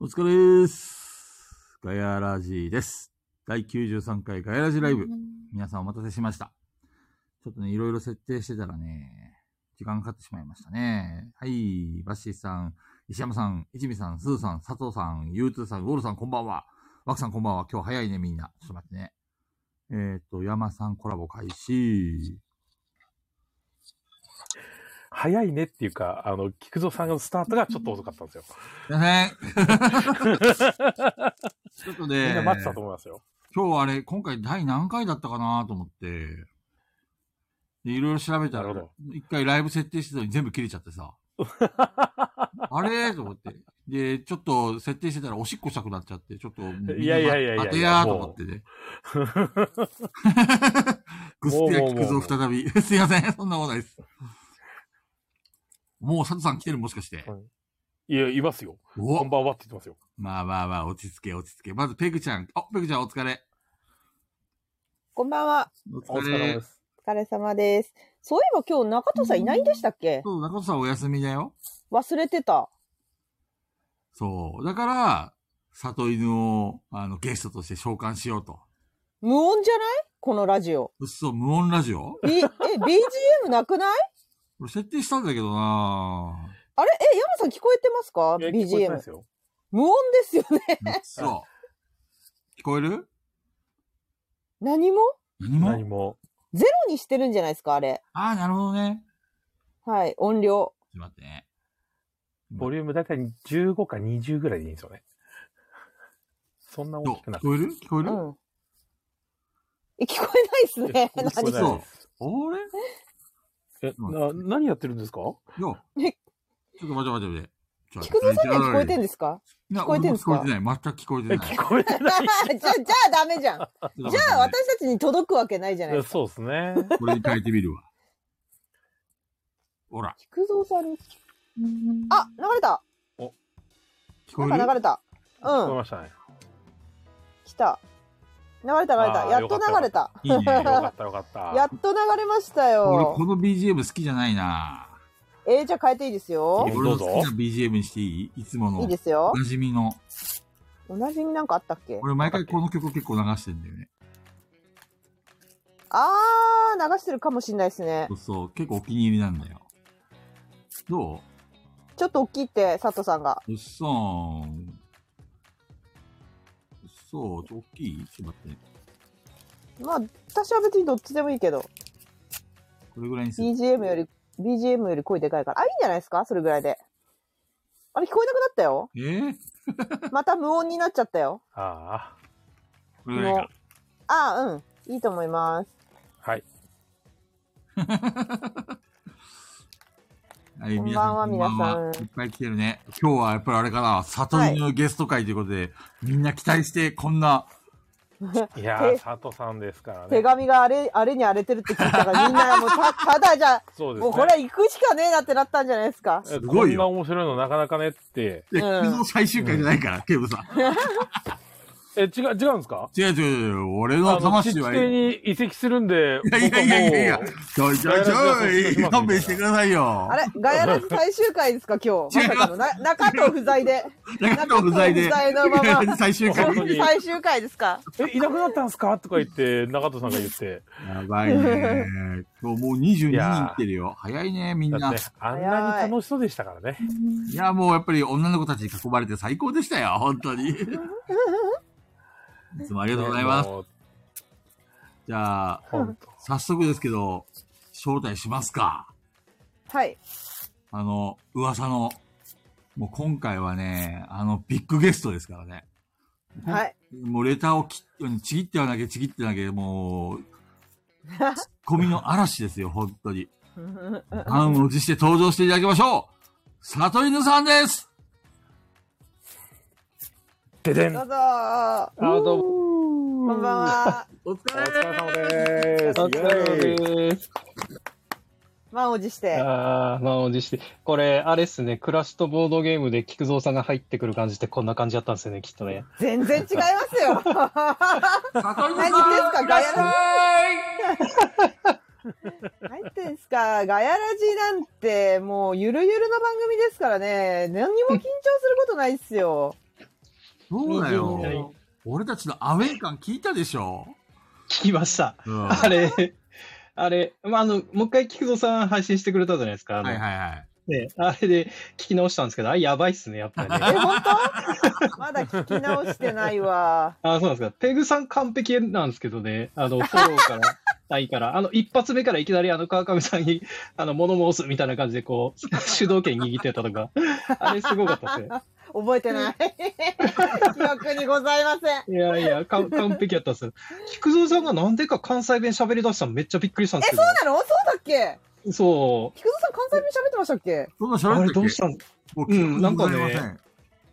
お疲れです。ガヤラジです。第93回ガヤラジライブ。皆さんお待たせしました。ちょっとね、いろいろ設定してたらね、時間かかってしまいましたね。はい、バッシーさん、石山さん、一味さん、スーさん、佐藤さん、ゆうつーさん、ゴールさん、こんばんは。ワクさん、こんばんは。今日早いね、みんな。ちょっと待ってね。えーっ、と、山さんコラボ開始。早いねっていうか、あの、菊蔵さんのスタートがちょっと遅かったんですよ。すいません。 ちょっとみんねな、待ってたと思いますよ。今日あれ、今回第何回だったかなと思って、でいろいろ調べたならるほど、一回ライブ設定してたのに全部切れちゃって さ。あれと思って。で、ちょっと設定してたらおしっこしたくなっちゃって、ちょっと、いやいやいやいや当てやーと思ってね。 グステ焼きくぞ、再び。すいません、そんなことないです。もう佐藤さん来てるもしかして。いや、いますよ。こおんばんはって言ってますよ。まあまあまあ、落ち着け、落ち着け。まずペグちゃん。あ、ペグちゃんお疲れ。こんばんは。おお疲れ様です。お疲れ様です。そういえば今日中戸さんいないんでしたっけそう、中戸さんお休みだよ。忘れてた。そう。だから、里犬を、あの、ゲストとして召喚しようと。無音じゃないこのラジオ。うっそ、無音ラジオ ビえ、BGM なくない俺設定したんだけどなあれえ、山さん聞こえてますかいや聞こえてないで ?BGM す。よ。無音ですよね。 ぁ。うっそ。聞こえる何も何何も。ゼロにしてるんじゃないですかあれ。ああ、なるほどね。はい、音ち量。ょっと待ってね。ボリュームだいたい15か20ぐらいでいいんですよね。そんなど大うきくな聞くこえる聞こえうる、ん。え、聞こえないっすね。え聞こえ何ないですあれえ、な、何やってるんですかいや。えちょっと待って待って待って。ちょっと菊蔵さんには聞こえてんるですか聞聞こえてんですか聞こえてない。全く聞こえてえ、ない。聞こえてじゃな あ、じゃあダメじ ゃん。じじゃあ私たちに届くわけないじゃないいでえすか。そうですね。これに変えてみるわ。ほら、菊蔵さんに。あ、流れた。聞こなえんるか流れた。聞うこえん。ましたね。来た。流れた流れあた。ーやっと流れた。いいね。よかったよかった。やっと流れました俺、こよ。の BGM 好きじゃないなえー、じゃあ変えていいですよ俺。えのどうぞ好きな BGM にしていいいつもの。いいですよお。なじみの。おなじみなんかあったっけ俺、毎回この曲結構流してんだよね。あー、流してるかもしんないですねそ。うそう。結構お気に入りなんだよ。どちょっと大きいって、佐藤さんが。ううっそーん。うっそう。ちょ大きいちょっと待って。まあ、私は別にどっちでもいいけど。これぐらいにする。 BGM より、BGM より声でかいから。あ、いいんじゃないですかそれぐらいで。あれ、聞こえなくなったよ。えー、また無音になっちゃったよ。あこれぐらいか。あー、うん。いいと思います。あ。はい。はい、こん皆さばんん、はこんばんは皆。さんいっぱい来てるね。今日はやっぱりあれかな、悟りのゲスト会ということで、みんな期待して、こんな、いや手ー、佐藤さんですから手ね。紙があれ、あれに荒れてるって聞いたから、みんなもうた、ただじゃ、そうですもうね。これは行くしかねえなってなったんじゃないですか。えごいよこんな面白いのなかなかねって。いや、うん君の最終回じゃないから、ケイブさん。え、違う、違うんですか違う違う違う、俺の魂はあの地底に移籍するんで、いやいやいやいやいや、ちょいちょいちょい、ガヤラジは勘弁してくださいよ。あれガヤラジ最終回ですか今 日。ま違いさますかのな中藤不在で。中藤不在で、中藤不在のままガヤラジ最終回本。当に最終回ですか僕もうえ、いなくなったんですかとか言って、中戸さんが言って。やばいね。今日もう22いや人ー来てるよ。早いね、みんだっなて。、あんなに楽しそうでしたからね。いや、もうやっぱり女の子たちに囲まれて最高でしたよ、本当 に。いつもありあがとうございます。す。じゃあ、本当早速ですけど、招待しますか。はい。あの、噂の、もう今回はね、あの、ビッグゲストですからね。はい。もうレターを切っちぎってはなきゃちぎってはなきゃ、もう、ツッコミの嵐ですよ、本当 に。満を持して登場していただきましょう里犬さんですででん。どうあ、ぞー。どうも。こんばんは。お疲お疲れ様です。お疲れイェイ様です。満を持して。ああ、満を持して。これ、あれっすね、クラシとボードゲームで菊蔵さんが入ってくる感じってこんな感じだったんですよね、きっとね。全然違いますよ。里犬 さん何言ってんすかガヤラジいらっしゃい入ってんすかガヤラジなんて、もうゆるゆるの番組ですからね。何にも緊張することないっすよ。そうだみじんよ。の俺たちのアウェー感聞いたでしょ、聞きました。うん、あはいれ、あれ、まあ、あの、もう一回菊蔵さん配信してくれたじゃないですか。あのはいはい。ねあれで聞き直したんですけど、あれやばいっすね、やっぱり、え、ね。本 当まだ聞き直してないわ。あ、そうなんですか。ペグさん完璧なんですけどね、あの、フォロー から、ないから、あの、一発目からいきなりあの、川上さんに、あの、物申すみたいな感じ で、こう、主導権握ってたとか、あれすごかったですね。覚えてない。記憶にございません。いやいや、か完璧やったっすよ。菊蔵さんがなんでか関西弁喋り出したのめっちゃびっくりしたんですけど。なのそうだっけそうそ菊蔵さん関西弁喋ってましたっけそんなう。喋あっれてどっうけしたのもううんなんか聞くねことござい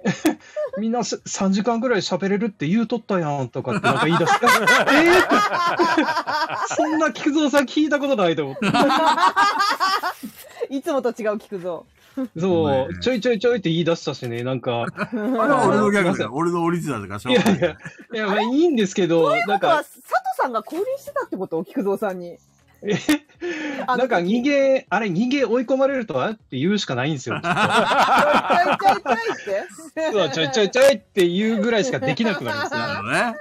ませんみんなす3時間ぐらい喋れるって言うとったやんとかってなんか言い 出して、えーってそんな菊蔵さん聞いたことないと思って。いつもと違う菊蔵。そねう、ちょいちょいちょいって言い出したしね、なんか。あれは俺のギャグすだいよ。俺のオリジナルだからしょいうやがないいや、いや、まあいいんですけど、なんあとはか、佐藤さんが交流してたってこと菊蔵さんに。えあなんかの時逃げ、あれ逃げ追い込まれるとあって言うしかないんですよ。 きちょっといちょいちょいって。そうちょいちょいちょいって言うぐらいしかできなくなりますね。なるほどね。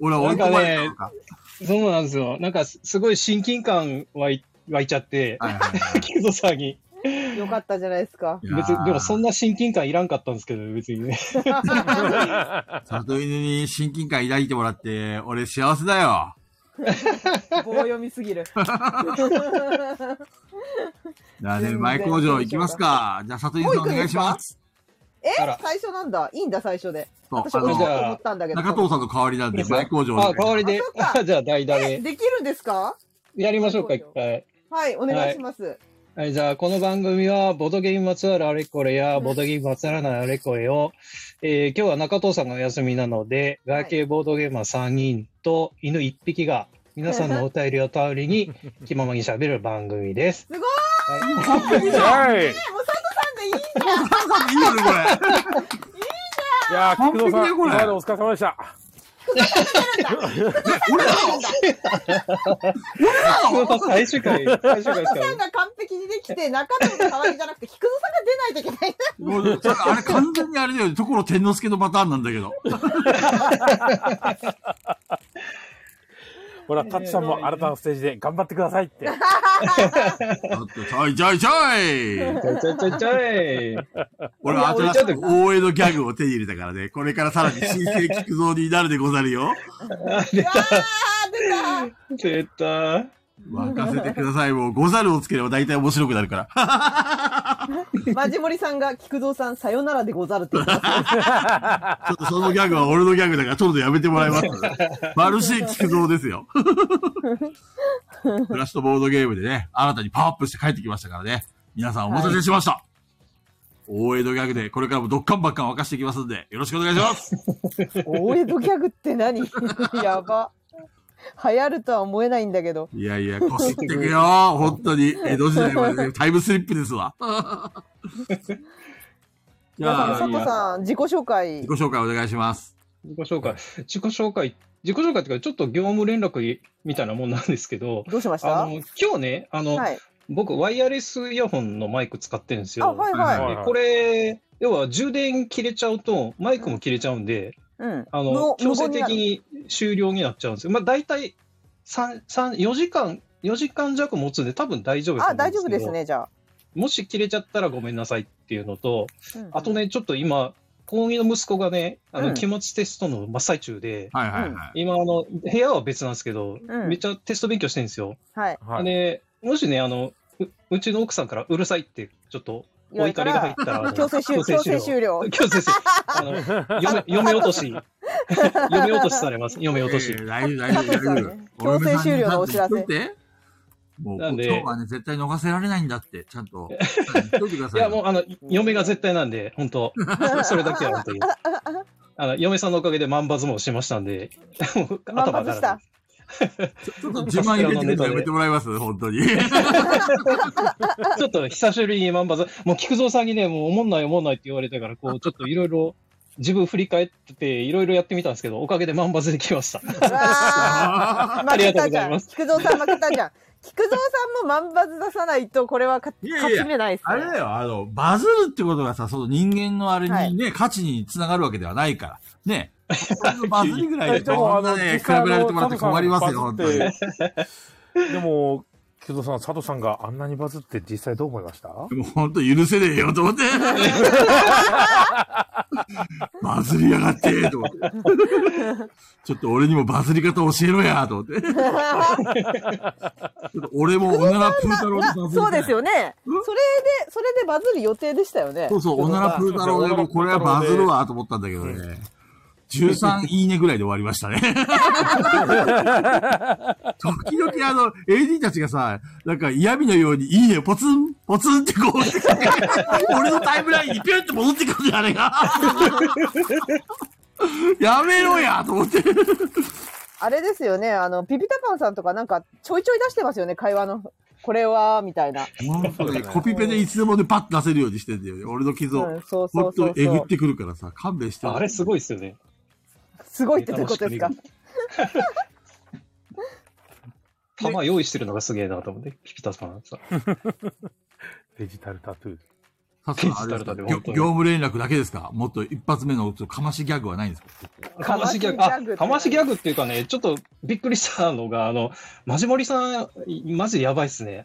俺は追い込まれたのか。そうなんですよ。なんかすすごい親近感湧い湧いちゃって、はいはいはい菊蔵さんに。よかったじゃないですか。いや別に、でもそんな。な親近感いらんかったんですけど、別にね。里犬に親近感抱いてもらって、俺幸せだよ。棒読みす ぎる。じゃあね、全然前工場行きますか。じゃあ、里犬さんお願いします。えあら最初なんだ。いいんだ、最初で。そう、私、あ美味しの、いと思ったんだけど。中藤さんの代わりなんで、前工場お願いあ、し代わまりであそっ。か じゃあ、代打で。できるんですかやりましょうか、一回。はい、お願いします。はい、じゃあ、この番組は、ボドゲにまつわるあれこれや、ボドゲにまつわらないあれこれを、えー今日は中藤さんがお休みなので、い外形ボードゲーマー3人と犬1匹が、皆さんのお便りを頼 りに、気ままに喋る番組です。すごいははい。いやえもう佐藤す。中藤さんがいいさんでいいよね、これ。ー、菊蔵さん、完璧だよこ今れまでお疲れ様でした。俺らの、い。菊蔵さん 最終回、最終回ですか菊蔵さんが完璧にできて、中藤の代わりじゃなくて、菊蔵さんが出ないといけない。もうそれあれ完全にあれだよ、所天之助のパターンなんだけど。ほら、タッチさんも新たなステージで頑張ってくださいって。だってちょいちょいちょいら。ちょいちょいちょい。俺は新しく大江のギャグを手に入れたからね、これからさらに新生菊蔵になるでござるよ。うわー、出た。出た。任せてください。もう、ござるをつければ大体面白くなるから。マジモリさんが、菊蔵さん、さよならでござるって言ってます。ちょっとそのギャグは俺のギャグだから、ちょっとやめてもらい ます。マルシー菊蔵ですよ。 クラッシュとボードゲームでね、新たにパワーアップして帰ってきましたからね。皆さんお待たせしました。大江戸ギャグで、これからもドッカンバッカン沸かしていきますんで、よろしくお願いします。大江戸ギャグって何 やば。流行るとは思えないんだけど。 いやいや、こすってくよ。本当に。江戸時代まで、 ね、タイムスリップです わ。じゃあ、佐自藤さん、自己紹介己。紹介お願いします。自己紹介。自己紹介。自己紹介っていうか、ちょっと業務連絡みたいなもんなんですけど、どうしましあたの、今日ね、あの、はい。僕、ワイヤレスイヤホンのマイク使ってるんですあ、よ。はいははいい。でこれ、要は充電切れちゃうと、マイクも切れちゃうんで、うん。あ無の、強無制言に的なるに終了になっちゃうんですよ。まあ、大体、三三4時間、4時間弱持つんで、多分大丈夫だとあ、思うん大丈夫けでどす。ね、じゃあ。もし切れちゃったらごめんなさいっていうのと、うんあと。ね、ちょっと今、高2の息子がね、あうんの、期末テストの真っ最中で、はいはいはい。今、あの、部屋は別なんですけど、うんめっちゃテスト勉強してるんですよ。はい。はい。 で、もしね、あの、ううちの奥さんからうるさいって、ちょ っと、言わおれ怒たりらが入ったら、強制終了。強制終了。強制終了。あの、嫁、嫁落とし、 嫁落としされます。嫁落としえ。ー大丈夫、大丈 夫、大丈夫。強制終了のお知らせお嫁さんにちゃんと言っといてもう、今なんで日はね、絶対逃せられないんだって、ちゃん と。言っといてくだいさい。や、もう、あの、嫁が絶対なんで、本当それだけは本当に。あの、嫁さんのおかげで万馬相撲しましたんで、もう万馬上がとしらないた。ちょっと自慢入れてくるのやめてもらいます、本当に。ちょっと久しぶりに万馬相撲、もう菊蔵さんにね、もうおもんないおもんないって言われたから、こう、ちょっといろいろ、自分振り返っていろいろやってみたんですけど、おかげで万抜できました。うわーあありがとうございま菊蔵さん負けたじゃん。 菊蔵さんも万抜出さないと、これは勝いやいや勝ち目ないですれね。だよ、 あの、バズるってことがさ、その人間のあれにね、価値につながるわけではないから。 ね。バズりぐらいで、でもこあんのなね、実比べ際られてもらってあの困りますよ、佐本当藤に。でさんがバズってでも、木戸さん、佐藤さんがあんなにバズって実際どう思いましたも本当許せねえよ、と思って。バズりやがって、と思って。ちょっと俺にもバズり方教えろや、と思って。ちょっと俺もおならプー太郎でなバズりたいそうですよね。そうんれで、それでバズる予定でしたよね。そうそう、おならプー太郎でもうこれはバズるわと思ったんだけどね。13いいねぐらいで終わりましたね。時々あの、AD たちがさ、なんか嫌味のようにいいねをポツン、ポツンってこう、俺のタイムラインにピュンって戻ってくるんだよ、あれが。やめろやと思って。あれですよね。あの、ピピタパンさんとかなんか、ちょいちょい出してますよね、会話の。これは、みたいな。コピペでいつでもね、パッと出せるようにしてんだよね。俺の傷うをん、。そほんうそうそとうえぐそっう。てくるからさ、勘弁してあれすごいですよね。すごいってどういうことですかネ。弾用意してるのがすげえなと思って、ピピタさんさ。デジタルタトゥー。さすがあれですかデジタルだね業本当業に務連絡だけですかもっと一発目のちょっとかましギャグはないんですかかましギャグ、かましギャグってあ、かましギャグっていうかね、ちょっとびっくりしたのが、あの、マジモリさん、いマジやばいっすね。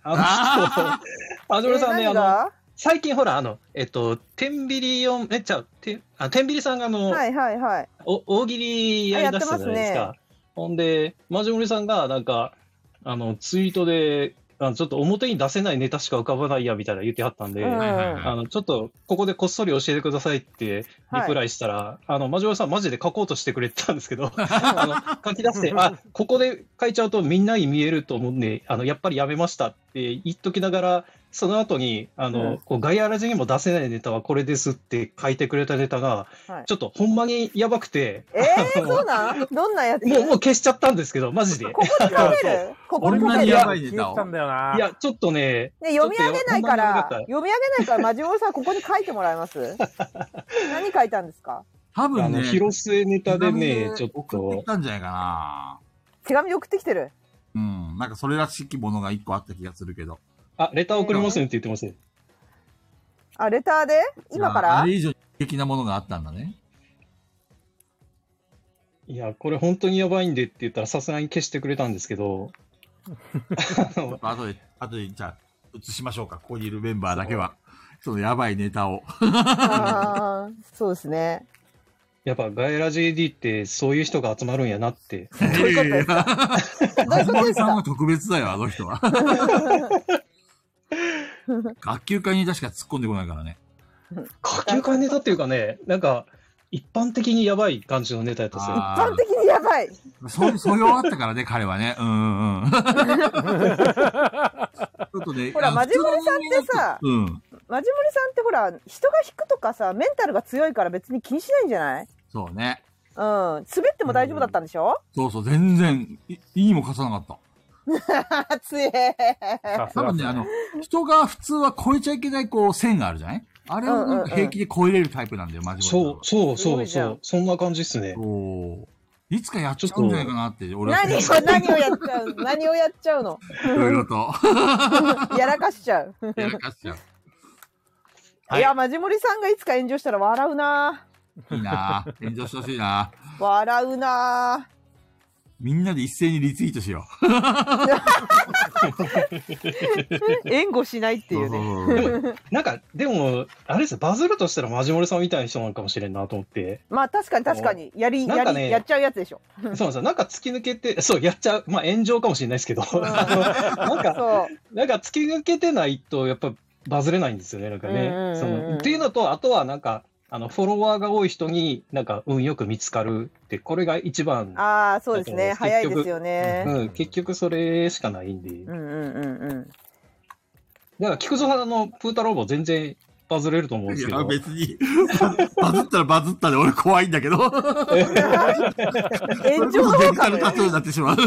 ああの、 マジモリさんね、え何あの、が最近ほら、あの、えっと、天ビリを、え、ちゃう、てんあ天ビリさんがあの、はいはいはい。お大喜利やりだしたじゃないですあやっか。ほんで、マジモリさんが、なんか、あの、ツイートで、あのちょっと表に出せないネタしか浮かばないや、みたいな言ってはったんで、うんはいはいはいあの、ちょっと、ここでこっそり教えてくださいって、リプライしたら、あの、マジオさんマジで書こうとしてくれてたんですけど、あの、書き出して、あ、ここで書いちゃうとみんなに見えると思うんで、あの、やっぱりやめましたって言っときながら、その後に、あの、うんこう、ガイアラジにも出せないネタはこれですって書いてくれたネタが、はいちょっとほんまにやばくて、えー、そうなんどんなやつもう、もう消しちゃったんですけど、マジで。。ここで食べるここ俺でも食べやるばいネタを消えてたんだよないや、ちょっとね、ね、読み上げないかちょらっと、読み上げないから、マジモリさん、ここに書いてもらえます何書いたんですか多あ分の、ね、広末ネタでね、ち手ょっ紙送ってとき、たんじゃないかな。手紙送ってきてる。うん、なんかそれらしきものが一個あった気がするけど。あ、レター送りますねって言ってますね。あ、レターで今かいやあられ以上に的なものがあったんだね。いや、これ本当にやばいんでって言ったら、さすがに消してくれたんですけど、あちょっのと後で、後で、じゃあ、移しましょうか。ここにいるメンバーだけは。そのやばいネタを。あーそうですね。やっぱガイラ JD ってそういう人が集まるんやなって。どういうことですどういうことですさんはか特別だよ、あの人 は。学級会に確か突っ込んでこないからね。下級会ネタっていうかね、なんか、一般的にやばい感じのネタやったっすよ。一般的にやばい。そ、素養あったからね、彼はね。うんうんうん。 ちょっとね、ほらあのマジモリさんってさ普通の人間だとうん。マジモリさんってほら、人が引くとかさ、メンタルが強いから別に気にしないんじゃないそうね。うん。滑っても大丈夫だったんでしょ、そうそう、全然、いいいも貸さなかっあー強え。さた。す多が分ね、あの、人が普通は超えちゃいけない、こう、線があるじゃないあれをなんか平気で超えれるタイプなんだよ、マジモそう、そう、すごそ、いうじゃそんう、そんな感じっすね。そう。いつかやっちゃうんじゃないかなって、俺は、何いこれ何をやっちゃう何をやっちゃうのろいろと、 やらかしちゃう。やらかしちゃう。い、や、マジモリさんがいつか炎上したら笑うないいなぁ。炎上してほしいなぁ。ぁ笑うなみんなで一斉にリツイートしよう。ぁ援護しないっていうね。そうそうそうなんか、でも、あれですよバズるとしたらマジモリさんみたいな人なのかもしれんなと思って。まあ確かに確かに。やり、なんやかり、ねやっちゃうやつでしょ。そうなんですよ。なんか突き抜けて、そう、やっちゃう。まあ炎上かもしれないです けど、うんあのなんか、そなんか突き抜けてないと、やっぱバズれないんですよね、なんかうんうんうんうんね。そのっていうのと、あとはなんか、あのフォロワーが多い人に、なんか運よく見つかるって、これが一番う。、ああ、そうですね。だと思う早いですよね。うん、結局それしかないんで。うんうんうんうん。だから、菊蔵さんのプータローボ全然バズれると思うんですけいや、ど、別に、 バズったらバズったで俺怖いんだけど、炎上のデ方ジタか ルねタトゥーになってしまう。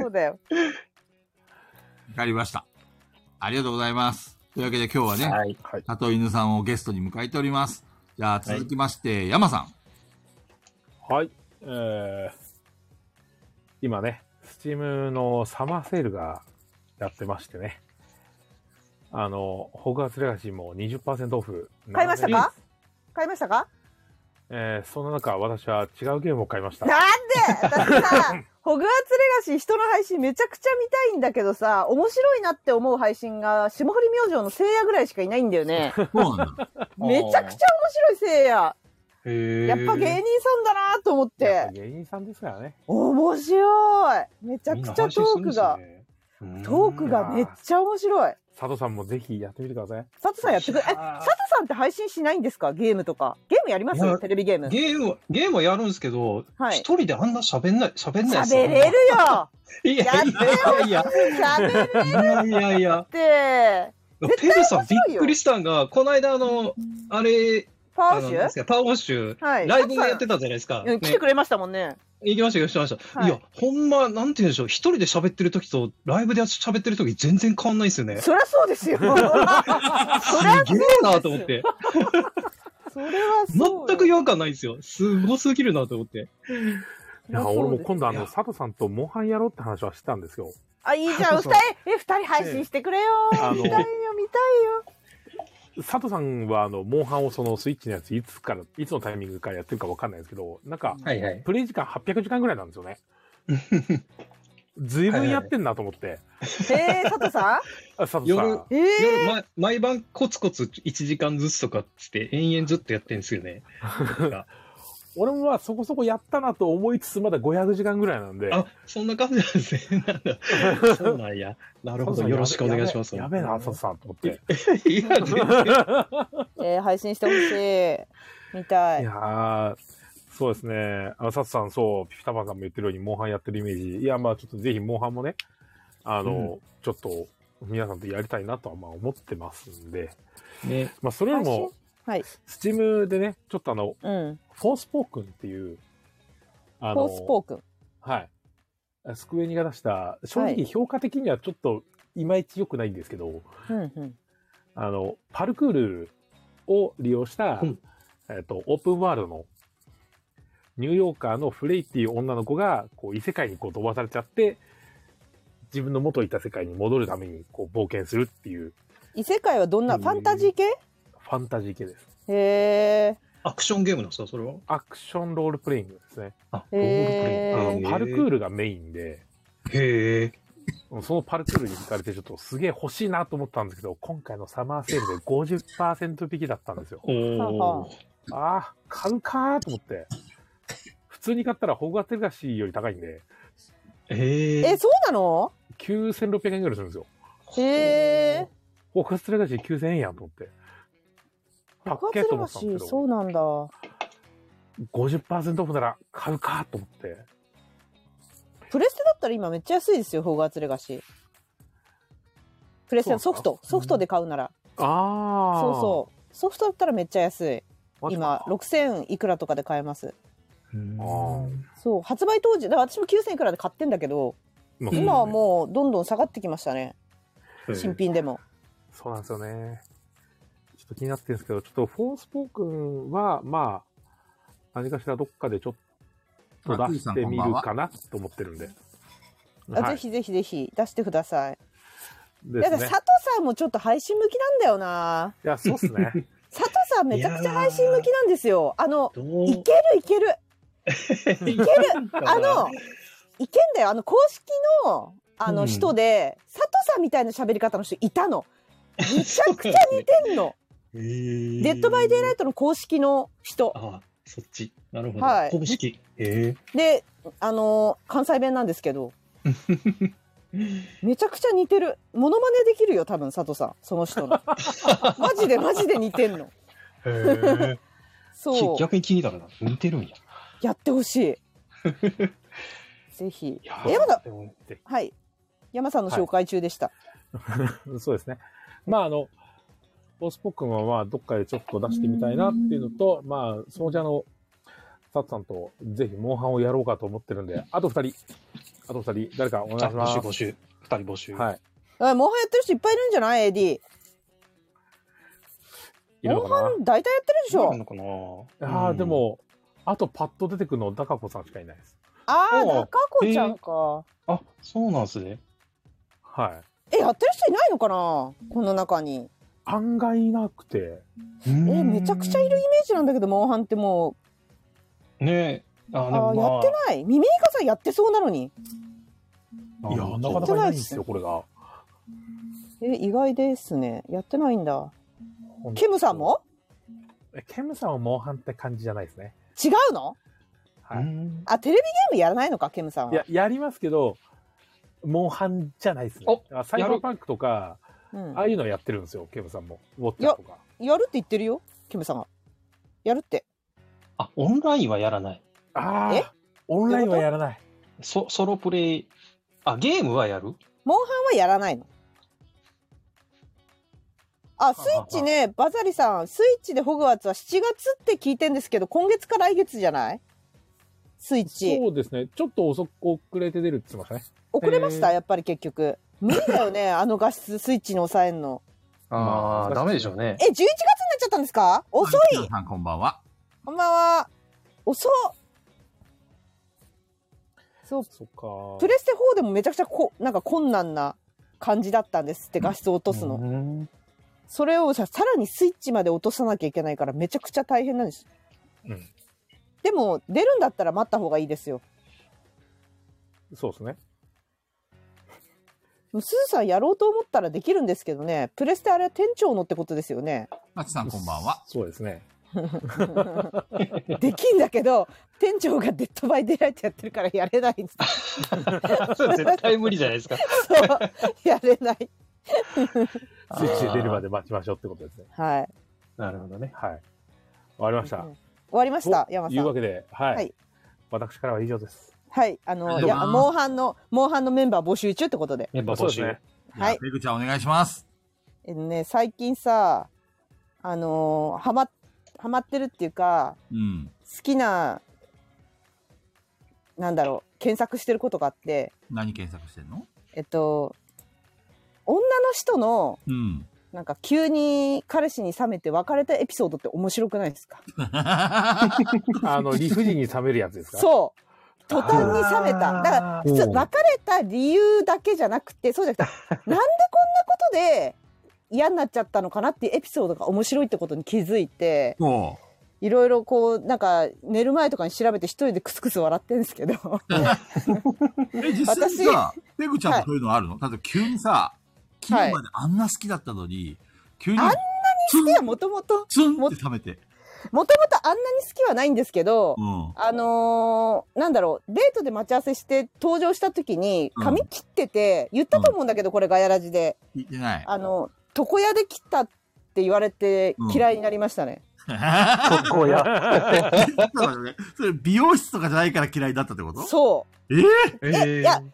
そうだよ。わかりました。ありがとうございます。というわけで今日はね、はい。はい。里犬さんをゲストに迎えております。じゃあ続きまして、山さん。はい。えー、今ね、Steam のサマーセールがやってましてね。あの、ホグワーツレガシーも20%オフ。買いましたか買いましたかえー、そんな中、私は違うゲームを買いました。なんで私さ、 ホグワーツレガシー人の配信めちゃくちゃ見たいんだけどさ、面白いなって思う配信が霜降り明星の聖夜ぐらいしかいないんだよ ね。そう なんだ。めちゃくちゃ面白い聖夜。へやっぱ芸人さんだなと思っやっぱて。芸人さんですからね。面白い。めちゃくちゃトークが、トークがめっちゃ面白い。佐藤さんもぜひやってみてください。佐藤さんやってくれ、え、佐藤さんって配信しないんですかゲームとか。ゲームやりまいやすテレビゲーム。ゲームは、ゲームはやるんですけど、一、はい人であんな喋んない、喋んないですよ喋れるよいややっていよやいや、喋れるっいやいやいや。て。ペルさん絶対面び白いよっくりしたんが、この間あの、あれ、パあーのシなんでュすかパワーウォッシュ、はいライブもやってたじゃないですか。うん来てねくれましたもんね。行きました、行きました。はいいや、ほんま、なんて言うんでしょう、一人で喋ってる時と、ライブで喋ってる時全然変わんないですよね。すそりゃそうです よ。そりゃげえなと思って。それはそう。全く違和感ないですよ。すごすぎるなと思って。いや、俺も今度あいの、や佐藤さんとモンハンやろうって話はしてたんですよ。あ、いいじゃん。二人、え、二人配信してくれよ。あ見のたいよ、見たいよ。佐藤さんはあの、モンハンをそのスイッチのやついつから、いつのタイミングからやってるかわかんないですけど、なんか、はいはい。プレイ時間800時間ぐらいなんですよね。ずいぶんやってんなと思って。えー、佐藤さあ佐藤さ夜ん。んえー、夜、ま、毎晩コツコツ1時間ずつとかっつって延々ずっとやってんですよね。俺もまあそこそこやったなと思いつつまだ500時間ぐらいなんで。あ、そんな感じなんですね。 なんだ。そうなんや。なるほ佐藤さど。んよろしくお願いします。やべえやべえな、佐藤さんと思って。いや、全え然ー配信してほしい。見たいいや。ーそうですね。あの、サツさん、そう、ピピタパンさんも言ってるように、モンハンやってるイメージ。いや、まあ、ちょっとぜひ、モンハンもね、あの、ちょっと、皆さんとやりたいなとは、まあ、思ってますんで。ね。まあ、それよりも、配信はいスチームでね、ちょっとあの、うん。フォースポークンっていう、あフォースポーク。はい。スクエニが出した、正は直い評価的にはちょっと、いまいち良くないんですけど、うんうん。あの、パルクールを利用した、うんえっと、オープンワールドの、ニューヨーカーのフレイっていう女の子が、こう、異世界にこう飛ばされちゃって、自分の元いた世界に戻るために、こう、冒険するっていう、異世界はどんな、うんファンタジー系ファンタジー系です。へえ。アクションゲームなんですか、それは。アクションロールプレイングですね。あ、へーあロールプレインの、グパルクールがメインで、へえ。そのパルクールに惹かれて、ちょっとすげえ欲しいなと思ったんですけど、今回のサマーセールで50%引きだったんですよ。おはお。ああ、買うかーと思って。普通に買ったらホグワーツレガシーより高いんで、え、へえ。そうなの9600円ぐらいするんですよ。へえ。ホグワーツレガシー9000円やんと思って。パ爆ッ発ケーとレ思ガってたシんでー、すけそどう、なんだ。 50%オフなら買うかーと思って。プレステだったら今めっちゃ安いですよ、フォーガーツレガシー。プレステのそソうなフんだト、ソフトで買うなら。ああ。そうそう。ソフトだったらめっちゃ安い。マジ今か、 6000いくらとかで買えます。うんあーそう、発売当時、だから私も9000いくらで買ってんだけど、まあうん今はもうどんどん下がってきましたね。新品でも。そうなんですよね。ちょっと気になってるんですけど、ちょっとフォースポークンは、まあ、何かしらどっかでちょっと出してみるかなと思ってるんで。あはぜいひぜひぜひ出してください。でだかすらね佐藤。さんもちょっと配信向きなんだよな。いや、そうっすね。佐藤さんめちゃくちゃ配信向きなんですよ。あの、どいけるいける。ういける。あの、いけんだよ。あの、公式の、あうのん人で、佐藤さんみたいな喋り方の人いたの。めめちゃくちゃ似てんの。てるデッドバイデイライトの公式の人。あ、そっち。なるほはいど。公式。へで、あの、関西弁なんですけど、え。めちゃくちゃ似てる。モノマネできるよ、多分、佐藤さん。その人の。マジでマジで似てんの。へーそうき。逆に気になるな。似てるんや。やってほしい。ぜひ。やえまだでもはい。山さんの紹介中でした。そうですね。まあ、あの、ボスポックンはまあ、どっかでちょっと出してみたいなっていうのと、まあ、そのじゃあの、サツさんとぜひモンハンをやろうかと思ってるんで、あと二人、あと二人、誰かお願いあしま募す集。募集。二人募集。はい。あモンハンやってる人いっぱいいるんじゃない ?AD。いるのか大体やってるでしそうょな。のかななああー、で、も、あとパッと出てくるの、高子さんしかいないです。ああ、おう中子ちゃんか。うんあ、そうなんですね。はい。え、やってる人いないのかなこの中に。案外いなくて、え、え、めちゃくちゃいるイメージなんだけど、モンハンってもねえ。あ、う、であも、ーまあ、やってない。ミミイカさんやってそうなのに。いや、なかなちょっとかいないんですよ、これが。え、意外ですね。やってないんだ。ケムさんもえケムさんはモンハンって感じじゃないですね。違うのはうい。んあ、テレビゲームやらないのか、ケムさんいはや。、やりますけど、モンハンじゃないですね。あサイバーパンクとか、うんああいうのやってるんですよ、ケムさんも。ウォッチャーとか。やるって言ってるよ、ケムさんが。やるって。あ、オンラインはやらない。あえあ、オンラインはやらない。ソソロプレイ。あ、ゲームはやるモンハンはやらないの。あ、スイッチね、バザリさん、スイッチでホグワーツは7月って聞いてんですけど、今月か来月じゃないスイッチ。そうですね。ちょっと遅く遅れて出るって言ってましたね。遅れました、へーやっぱり結局。無理だよね、あの画質スイッチに抑えんの。あーダメでしょうねえ、11月になっちゃったんですか遅い皆さんこんばんは。こんばんは。遅っそう、そっか。プレステ4でもめちゃくちゃこなんか困難な感じだったんですって画質を落とすの。の。それをささらにスイッチまで落とさなきゃいけないからめちゃくちゃ大変なんです、うんでも出るんだったら待った方がいいですよそうですね。すずさんやろうと思ったらできるんですけどねプレステあれは店長のってことですよ ねマチさんこんばんは。そうですね。できんだけど店長がデッドバイデイライトやってるからやれない んです それ絶対無理じゃないですか。そうやれないスイッチで出るまで。で待ちましょうってことですね。はいなるほどね。はい。わかりましたうん。終わりましたと山いさうわんけで、はい。はい私からは以上です。はいあのありいがやとうございますモンハンのモンハンのメンバー募集中ってことでメンバーそう募です集。ね。はいじゃあペグちゃんお願いします。えっとね最近さあのーハマハマってるっていうかうん。好きななんだろう検索してることがあって何検索してんのえっと女の人のうん。 なんか急に彼氏に冷めて別れたエピソードって面白くないですかあ の、理不尽に冷めるやつですかそう途端に冷めただからら普通別れた理由だけじゃなくてそうじゃなくてなんでこんなことで嫌になっちゃったのかなっていうエピソードが面白いってことに気づいてそいろいろこうなんか寝る前とかに調べて一人でクスクス笑ってるんですけどう。え、実際にさ、ペグちゃんもそういうのあるの例えば急にさ、昨日まであんな好きだったのに、急にあんな、ツいやン、もともとツンって冷めて。もともとあんなに好きはないんですけどう、ん。あのーなんだろう、デートで待ち合わせして登場した時にうん髪切ってて、言ったと思うんだけど、これガヤラジで。聞いてない。あの、床屋で切ったって言われてうん嫌いになりましたね。特攻や。そうだね それ美容室とかじゃないから嫌いだったってことそう。 えいや床屋の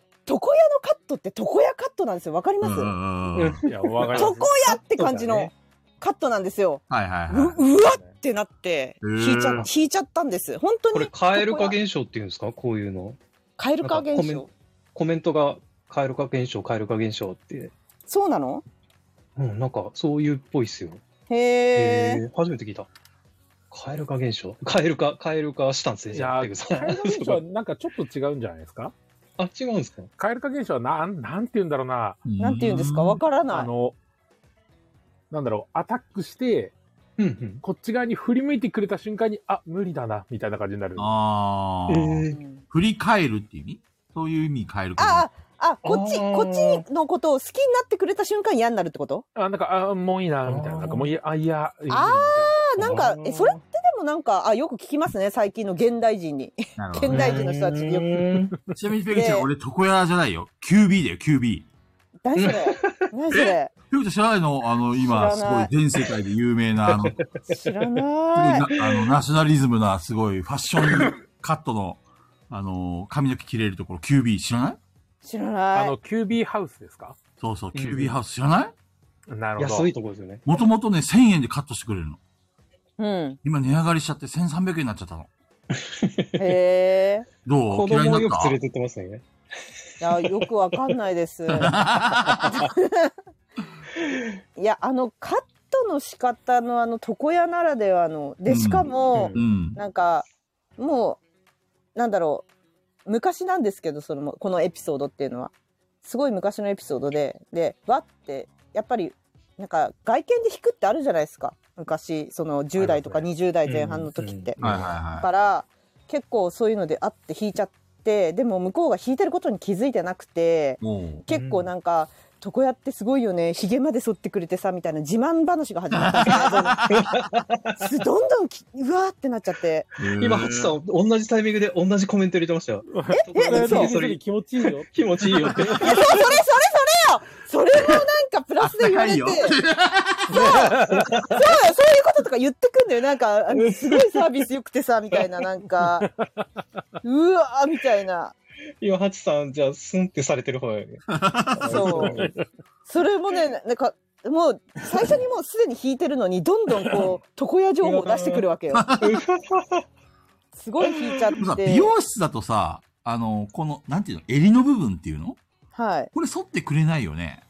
カットって床屋カットなんですよ。わかりますうんう床んうんうんいや、わかりま屋す。って感じそうだのねカットなんですよ。はいはいうはうわってなって、へー引いちゃ、引いちゃったんです。本当に。これ、カエル化床屋現象っていうんですかこういうの。カエル化なんかコ現メン象ト。コメントが、カエル化現象、カエル化現象って。そうなのうん、なんか、そういうっぽいっすよ。へえ。えー、初めて聞いた。カエル化現象カエル化、カエル化したんですね。いじゃあやペグさんカエル化 現象はなんかちょっと違うんじゃないですかあ、違うんですかカエル化現象はなん、なんて言うんだろうな。い。なんて言うんですかわからあない。の、なんだろう、アタックして、うんこっち側に振り向いてくれた瞬間に、あ、無理だな、みたいな感じになる。あー。うん。えうん振り返るって意味そういう意味変えるああ、あ、こっち、あーこっちのことを好きになってくれた瞬間嫌になるってことあ、なんか、あ、もういいな、みたいな。なんかもういい、あ、いや、いいああ、なんか、え、それっってでもなんか、あ、よく聞きますね、最近の現代人に。 なるほてど現ね。代人の人たちによくく。ちなみにペグちゃん、で俺床屋じゃないよ。QB だよ、QB。何それ何それ ペグちゃん知らないのあの、今、知すらごないい全世界で有名な、あの、すご知らいない。なあの、ナショナリズムな、すごいファッションカットの、 あの、髪の毛切れるところ、QB 知らない知らあなの、い。キュービーハウスですかそうそう、うん QB ハウス知らないなるほど。安いところですよね。もともとね、1000円でカットしてくれるの。うん。今値上がりしちゃって1300円になっちゃったの。へえ。ど子う嫌いにな供をっよくた連れてってますね。いや、よ くわかんないです。いや、あの、カットの仕方のあの床屋ならではのでしかも、うんうん。なんかもうなんだろう昔なんですけどそのこのエピソードっていうのはすごい昔のエピソードででわってやっぱりなんか外見で引くってあるじゃないですか昔その10代とかあり20代前半の時って。はいはいだはから結構そういうのであって引いちゃってでも向こうが引いてることに気づいてなくてい。も結構なんか。床屋ってすごいよねひげまで剃ってくれてさみたいな自慢話が始まったんですよどんどんきうわーってなっちゃってう。今、ハチさん、同じタイミングで同じコメント入れてましたよ。えそれ嘘それそれ気持ちいいよ。気持ちいいよって。 いや、それそれそれよそれもなんかプラスで言われて、あ高そうそうそういうこととか言ってくんだよ。なんか、あのすごいサービス良くてさ、みたいな、なんか、うわーみたいな。今、ハチさん、じゃあ、スンってされてる方やね。 そう。それもね、なんか、もう、最初にもうすでに引いてるのに、どんどんこう、床屋情報を出してくるわけよ。すごい引いちゃっでもさて。美容室だとさ、あの、この、なんていうの、襟の部分っていうのはい。これ剃ってくれないよね。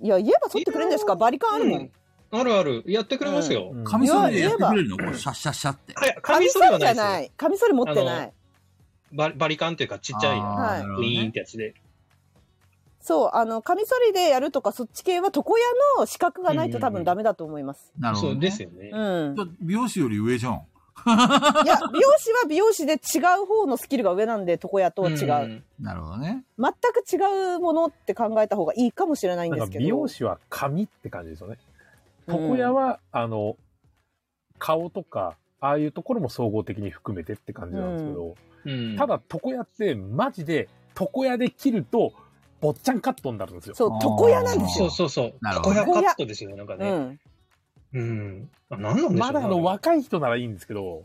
いや、言えば取ってくれるんですかバリカンあるもん。あるある。やってくれますよ。カミソリいでややって言えばくれるのこれシャッシャッシャッって。かやカミ髪ソ剃りリはじゃないなですよい。カミソリ持ってあない。バリ。バリカンっていうか、ちっちゃい、あはいーなるほどウィーンっねてやつで。そう、あの、カミソリでやるとか、そっち系は床屋の資格がないと多うんうんう分んダメだと思います。なるほそどうね。ですよねう。ん。だって美容師より上じゃん。いや、美容師は美容師で違う方のスキルが上なんで、床屋とは違う。んなるほどね。全く違うものって考えた方がいいかもしれないんなんでかすけど。美容師は髪って感じですよね。うん床屋は、あの、顔とか、ああいうところも総合的に含めてって感じなんですけど、うんた、だ床屋ってマジで床屋で切ると、坊っちゃんカットになるんですよ。そう、床屋なんですそよ。うそうそう。なるほこどこやカットですよね、なんかうね。ん。うん。あなんなんでしょまうねだあの、若い人ならいいんですけど、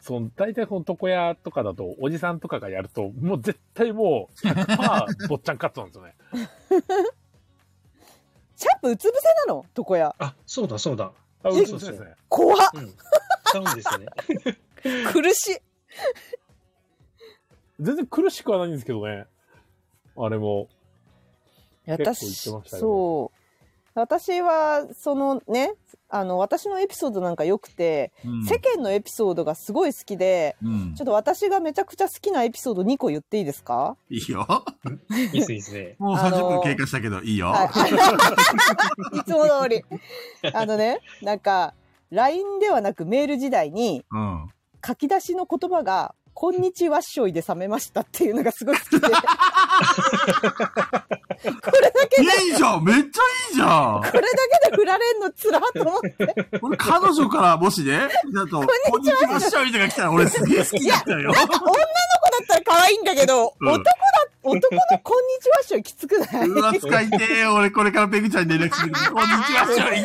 その大体この床屋とかだと、おじさんとかがやると、もう絶対もう100%坊っちゃんカットなんですよね。シャンプーうつ伏せなの床屋。あ、そうだそうだ。あ、えうそうですね。怖 っうん。ちゃうんで すよね。苦しい。全然苦しくはないんですけどね。あれも。私結構言ってましたよねそう私はそのねあの私のエピソードなんか良くて、うん世間のエピソードがすごい好きでうんちょっ。と私がめちゃくちゃ好きなエピソード2個言っていいですかいいよ。いいっすねいいっすね。もうあ30の分経過したけど、いいよ。はい、 いつも通り。あのね、なんか、LINE ではなくメール時代にうん。書き出しの言葉が、こんにちはっしょいで冷めましたっていうのがすごい好きで。これだけで、いいじゃんめっちゃいいじゃこれだけで振られんのつらーと 思って。ん俺、彼女からもしね、だと、こんにちはっしょみたいなのが来たら俺すげえ好きだったよ。女の子だったら可愛いんだけど、うん男だ、男のこんにちはっしょいきつくないうわ、使いてえ。俺、これからペグちゃんに連絡 する時。こんにちはっしょい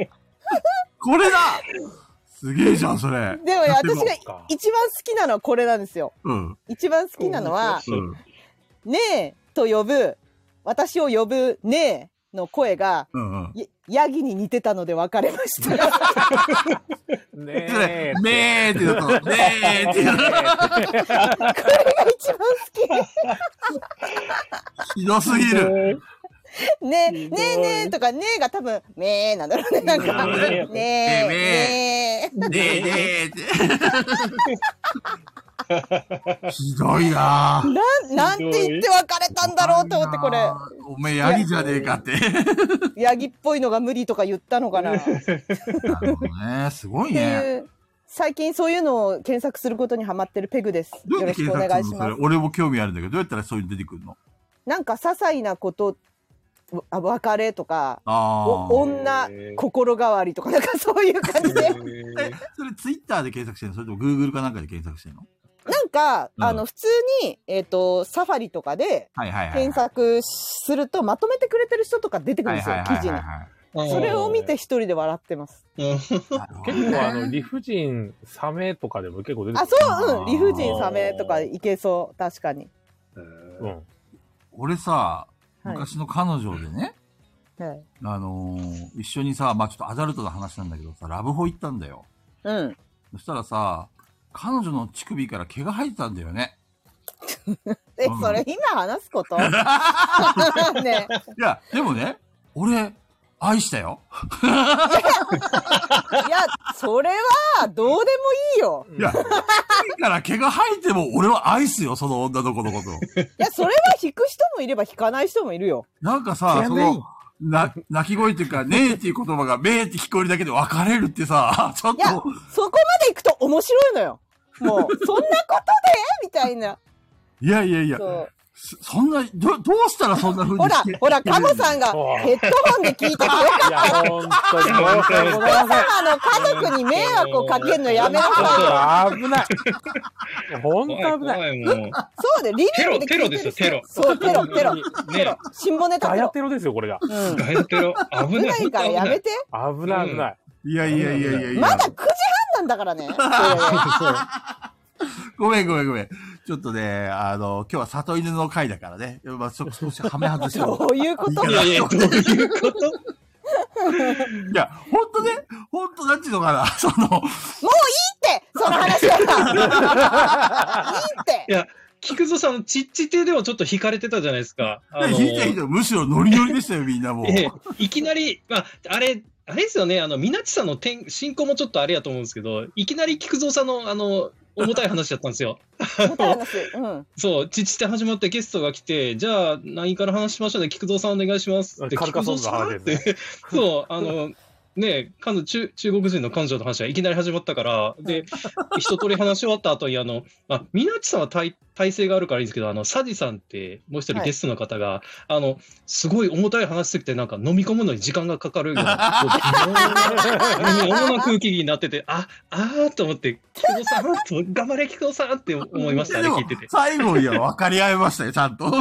行くこれだすげえじゃん、それ。でもね、で私もがか一番好きなのはこれなんですよ。うん。一番好きなのは、うん。ねえと呼ぶ、私を呼ぶねえの声が、うんうん。やヤギに似てたので別れました。ねそれえ。ねえって言うと、ねえって言うと、これが一番好 ひどすぎる。き。 ねえ、ねえねえとかねえが多分、ねえなんだろうね。なんか、ねねえ、えねえ。ねえねえって。ひどいなぁ。なん、なんて言って別れたんだろうと思って、これ、おめえヤギじゃねえかって。ヤギっぽいのが無理とか言ったのかな。ってなるほどね。すごいね。いう、最近そういうのを検索することにハマってるペグです。どうよやろってしくお検願索いすしるのまそれす。俺も興味あるんだけど、どうやったらそういうの出てくるのなんか、些細なこと、あ別れとか、あおあ。女心変わりとか、なんかそういう感 じで。えそれツイッターで検索してるのそれとも Google かなんかで検索してるのなんか、うんあの、普通に、えっ、と、サファリとかではいはいはい。検索すると、まとめてくれてる人とか出てくるんですよ、記事に。それを見て一人で笑ってます。結結構あの、理不尽、サメとかでも結構出てあ、くそう、うん、あー理不尽サメとかいけそう、確かに。る。うん。俺さ、はい昔の彼女でね、はい。あのー一緒にさ、まあちょっとアダルトな話なんだけどさ、ラブホ行ったんだよ。うん。そしたらさ、彼女の乳首から毛が生えてたんだよね。えう、ん それ今話すことねいや、でもね、俺、愛したよ。いや、それは、どうでもいいよ。いや、いいから毛が生えても俺は愛すよ、その女の子のこと。いや、それは引く人もいれば引かない人もいるよ。なんかさ、知らそないの、な、泣き声っていうか、ねえっていう言葉が、めえって聞こえるだけで別れるってさ、 ちょっいや、そとこ、まで行くと面白いのよ。もう、そんなことでみたいな。いやいやいや、そう。そそんな、ど、どうしたらそんな風にほらして、ほら、カモさんがヘッドホンで聞いててよかったいや、本当に申し訳ございません。あの家族に迷惑をかけるのやめなさい。危ない。本怖当い危ない。怖いもう。そうで、リビングで聞いてるテロテロですよテロそう、テロ、テロ。テねロ。新骨ネタガテヤロ。テロですよ、これが。うん。ガヤテロ。危危な。ないいからやめて。危ない、危ない。いやいやいやいやいや。まだ9時半なんだ からね。ごめんごめんごめん。ちょっとね、あの、今日は里犬の回だからね。まあ、そ少しはめ外してもどういうこいいとかいなやいや、どういうこといや、ほんとね、ほんとなんていうのかな、 その、って、その話だから。いいって。菊蔵さん、ちっちてでもちょっと惹かれてたじゃないですか。あね、の引いていて、むしろノリノリでしたよ、みんなもう。ええいきなり、まあ、あれ、あれですよね、あの、みなちさんの転進行もちょっとあれやと思うんですけど、いきなり菊蔵さんの、あの、重たい話だったんですよ。 みたいな話。うん。そう、ちちって始まってゲストが来て、じゃあ、何から話しましょうね、菊蔵さんお願いしますって。カルカソンヌの話菊蔵さんって。そう、あの、ね彼女中中国人の彼女の話がいきなり始まったから、で、一通り話し終わった後に、あの、まあ、みなちさんは体体勢があるからいいんですけど、あの、サジさんって、もう一人はいゲストの方が、あの、すごい重たい話しすぎて、なんか飲み込むのに時間がかかるような、こう微妙な空気になってて、あ、あーと思って、菊蔵さん、と頑張れ菊蔵さんって思いましたね、でも聞いてて。最後には分かり合いましたよ、ちゃん と。やっ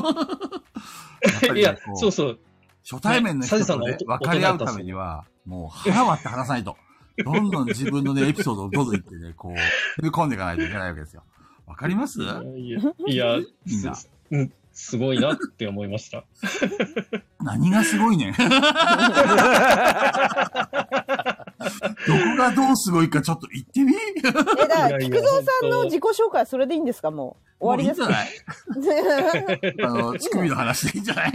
ぱいりやね、こそうそう。初対面の人ねサジさとんねが、分かり合うためには、もう腹割って話さないと。どんどん自分のね、エピソードをどんどん言ってね、こう、踏み込んでいかないといけないわけですよ。わかりますいや、いやみんなすうんすごいなって思いました。何がすごいねん。どこがどうすごいかちょっと言ってみえ、だから、いやいや菊蔵さんの自己紹介、それでいいんですかもう。終わりですもういいんじかいゃないあの、乳首の話でいいんじゃない い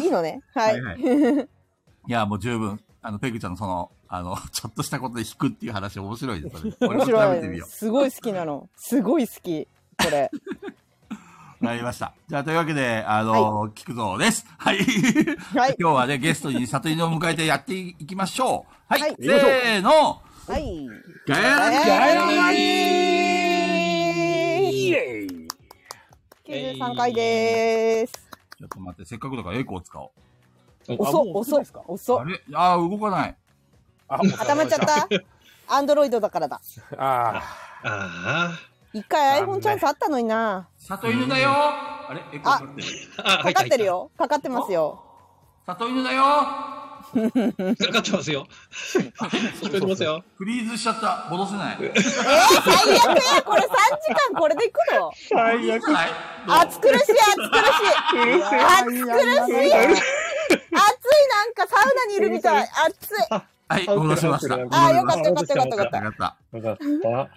のいいのね。はい。はいいや、もう十分。あの、ペグちゃんのその、あの、 ちょっとしたことで弾くっていう話面白いですよね。俺も面調べ白てみいよ。すごい好きなの。すごい好き。これ。う。なりました。じゃあ、というわけで、あの、聞くぞです。はい。はい。今日はね、ゲストに里犬を迎えてやっていきましょう。はい。はいせーの。はい。ガヤラジガヤラジイエイ93回でーす。ちょっと待って、せっかくだからエコー使おう。お遅あもっ、う遅いいでっすか、遅あっ。れあー、動かない。あ固まっちゃった。アンドロイドだからだ。ああ一回残念 iPhone チャンスあったのにな。里犬だよあれエコーかかってる ーあ、かかってる。よ。かかってますよ。里犬だよ入った入ったかかってますよ。聞こえてますよ。フリーズしちゃった。戻せない。えー、最悪やこれ3時間これでいくの最悪。暑苦しい暑苦しい暑苦しい暑いなんかサウナにいるみたい暑いはい、戻しました。あーよかったよかったよかったよかっよかった。よかっ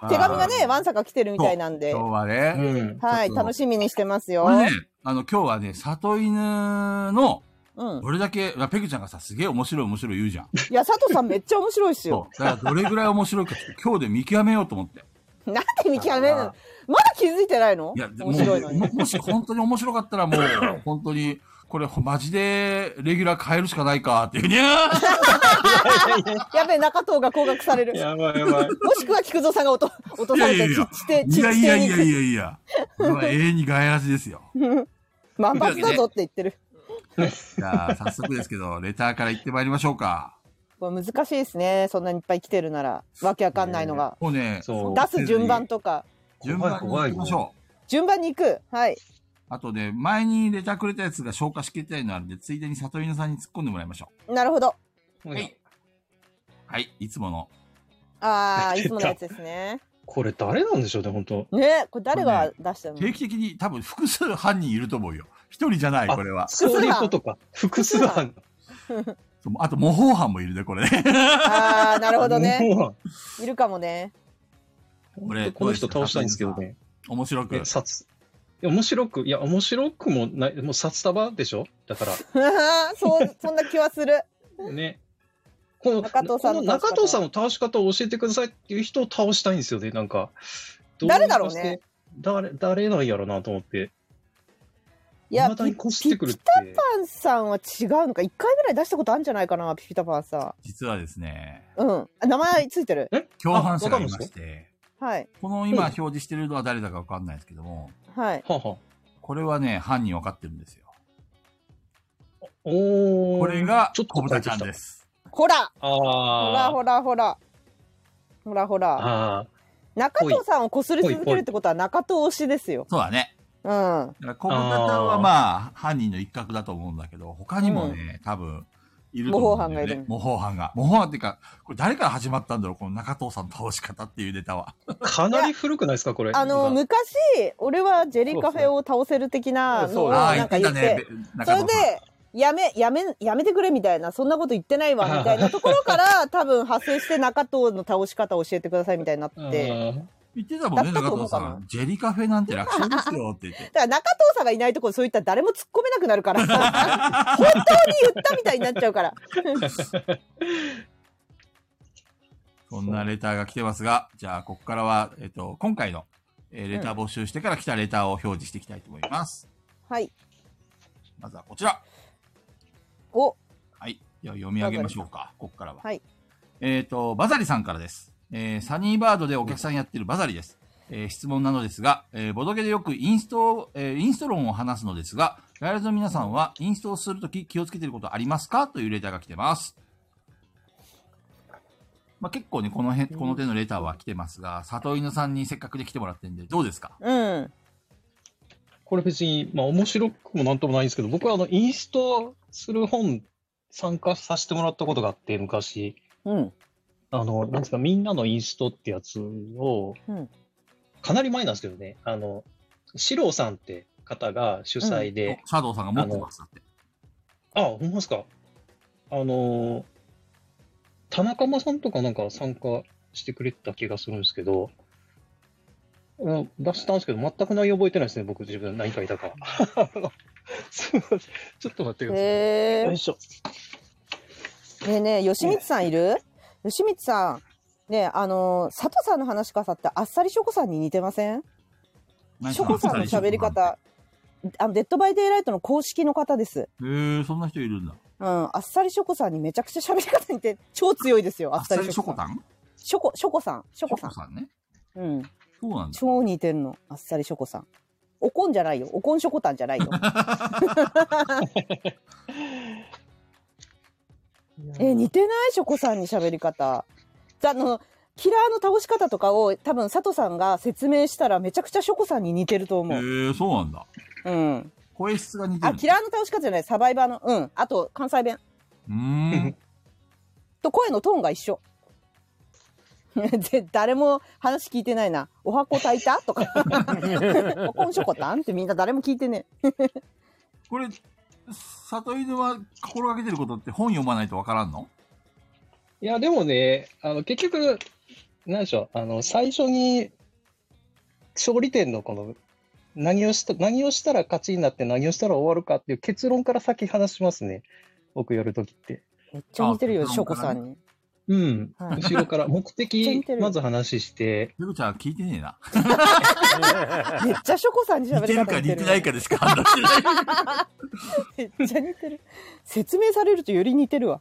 た。手紙がね、ワンサカ来てるみたいなんで今日。はうね、ん。はちょい、っと楽しみにしてますよこ。れね、あの、今日はね、里犬の、うん。どれだけ、ペグちゃんがさ、すげえ面白い面白い言うじゃん。いや、佐藤さんめっちゃ面白いっすよそ。う。だからどれぐらい面白いか、今日で見極めようと思って。なんで見極めるのまだ気づいてないのいや、も面白いのう、に。ももし本当に面白かったらもう、本当に、これ、マジで、レギュラー変えるしかないか、っていうにゃーやべえ、中藤が降格される。やばいやばい。もしくは菊蔵さんが落と落とされいやいやて、いやちって、いちっやいやいやていに。やいや。これは永遠にガヤラジですよ。万発だぞって言ってる。じゃあ、早速ですけ ど、レターから行ってまいりましょうか。これ難しいですね。そんなにいっぱい来てるなら、わけわかんないのが。もうね、そう。出す順番とか、順番に行きましょう。順番に行く。はい。あとね、前にレターくれたやつが消化しきれてないのあるんで、ついでに里犬さんに突っ込んでもらいましょなるほど。う。はい。はい、いつもの。あ あ、いつものやつですね。これ誰なんでしょうね、本当。ねこれ誰が出したの定期的に多分複数犯人いると思うよ。一人じゃない、これは。そういうことか。複数犯。そうあと模倣犯もいるね、これね。 ああ、なるほどね。 もう。いるかもね。 俺この人倒したいんですけどね。面白くえ、。殺、面白く、いや、面白くもない、もう札束でしょだかそう、そんな気はする。ら、ね。この中藤さんのこの中藤さんの倒し方を教えてくださいっていう人を倒したいんですよね、なんか。ど誰だろうね誰、誰なんやろうなと思って。いや、未だピにピこすってくるって。タパンさんは違うのか。一回ぐらい出したことあるんじゃないかな、ピピタパンさん。実はですね、うん。あ名前ついてる。共犯者がいまして、はい。この今表示してるのは誰だかわかんないですけども、はい。はあはこれはね、犯人わかってるんですよ。あ、おーこれがちょっ、と小豚ちゃんで。す。ほらほらあーほらほら。ほらほら。あ中藤さんをこすり続けるってことは中藤推しですよ。そうだね。うん。はだから小豚ちゃんはまあ、犯人の一角だと思うんだけど、他にもね、多分、いると思うんだよね。模模倣犯が。模倣犯っていうか、これ誰から始まったんだろうこの中藤さんの倒し方っていうネタは。ーかなり古くないですか、これ。あの、今昔、俺はジェリーカフェを倒せる的なのそをうああ、な言んっかてた言っねて、。べそれ中で藤さん。、やめ、やめ、やめてくれみたいな、そんなこと言ってないわ、みたいなところから、多分派生して中藤の倒し方を教えてくださいみたいになって。あだー言ってたもんね、だった中と思藤うかさ。なんジェリカフェなんて楽勝ですよって言 って。から中藤さんがいないところそういったら誰も突っ込めなくなるから、本当に言ったみたいになっちゃうから。そんなレターが来てますが、じゃあ、ここからは、えっと、今回の、えーレター募集してから来たレターを表示していきたいと思います。はい。まずはこちら。お、はい。では読み上げましょうか。ここからは。はいえっ、と、バザリさんからです。えーサニーバードでお客さんやってるバザリです。えー質問なのですが、えーボドゲでよくインスト、えーインスト論を話すのですが、ガイラズの皆さんはインストをするとき気をつけてることありますかというレターが来てます。まあ、結構ね、この辺、この手のレターは来てますが、里犬さんにせっかくで来てもらってるんで、どうですかうん。これ別に、まあ面白くもなんともないんですけど、僕はあの、インストする本参加させてもらったことがあって、昔。うん。あの、なんですか、みんなのインストってやつを、うんかなり前なんですけどね、あの、四郎さんって方が主催で、シャドウさんが持ってますだって。あ、ほんまですか。あの、田中間さんとかなんか参加してくれた気がするんですけど、うん出したんですけど、全く内容覚えてないですね、僕自分何回いたか。 すいませんちょっと待ってください。へよえい。しょ。ねえねえ、吉光さんいる吉光さん。ねえ、あのー佐藤さんの話し方ってあっさりしょこさんに似てません何しょこさんの喋りへ方、あの、デッドバイデイライトの公式の方です。えー、そんな人いるんだ。うん、あっさりしょこさんにめちゃくちゃ喋り方にて超強いですよ、ああっっささりりしショょこコさん。タンしょこ、しょこさん、しょショこさコん。さんね。うん、そうなんだ。超似てるの、あっさりしょこさん。おこんじゃないよ、おこんしょこたんじゃ ないよ。え、似てないしょこさんに喋り方。あの、キラーの倒し方とかを多分佐藤さんが説明したらめちゃくちゃしょこさんに似てると思へえう。ー、そうなんだ。うん。声質が似てるあ、の。キラーの倒し方じゃない、サバイバーの、うん。あと、関西弁。うーん。と声のトーンが一緒。 で誰も話聞いてないな。お箱炊いたとか。おこんしょこたんってみんな誰も聞いてねこれ、里犬は心がけてることって本読まないとわからんのいや、でもね、あの、結局、なんでしょう、あの、最初に、勝利点のこの、何をした、何をしたら勝ちになって何をしたら終わるかっていう結論から先話しますね。僕やるときって。めっちゃ似てるよ、あしょこさんに。うん。はい後ろから目めっちゃ的似て、るまず話して、ペグちゃんは聞いてねえな。めっちゃしょこさんに似喋てりる方か似て似るてないかでしか判断してない。めっちゃ似てる。説明されるとより似てるわ。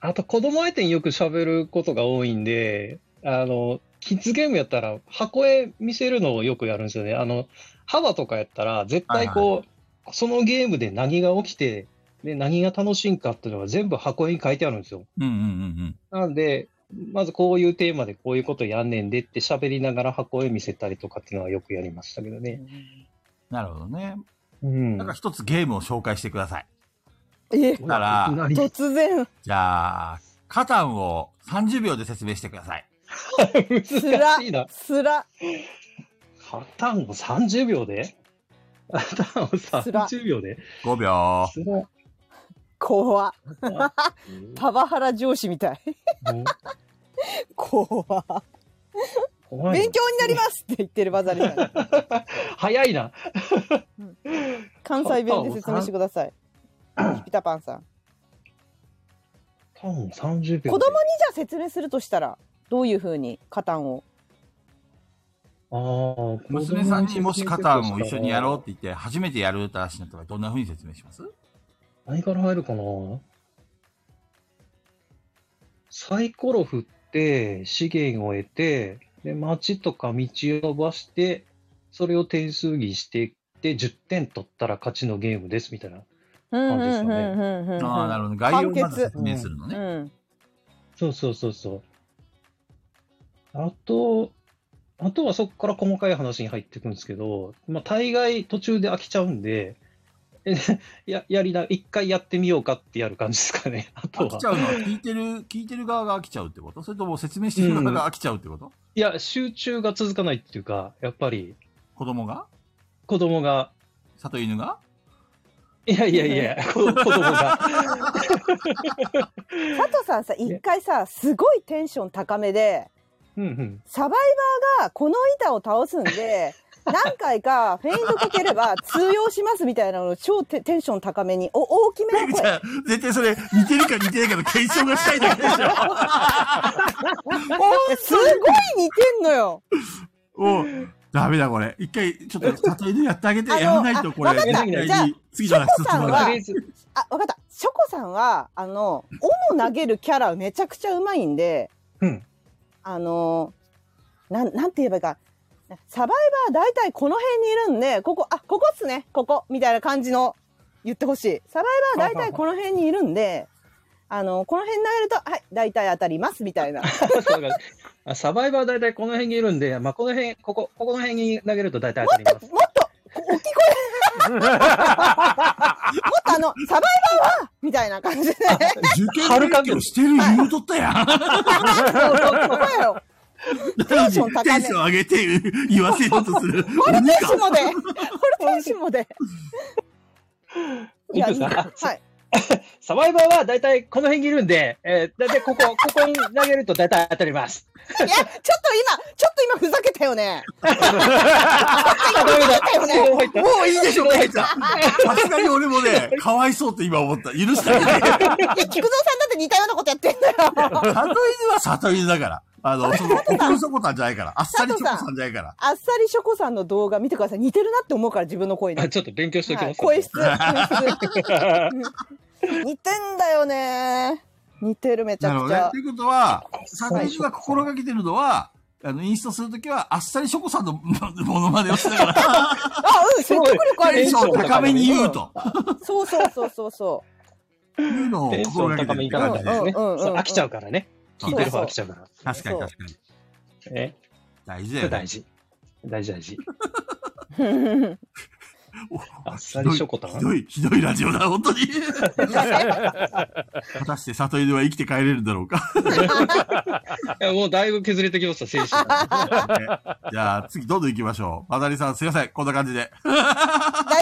あと子供相手によく喋ることが多いんで、あの、キッズゲームやったら箱絵見せるのをよくやるんですよね。あの、幅とかやったら絶対こう、そのゲームで何が起きて、で、何が楽しいんかっていうのが全部箱絵に書いてあるんですよ。うんうんうんなんで、まずこういうテーマでこういうことやんねんでって喋りながら箱絵見せたりとかっていうのはよくやりましたけどね。うん。なるほどね。うん。なんか一つゲームを紹介してください。え、だからいきなり突然、じゃあ、カタンを30秒で説明してください。つら難しいな。、 つら、破綻を30秒で破綻を30秒で5秒。すごい怖。パワハラ上司みたい。もう怖。こ怖い勉強になりますって言ってるバザリさん。早いな。関西弁で説明してください。ピタパンさん。多分30秒。子供にじゃあ説明するとしたら、どういうふうにカタンを。ああ、娘さんにもしカタンを一緒にやろうって。言って、初めてやるって話になったら、どんな風に説明します何から入るかなサイコロ振って、資源を得て、で、街とか道を伸ばして、それを点数にしていって、10点取ったら勝ちのゲームです、みたいな。うんうんうんうんうん。ああ、なるほど。概要をまず説明するのね。うん。そうそうそうそう。あと、あとはそこから細かい話に入っていくんですけど、まあ、大概途中で飽きちゃうんで、え ややりな、一回やってみようかってやる感じですかね。 あ飽とはきち。ゃうのは聞いてる、聞いてる側が飽きちゃうってことそれとも説明してる側が飽きちゃうってこと、いや、集中が続かないっていうか、やっぱり子供が子供が、里犬がいやいやいや、子子供が。 佐藤さんさ、一回さ、すごいテンション高めで、うんうん。サバイバーがこの板を倒すんで、何回かフェイントかければ通用しますみたいなのを超テテンション高めに、お、大 きめ のじ声。ゃあ、絶対それ、似てるか似てないかの検証がしたいだけでし すごい似てんのよ。ょ。もう、ダメだこれ。一回、ちょっと、里犬やってあげて、あのやらないとこれ、あわかった絶対にじゃあ次の話ショ進コさんまはない。とりあえず、あ、わかった。ショコさんは、あの、斧投げるキャラめちゃくちゃうまいんで、うん。 あの、なん、なんて言えばいいか。サバイバー大体この辺にいるんで、ここ、あ、ここっすね、ここ、みたいな感じの言ってほしい。サバイバー大体この辺にいるん で、あの、この辺投げると、はい、大体当たります、みた いな。そうだあサバイバー大体この辺にいるんで、まあ、この辺、ここ、ここの辺に投げると大体当たります。もっと、こ大きい声で、もっとあの、サバイバーはみたいな感 じで、受験勉強してる言うとったやん。声を、テンション高テめンション上げて、言わせようとす る。ホル鬼テンシか。モで、ホルテンシモで。いや、いいですかはい。サバイバーは大体この辺にいるんで、えー、大体 ここ、ここに投げると大体当たります。いや、ちょっと今、ちょっと今ふざけたよね。あ、ダメだ。もう入った。もういいでしょ、ケイち ゃん。さすがに俺もね、かわいそうって今思った。許してあげて。 いや、菊蔵さんだって似たようなことやってんだよ。里犬は里犬だから。あの、その、おこるそこたんじゃないから。あっさりチョコさんじゃないから。あっさりしょこさんの動画見てください。似てるなって思うから、自分の声に。 あちょっと勉強しておきはまい、す。声質。声質似てんだよね。似てるめちゃなるほくどちね。ゃと。いうことは、里犬が心がけてるのは、あの、インストするときは、あっさりチョコさんのものまねをしながら、あ、うん、説得力あテるンシ。ョン高めに言うと。そうそうそうそうそいうのをテンショ心ンがけて高るっめにいてかな感じいとでで。すね。うんうんうんうんそう飽きちゃうからね。聞いてる方飽きちゃうから。確かに確かに。え、大事だそれよ大ね。事。大事大事。う。あっさりしょこたんひどい、ひどいラジオだ、本当に。 果たして里犬は生きて帰れるんだろうか。いやもうだいぶ削れてきました、精神 が。じゃあ、次どんどん行きましょう。まだりさん、すいません。こんな感じで。大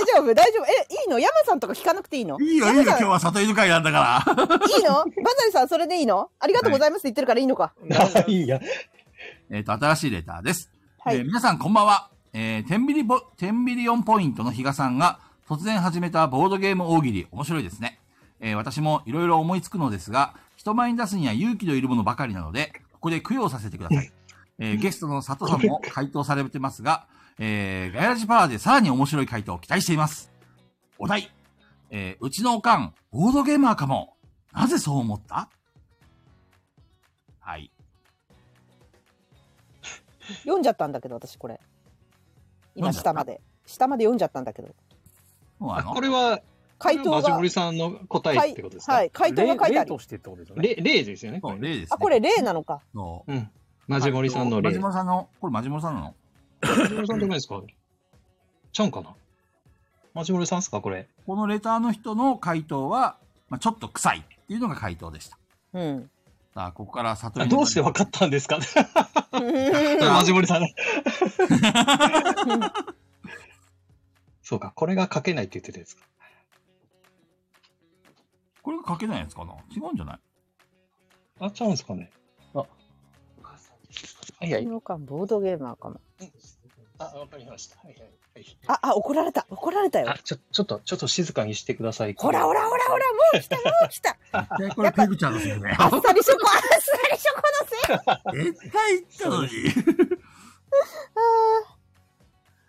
丈夫、大丈夫。え、いいの山さんとか聞かなくていいのいいよ、いいよ、今日は里犬会なんだから。いい のバザリさん、それでいいのありがとうございますって言ってるからいいのか。あ いいや。えっと、新しいレターです。はいえー皆さん、こんばんは。えー、天秤ぼ、天秤4ポイントの比嘉さんが、突然始めたボードゲーム大喜利、面白いですね。えー私もいろいろ思いつくのですが、人前に出すには勇気のいるものばかりなので、ここで供養させてください。えーゲストの佐藤さんも回答されてますが、えーガヤラジパワーでさらに面白い回答を期待しています。お題、えーうちのおかん、ボードゲーマーかも。なぜそう思ったはい。読んじゃったんだけど、私これ。読ん今、じゃ下ったまで。下まで読んじゃったんだけど。もうあのこれは、回答マジモがリ。さんの答えってことですかはい、 回答が書いてあ例ると。してってことですよね。例例ですよね、こそうれ。例です、ね。あ、これ例なのか。そうん。う。マジモリさんのマ例。ジモマリさんの、これマジモリさんなのジモリさんじゃないですかちゃうんかなマジモリさんですかこれ。このレターの人の回答は、まあ、ちょっと臭いっていうのが回答でした。 うん。さあ、ここから里あ見どうして分かったんですかマジモリ さん。そうか、これが書けないって言ってたやつか。これが書けないやつかな違うんじゃないあ、ちゃうんですかね。あ。はいはい。の間ボードゲーマーかも。あ、わかりました。はいはい。はい、あ、あ、怒られた。怒られたよあ。、ちょ、ちょっと、ちょっと静かにしてください。ほらほらほらほら、もう 来た、もう来た。絶対これペグちゃんのせいだよ。あっさりショコ、あっさりショコのせい。 絶対言った のに。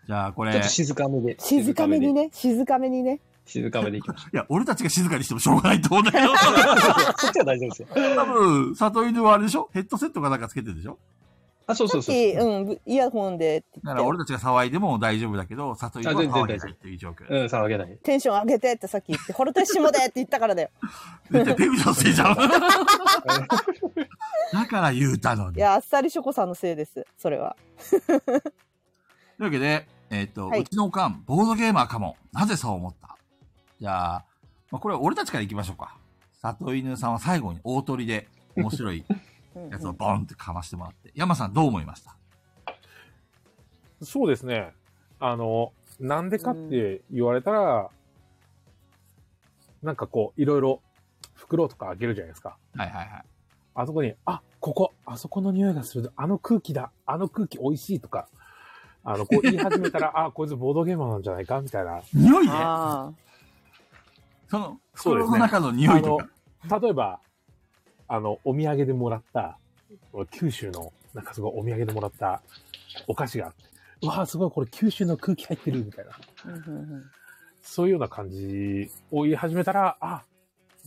じゃあこれ、ちょっとい 静かめで。静かめにね。ね、静かめにね。静かめでいきま しょや、俺たちが静かにしてもしょうがないと思うんだけ ど、う。こっちは大丈夫ですよ。多分、里犬はあれでしょヘッドセットかなんかつけてるでしょあ、そうさっそ うそう。き、うん、ぶイヤホンでって言だっかてら俺たちが騒いでも大丈夫だけど、里犬はあ全然騒げないっていう状況。うん、騒げない。テンション上げてってさっき言って、ホルテッシモでって言ったからだよ。絶対ペグちゃんのせいじ ゃん。だから言うたのに。いというや、あっさりショコさんのせいです。それは。わけで、えっ、と、はいうちのおかん、ボードゲーマーかも。なぜそう思ったじゃあ、まあ、これは俺たちから行きましょうか。里犬さんは最後に大鳥で面白いうんうんやつをボンってかましてもらって。山さんどう思いましたそうですね。あの、なんでかって言われたら、なんかこう、いろいろ袋とか開けるじゃないですか。はいはいはい。あそこに、あ、ここ、あそこの匂いがする、あの空気だ、あの空気美味しいとか、あの、こう言い始めた ら、あ、こいつボードゲーマーなんじゃないかみたいな。匂いであその、そうで袋すのね中の匂あいとか。の、例えば、あの、お土産でもらった、九州の、なんかすごいお土産でもらったお菓子があって、うわあ、すごい、これ九州の空気入ってる、みたいな。あ。うんうんうんそういうような感じを言い始めたら、あ、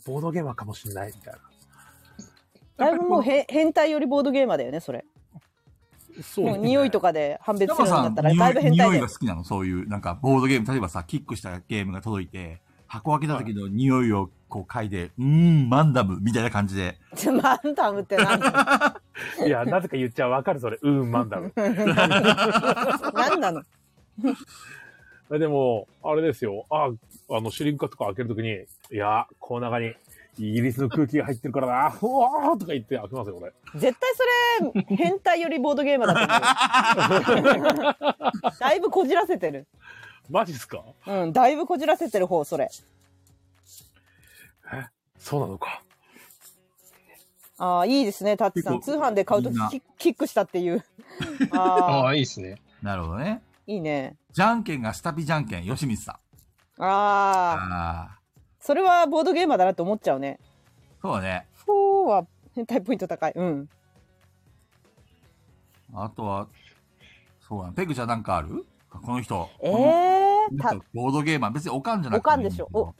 ボードゲーマーかもしれない、みたいな。だいぶもうへん変態よりボードゲーマーだよね、それ。そうもう匂いとか。かで判別す山るんださっんたら、だいぶ変態匂だいよが。好きなのそういう、なんか、ボードゲーム、例えばさ、キックしたゲームが届いて、箱開けた時の匂いをこう嗅いで、うーん、マンダムみたいな感じで。 マンダムってなんだいや、なぜか言っちゃわかる、それ。うん、マ ンダム。なんなのえでも、あれですよ。あ、あの、シュリンクとか開けるときに、いや、この中に、イギリスの空気が入ってるからな、うわーとか言って開けますよ、俺。絶対それ、変態よりボードゲーマーだ と思う。だいぶこじらせてる。マジっすかうん、だいぶこじらせてる方、それ。そうなのか。ああ、いいですね、タッチさん。通結構販で買うときみんなキキックしたっ ていう。あああ、あ、いいですね。なるほどね。いいね。じゃんけんがスタピじゃんけん、吉光さん。ああ、ああそれはボードゲーマーだなって思っちゃうね。ー、そうね。フォーは変態ポイント高い。うん。あとは、そうだね。ペグちゃんなんかあるこの人。えこのえー、なたんかボードゲーマー、別におかんじゃなくて。おかんでしょお。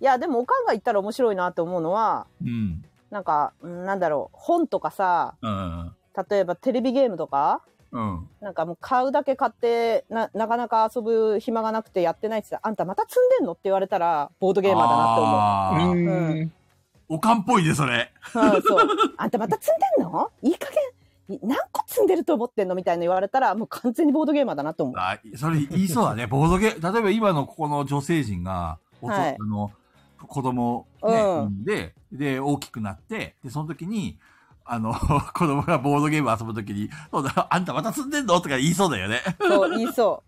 いやでもおかんが言ったら面白いなと思うのはうん。なんかうんなんだろう本とかさうん。例えばテレビゲームとかうん。なんかもう買うだけ買ってななかなか遊ぶ暇がなくてやってないって言ったらあんたまた積んでんのって言われたらボードゲーマーだなって思う。うなってーん。おかんっぽいね、それ。うん、そうあんたまた積んでんのいい加減い何個積んでると思ってんのみたいな言われたらもう完全にボードゲーマーだなと思う。あ、それ言いそうだ ね。ボードゲー、例えば今のここの女性陣が、おとはいあの、子供、ね、うん産んで、で、大きくなって、で、その時に、あの、 子供がボードゲーム遊ぶ時に、そうだ、あんたまた住んでんのとか言いそうだよね。 そう言いそ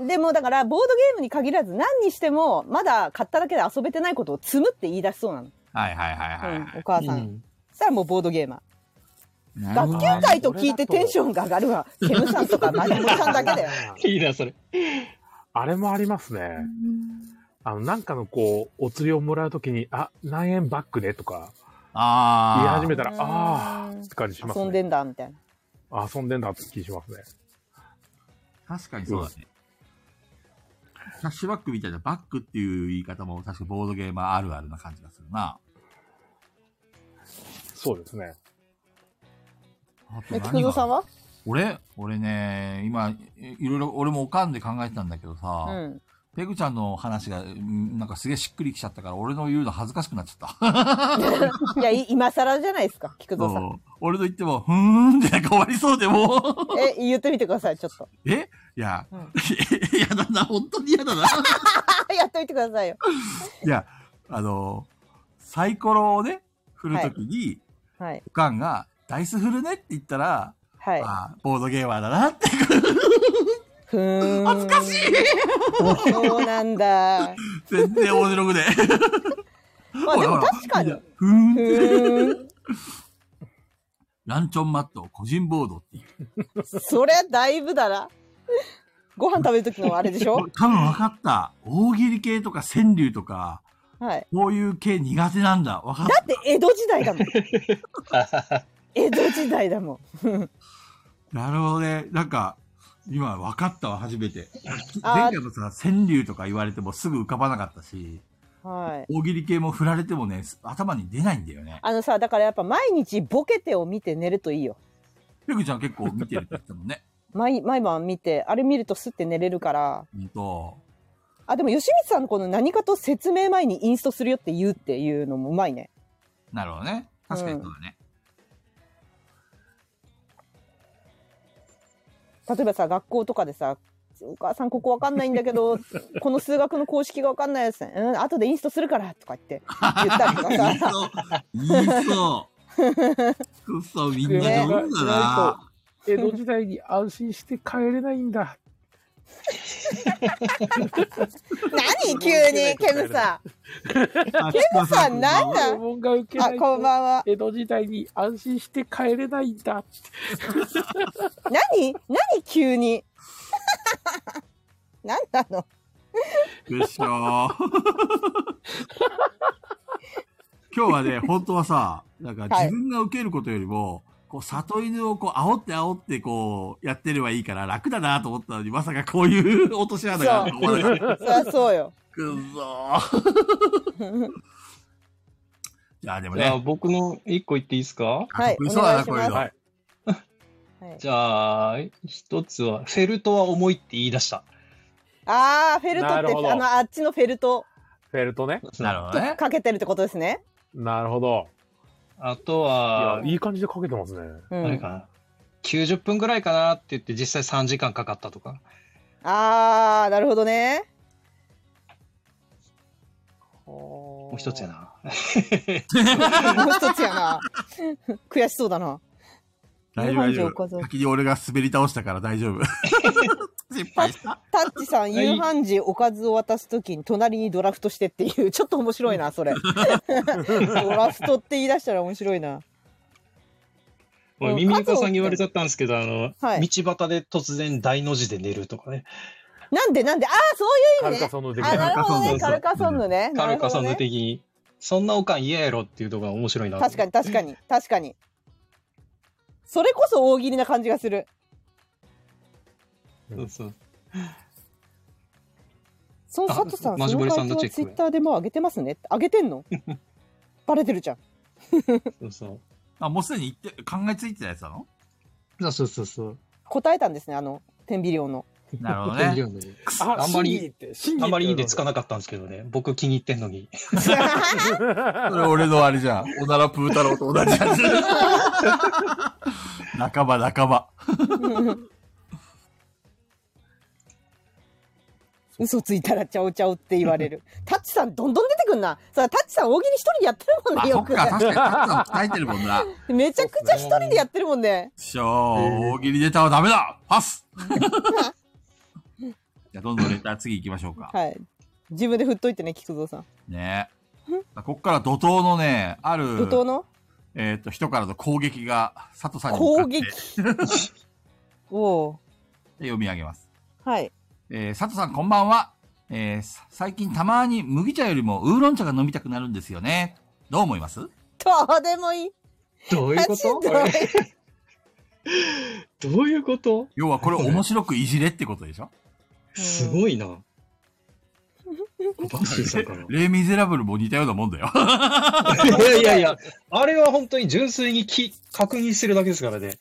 う。でもだからボードゲームに限らず何にしてもまだ買っただけで遊べてないことを積むって言い出しそうなの。はいはいはいはういんは、おい。母うさん。ん。そしたらもうボードゲーマー。なるほ学ど級会と聞いてテンションが上がるわ。ケムさんとかマリモさんだけ だよ。いいな、それ。あれもありますね。あの、なんかのこう、お釣りをもらうときに、あ、何円バックねとか言いあ始めたらう、んあーって感じします遊んね。でんだみたいな。遊んでんだって気しますね。あ。確かにそうだね。キャッシュバックみたいな、バックっていう言い方も確かボードゲーマーあるあるな感じがするな。そうです ね。あとえ、何つがくぞさんは俺俺ね、今、いいろいろ、俺もおかんで考えてたんだけどさ、うん。 ペグちゃんの話が、うんなんかすげえしっくりきちゃったから、俺の言うの恥ずかしくなっちゃった。 いや、い今更じゃないですか、菊蔵さん。そう俺の言っても、ふーんってなんか終わりそうで もうえ、言ってみてください、ちょっと。えいや、 うん嫌だな、本当に嫌だ な。あやってみてくださいよ。いや、あの、サイコロをね、振るときに、はい。おかんが、ダイス振るねって言ったら、はい。ああ、ボードゲーマーだなって。ふーん。恥ずかしいそうなん だ。全然面白くね。 まあでも確かに。ふーん。ふーん。ランチョンマットを個人ボードっていう。そりゃだいぶだな。ご飯食べるときのあれでし ょ多分分かった。大喜利系とか川柳とか、はい。こういう系苦手なんだ。分かっだた。って江戸時代だもん。江戸時代だもん。なるほどね。なんか、今分かったわ、初めて。あー前回もさ、川柳とか言われてもすぐ浮かばなかったし、はい。大喜利系も振られてもね、頭に出ないんだよね。あのさ、だからやっぱ毎日ボケてを見て寝るといいよ。ペグちゃん結構見てるって言ってたもんね。毎毎晩見て、あれ見るとスって寝れるから。ほんと。あ、でも吉光さんのこの何かと説明前にインストするよって言うっていうのもうまいね。なるほどね。確かにそうだね。例えばさ、学校とかでさ、お母さんここわかんないんだけど、 この数学の公式がわかんないですね。うん、後でインストするからとか言って言ったりとか言いそう。言さ。いそう。くそ、みんな上手だな。江戸時代に安心して帰れないんだ。何急に、ケムさん。ケムさんなんだ注文が受けあな、いことんばんは。江戸時代に安心して帰れないんだ。何何急に。 何なのでしょ。今日はね、本当はさ、なんかはい自分が受けることよりも、こう、里犬をこう、煽って煽ってこう、やってればいいから楽だなと思ったのに、まさかこういう落とし穴があると思わなかった。そりゃそうよ。 くそー。じゃあでもじゃあね、僕の一個言っていいですかはい得意そうだな、おこう願いいうしの。はまはいい、はいじゃあ、一つは、フェルトは重いって言い出した。あー、フェルトなるほって、どあの、あっちのフェルトフェルトね。なるほどね。かけてるってことですね。なるほど。あいとはや、、いい感じでかけてますね。うあれんか。な。90分ぐらいかなって言って実際3時間かかったとか。あー、なるほどね。ももう一つや。な。もう一つやな。 悔しそうだな。大丈夫、大丈夕飯上こ夫。そ先に俺が滑り倒したから大 丈夫。失敗した。タッチさん、夕飯時おかずを渡すときに隣にドラフトしてっていう、ちょっと面白いな、それ。 ドラフトって言い出したら面白いな。もう耳にかさんに言われちゃったんですけど、あの、はい道端で突然大の字で寝るとかね。なんでなんで、あー、そうカいうル意味カね。ソンの出来あ、なるほそどうそうそね。うカルカソンヌね。カなルるほカさどんのね。的に、そんなおかん嫌やろっていうところが面白いな。確かに確かに確かにそれこそ大喜利な感じがするにそうそう。そのあ佐藤さんマジそモのリさ回ん答はのチェックツイッターでもう上げてますね上げてんのバレてるじゃんそうそう。あ、もうすでに言って、考えついてたやつな のそうそうそうそう。答えたんですねあの天秤量のなるほど天気ね。予報でああんまり真偽って、真偽ってあんまりいい ねつかなかったんですけどね。僕気に入ってんのに。それ俺のあれじゃん。おならプー太郎と同じや つ。仲間仲間。嘘ついたらちゃおちゃおって言わ れるタッチさんどんどん出てくんなさあタッチさん大喜利一人でやってるもんあ、そねよっか、く確かにたくさん鍛えてるもんな。めちゃくちゃ一人でやってるもんねしょー、大喜利出たはダメだパ スじゃあ、どんどんレター次行きましょうか。はい自分で振っといてね菊蔵さんねえ。こっから怒涛のね、ある、怒涛のえっ、と、人からの攻撃が、佐藤さんに向かっ攻 撃ておお読み上げます。ーはいえー佐藤さんこんばんは。えーさ最近たまに麦茶よりもウーロン茶が飲みたくなるんですよね。どう思いますどうでもいいどういうタこッチどとうこれどういうこと要はこれ面白くいじれってことでし ょ すごいな。バッシーさん かなレイ・ミゼラブルも似たようなもんだよ。いやいやいや、あれは本当に純粋にき確認してるだけですからね。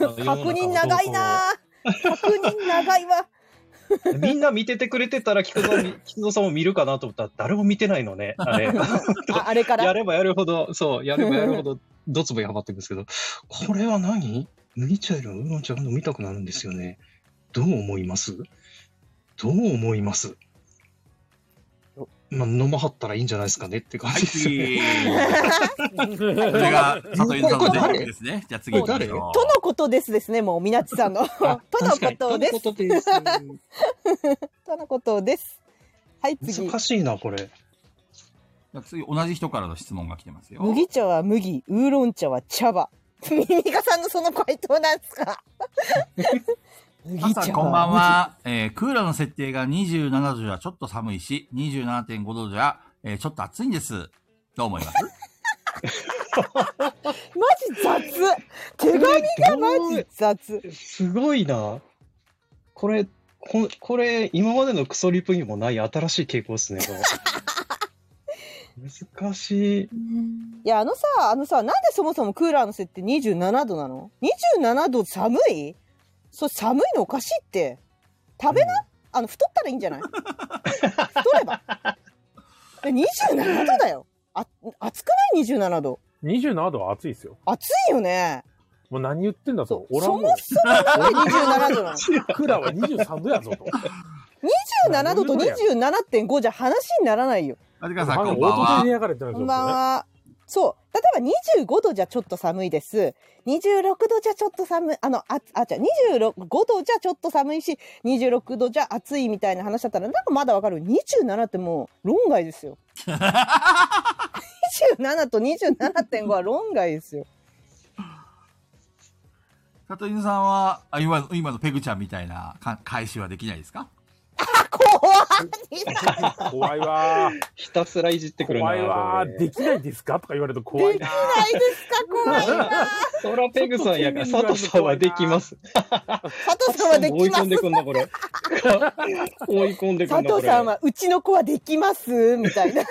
あの確認長い。なぁ確認長いわ世の中の動向をみんな見ててくれてたら、菊蔵に菊蔵さんも見るかなと思ったら、誰も見てないのね。あれ。ああれかやらればやるほど、そう、やればやるほど、ドツボにはまっていくんですけど、これは何麦茶よりウーロン茶が飲みたくなるんですよね。どう思いますどう思いますまあ、飲まはったらいいんじゃないですかねって感はい、じですよね。次。ここれが、佐藤犬さんの全部ですね。じゃあ次行きましょう。とのことですですねもうみなちさんのとのあ確かこにとですとのことです。とのことですはい次難しいな、これ。じゃあ次、同じ人からの質問が来てますよ。麦茶は麦ウーロン茶は茶葉ミミカさんのその回答なんですか麦朝こんばんは、えークーラーの設定が27度じゃちょっと寒いし、27.5度じゃ、えーちょっと暑いんです。どう思います マジ雑手紙がマジ雑すごいな。これ、ここれ、今までのクソリプにもない新しい傾向ですね、これ。難しい。いやあのさあのさなんでそもそもクーラーの設定27度なの ?27 度寒いそれ寒いのおかしいって食べな、あの太ったらいいんじゃない太ればで27度だよあ暑くない27度27度は暑いですよ。暑いよねもう何言ってんだそと。そ俺はももそもなんで27度なのう、クーラーは23度やぞと。 27度と27.5じゃ話にならないよ。ラジカさん、こオんばんートはでやがれってないこでんすよ。ばんは。そう。例えば25度じゃちょっと寒いです。26度じゃちょっと寒い。あの、あ、あ、じゃ26 5度じゃちょっと寒いし、26度じゃ暑いみたいな話だったら、なんかまだわかる。27ってもう論外ですよ。27と27.5は論外ですよ。カトリンさんは、あ今の今のペグちゃんみたいなか返しはできないですかあ、怖い。怖いわー。ひたすらいじってくるな。怖いわこー。れできないですかとか言われると怖いな。ないですか、怖いな。そらペグさんやから、佐藤さんはできます。佐藤さんはで追きいま。込んですくんな、これ。追い込んでくんな、これ。佐藤さんは、うちの子はできますみたいな。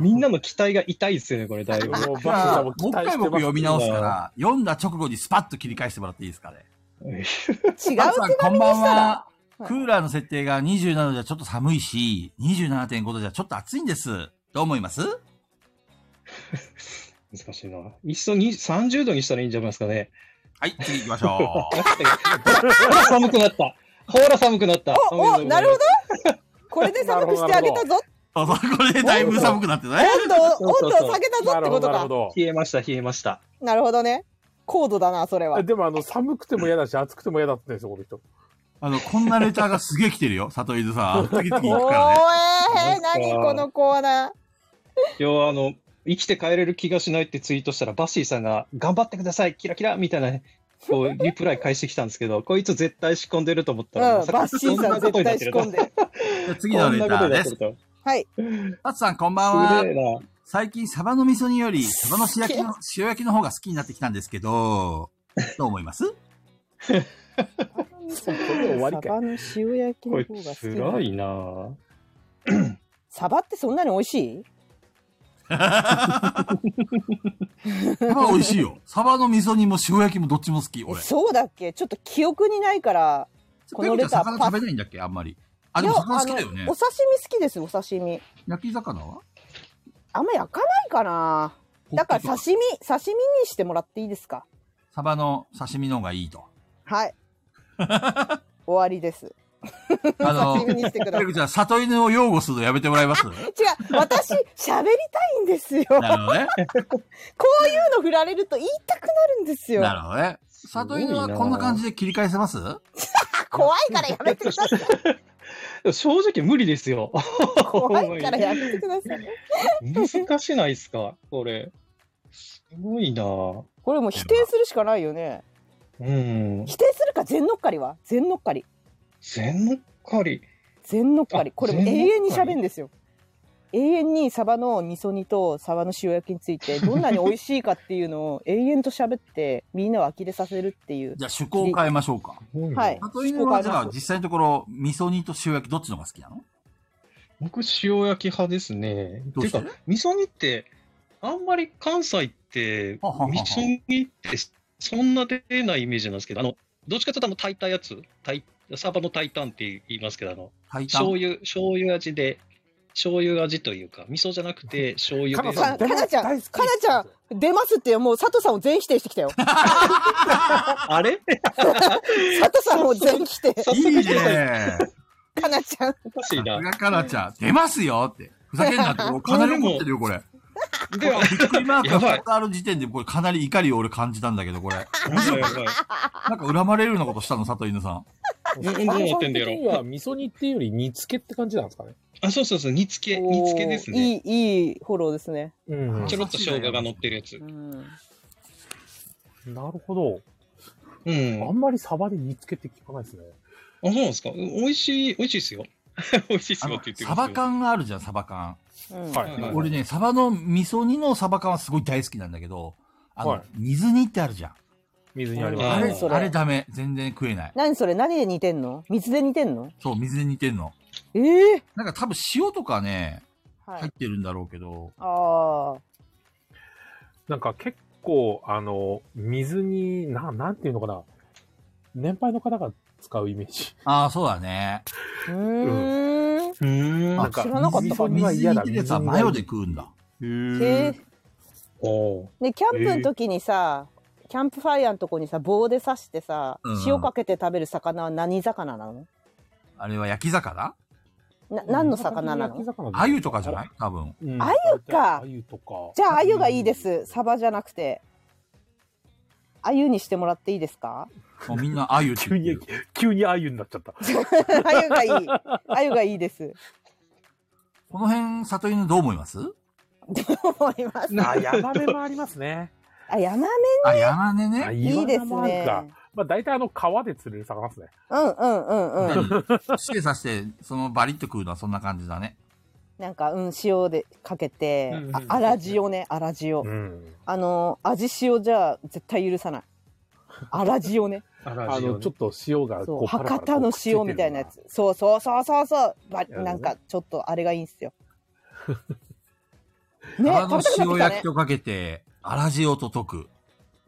みんなの期待が痛いですよね、これ、だいぶ。もうバッシじーゃさあんもうも一期待回して僕ます読み直すから、読んだ直後にスパッと切り返してもらっていいですかね。違うガさん、こんばんは。はいクーラーの設定が27度じゃちょっと寒いし、27.5度じゃちょっと暑いんです。どう思います難しいな。いっそに30度にしたらいいんじゃないですかね。はい、次行きましょう。ほら、 寒くなった。ほら、寒くなった。お、お、なるほど。これで寒くしてあげたぞ。 あそうこれでだいぶ寒くなってね。温度を、そうそ温うそう度を下げたぞなってるこほとど、なるかほ。ど。冷えました、冷えました。なるほどね。高度だな、それは。でもあの、寒くても嫌だし、暑くても嫌だって言うんですよ、この人。あの、こんなレターがすげえ来てるよ。里井さん。次々お行くーからね。えー、何このコーナー。要は、あの、生きて帰れる気がしないってツイートしたら、バッシーさんが、頑張ってください、キラキラみたいな、こ う、リプライ返してきたんですけど、こいつ絶対仕込んでると思ったら、うん、バッシーさん絶対仕込んで。で。じゃあ次このんレタなことーにでなってるす。と。はい。タツさん、こんばんすげは。えな。最近、サバの味噌煮より、サバの塩焼きの、塩焼きの方が好きになってきたんですけど、どう思いますそこで終わりサかい。バの塩焼きこのれ、方がつ好らき。いな。サバってそんなに美味しいサバ美味しいよ。サバの味噌煮も塩焼きもどっちも好き、俺。そうだっけちょっと記憶にないから。このレターペグちゃん魚食べないんだっけあんまり。あ、でも魚好きだよいやあねのお。刺身好きです、お刺身。焼き魚はあんま焼かないかな。だからホッケと刺身、刺身にしてもらっていいですかサバの刺身の方がいいと。はい。終わりです。あ刺の、身にしてくペださい。違うグちゃん、里犬を擁護するのやめてもらえます私、喋りたいんですよ。なるほどね。こういうの振られると言いたくなるんですよ。なるほどね。里犬はこんな感じで切り返せますあ怖いからやめてください。正直無理ですよ。 怖いからやめてください。難しないっすかこれ。すごいなぁこれもう否定するしかないよね。うん。否定するか全乗っかりは全乗っかり。全のっかり。全乗っかり。あこれもう永全乗っかり遠に喋るんですよ。永遠にサバの味噌煮とサバの塩焼きについ てどんなに美味しいかっていうのを永遠と喋ってみんなを呆れさせるっていう。じゃあ趣向を変えましょうか。はい。里犬はじゃあ実際のところ、味噌煮と塩焼きどっちの方が好きなの僕、塩焼き派ですね。どうしてか、味噌煮って、あんまり関西って、はははは味噌煮ってそんな出ないイメージなんですけど、あの、どっちかというとあの炊いたやつ、炊いサバの炊いたんって言いますけど、あの、炊いた醤油、醤油味で、醤油味というか、味噌じゃなくて、醤油かベーなスさん、かなちゃん大好きかなちゃん 出ますってもう佐藤さんを全否定してきた よ。あれ佐藤さんを全否定。早いい速ね来たよかなちゃん。おかしいなさす。がかなちゃん、出ますよって。ふざけんなって、俺かなり怒ってるよ、これ。では、びっくりマークやばがいある時点で、これかなり怒りを俺感じたんだけど、これ。なんか恨まれるようなことしたの、里犬さん。何思ってんだやろ佐藤さ的には味噌煮っていうより煮付けって感じなんですかね。あ、そうそうそう、煮付け、煮付けですね。おーいい、いいフォローですね。うんちょろっと生姜が乗ってるやつう。ん。なるほど。うん。あんまりサバで煮つけって聞かないですね。あ、そうなんですか。美味しい、美味しいですよ。 美味しいですよって言ってサバ缶があるじゃん、サバ缶。うんはいはい俺ね、サバの味噌煮のサバ缶はすごい大好きなんだけど、あの、はい水煮ってあるじゃん。水にありうんまあすれ、何それあれダメ。全然食えない。何それ何で似てんの水で似てんのそう、水で煮てんの。ええなんか多分塩とかね、は入っい。てるんだろうけど、あなんか結構、あの、水に、な、なんていうのかな。年配の方が使うイメージ。ああ、そうだね。あ。うーん。うーん。ああなんか、知らなかった水水噌煮は水煮嫌っだ。てやつは水煮マヨで食うんだ。へえ。おーね、キャンプの時にさ、キャンプファイヤーのとこにさ、棒で刺してさうん、塩かけて食べる魚は何魚なのあれは焼き魚な、何の魚な焼のき魚アユとかじゃない多分。うんアユかアユとか。じゃあ、アユがいいです。サバじゃなくて。アユにしてもらっていいですかもうみんなアユって急言ってにる。、急にアユになっちゃった。アユがいい。アユがいいです。この辺、里犬どう思いますどう思いますあ、ヤマメもありますね。あ、ヤマあ、山根あね。メいいイワでナすもあるね。かまあ、大体あの、川で釣れる魚ですね。うんうんうんうん。してさして、そのバリッと食うのはそんな感じだね。なんか、うん、塩でかけてうんう、んあ粗塩ね、粗塩。うん。あの、味塩じゃ絶対許さない。粗塩ね。あら、あの、ちょっと塩がそうこう、パラパラ博多の塩みたいなや。つ。そうそうそうそうそう。ばるねなんか、ちょっとあれがいいん すよ。ね、サバの食べたく塩なっ焼てききとかけて、粗塩と溶く。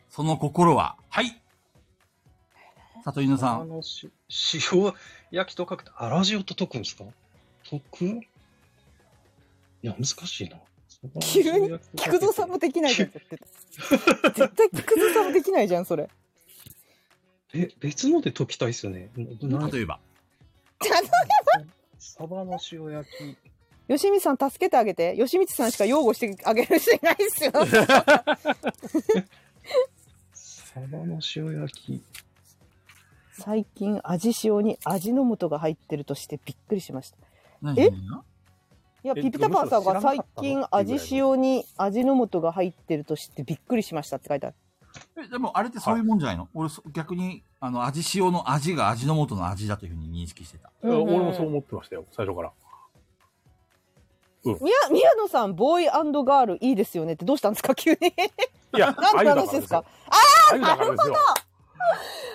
その心は、はい里犬さあん。のし塩焼きとかけて、あら塩と溶くんですか溶くいや、難しいな。急にたね。菊蔵さんもできないじゃん。絶対絶対菊蔵さんもできないじゃん、それ。 え、別ので溶きたいっすよね。なん例えば。サバの塩焼き。よしみさん助けてあげて。よしみつさんしか擁護してあげる人いないっすよ。サバの塩焼き。 最近味塩に味の素が入ってるとしてびっくりしました。何え何いや、えピピタパンさんが最近味塩に味の素が入ってると知ってびっくりしましたって書いてある。え、でもあれってそういうもんじゃないの、俺そ、逆に、あの、味塩の味が味の素の味だというふうに認識してた。こっちでうん俺もそう思ってましたよ、最初から。宮宮野さん、ボーイガールいいですよねってどうしたんですか 急に。いや、何のアユだ話ですかアユだからですよ。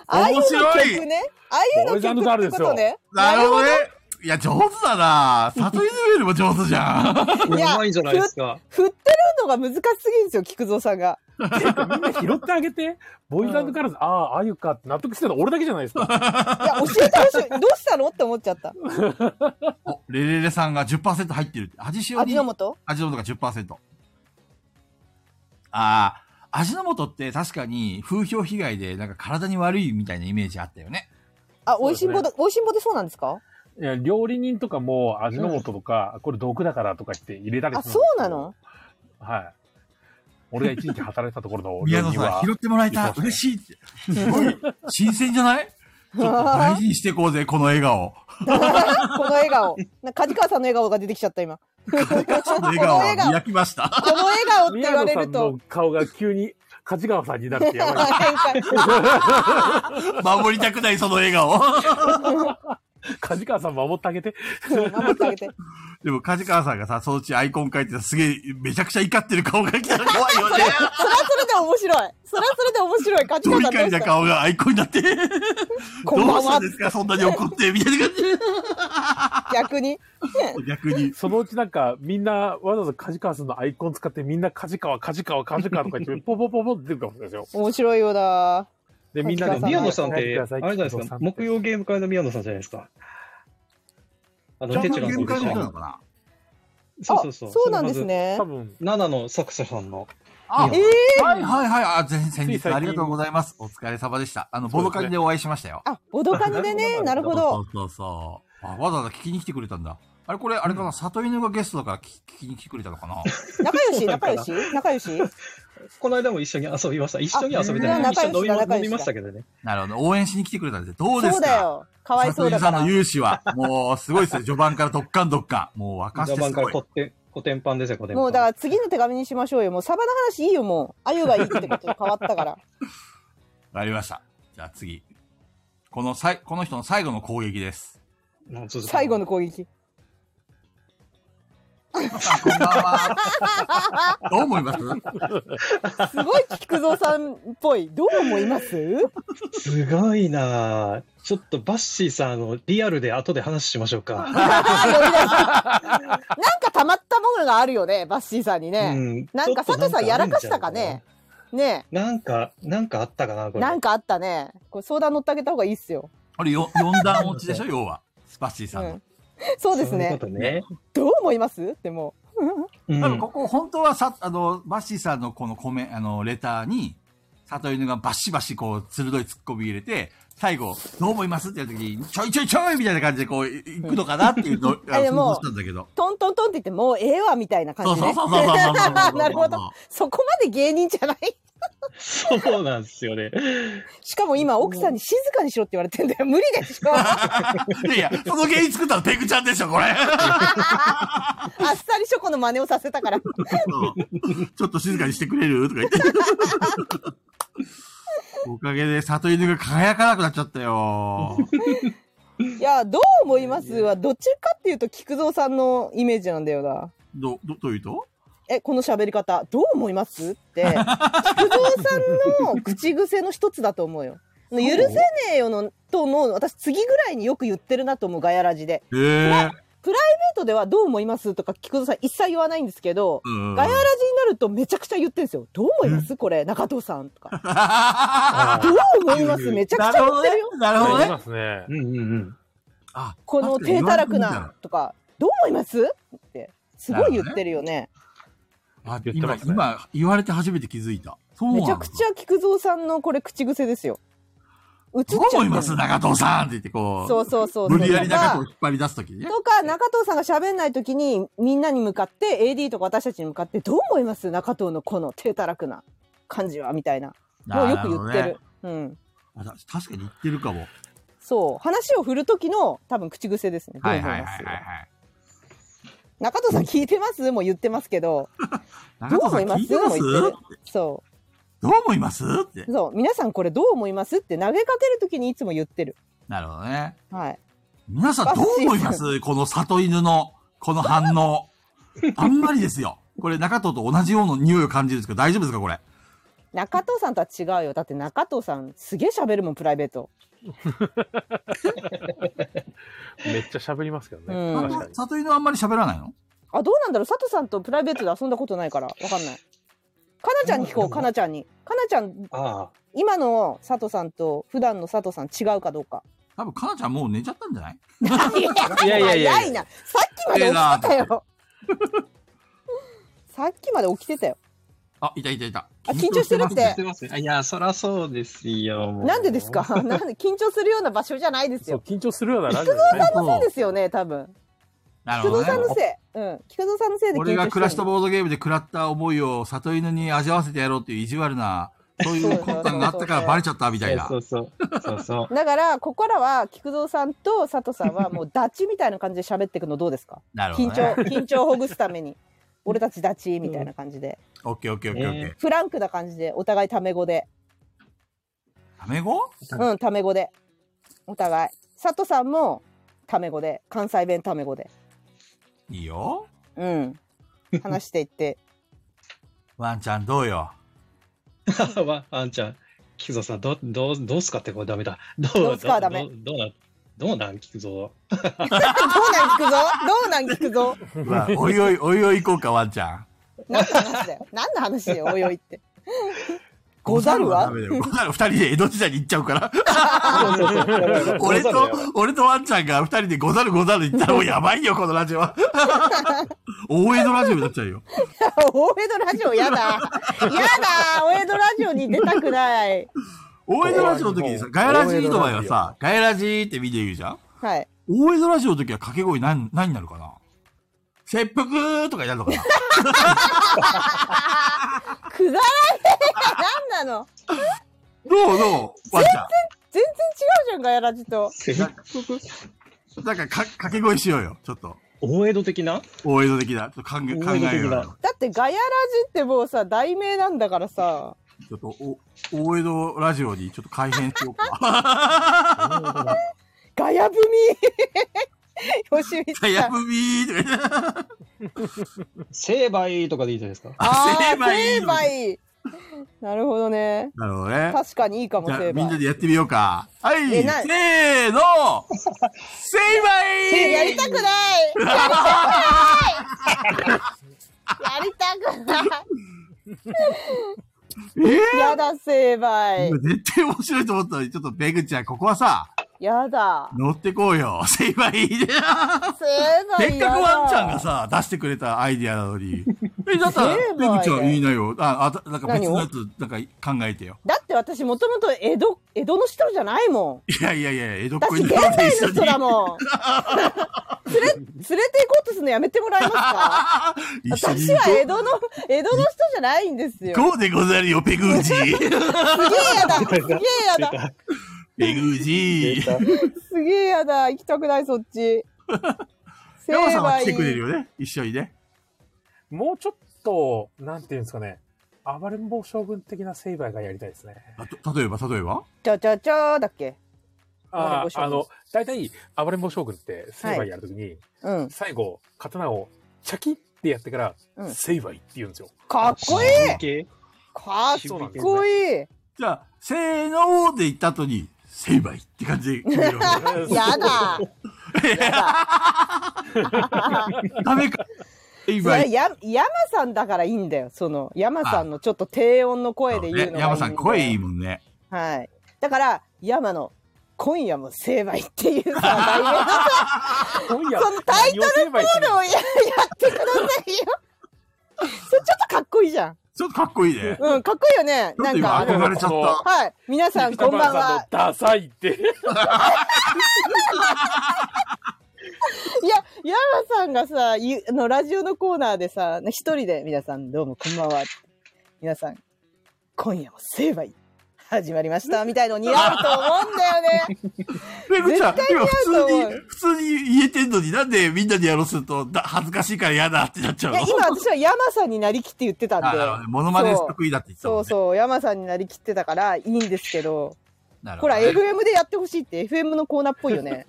ああいうの面白い曲ね。ああいうの曲ってことね。なるほど。ね。いや、上手だな里犬よりも上手じゃ ん。うまいんじゃないですか。振ってるのが難しすぎるんですよ、菊蔵さん が。みんな 拾ってあげて、ボーイズガールズ、ああ、アユかって納得してたの俺だけじゃないですか。いや、教えてほしい。どうしたのって思っちゃ った。お、レレレさんが10%入ってるって。味塩味にの素味の素が10%。ああ、味の素って確かに風評被害でなんか体に悪いみたいなイメージあったよね。あ、美味しんぼで、美味しんぼでそうなんですかいや、料理人とかも味の素とか、これ毒だからとか言って入れたりあ、するんですそようなのはい。俺が一日働いたところの宮料野理人さはん、拾、ってもらえいいた。かも嬉ししいって。すごい、新鮮じゃ ないちょっと大事にしていこうぜ、この笑顔。 この笑顔。な梶川さんの笑顔が出てきちゃった、今。カジカさんの笑顔は磨きました。 この笑顔って言宮わ野れさるんとの。顔が急に、梶川さんになるってやばい。 なんか守りたくない、その笑顔。梶川さん守ってあげて。うん守ってあげて。でも、梶川さんがさ、そのうちアイコン書いてさ、すげえ、めちゃくちゃ怒ってる顔が来たら怖いよ ね。それはそれで面白い。それはそれで面白い。梶ど川うさんど怒うりしなた顔がアイコンにな って。どこんばうんしたはんで。すかそんなに怒って、みたいな感逆に。じ。 逆に。そのうちなんか、みんな、わざわざ梶川さんのアイコン使って、みんな梶川、梶川、梶川とか言っ て、ポポポポって出てくるかもしれないですよ。面白いよなで、みんな梶川で、さん宮野さんって、あれじ梶ゃな川いですか。木曜ゲーム会の宮野さんじゃないですか。あの、テチラ限ンさ界んの人でしなょのかなそうそうそう。あそうなんです。ね多。分、 7の作者さんの。あ、えはいはいはい。あ、前先つい最日近ありがとうございます。お疲れ様でした。あの、そうボですねドカニでお会いしましたよ。あ、ボドカニでね。ななるるほほそどう。そうそう。あわざわざ聞きに来てくれたんだ。あれこれ、あれかな、里犬がゲストだから聞き聞きに来てくれたのかな仲良し、仲良し、仲良し。この間も一緒に遊びました。一緒に遊びあた仲い。一良し緒に飲み仲良しだ飲みましたけどね。なるほど。応援しに来てくれたんですどうですかそうだよ。かわいそう里犬だかさんのら。勇姿は、もうすごいですね。序盤からドッカンドッカン。もう沸かし序てす盤かごらいこ。って、コテンパンですよ、コテンパン。もうだから次の手紙にしましょうよ。もうサバの話いいよ、もう。あゆがいいってことに変わったから。わかりました。じゃあ次。このさい、この人の最後の攻撃です。うんそうそう最後の攻撃。あこんばんは。どう思いますすごい菊蔵さんっぽい。どう思いますすごいなぁちょっとバッシーさん、あの、リアルで後で話しましょうか。なんかたまったものがあるよね、バッシーさんにね。んなんかちょっ佐と藤さんやらかしたかねねなんかあるんちゃうかななんか、なんかあったかなこえ、れ。なんかあったね。これ相談乗ってあげた方がいいっすよ。あれ、よ四段落ちでしょ要は。スパッシーうさんの。ん。そうですそういねうこ。とね。どう思いますってもうん多分ここ、本当はさ、あの、バッシーさんのこのコメ、あの、レターに、里犬がバシバシこう、鋭い突っ込み入れて、最後、どう思いますってやるときに、ちょいちょいちょいみたいな感じでこう、いいくのかなっていうのを、 あので想像もしたんだけど う、。トントントンって言って、もうええわ、みたいなそ感うじそねうそうそうそうそうそうそう。なるほど。そこまで芸人じゃないそうなんですよね。しかも今、奥さんに静かにしろって言われてんだよ。無理でしょあいやいや、その原因作ったのペグちゃんでしょ、これ。 っさりショコの真似をさせたから。そうちょっと静かにしてくれるとか言って。 おかげで里犬が輝かなくなっちゃったよ。いや、どう思いますは、どっちかっていうと、菊蔵さんのイメージなんだよな。ど、ど、どういうとえ、この喋り方、どう思いますって、菊蔵さんの口癖の一つだと思うよ。あの許せねえよの、との、私、次ぐらいによく言ってるなと思う、ガヤラジで。ええデートではどう思いますとか、菊蔵さん一切言わないんですけど、うんガヤラジになるとめちゃくちゃ言ってるんですよ。どう思いますこれ、中藤さんとか。などう思いますめちゃくちゃる言ほっどねてるよ。。 なるほどいね。ますね。うんうんうん。あ、この低たらくなとか、どう思いますって、すごい言ってるよね。あ、言って今、ますね今、言われて初めて気づいた。そうなんめだちゃくちゃ菊蔵さんのこれ口癖ですよ。映っちどゃうって思いるます中藤さんって言ってこう、そうそうそうそ無う。理やりとか中藤を引っ張り出すときにね。とか、中藤さんが喋んないときに、みんなに向かって、AD とか私たちに向かって、どう思います中藤のこの手たらくな感じはみたいな。もうよく言ってなるほ。うん。どね。あ確かに言ってるかも。そう。話を振る時の、多分口癖ですね。どうはい思いはいはいまはいすはい。中藤さん聞いてますもう言ってますけど、どう中思い藤さまん聞すもいてますう言ってる。そどう思いますってう。。そう。皆さんこれどう思いますって投げかけるときにいつも言ってる。なるほどね。はい。皆さんどう思いますこの里犬の、この反応。あんまりですよ。これ中藤と同じような匂いを感じるんですけど、大丈夫ですかこれ。中藤さんとは違うよ。だって中藤さんすげえ喋るもん、プライベート。めっちゃ喋りますけどね。うん確かに。里犬はあんまり喋らないのあ、どうなんだろう佐藤さんとプライベートで遊んだことないから、わかんない。かなちゃんに聞こう、かなちゃんに。かなちゃん、あ今の佐藤さんと普段の佐藤さん違うかどうか。多分、かなちゃんもう寝ちゃったんじゃないいやいやいや早いな。さっきまで起きてたよ。 さっきまで起きてたよ。あ、いたいたいた。あ緊張してるっ緊張あ。てしてますね。あいや、そらそうですよ。もうなんでですかなんで緊張するような場所じゃないですそうよ。緊張するようなラジオですねます。そうそうですよね、多分。なる菊ほ蔵さどんね。のせい。うん。菊蔵さんのせいで緊張して俺るがクラシとボードゲームで食らった思いを里犬に味わわせてやろうっていう意地悪な、そういう魂胆があったからバレちゃったみたいなそ。うそうそう。そうそう。だから、ここからは、菊蔵さんと佐藤さんは、もう、ダチみたいな感じで喋っていくのどうですかなるほど緊ね。張、 緊張をほぐすために。俺たちダチみたいな感じで。オッケーオッケーオッケーオッケー。フランクな感じで、お互いタメ語で。タメ語うん、タメ語で。お互い。佐藤さんも、タメ語で。関西弁タメ語で。いいよ。うん。話していって。 ワンちゃんどうよ。 あわあんちゃん、菊蔵さん、どう、どう、どうすかってこれダメだ。どう、どうすかはダメどうどうなん、どうなん、菊蔵。どうなん聞くぞどうなん聞くぞま あおいおい、おいおい行こうか、ワンちゃん。何の話だよ。何の話だよ、おいおいって。 ござるはダメだよござる二人で江戸時代に行っちゃう から。俺ござとるよ、俺とワンちゃんが二人でござるござる行ったらもうやばいよ、このラジ オは。大江戸ラジオになっちゃうよ。大江戸ラジオやだ。やだ大江戸ラジオに出たくない。大江戸ラジオの時にさ、ガヤラジーの場合はさ、ガヤラジーってみんな言うじゃんはい。大江戸ラジオの時は掛け声何、何になるかな切腹とかになるのかなくだらねえなんなのどうどうワンち全然違うじゃん、ガヤラジと。ゃん。なんかか、掛け声しようよ、ちょっと。大江戸的な大江戸的だ。ちょっと考え、考大江戸えよ的うだよ。だってガヤラジってもうさ、題名なんだからさ、ちょっと、お、大江戸ラジオにちょっと改変しよう か。ガヤ組 吉見さやん。ぶみーとか言って成敗とかでいいじゃないですか。あ成あ、敗成敗なるほどね。なるほどね。確かにいいかも、じゃあ成みんな敗。でやってみようか。はい。せえなーの。 成敗やりたくないやりたくないやりたくないえーやだ、成敗今絶対面白いと思ったのに、ちょっとベグちゃん、ここはさ、やだ。乗ってこうよ。 成敗で。 成せ敗っやかだくワンちゃんがさ、出してくれたアイディアなの に。え、だったら、成敗ベグちゃん言いなよ。あ、あた、なんか別何をのやつ、なんか考えてよ。だって私もともと江戸、江戸の人じゃないもいやいやいや、江戸っん。私子に現なって代一緒のに人だもん。連れ、連れて行こうとするのやめてもらえますか 一緒に私は江戸の、江戸の人じゃないんですよ。こうでござるよ、ペグージ ー。すげえやだ、すげえやだ、ペグージー。すげえやだ、行きたくない、そっち。成山さんは来てくれる敗。よね、一緒にね。もうちょっと、なんていうんですかね、暴れん坊将軍的な成敗がやりたいですね。あと例えば、例えばちゃちゃちゃだっけ。暴れんあ坊ー将軍あの、大体、暴れん坊将軍って成敗やるときに、うん、最後、刀をチャキってやってから、うん成敗って言うんですよ。かっこいい。いいかっそうなんですこいい。じゃあ、せーのーで言った後に、成敗って感じで決めよう やだ。やだ。ダメか。成それは敗。や、山さんだからいいんだよ。その山さんのちょっと低音の声で言うのがいいんだよ。山さん、声いいもんね。はい。だから、山の、今夜も成敗っていうさ、題名の今夜 そのタイトルルコをややってくださいよ。それちょっとかっこいいじゃん。ちょっとかっこいいね。うん、かっこいいよね。ちょっなとん今か、憧れちゃっなんかた。はい。皆さんこんばんは。ダサいって。いや、山さんがさ、ゆあのラジオのコーナーでさ、ね一人で皆さんどうもこんばんは。皆さん、今夜も成敗始まりましたみたいの似合うと思うんだよ ね。めぐちゃん、今合うと思う普通に、普通に言えてんのになんでみんなでやろうすると、だ恥ずかしいから嫌だってなっちゃういのや、今私は山さんになりきって言って たんあなるほでど。ね。モノマネ得意だって言ってたもんね。そうそう、山さんになりきってたからいいんですけど、なるほほどら、ね FM でやってほしいって、FM のコーナーっぽいよね。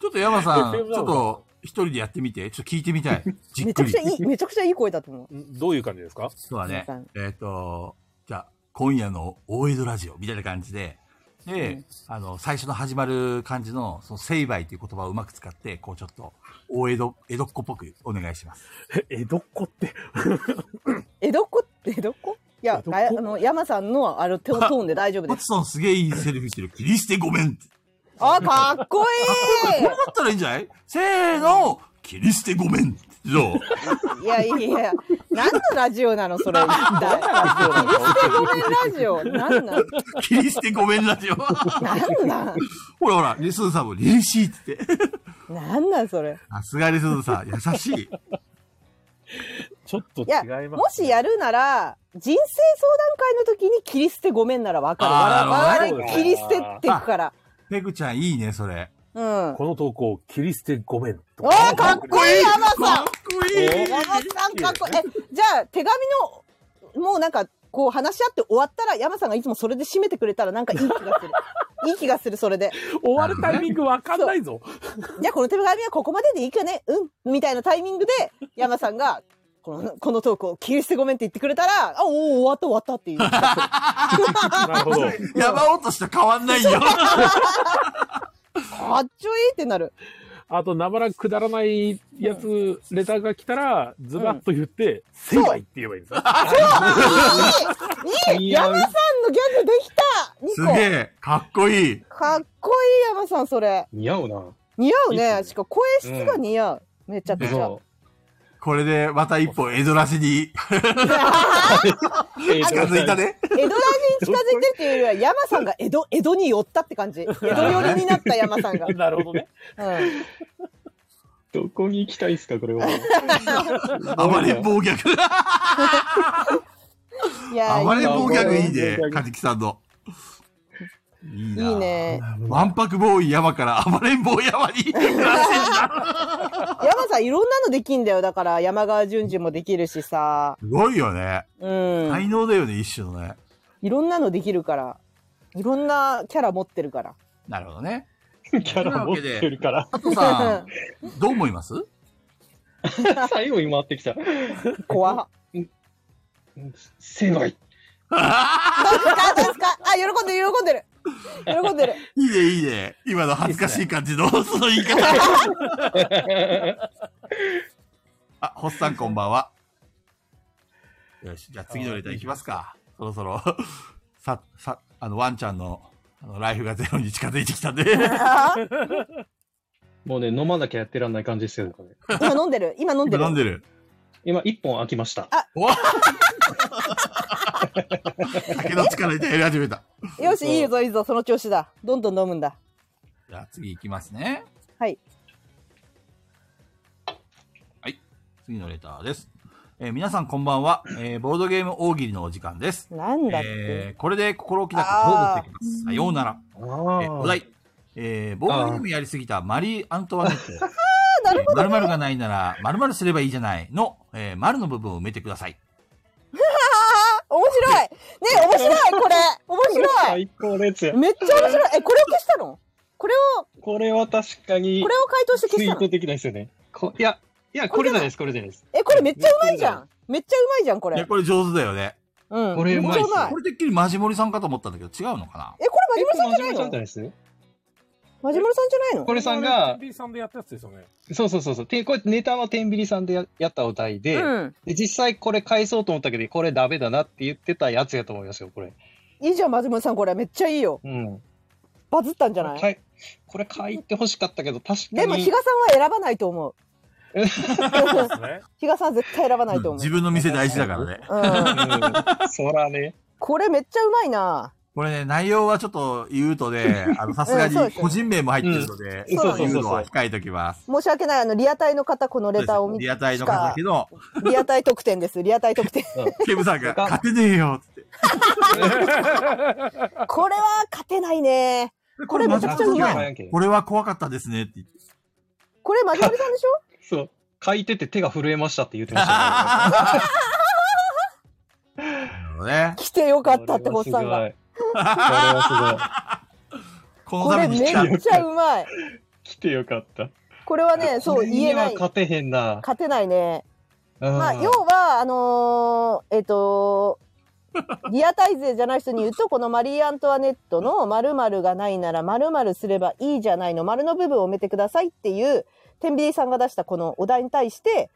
ちょっと山さん、ち FM ょっと一人でやってみて。ちょっと聞いてみたい。じっ めちくゃくりちゃ。いい、めちゃくちゃいい声だと思う。どういう感じですかそうだね皆さん。えっ、と、じゃあ、今夜の大江戸ラジオみたいな感じで、で、うんあの、最初の始まる感じの、その、成敗という言葉をうまく使って、こうちょっと、大江戸、江戸っ子っぽくお願いします。江戸っ子 って。江戸っ子って江戸っ子いや江、戸っ子ああの、山さんのあのトトーンで大丈夫マでツす。さんすげえいいセリフしてる。切りしてごめんって。あ、かっこいこうだったらいいんじゃないせーの、切りしてごめんって。どう いいやいやいや、何のラジオなのそれ。一体ごめんラジオ。何なん切りしてごめんラジオ。 ほ何なんらほら、リスンさんもリリシーって言って。何なんそれ。さすがリスンさん、優しい。ちょっと違いや、います。もしやるなら、人生相談会の時に切り捨てごめんならわかる。あー我なるほど々ね切り捨てっていくから。ペグちゃんいいね、それ。うん。この投稿、切り捨てごめんと。おー、かっこいい山さかんっこいい山さんかっこいい。え、じゃあ、手紙の、もうなんか、こう話し合って終わったら、山さんがいつもそれで締めてくれたら、なんかいい気が する。いい気がする、それで。終わるタイミングわかんないぞ。じゃあ、この手紙はここまででいいかねうん。みたいなタイミングで、山さんが、この、このトークを切り捨てごめんって言ってくれたら、あ、おお終わった終わったっていう。 なるほど。 山落としと変わん ないよ。かっちょいいってなる。あと、なばらくだらないやつ、レターが来たら、ズバッと言って、成敗って言えばいいんですよ。いいいい山さんのギャグできすたげ !2 え、かっこいい。個かっこいい山さん、それ。似合うな。似合ういいっすね。ねしかも声質が似合う。めちゃくちゃ。そこれでまた一歩江戸らしにう。ええ近づいたね。江戸大に近づいてるっていうよりは山さんが江戸江戸に寄ったって感じ江戸寄りになった山さんが、うん、なるほどね。どこに行きたいですか、これ は。暴れん坊逆。いや暴れんん坊坊逆逆 いいいいねね。かじきさんの。いいいいね。わんぱくボーイ山から暴れん坊山になってんだ。山さん、いろんなのできんだよ。だから、山川淳二もできるしさ。すごいよね。うん。才能だよね、一種のね。いろんなのできるから。いろんなキャラ持ってるから。なるほどね。キャラ持ってる から。佐藤さん、どう思います最後に回ってきた。怖っ。狭どうい。ですかどうですかあ、喜んでる、喜んでる。喜んでる。いいね、いいね。今の恥ずかしい感じの、その言い 方。あ、ホッさんこんばんは。よし、じゃあ次のレターいきますか。そろそろ、 さ、さ、あの、ワンちゃんの、あの、ライフがゼロに近づいてきたんで。あもうね、飲まなきゃやってらんない感じですよね。これ今飲んでる。今飲んでる。今飲んでる。今、一本開きました。酒の力でやり始めた。よし、いいぞ、いいぞ。その調子だ。どんどん飲むんだ。じゃあ次いきますね。はい。はい。次のレターです。えー皆さんこんばんは、えーボードゲーム大喜利のお時間です。なんだって。えーこれで心置きなく勝負できます。さようなら。あえーお題。えー、ボードゲームやりすぎたマリー・アントワネット。なるまるまるがないなら、まるまるすればいいじゃないの、えー、丸の部分を埋めてください。面白いね面白いこれ面白い最高のやつや。めっちゃ面白いえ、これを消したのこれを、これは確かにこれを回答してツ消しイたートのできないですよね。こいや、いや、これじゃないです、これじゃないです。え、これめっちゃうまいじゃんめっちゃうまいじゃん、こいや、れ。これ上手だよね。うん。これうまいっすめっちゃうまいこれてっきりマジモリさんかと思ったんだけど、違うのかなえ、これマジモリさんじゃないえこれマジモリさんじゃないのですマジモリさんじゃないのこれさんがビーさんでやったやつですよね。そうそうそうそう。てこれネタは天秤さんでややったお題で、うん。で実際これ返そうと思ったけど、これダメだなって言ってたやつやと思いますよ、これ。いいじゃん、マジモリさん、これ。めっちゃいいよ。うん。バズったんじゃなはいい。これ書いてほしかったけど、確かに。でも、比嘉さんは選ばないと 思う。そうですね。比嘉さんは絶対選ばないとうん思自分の店大事だからね。う。うん。うんそ らね。これめっちゃうまいな。これね、内容はちょっと言うとね、あの、さすがうんそうでにすよ個人名も入ってるので、うんそうそうそうそう言うのは控えときます。申し訳ない。あの、リアタイの方、このレターを見リアタイの方だけど、リアタイ特典です。リアタイ特典。ケムさんが、勝てねえよって。これは勝てないね。これめちゃくちゃうまマジいモリさんこれは怖かったですねって 言って。これマジモリさんで しょそう。書いてて手が震えましたって言ってました、ね。なるほどね。来てよかったってホッさんが。。これはこのこためれにめ来た。っちゃうまい。すごい。来てよかった。これは ね、そう、これに言えな。はい勝てへんな。勝てないね。まあ、うん要は、あのーえっ、とリアタイ勢じゃない人に言うと、このマリー・アントワネットの〇〇がないなら〇〇すればいいじゃないの、丸の部分を埋めてくださいっていう、天秤さんが出したこのお題に対して、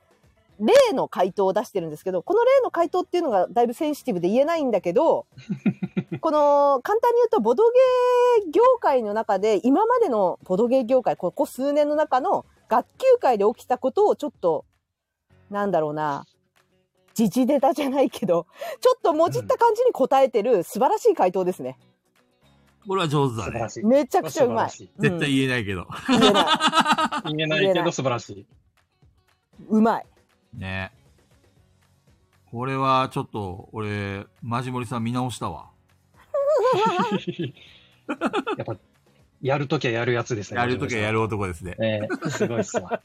例の回答を出してるんですけど、この例の回答っていうのがだいぶセンシティブで言えないんだけど、この、簡単に言うと、ボドゲー業界の中で、今までのボドゲー業界、ここ数年の中の学級会で起きたことをちょっと、なんだろうな、時事ネタじゃないけど、ちょっともじった感じに答えてる素晴らしい回答ですね。これは上手だ素晴ねら。しい。めちゃくちゃうまい。素絶対言えないけど。うん言えない言えないけど素晴らしい。うまい。ねこれはちょっと、俺、マジモリさん見直したわ。やっぱ、やるときはやるやつですね。やるときはやる男ですね。ねえ。すごいっすわ。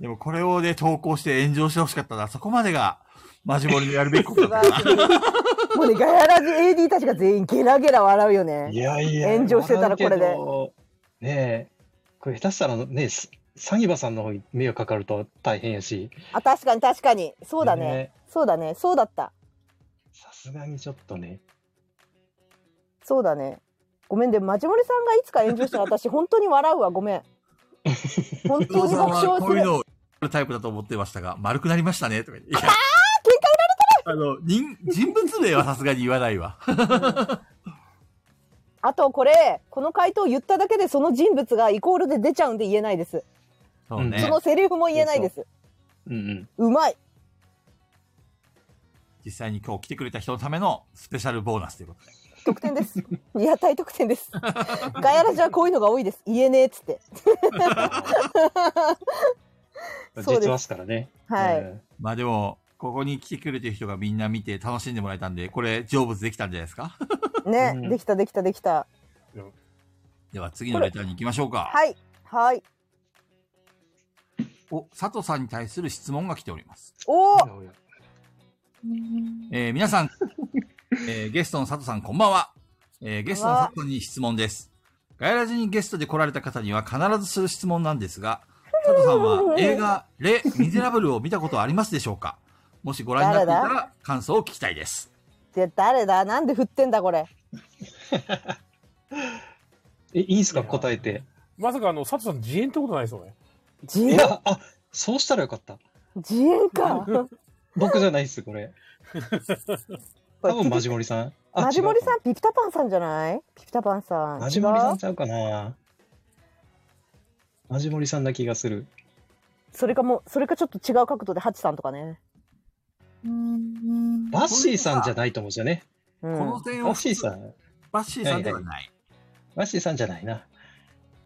でもこれをね、投稿して炎上してほしかったな。そこまでが、マジモリのやるべきこ素と晴だらったしい。もうね、ガヤラジ AD たちが全員ゲラゲラ笑うよ いね。やいや。炎上してたらこれで笑うけど。ねえ。これ下手したらね、すサニバさんの方に迷惑かかると大変やし。あ、確かに確かに。そうだね。ねそうだね。そうだった。さすがにちょっとね。そうだね。ごめんで、マジモリさんがいつか炎上したら私、本当に笑うわ。ごめん。本お当父にさん爆は笑こういすうる。のをやるタイプだと思ってましたが、丸くなりましたね、とか言って。いやあの、人、人物名はさすがに言わない わ。あと、これ、この回答を言っただけで、その人物がイコールで出ちゃうんで言えないです。そううんねそ。のセリフも言えないです。うん うん。うまい。実際に今日来てくれた人のためのスペシャルボーナスということで。得点です。リアタイ得点です。ガヤラジはこういうのが多いです。言えねえっつって。そうです実話っすからね。はい。い。まあでも、ここに来てくれてる人がみんな見て楽しんでもらえたんで、これ成仏できたんじゃないですかね、うんできたできたできた。では次のレターに行きましょうか。はい。はい。お、佐藤さんに対する質問が来ております。おーおやえー皆さん、えーゲストの佐藤さんこんばんは、えーゲストの佐藤さんに質問です。ガヤラジにゲストで来られた方には必ずする質問なんですが、佐藤さんは映画、レ・ミゼラブルを見たことはありますでしょうかもしご覧になっていた誰ら感想を聞きたいです。で誰だなんで振ってんだこれ。え、いいんすか答えて。まさかあの、佐藤さん自演ってことないですよね。自い演や、あ、そうしたらよかった。自演か。僕じゃないっす、これ。多分マジモリさん。あマジモリ違さんピピタパンさんじゃないピピタパンさ。うんマジモリさ違んうちゃうかな。マジモリさんな気がする。それかもう、それかちょっと違う角度でハチさんとかね。バッシーさんじゃないと思うんですよね。うこんの。点バをッシーさん。バッシーさんではない。バッシーさんじゃないな。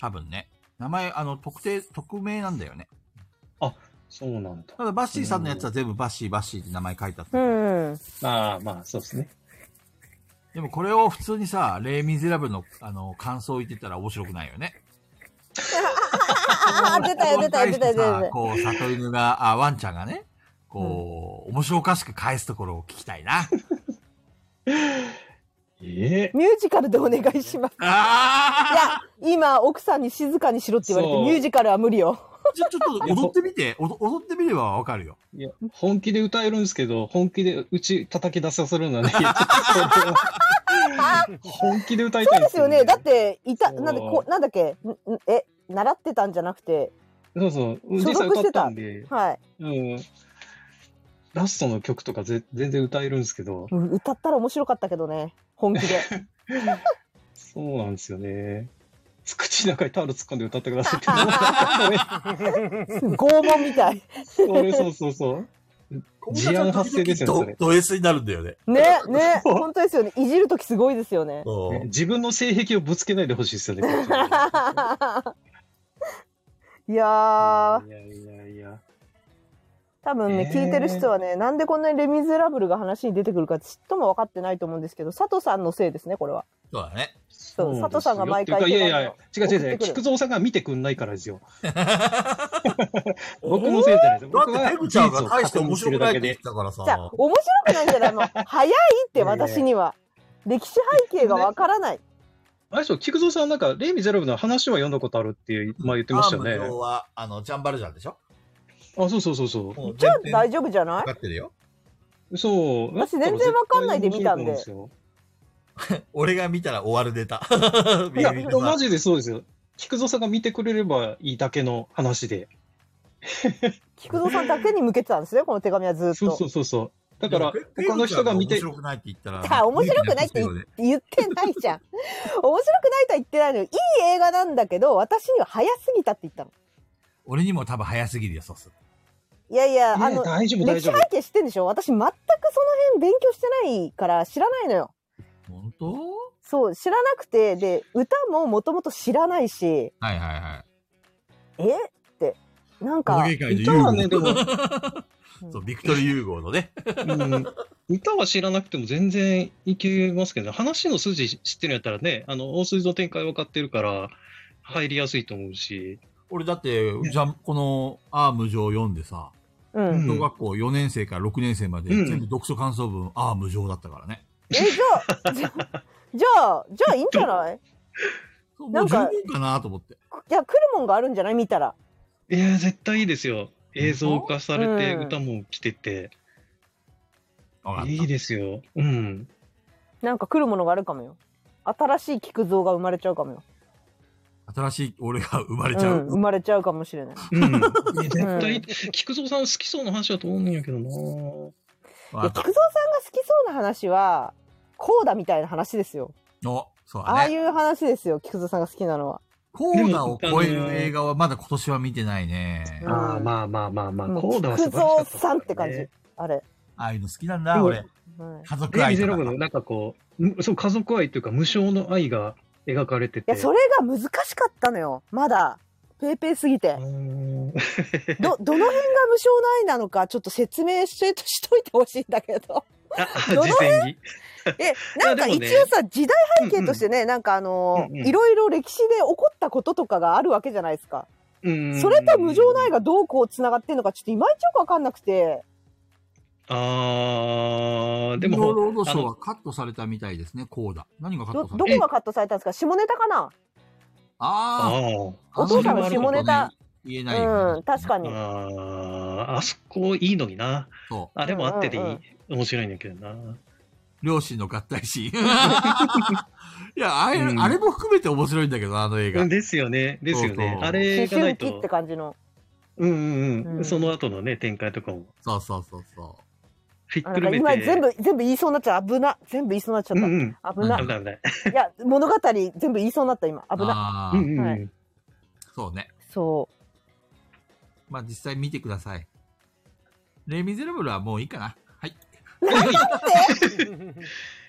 多分ね。名前、あの、特定、匿名なんだよね。そうなんだ。ただ、バッシーさんのやつは全部バッシー、バッシーって名前書いてあった。うん。まあまあ、そうですね。でもこれを普通にさ、レ・ミゼラブルの、あの、感想言ってたら面白くないよね。ああ、出たよ、出たよ、出たよ、出たよ。こう、里犬が、あ、ワンちゃんがね、こう、面白おかしく返すところを聞きたいな。ええミュージカルでお願いします。いああや、今、奥さんに静かにしろって言われて、そうミュージカルは無理よ。ちょ、ちょっと踊ってみて、踊踊ってみればわかるよ。いや、本気で歌えるんですけど、本気でうち叩き出させ るのはね、ちょっと本気で歌いたそいうでですすよね。だって、いた、そうなんで、こう、なんだっけ、んんえ、習ってたんじゃなくて、そうそう。所実際属し歌ってたたんで、はい。うん。ラストの曲とかぜ全然歌えるんですけど、うん歌ったら面白かったけどね、本気で。そうなんですよね。口の中にタオル突っ込んで歌ってくださいっ て言拷問みたい。うのそれ、それそうそうそう。事案発生ですよねそれド S になるんだよね。ね、ね、本当ですよね。いじるときすごいですよ ね。ね自分の性癖をぶつけないでほしい ですよね。こっちいやー、にいやいやいや。多分ね、えー聞いてる人はね、なんでこんなにレ・ミゼラブルが話に出てくるかちっとも分かってないと思うんですけど、佐藤さんのせいですね、これは。そうだね。そうですよ佐藤さんが毎回っていうかいやいや、違う違う送違ってくるう。菊蔵さんが見てくんないか らですよ。僕のせいじゃないです。だ僕って、はペグちゃんが事実を大して確認面す白るくなだいけって言っでて。たからさじゃ。あ、面白くないんじゃないの 早いって、私には。歴史背景が分からない。あれでしょ、菊蔵さんなんか、レイ・ミゼラブルの話は読んだことあるって、まあ言ってましたよね。アーム上は、あの、ジャンバルジャンでしょあ、そうそうそうそもうじゃあ全編大丈夫じゃなかいかってるよ。う。そう。私全然わかんないで見たんでだったら絶対面白いと思うん俺が見たら終わるネタ。ですよ いや、マジでそうですよ。菊蔵さんが見てくれればいいだけの話で。菊蔵さんだけに向けてたんですね、この手紙はずっそうそと。うそうそう。だからでも、ペ他の人が見ペてグちゃん面白、くないって言ったら。じゃあ面白くないって言っ言ってないじゃん。面白くないとは言ってないのよ。いい映画なんだけど、私には早すぎたって言ったの。俺にも多分早すぎるよ、そうする。いやいや、あねの、大丈夫大歴史丈背夫。景知ってんでしょ私全くその辺勉強してないから知らないのよ。本当そう、知らなくて、で、歌ももともと知らないし、はいはいはい。えって、なん陶か、芸界の歌はね、ユでも、ーゴ。そう、ビクトリー・ユーゴのね。うん歌は知らなくても全然いけますけど、話の筋知ってるんやったらね、あの、大筋の展開分かってるから、入りやすいと思うし。俺だって、じゃんこのアーム上読んでさ、う。うん小学校4年生から6年生までうん全部読書感想文アーム上だったからね。え、じゃあ、じゃあ、じゃあ、じゃあいいんじゃないそうなもんう十か分かなと思って。いや、来るもんがあるんじゃない見たら。いや、絶対いいですよ。映像化されて、うん歌も来てて、わかった。いいですよ。うん。なんか来るものがあるかもよ。新しい菊蔵が生まれちゃうかもよ。新しい俺が生まれうちゃん、生う。まれちゃうかもしれない。 うん。ね絶対、菊蔵さん好きそうな話だと思うんやけどな。いわやかっ菊蔵さんが好きそうな話はこうだみたいな話ですよ、たお、そうああだいね。う話ですよ菊蔵さんが好きなのはコーダを超える映画はまだ今年は見てないね。うんああ、まあまあまあまあ、もうコーダは素晴らしかった菊蔵さんって感じねあれ、ああいうの好きなんだ、俺。はい、い家族レ・ミ愛ゼとラかブ。ルのなんかこう、むそう、家族愛というか無償の愛が描かれてて。やそれが難しかったのよまだペーペーすぎてう。んど、どの辺が無償内なのか、ちょっと説明してとしといてほしいんだけ ど。あ、どの事前に。え、なんかいやでも一ね応さ、時代背景としてね、なんかあのーうんうんいろいろ歴史で起こったこととかがあるわけじゃないですか。うんそれと無償内がどうこう繋がってんのか、ちょっといまいちよくわかんなくて。あー、で労も、労働省はカットされたみたいですね、コーダ。何がカッど、トさどれたこがカットされたんですか下ネタかなああーあ、お父さんのあれは下ネタちょっとね。言えないよねうん、確かに。あー、あそこいいのにな。そあれもあってでいい。うんうん面白いんだけどな。う。両親の合体 シーン。いや、あれ、うんあれも含めて面白いんだけど、あの映画。ですよね。ですよそうねそ。うあ思れがな春い期っとて、感じの。うんうんうん。うんその後のね、展開とかも、そうそうそうそひっあくなんるかめ今て。全部、全部言いそうになっちゃう。危な。全部言いそうになっちゃうっんうん。た。ん危な危。ない危ない。いや、物語全部言いそうになった、今。う。危な。あうあ、んうんうはん。そうね。そまあ実際見てください。レ・ミゼラブルはもういいかな。はい。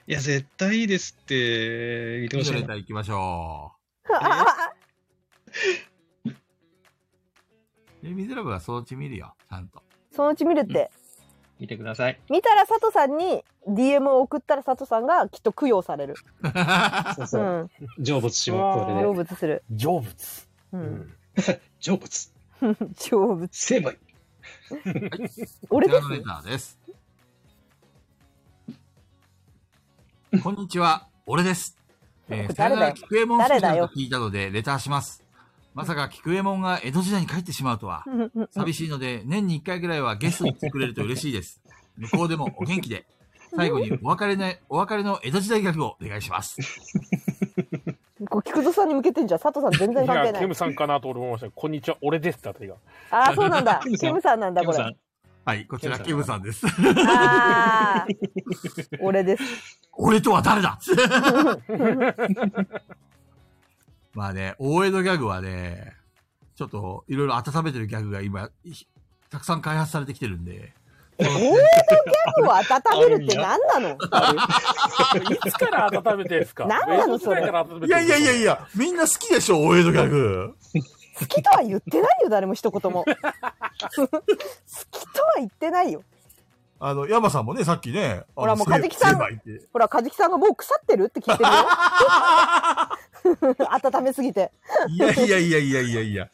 いや、絶対いいですって言ってミほしドレいータな。ー行きましょう。 あう。レ・ミゼラブルはそのうち見るよ、ちゃんと。そのうち見るって。見てください。見たら佐藤さんに DM を送ったら佐藤さんがきっと供養される。そううそんう。。成仏します、それ成で。仏する。成仏。うん。成仏。成仏。成敗。俺で こちらのレターす。です。こんにちは、俺です。えー、さよ誰なだらよ菊右衛門好きだ誰だとよ聞いたので、レターします。まさか菊右衛門が江戸時代に帰ってしまうとは、寂しいので、年に1回ぐらいはゲストに来てくれると嬉しいです。向こうでもお元気で。最後にお別れの、お別れの江戸時代ギャグをお願いします。こう菊蔵さんに向けてんじゃん。佐藤さん全然い関係や、なケいム。さんかなと俺も思いました。こんにちは、俺ですってあたりが。ああ、そうなんだキム。さんキムさんなんだ、キこムれ。さあんはい、こちら、ケケムムささんです。あー。俺です。俺とは誰だ まあね、大江戸ギャグはね、ちょっといろいろ温めてるギャグが今、ひたくさん開発されてきてるんで、大江戸ギャグを温めるって何なのいつから温めてんすか何なのそれいつから温めいてんやすかいやいやいや、みんな好きでしょ、大江戸ギャグ。好きとは言ってないよ、誰も一言も。好きとは言ってないよ。あの、山さんもね、さっきね、ほらもうかカじジきキさんって。ほら、かじきさんがもう腐ってるって聞いてるよ。温めすぎて。いやいやいやいやいやいや。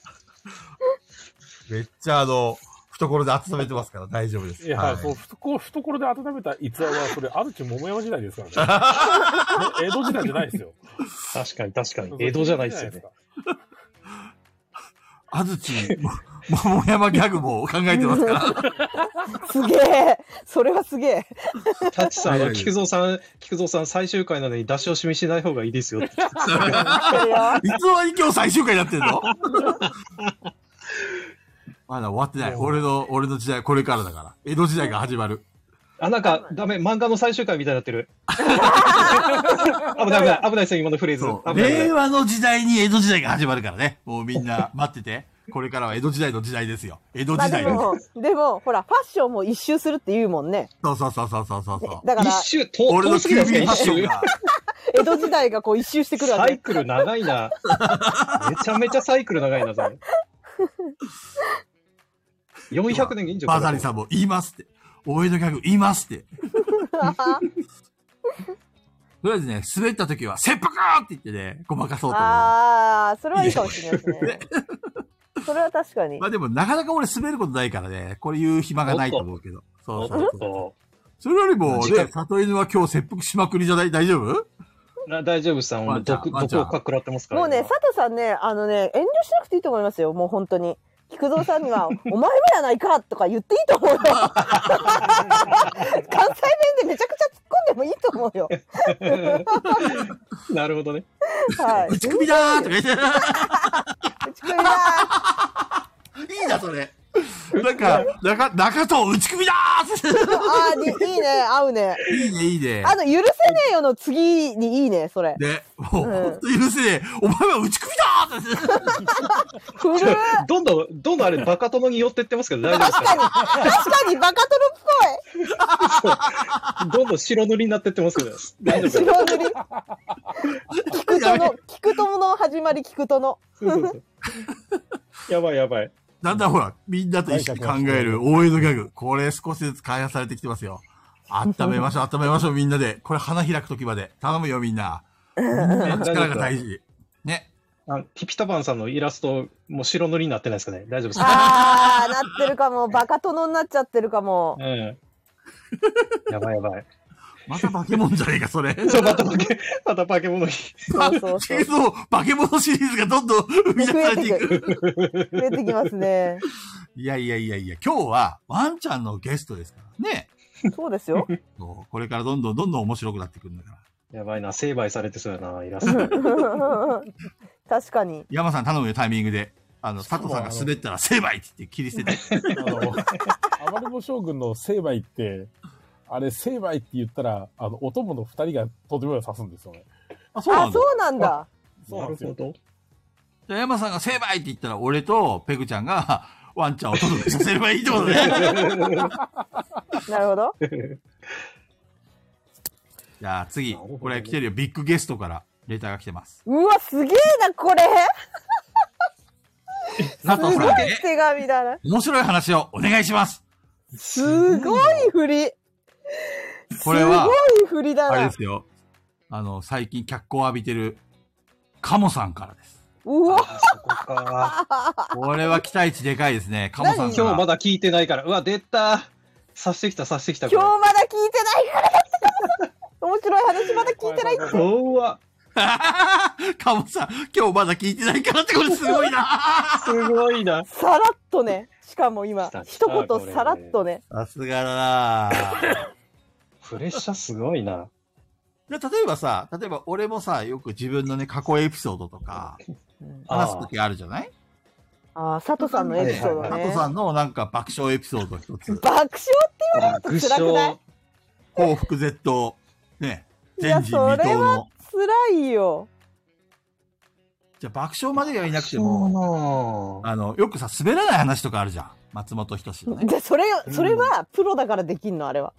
めっちゃあの、懐で温めてますから大丈夫です。いや、はいそう、懐、懐で温めた逸話は、それ、安土桃山時代ですからね。江戸時代じゃないですよ。確かに確かに。江戸じゃないですよね。。安土、も桃山ギャグも考えてますから。すげえ。それはすげえ。タッチさん、あいやいやのいや菊蔵さん、菊蔵さん最終回なのに出し惜しみしない方がいいですよって。それよ。いつの間に今日最終回になってん のまだ終わってない。俺の、俺の時代、これからだから。江戸時代が始まる。あ、なん か、ダメ、漫画の最終回みたいになってる。危ない危ない、危ないですよ、今のフレーズ。そう。危ない危令ない。和の時代に江戸時代が始まるからね。もうみんな待ってて。これからは江戸時代の時代ですよ。江戸まあ時で代の。も、でも、ほら、ファッションも一周するって言うもんね。そうそうそうそうそうそうそう。だから一、周、と俺の遠すぎないーですビか、発一祥周。 が。江戸時代がこう一周してくるわサけ。イクル長 いな。めちゃめちゃサイクル長いな、それ。400年以上バザリさんも言いますって。大江戸ギャグ言いますって。とりあえずね、滑った時は、切腹って言ってね、ごまかそうと思う。ああ、それはいいかもしれないですね。それは確かにま。あでも、なかなか俺滑ることないからね、これ言う暇がないと思うけど。そうそう そう。そそれよりも、時間ね、里犬は今日切腹しまくりじゃない大丈夫う。な大丈夫さん、ワンちゃん毒ワンちゃん毒をかくらってますから。もうね、今佐藤さんね、あのね、遠慮しなくていいと思いますよ。もう本当に。菊蔵さん には、お前もやないかとか言っていいと思うよ。 関西弁でめちゃくちゃ突っ込んでもいいと思うよ。なるほどね。はい。打ち首だーとか言って。打ち首だ いいな、それ。なんか、中、中藤打ち首だーっーああ、にいいね、合うね。て。いいね、いいねあ。の、許せねえよの次にいいね、それ。ね、もう、うんほんと許せねえ。お前は打ち首だーって。古いどんどん、どんどんあれ、バカ殿に寄ってってますけど、大丈夫です確かに、確かにバカ殿かどんどん白塗りになってってますけど、大丈っぽ夫ですい。白塗り。菊やめ殿、菊友の始まり、菊殿。そうそうそうやばいやばい。だんだんほら、みんなと一緒に考える大江戸ギャグ。これ少しずつ開発されてきてますよ。温めま しょう、温めましょう、みんなで。これ花開く時まで。頼むよ、みんな。力が大事。ね。あピピタパンさんのイラスト、もう白塗りになってないですかね大丈夫ですかああ、なってるかも。バカ殿になっちゃってるかも。ええ。やばいやばい。また化け物じゃねえか、それ。そう、また化け、また化け物に。そうそう そう。そう、化け物シリーズがどんどん生み出されてい く。増えてきますね。いやいやいやいや、今日はワンちゃんのゲストですからね。そうですよ。 そうこれからどんどんどんどん面白くなってくるんだから。やばいな、成敗されてそうやな、イラスト。確かに。山さん頼むよ、タイミングで。あの、しか佐も藤さんが滑ったら成敗って言って切り捨てて。あの、暴れん坊将軍の成敗って、あれ、成敗って言ったら、あの、お供の二人がとてもを指すんですよね。あ、そうな あ、んだ。そうなんだ。そうなんですよ。ど。じゃあ山さんが成敗って言ったら、俺とペグちゃんがワンちゃんを届けさせればいいって ことね。なるほど。じゃあ次、これ来てるよ。ビッグゲストからレターが来てます。うわ、すげえな、これ。佐す藤ごいさんへ手紙だな。面白い話をお願いします。すごい振り。これはすごい振りだあれでな。すよ。あの、最近脚光を浴びてる、カモさんからです。うわ、あそこか。これは期待値でかいですね。カモさんか今日まら。だ聞いてないから。うわ、出た。察してきた、察してきた。今日まだ聞いてないから。面白い話まだ聞いてない。これ怖っ カモさん、今日まだ聞いてないからってこれすごいな。すごいな。さらっとね。しかも今来た、来一た言さらっとね。さすがだ な。プレッシャーすごいな。じゃあ例えばさ、例えば俺もさ、よく自分のね、過去エピソードとか、話すときあるじゃないああ、佐藤さんのエピソードは佐い藤ね。さんのなんか爆笑エピソード一つ、爆笑爆辛くない笑。幸福絶倒、ね、いや全人未到それはの。辛いよ。じゃあ爆笑まではいなくてそうも、なああの、よくさ、滑らない話とかあるじゃん。松本人志のね。じゃあそれ、それはプロだからできんの、あれは。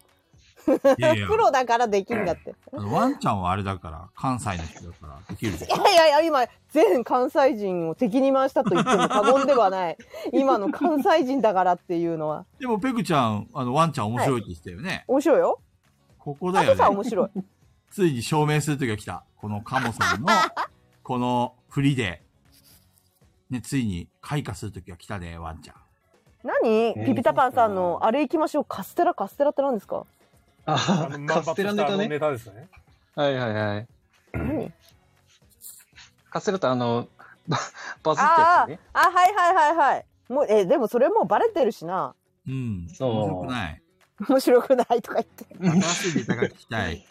いやいやプロだからできんだって。あのワンちゃんはあれだから、関西の人だから、できるじゃんいやいやいや、今、全関西人を敵に回したと言っても過言ではない。今の関西人だからっていうのは。でも、ペグちゃん、あの、ワンちゃん面白いって言ってたよね。面白いよ。ここだ佐よ藤さんね。面白い。ついに証明する時が来た。このカモさ んの、この振りで、ね、ついに開花する時が来たね、ワンちゃん。何ピピタパンさんの、あれ行きましょう。カステラ、カステラって何ですかああの、カステラネタあのね。ネタですね。はいはいはい。何カステラってあの、ババズったやあつーね。あ、はいはいはいはい。もう、え、でもそれもうバレてるしな。うん。そう面白くない。面白くないとか言って。 新しいネタが聞きたい。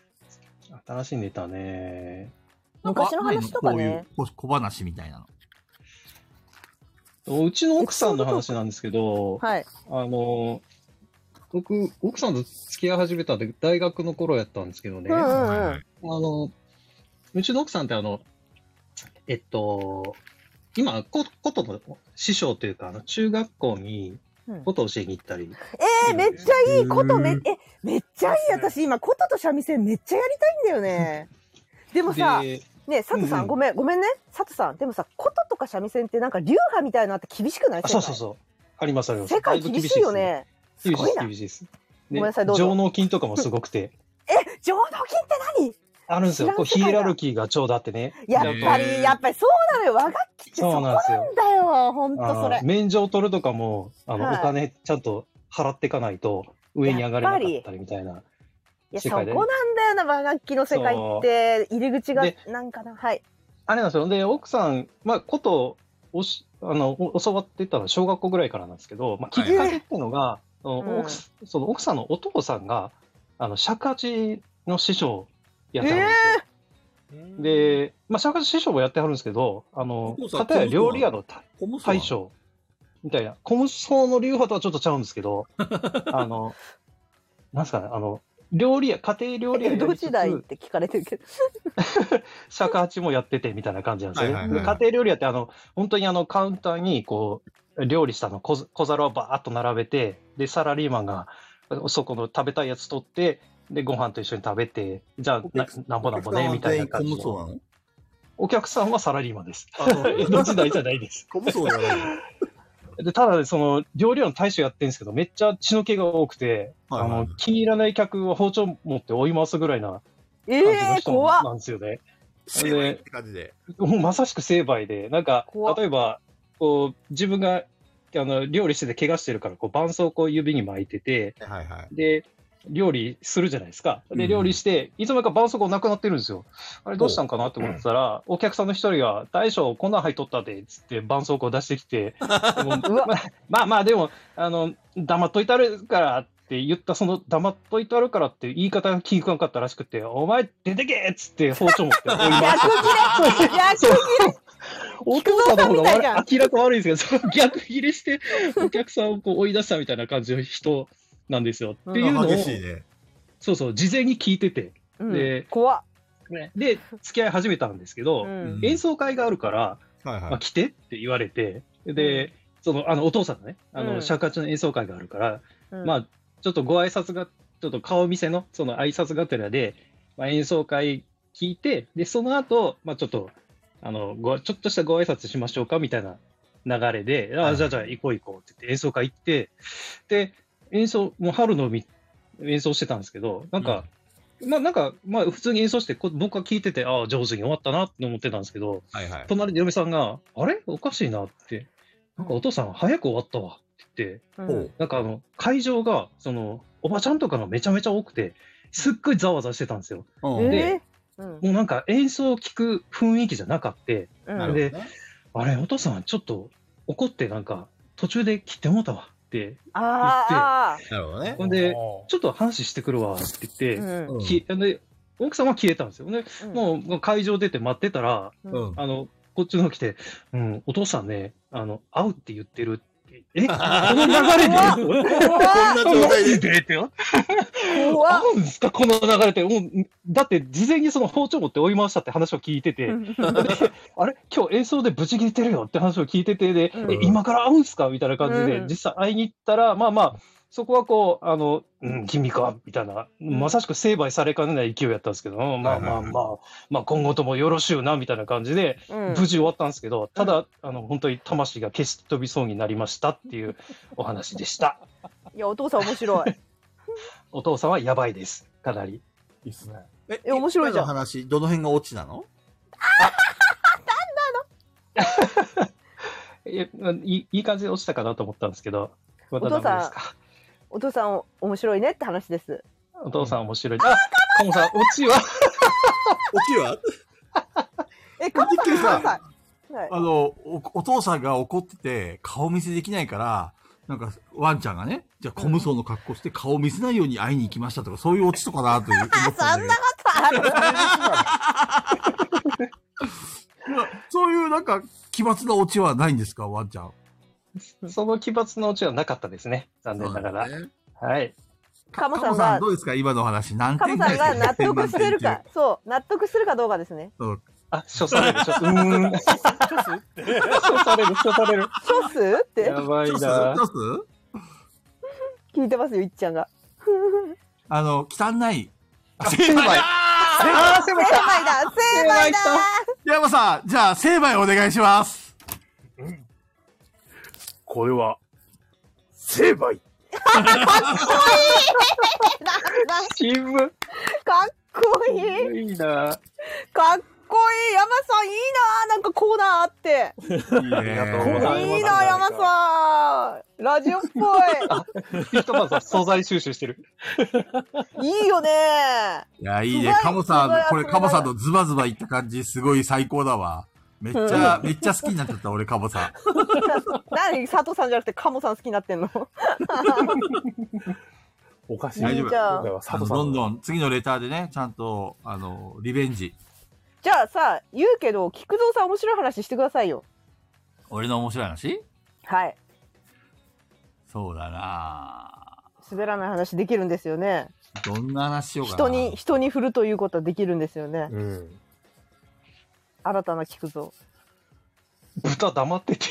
新しいネタね。昔の話とかねなんあないのこういう小小話みたいなの。うちの奥さんの話なんですけど、はい。あの、僕、奥さんと付き合い始めたんで、大学の頃やったんですけどね。うんうあんうん。の、うちの奥さんってあの、えっと、今、こことの師匠というか、あの中学校にうんことを教えに行ったり。えー、めっちゃいいことめ、え、めっちゃいい。私今、ことと三味線めっちゃやりたいんだよね。でもさ、 で、ねえ佐藤さん、うんうんごめんごめんね佐藤さんでもさ琴とか三味線ってなんか流派みたいなのあって厳しくないあそうそうそう。ありますあります。世界だぶ厳しいよねす厳しいごいです。な厳しいです。ごめんなさいどうぞ上納金とかもすごくて。え上納金って何あるんですよ。こう知ヒらん世界だエラルキーがちょうどあってね。やっぱへえりやっぱりそうなのよ和楽器ってそそこうななんですよ。んだよほんあとそれの免状取るとかも、あの、はいお金ちゃんと払っていかないと、上に上がれなかったりみたいな。いやそ世こなん界だでよな和楽器の世界って入り口がでなんかなはいあれなんですよ。で、奥さん、まあ、ことをし、あの、お教わってたのは小学校ぐらいからなんですけど、まあ、きっはいかけっていうのが、あのうん奥さんその奥さんのお父さんが、あの、尺八の師匠やってはるんですよ。で、まあ、尺八師匠もやってはるんですけど、あのお父、さん片や料理屋のた小武装大将みたいな、コムソの流派とはちょっとちゃうんですけ ど、あの、なんですかね、あの、料理屋、家庭料理屋江や戸りつ時代っつ、て聞かれてるけど尺八もやっててみたいな感じなんですよね。はいはいはいで家庭料理屋って、あの、本当にあの、カウンターに、こう、料理したの小小皿をバーッと並べて、で、サラリーマンが、そこの食べたいやつ取って、で、ご飯と一緒に食べて、じゃあ、ななんぼなんぼね、みたいな感じお客さんはの。お客さんはサラリーマンです。 全員小武装なの江戸時代じゃないです。 小武装じゃないので、ただ、その、料理屋の大将やってるんですけど、めっちゃ血の気が多くて、はいはいあの、気に入らない客は包丁持って追い回すぐらいなえ感じのえ人怖っなんですよね。成敗って感じで。もうまさしく成敗で、なんか怖、っ例えば、こう、自分が、あの、料理してて怪我してるから、こう、絆創膏を指に巻いてて、はいはい。で、料理するじゃないですか。うで、ん料理して、いつの間にか絆創膏なくなってるんですよ。あれどうしたんかなって思ってたら、お客さんの一人が、大将、こんなん入っとったで、つって絆創膏出してきて、 でもうわままあまあ、でも、あの、黙っといたるからって言った、その、黙っといたるからって言い方が聞かなかったらしくて、お前、出てけっつって包丁持って追い回 した。逆切れ逆 切れお父さんの方が悪い明らか悪いんですけど、その逆切れして、お客さんをこう追い出したみたいな感じの人なんですよ。っていうのを、激しいね。そうそう、事前に聞いてて、うでん、怖っ で、付き合い始めたんですけど、うん演奏会があるから、はいまはあ、来てって言われて、で、その、あの、お父さんのね、あうの、ん尺八の演奏会があるから、うんまあ、ちょっとご挨拶が、ちょっと顔見せの、その挨拶がてらで、まあ、演奏会聞いて、で、その後、まあ、ちょっと、あの、ご、ちょっとしたご挨拶しましょうか、みたいな流れで、はあいじゃあじゃあ行こう行こうって言って演奏会行って、で、演奏、もう春の海、演奏してたんですけど、なんか、まあなんか、まあ普通に演奏して、こ僕は聞いてて、ああ、上手に終わったなって思ってたんですけど、い。はいはい。隣で嫁さんが、あれおかしいなって、なんかお父さん早く終わったわって言って、うんほう。なんかあの、会場が、その、おばちゃんとかがめちゃめちゃ多くて、すっごいざわざわしてたんですよ。うんえーうんもうなんか演奏を聞く雰囲気じゃなかった。うんなるほどね。あれ、お父さんちょっと怒ってなんか、途中で切ってもうたわって、あなるほどね。ほんで、おーちょっと話してくるわってーあー、言って、うんきで奥さんは消えたんですよ。ねうんもう会場出て待ってたら、うん。あの、こっちの方来て、うん、お父さんね、あの、会うって言ってるって。 えこの流れでこん怖っ な状態で。でって怖っ合うんですかこの流れって。もう、だって事前にその包丁持って追い回したって話を聞いてて、であれ今日演奏でブチ切れてるよって話を聞いてて、で、うんえ今から会うんすかみたいな感じで、うん実際会いに行ったら、まあまあ、そこはこう、あの、うん、君か、みたいな、まさしく成敗されかねない勢いやったんですけど、うんまあまあまあ、まあ今後ともよろしゅうな、みたいな感じで、うん無事終わったんですけど、ただ、あの、本当に魂が消し飛びそうになりましたっていうお話でした。いやお父さん面白いお父さんはやばいです。かなり。いいっすね。ええ面白いじゃん今の話、どの辺がオチなのえいいいい感じで落ちたかなと思ったんですけど、またお父さんダメですか。お父さん面白いねって話ですお父さん面白い。あ、カモさん、オチは、オチはえカモさんびっくりしたカモさんはいあのお、お父さんが怒ってて、顔見せできないから、なんか、ワンちゃんがね、じゃあ、小無双の格好して顔見せないように会いに行きましたとか、そういうオチとかなという思ってたそんだんけなどことあるいやそういうなんか、奇抜なオチはないんですか、ワンちゃん。その奇抜なオチはなかったですね。残念ながら。そうですねはい。カモカさモんさがん、どうですか、今の話。何カモ点さんぐらがい納得してるか。そう納得するかどうかですねそうあ、処される、処うーん。処される、処される。少数ってやばチいョスチな。ョス聞いてますよいっちゃんがあの、汚い。成敗。あー、成成敗敗した。だ成敗だ 山さん、じゃあ、成敗お願いします。これは、成敗ななチーム。かっこいいいいな。かっこいい山さんいいななんかコーナーあってありがとうござますいいな山さんラジオっぽひとまずは素材収集してる。 いいいよねいや、いいすごねい。カモさんのすごこれい、すごいカモさんのズバズバいった感じ、すごい最高だわ。めっちゃ、めっちゃ好きになっちゃった、俺、カモさん。何佐藤さんじゃなくてカモさん好きになってんのおかしい。大丈夫じゃあ今回は佐あの藤さんどんん。どん、次のレターでね、ちゃんと、あの、リベンジ。じゃあさ言うけど菊蔵さん面白い話してくださいよ俺の面白い話はいそうだな滑らない話できるんですよねぁどんな話しようかな。人に。人に振るということはできるんですよねうん。新たな菊蔵豚黙ってて。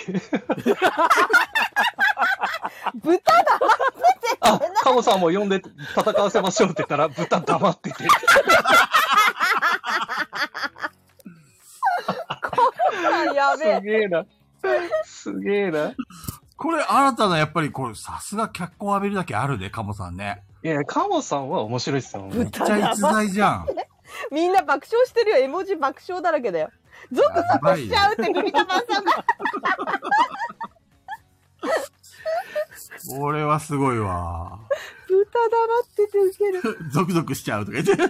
豚だ あ、カモさんも呼んで戦わせましょうって言ったら、豚黙ってて。やべえすげえな。すげえな。これ新たな、やっぱりこれ、さすが脚光浴びるだけあるね、カモさんね。いや、カモさんは面白いっすよ。めっちゃ逸材じゃん。みんな爆笑してるよ。絵文字爆笑だらけだよ。ゾクゾクしちゃうって、グミタパンさんが。これはすごいわ。豚だなっててウケる。ゾクゾクしちゃうとか言って。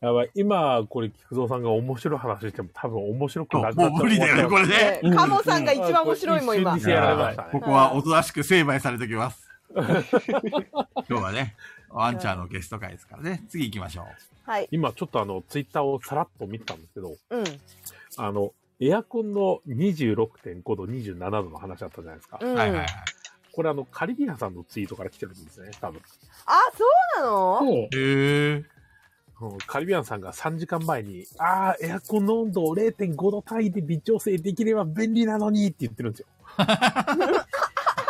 やばい。今、これ、菊蔵さんが面白い話しても多分面白くなくなもうっちゃ無理だよね、これね。カモさんが一番面白いもん、今 一。瞬にしてやられましたこね。こはおとなしく成敗されておきます。 今日はね、ワンちゃんのゲスト会ですからね。次行きましょう。はい。今、ちょっとあの、ツイッターをさらっと見てたんですけど、うん。あの、エアコンの26.5度、27度の話あったじゃないですか。うん。はいはいはい。これあの、カリビアンさんのツイートから来てるんですね、多分。あ、そうなのへー。うんカリビアンさんが3時間前に、ああ、エアコンの温度を0.5度単位で微調整できれば便利なのにって言ってるんですよ。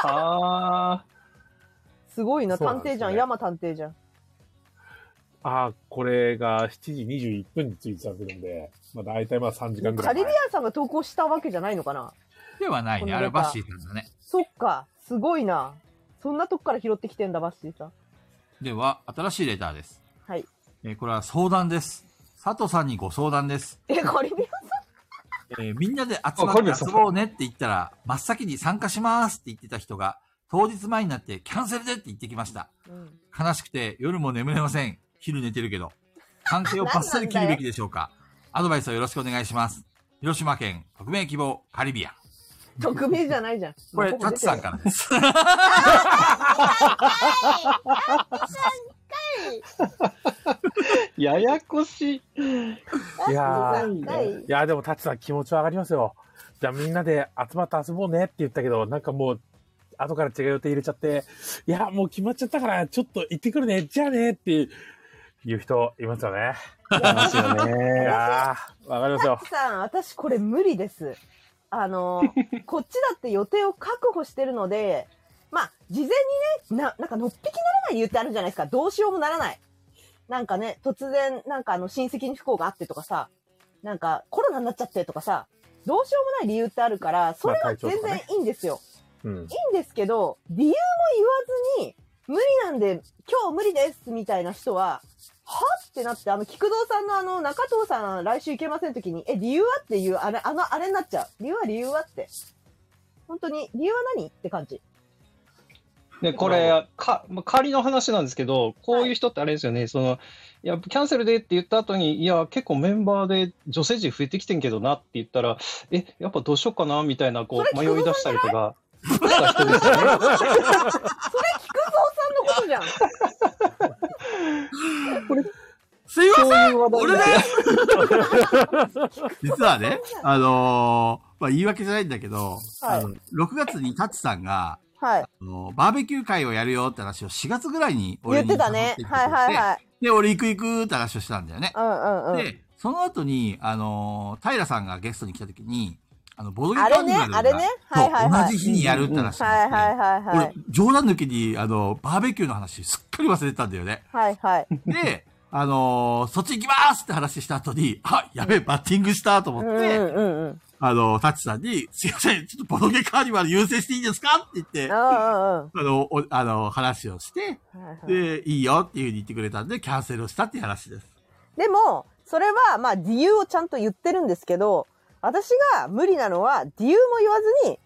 あすごいな。そうなん探です偵じゃん。ね山探偵じゃん。ああ、これが7時21分にツイートされてるんで、まあ大体まあ3時間ぐらカいリビ前。アンさんが投稿したわけじゃないのかなではないね。あれはバッシーさんだね。そっか。すごいな。そんなとこから拾ってきてんだ、バッシーさん。では、新しいレターです。はい。えーこれは相談です。佐藤さんにご相談です。え、カリビアンえーみんなで集あまカっルてビさん遊ぼうねって言ったら、真っ先に参加しますって言ってた人が、当日前になってキャンセルでって言ってきました。うん悲しくて夜も眠れません。昼寝てるけ ど。関係をバッサリ切るべきでしょうか。アドバイスをよろしくお願いします。広島県、匿名希望、カリビアン。 匿名じゃないじゃん。これ、どタッも出ツてるさんからです。 あ、ややこしい。いタッツさやんー、いやーでもタッチさん気持ちは上がりますよ。じゃあみんなで集まって遊ぼうねって言ったけど、なんかもう、後から違う予定入れちゃって、いや、もう決まっちゃったから、ちょっと行ってくるね、じゃあねっていう人いますよね。いますよね。いやー、わかりますよ。さん、私これ無理です。あの、 こっちだって予定を確保してるので、まあ、事前にね、な、なんかのっぴきならない理由ってあるじゃないですか。どうしようもならない。なんかね、突然、なんかあの、親戚に不幸があってとかさ、なんかコロナになっちゃってとかさ、どうしようもない理由ってあるから、それまあは体調全とかね然いいんですよ。ういん。いんですけど、理由も言わずに、無理なんで、今日無理ですみたいな人は、はってなって、あの、菊蔵さんのあの、中藤さん来週行けませんときに、え、理由はっていう、あれ、あの、あれになっちゃう。理由は理由はって。本当に、理由は何って感じ。ね、これ、か、まあ、仮の話なんですけど、こういう人ってあれですよね、その、いや、キャンセルでって言った後に、いや、結構メンバーで女性陣増えてきてんけどなって言ったら、え、やっぱどうしようかなみたいな、こう、それ迷聞くい出したりとか、した人ですよね。菊蔵さんのことじゃん。すいませんそういう話題俺ね実はね、あのーまあ言い訳じゃないんだけど、はいあの6月にタッチさんが、はい。あのバーベキュー会をやるよって話を4月ぐらいに 言俺っにてたね誘。ってきてくれはていはいはい。で、俺行く行くって話をしてたんだよね。うんうんうん。で、その後に、あのー平さんがゲストに来た時に、あの、ボドゲあれねカーニバルがあれねはいはいそうはい同じ日にやるって話になはっいて、はいはいはい俺。、冗談抜きに、あの、バーベキューの話、すっかり忘れてたんだよね。はいはい。で、あのーそっち行きますって話した後に、あ、やべえ、バッティングしたと思うっんて、うんうんうん。あのタッチさんに、すいません、ちょっとボドゲカーニバル優先していいですかって言って、うあんうんうん。の、おあの、話をして、はいはいで、いいよっていうふうに言ってくれたんで、キャンセルをしたっていう話です。でも、それは、まあ、理由をちゃんと言ってるんですけど、私が無理なのは、理由も言わずに、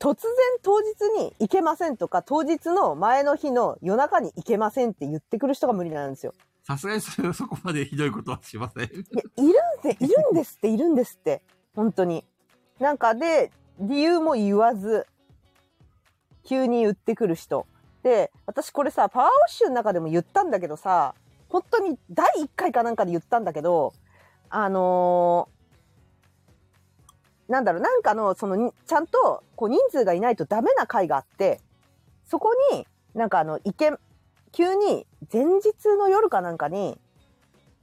突然当日に行けませんとか、当日の前の日の夜中に行けませんって言ってくる人が無理なんですよ。さすがにそれそこまでひどいことはしません。いや、いるんで、いるんですって、いるんですって。本当に。なんかで、理由も言わず、急に言ってくる人。で、私これさ、パワーウォッシュの中でも言ったんだけどさ、本当に第1回かなんかで言ったんだけど、あのーなんだろう、なんかの、その、にちゃんと、こう、人数がいないとダメな回があって、そこに、なんかあの、意見、急に、前日の夜かなんかに、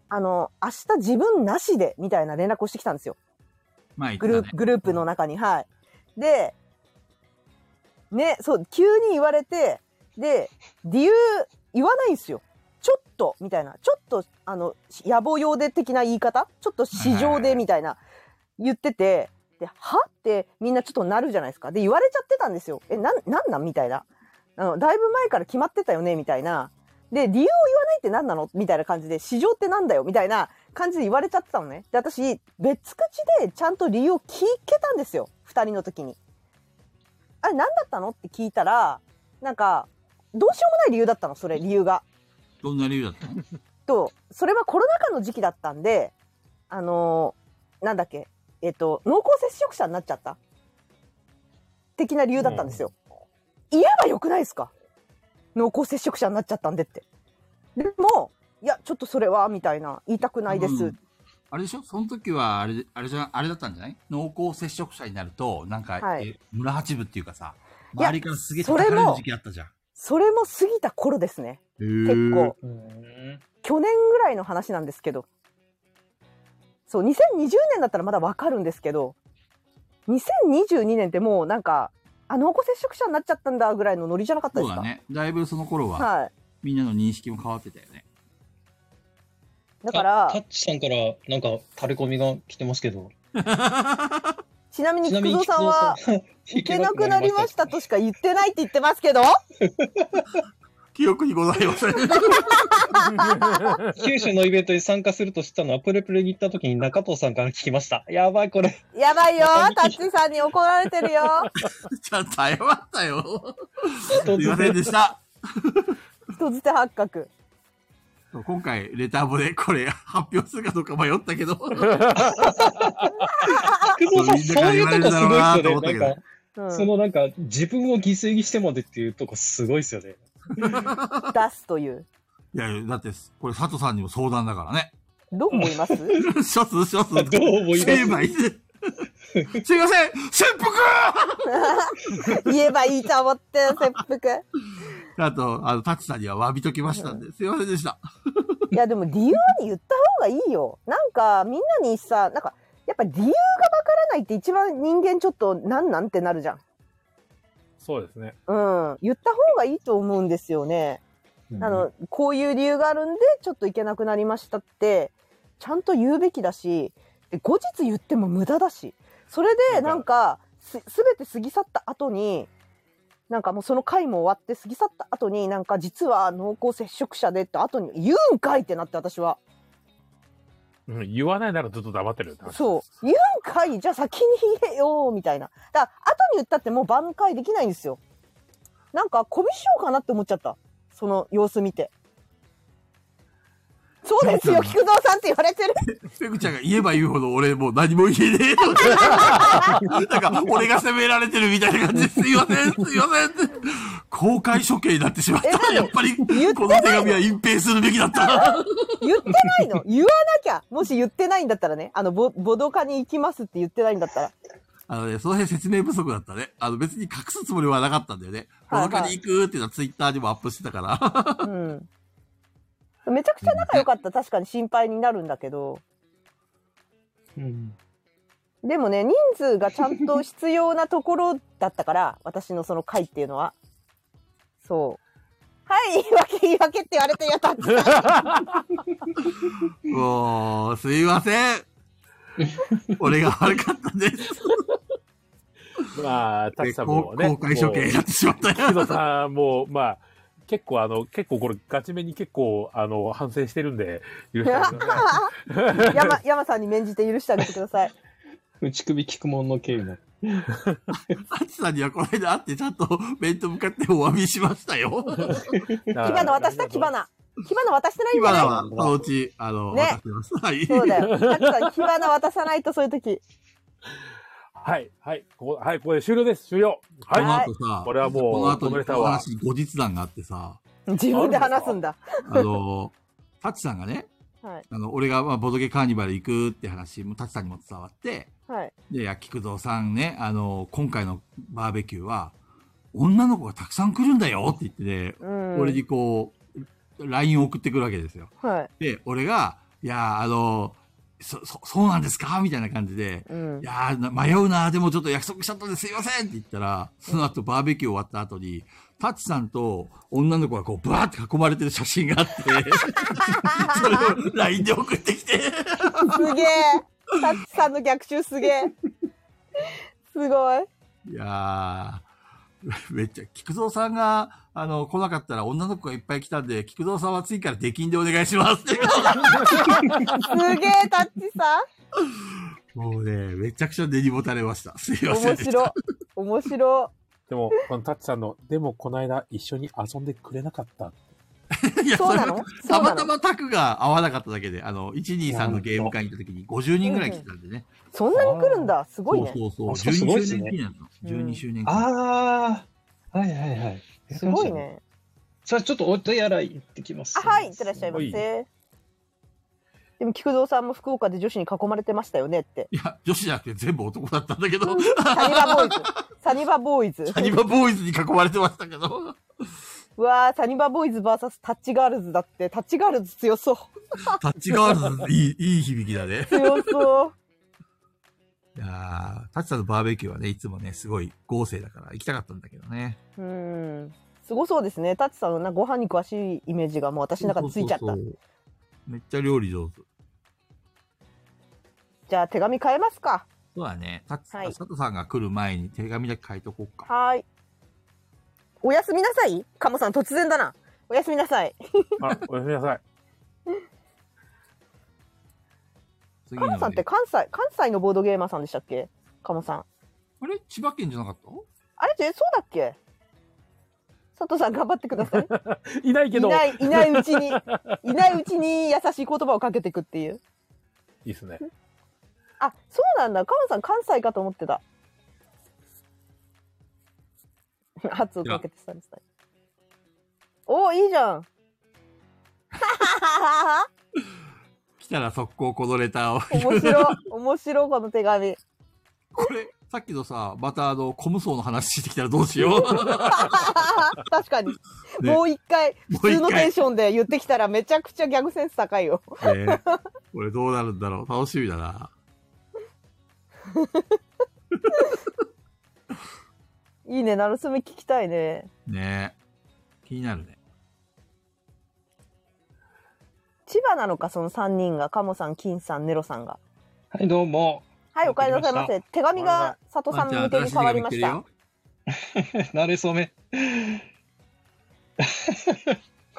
あの、明日自分なしで、みたいな連絡をしてきたんですよ。まあ言ってグたル,、ね。グループの中に、はい。で、ね、そう、急に言われて、で、理由言わないんですよ。ちょっと、みたいな。ちょっと、あの、野望用で的な言い方ちょっと市場で、みたいな、言ってて、で、はってみんなちょっとなるじゃないですか。で、言われちゃってたんですよ。え、なん、なんなんみたいな。あの、だいぶ前から決まってたよねみたいな。で、理由を言わないって何なのみたいな感じで、市場ってなんだよみたいな感じで言われちゃってたのね。で、私、別口でちゃんと理由を聞けたんですよ。二人の時に。あれ、何だったのって聞いたら、なんか、どうしようもない理由だったの、それ、理由が。どんな理由だったのと、それはコロナ禍の時期だったんで、あのーなんだっけ、えっ、と、濃厚接触者になっちゃった。的な理由だったんですよ。言えばよくないですか濃厚接触者になっちゃったんでって。でも、いや、ちょっとそれは、みたいな、言いたくないです。うんあれでしょその時は、あれ、あれじゃ、あれだったんじゃない濃厚接触者になると、なんか、はいえ村八部っていうかさ、いや周りからすげえそ叩れもかれる時期あったじゃん。それも過ぎた頃ですね。結構。去年ぐらいの話なんですけど。そう、2020年だったらまだわかるんですけど、2022年ってもうなんか、あ、濃厚接触者になっちゃったんだぐらいのノリじゃなかったでそうすかだね。だいぶその頃は、はみんなの認識も変わってたよね。い。だからタ、ッチさんからなんか垂れ込みが来てますけど。ちなみにちなみ菊に蔵さんは、菊蔵 さん、行けなくなりましたとしか言ってないって言ってます けど、記憶にございませ ん。九州のイベントに参加すると知ったのは、プレプレに行った時に中藤さんから聞きました。やば い、これ。やばいよ、タッチさんに怒られてるよ。ちゃんと謝ったよ。すいませんでした。人づて発覚。今回、レターボでこれ発表するかどうか迷ったけど、菊蔵さん、そういうとこすごいみんっすなから言われるだろうなと思よったけどね。なんか、うん、そのなんか、自分を犠牲にしてまでっていうとこすごいっすよね。出すという。いや、だって、これ佐藤さんにも相談だからね。どう思います ショツ、ショツ。どう思います成敗すいません切腹言えばいいと思って、切腹。あと、あの、タチさんには詫びときましたんで、すいませんでした。いやでも理由は言った方がいいよ。なんかみんなにさ、なんかやっぱ理由がわからないって一番人間ちょっとなんなんってなるじゃん。そうですね。うん。言った方がいいと思うんですよね。あの、こういう理由があるんでちょっと行けなくなりましたって、ちゃんと言うべきだし、で後日言っても無駄だし。それでなんか、す、すべて過ぎ去った後に、なんかもうその回も終わって過ぎ去った後になんか実は濃厚接触者でって後に言うんかいってなって私は。うん、言わないならずっと黙ってるって話そう。言うんかいじゃあ先に言えよみたいな。だから、後に言ったってもう挽回できないんですよ。なんか、こびしようかなって思っちゃった。その様子見て。そうですよ、菊蔵さんって言われてる。ペグちゃんが言えば言うほど俺もう何も言えねえと。なんか、俺が責められてるみたいな感じですいません、すいませんって。公開処刑になってしまっ。えだったてやっぱり、こ言ってのな手いの紙は隠蔽するべきだった。言ってないの言わなきゃ。もし言ってないんだったらね。あの、ぼ、ボドカに行きますって言ってないんだったら。あのね、その辺説明不足だったね。あの、別に隠すつもりはなかったんだよね。はいは他いに行くっていうのはツイッターにもアップしてたから。うん。めちゃくちゃ仲良かった。確かに心配になるんだけど。うんでもね、人数がちゃんと必要なところだった から、私のその会っていうのは。そう。はい、言い訳、言い訳って言われてやった。もう、すいません。俺が悪かったです。まあ、タチさんもね。公開処刑になってしまった木よ。戸さんも、まあ、結構あの、結構これガチめに結構あの、反省してるんで、許してあげてくだ さ山、山さんに免じて許してあげてください。内首聞くもんの経緯の。サチさんにはこの間会ってちゃんと面と向かってお詫びしましたよ。キい。 だからバナ渡した、キバ。ナ。キバナ渡してないんじ今ゃないのは、そのうち、あの、ね渡してます。はい。そう だよ。タチさん、キバナ渡さないとそういう時。はい、はい、ここ、はい、これ終了です、終了。こはのい。後さ、これはもうこの後このにレターこのは話、後日談があってさ、自分で話すんだ。あの、タチさんがね、はい。あの、俺が、まあ、ボドゲカーニバル行くって話もタチさんにも伝わって、はい。で、いや、菊蔵さんね、あの、今回のバーベキューは、女の子がたくさん来るんだよって言ってね、うん。俺にこう、LINE を送ってくるわけですよ。はい。で、俺が、いや、あの、そ、そ、そうなんですかみたいな感じで、うんい。やーな迷うなー、でもちょっと約束しちゃったんですいませんって言ったら、その後バーベキュー終わった後に、タッチさんと女の子がこう、バーって囲まれてる写真があって、それを LINE で送ってきて、すげえ。タッチさんの逆襲すげえ。 すごい。いやー、めっちゃ、菊蔵さんが、あの、来なかったら女の子がいっぱい来たんで、菊蔵さんは次から出禁でお願いしますって。すげえ、タッチさもうね、めちゃくちゃ根にもたれました。 すいん。ません面でした。白。面白。でも、このタッチさんの、でもこの間一緒に遊んでくれなかった。いや、そうなれはのそ たうなまのたまタクが合わなかっただけで、あの、123のゲーム会に行った時に50人ぐらい来てたんでね。そんなに来るんだ。すごいそうね。そうそう。あそうすごい12っす周ね年記念だったの。うん12周年記念。ああ、はいはいはい。すごい。ね。それはちょっとお手洗い行ってきます。あ、はい、いってらっしゃいまはせ。でも、菊蔵さんも福岡で女子に囲まれてましたよ ねって。いや、女子じゃなくて全部男だったんだけど、サニバボーイズ。サニバボーイズ。サニバボーイズに囲まれてましたけど。うわー、サニバボーイズ VS タッチガールズだって、タッチガールズ強そう。タッチガールズ、いい、いい響きだね。強そう。いやー、タッチさんのバーベキューはね、いつもね、すごい豪勢だから行きたかったんだけどね。 うーん。すごそうですね。タッチさんのなご飯に詳しいイメージがもう私の中についちゃったそう。そうそうめっちゃ料理上手。じゃあ手紙変えますか。そうだね。タッチ、はい佐藤さんが来る前に手紙だけ書いとこうか。はーい。おやすみなさい。カモさん突然だな。おやすみなさい。あ、おやすみなさい。次カモのさんってね。関西、関西のボードゲーマーさんでしたっけカモさん。あれ千葉県じゃなかったあれそうだっけ佐藤さん頑張ってください。いない けいど。ない、いないうち に、いないうちに優しい言葉をかけていくっていう。いいっすね。あ、そうなんだ。カモさん関西かと思ってた。圧をかけてさ、おいいじゃ ん。来たら速攻このレ ターを。面白い、面白いこの手 紙。これ、さっきのさ、またあの、コム層の話してきたらどうしよう。確かに。ねもう一回、も普通のテンねションで言ってきたらめちゃくちゃギャグセンス高いよ。これどうなるんだろう。楽しみだな。いいね、なるすめ聞きたいね。ね気になるね。千葉なのか、その3人が。カモさん、金さん、ネロさんが。はい、どうも。はい、お帰りなさいませ。手紙が佐藤さんの向けに変わりました。慣れそめ。 こ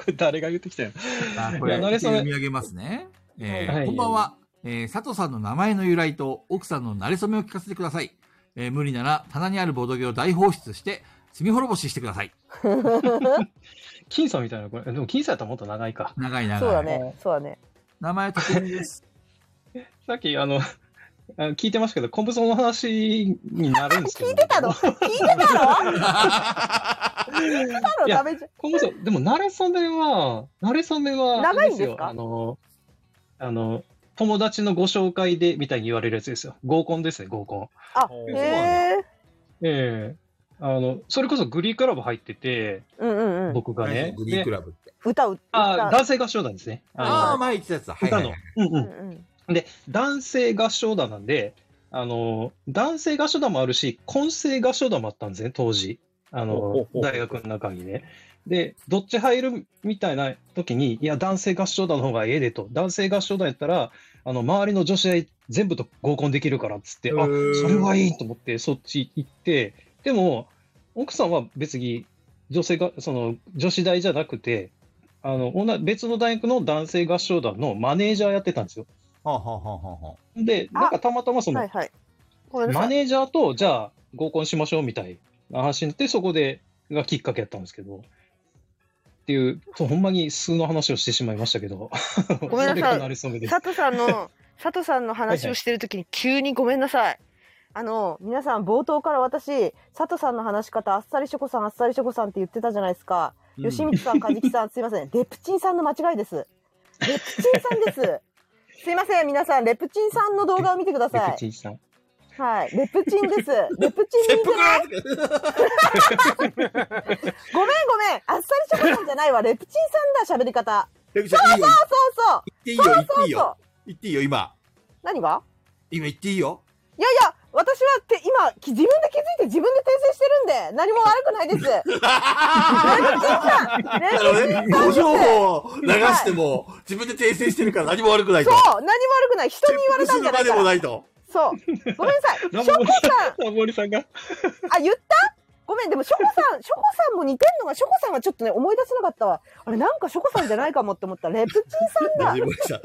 れ誰が言ってきたよ。あこれ、いや慣れそめ読み上げますね。えーはいこんばんは、えー佐藤さんの名前の由来と奥さんの馴れ初めを聞かせてください。えー無理なら棚にあるボドゲを大放出して、罪滅ぼししてください。金さんみたいな、これ。でも金さんやったらもっと長いか。長い長い。そうだね、そうだね。名前特に です。さっき、あの、 あの聞いてましたけど、コムソンの話になるんですけど。聞いてたの聞いてたの聞いてたのいやダメじコムソン、でも、慣れそめは、慣れそめは、長いんですかあれよあの、あの、友達のご紹介でみたいに言われるやつですよ。合コンですね、合コン。ゃん。あお、ーへえ。ええあの、それこそグリークラブ入ってて、うんうんうん。僕がね。 グリーンクでラブって。歌う。あ歌う。男性合唱団ですね。ああ、あ前言ってたやつだ。の、はい、歌はいはのい。。うんううんん。うん。で、男性合唱団なんで、あの、男性合唱団もあるし、混声合唱団もあったんですね、当時。ほあうほのうほ、う大学の中にね。で、どっち入るみたいな時に、いや、男性合唱団の方がええでと。男性合唱団やったら、あの、周りの女子大全部と合コンできるからっつって、あ、それはいいと思って、そっち行って、でも、奥さんは別に、女性が、その、女子大じゃなくて、あの、女別の大学の男性合唱団のマネージャーやってたんですよ。はあ、はあはあはあはあで、あなんかたまたまそはいの、はい。ごめんなさマい。ネージャーと、じゃあ合コンしましょうみたいな話になって、そこで、がきっかけやったんですけど、っていう、そうほんまに数の話をしてしまいましたけど、ごめんなさいそれがなりそめです。佐藤さんの 佐藤さんの話をしてるときに急にごめんなさい。あの、皆さん冒頭から私、佐藤さんの話し方、あっさりしょこさん、あっさりしょこさんって言ってたじゃないですか。うん吉光さん、梶木さん、 すいません。レプチンさんの間違いです。レプチンさんです。すいません、皆さん、レプチンさんの動画を見てくだペさクい。チンさん。はい、レプチ ンです。レプチンで切す。ごめん、ごめん腹だごめん。あっさりしょこさんじゃないわ。レプチンさんだ、喋り方。レクちゃん、いいよ。そうそう。言っていいよ。言っていいそうそうよ。。言っていいよ、今。何が今言っていいよ。いやいや、私はって今、き自分で気づいて自分で訂正してるんで、何も悪くないです。あのね、レプチンさん、レプチンさんです。ご情報を流しても、自分で訂正してるから何も悪くないと。そう何も悪くない人に言われたんじゃな切腹する場いでかもらないと。そう。ご めんなさい。しょこさん。あ、森さんが。あ、言ったごめん、でも、しょこさん、しょこさんも似てんのが、しょこさんはちょっとね、思い出せなかったわ。あれ、なんかしょこさんじゃないかもって思ったら、レプチンさんだ。森さん、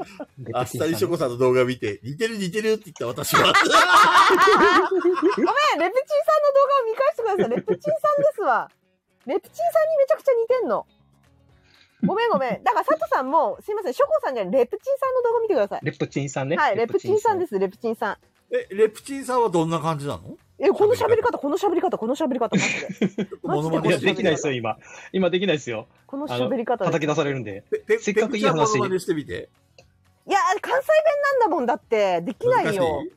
あっさりしょこさんの動画見て、似てる似てるって言った私は。ごめん、レプチンさんの動画を見返してください。レプチンさんですわ。レプチンさんにめちゃくちゃ似てんの。ごめんごめん。だから、佐藤さんも、すいません、しょこさんじゃない、レプチンさんの動画見てください。レプチンさんね。はい、レプチンさんです、レプチンさん。え、レプチンさんはどんな感じなのえ、この喋り方、この喋り方、この喋り方、マジで。ちょっとモノマいネしや、てみでてきないですよ、今。今できないですよ。この喋り方です。叩き出されるんで。ペペせっかくいいペグち話ゃんモノマネしてみて。いやー、関西弁なんだもんだって、できないよ難し。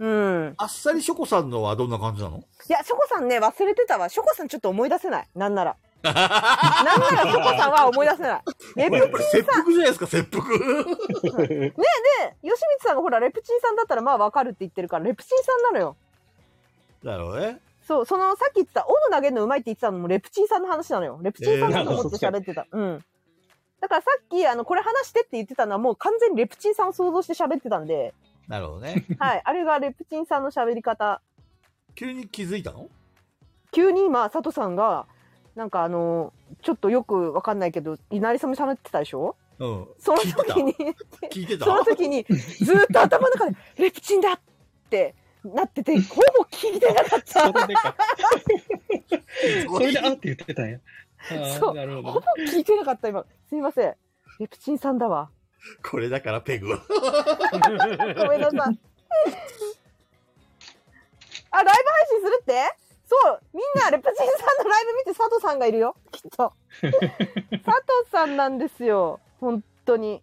うん。あっさりしょこさんのはどんな感じなのいや、しょこさんね、忘れてたわ。しょこさんちょっと思い出せない。なん なら。なんならしょこさんは思い出せない。レプやっチぱり切腹じゃないですか、切腹。ン、吉光さんがほら、レプチンさんだったらまあわかるって言ってるから、レプチンさんなのよ。なるほどね。そう、その、さっき言ってた、斧投げるのうまいって言ってたのも、レプチンさんの話なのよ。レプチンさんだと思って喋ってた。うん。だからさっき、あの、これ話してって言ってたのは、もう完全にレプチンさんを想像して喋ってたん で、なるほどね。はい。あれがレプチンさんの喋り方。急に気づいたの急に今佐藤さんがなんかあのちょっとよくわかんないけど稲荷さんも喋ってたでしょうん。その聞いてた時に聞いてた その時にずーっと頭の中で「レプチンだ!」ってなっててほぼ聞いてなかっそたれでか。それで、あって言ってたんや。あそーうなるほほぼど。聞いてなかった今すいませんレプチンさんだわ これだからペグは。ごめんなさいあライブ配信するってそうみんなレプチンさんのライブ見て佐藤さんがいるよきっと佐藤さんなんですよ本当に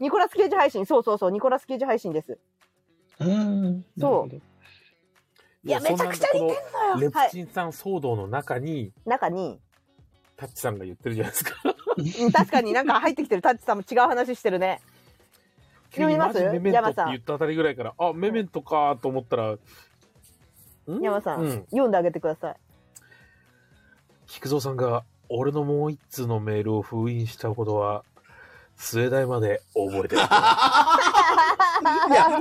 ニコラス・ケイジ配信そうそうそうニコラス・ケイジ配信ですうんそう。いやいやめちゃくちゃ似てんのよこのレプはいチンさん騒動の中に、中に、タッチさんが言ってるじゃないですか。うん、確かになんか入ってきてるタッチさんも違う話してるね読みます急にマジメメント山ってさん言ったあたりぐらいから、あ、メメントかと思ったら、ん山さん、うん。読んであげてください菊蔵さんが、俺のもう一通のメールを封印したことは、末代まで覚えてる。いや、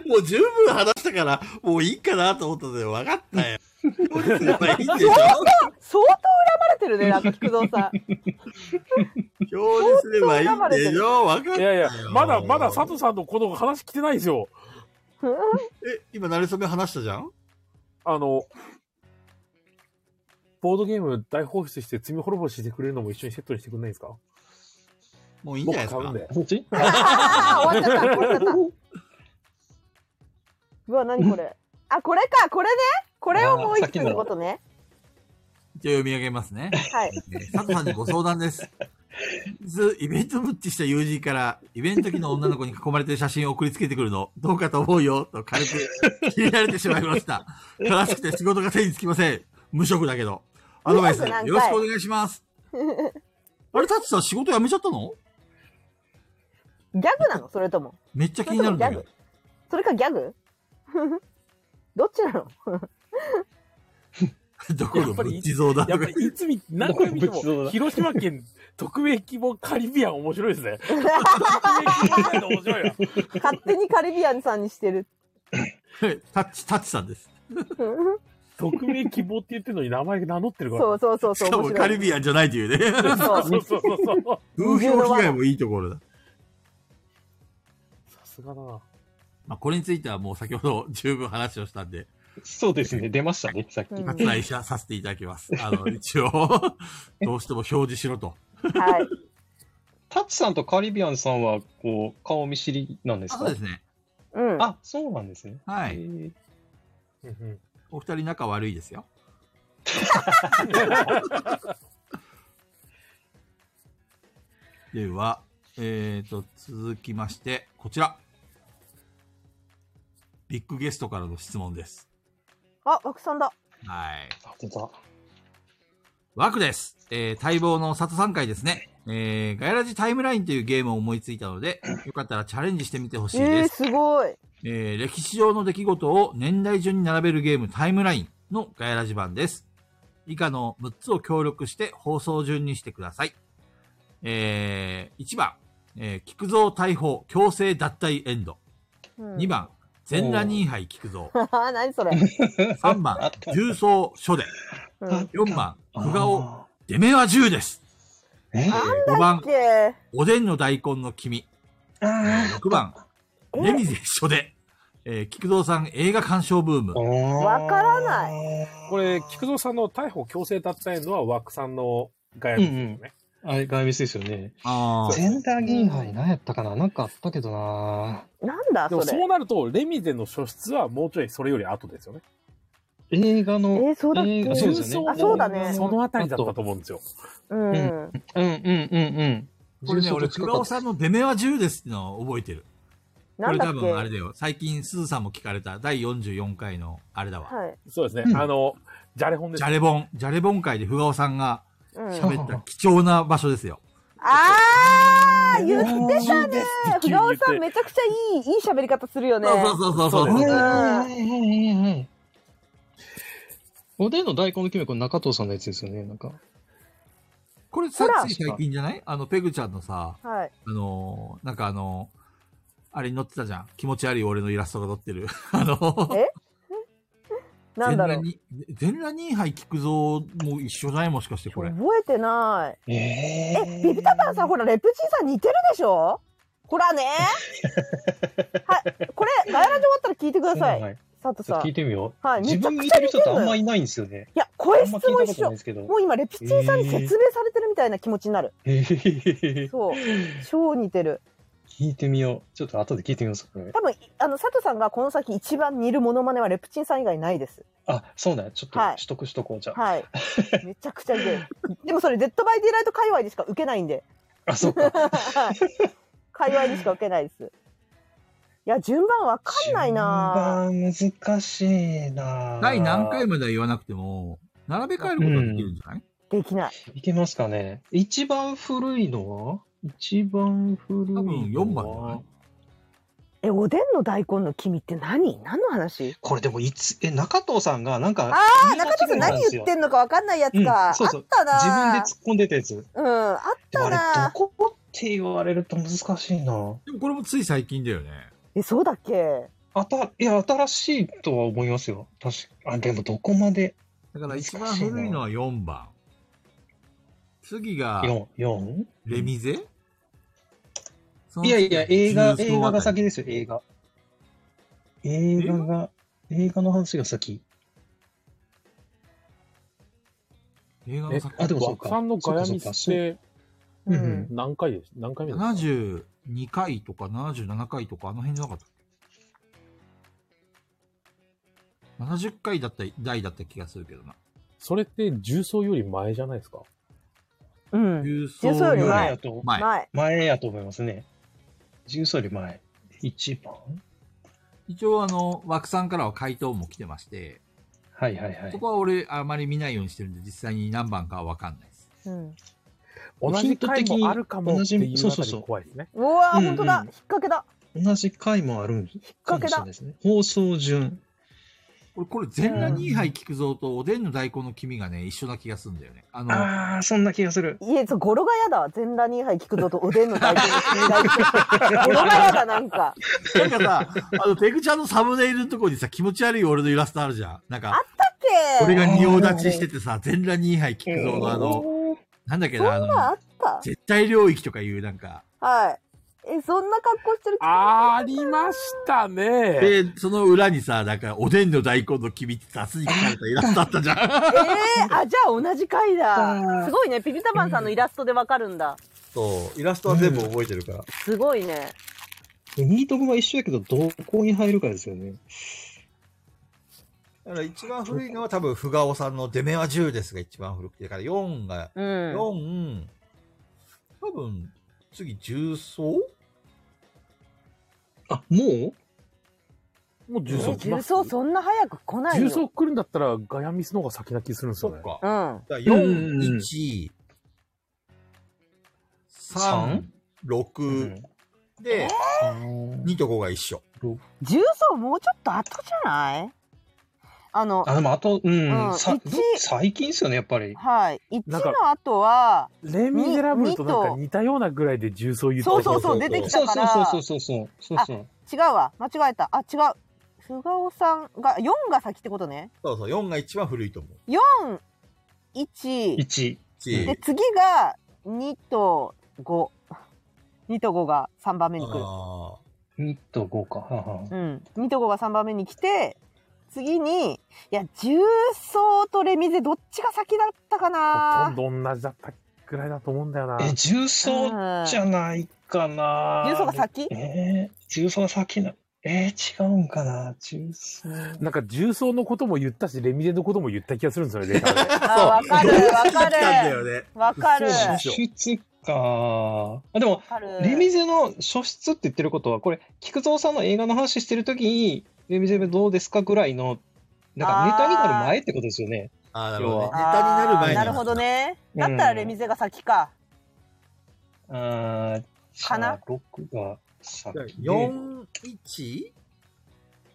もう十分話したから、もういいかなと思ったので、分かったよ。これすればいいんでしょ相当恨まれてるねなんか菊蔵さん表にすればいいんでしょ分かっ いたよ。やいや、まだまだ佐藤さんのこの話来てないんですよ。え、今、なれそめ話したじゃんあの、ボードゲーム大放出して罪滅ぼししてくれるのも一緒にセットにしてくれないですかもういいんじゃ僕ないですか。買うんで。こっちあ ー終わっちゃった終わっちゃったうわ何これ あこれかこれねこれをもう一つってことねじゃあ読み上げますね。はいえー佐藤さんにご相談です。ずイベントブッチした友人から、イベント時の女の子に囲まれてる写真を送りつけてくるの、どうかと思うよ、と軽く 切れられてしまいました。悲しくて仕事が手につきません。無職だけど。アドバイス、無よ職なんかいろしくお願いし ます。あれ、タッチさん仕事辞めちゃったのギャグなのそれともめっちゃ気になるんだけど。それかギャグ どっちなの どこのブッチ像だやとっぱかり。いつ見、何回見て僕も仏像も、だ広島県特命希望カリビアン面白いですね。特命希望カリビアン面白 いよ。勝手にカリビアンさんにしてるタッチ、タッチさんです。匿名希望って言ってるのに名前名乗ってるから。そうそうそうしそかうも面カ白リいビアンじゃないという ね。そうそうそうそうそう。風評被害もいいところだ。さすがだな。まあ、これについてはもう先ほど十分話をしたんで、そうですね、出ましたね、さっき。うん割愛者させていただきます。あの、一応、どうしても表示しろと。はいタッチさんとカリビアンさんは、こう、顔見知りなんですそうかですね。うんあ、そうなんですね。はへい。ーうんうんお二人仲悪いですよ。では、えーと、続きまして、こちら。ビッグゲストからの質問です。あ枠さんだはい。あ本当だ枠です。えー待望の里3回ですね。えー、ガヤラジタイムラインというゲームを思いついたので、よかったらチャレンジしてみてほしいえでー、す。すごいえー歴史上の出来事を年代順に並べるゲームタイムラインのガヤラジ版です。以下の6つを協力して放送順にしてください。えー1番、えー、菊蔵逮捕強制脱退エンド。うん2番、全裸ニーハイ聞くぞ。ああ、 何それ。 3番、重曹書で。うんあ4番、あ久顔、出目は銃です。え5番、でおでんの大根の君。6番、えレミゼ書で。えー、菊蔵さん映画鑑賞ブーム。わからない。これ、菊蔵さんの逮捕強制脱退のは枠さんのガヤですよね。あれ、外密ですよね。あーセンター銀杯何やったかななんかあったけどななんだでそもれ。そうなると、レミゼの初出はもうちょいそれより後ですよね。映画えの、ーそうだっけ、映画そうでですすよよねね。あそうだねそのあたりだったと思うんですよ。うん。うんうんうんうん。これね、俺、近久かった顔さんの出目は銃ですってのを覚えてる。こなんれだ多っけ分あれだよ。最近、すずさんも聞かれた第44回のあれだわ。はい。そうですね。うんあの、じゃれ本ですじゃ。れぼん、じゃれぼん会で久顔さん がうん、喋った貴重な場所ですよ。あー言ってたね言ってふがおさんめちゃくちゃいい、いい喋り方するよね。そうそうそうそうそうそでう。はいはいはいはいはい。おでんの大根のきめこれ中藤さんのやつですよね、なんか。これさほら、つい最近じゃないあの、ペグちゃんのさ、はい。あのーなんかあのーあれに載ってたじゃん。気持ち悪い俺のイラストが載ってる。あのーえなんだろ全う。裸に全裸2杯聞くぞも一緒じゃないもしかしてこれ。覚えてない。えええ、ビビタパンさん、ほら、レプチンさん似てるでしょほらねはい、これ、ガヤラジ終わったら聞いてください。い。佐藤ちょさっとん。聞いいてみよう。はい自分め見ちゃくてるちゃ人似んのっててよあんまいないんですよね。や、あ声ん質まも聞いたこと一ないん緒で。すけど。もう今、レプチンさんに説明されてるみたいな気持ちになる。えーそう。超似てる。聞いてみよう。ちょっと後で聞いてみます。これ多分、あの、佐藤さんがこの先一番似るモノマネはレプチンさん以外ないです。あ、そうだよ。ちょっとはい取得しとこう、じゃあ。はい。 めちゃくちゃ似てる。でもそれ、デッドバイデイライト界隈でしか受けないんで。 あ、そうはか。い界隈にしか受けないです。いや、順番わかんないな順番難しいな第何回までは言わなくても、並べ替えることができるんじゃない、できない。いけますかね。一番古いのは一番古いの多は分4番じゃないえ、おでんの大根の君って何何の話これでもいつ、え、中藤さんがなんか、ああ、中田さん何言ってんのかわかんないやつか。うんそうそうあった自分でな突っ込んでたやつ。うん、あっでもたあなれ、どこって言われると難しいな。でもこれもつい最近だよね。え、そうだっけあた、いや、新しいとは思いますよ。確かあ、でもどこまでだから一番古いのは4番。次が、 ?4、四レミゼいやいや、映画、映画が。その次先ですよ、映画。映画が、映画の話が先。映画えの先。あでもそうか枠さんのガヤミそうかスそっうてうんううんん。何回です何回目ですか72回とか77回とか、あの辺じゃなかったっけ ?70 回だった、台だった気がするけどな。それって重曹より前じゃないですかうん。重曹重曹より前前やと、前。前。前やと思いますね。重曹より前。一番一応、あの、枠さんからは回答も来てまして、はいはいはそい。こは俺、あまり見ないようにしてるんで、実際に何番かはわかんないです。うん。同じ回もあるかもっていうそうのそうがそう怖いですね。うわうんー、うんほんとだ。引っ掛けだ。同じ回もあるんかもしれないですね。放送順。これ、これ、全裸2杯聞くぞと、おでんの大根の黄身がね、一緒な気がするんだよね。あの、ああ、そんな気がする。いえ、そう語呂がやだ。全裸2杯聞くぞとおでんの大根の君がいて語呂がやだ、なんか。なんかさ、あの、ペグちゃんのサムネイルのとこにさ、気持ち悪い俺のイラストあるじゃん。なんか、だっ俺けが仁王立ちしててさ、全裸2杯聞くぞのあの、なんだっけな、あそんなあの、った絶対領域とかいうなんか、はい。え、そんな格好してるありましたね。で、その裏にさ、なんか、おでんの大根の君ってさ、すに書かれたイラストあったじゃん。えー、あ、じゃあ同じ回だ。すごいね。ピピタパンさんのイラストでわかるんだ。そう、イラストは全部覚えてるから。すごいね。ニートグは一緒やけど、どこに入るかですよね。だから一番古いのは多分、ふがおさんの出目は10ですが一番古くて、だから4が、うん。 4、多分、次、重曹あ、ももう重曹来ま重す。曹そんな早く来ないよ。重曹来るんだったらガヤミスの方が先な気するんですそよっね。か。うん。だうんうんう4、ん1、3三、う6で、2と5が一緒。重曹もうちょっと後じゃないあの、あ、でもあと、うん、うんさ一最近ですよね、やっぱり。はい。1なんかの後は、レミゼラブルとなんか似たようなぐらいで重曹言ってそうそうう。そう、出てきそたうかそうそうらそ、うそうそうそうそう。違うわ。間違えた。あ、違う。菅尾さんが、4が先ってことね。そうそう、4が一番古いと思う。 4、1、 1。 1で、次が2と5。2と5が3番目に来る。あ2と5か。はんはんうん。2と5が3番目に来て、次に、いや、重曹とレミゼどっちが先だったかなほとんど同じだったくらいだと思うんだよな。え、重曹うんじゃないかな。重曹が先えー、重曹が先な。えー、違うんかな。重曹。なんか重曹のことも言ったし、レミゼのことも言った気がするんですよね、レーダーであ、わかる、わかあ。来たんだる。よね。わかる。そうわそう初出か。あ、でも、かる。レミゼの初出って言ってることは、これ、菊蔵さんの映画の話してるときに、レミゼどうですかぐらいの、なんかネタになる前ってことですよね。ああ、なるほどね。ネタにあーなる前に。なるほど。ね。だったらレミゼが先か。あーじゃかなあ6が先で。 4、1、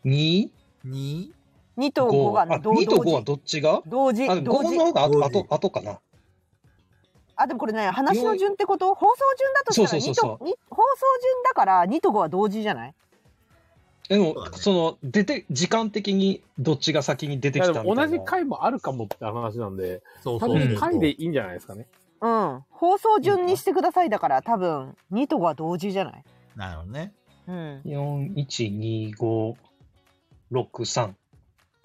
2? 2、 2と5 5があ、ね、同2と5は時。どっちが同時あ、5。同時の。方が後同時後後かな。あ、でもこれね、話の順ってこと放送順だとしたそらうそう2そうと、に放送順だから2と5は同時じゃないでもそうだ、ねその、出て、時間的にどっちが先に出いてきやたみでもたいな。同じ回もあるかもって話なんで、そう多そう分そう。回でいいんじゃないですかね。うん。放送順にしてくださいだから、多分、2と5は同時じゃないなるほどね。うん。 4、1、2、5、6、3。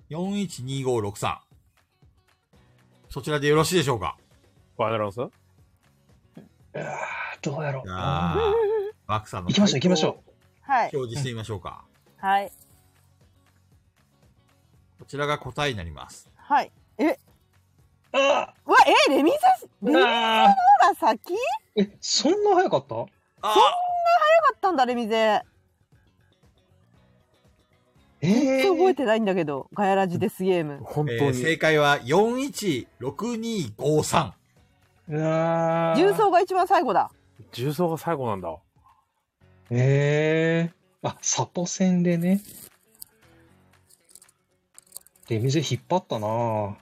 412563。そちらでよろしいでしょうかワンダロンさんあーどうやろう。あ 行あ、枠さんの。きましょう、行きましょはい。表示してみましょうか。はい。こちらが答えになります。はい。う。あうわ、え、レミゼ、レミーゼあが先だーえ、そんな早かったあったんだ、レミゼ。えちょっと覚えてないんだけど、ガヤラジですゲーム。本え当ーに。正解は416253。うわー重曹が一番最後だ。重曹が最後なんだ。えー、あ、サポ戦でね。レミゼ引っ張ったなぁ。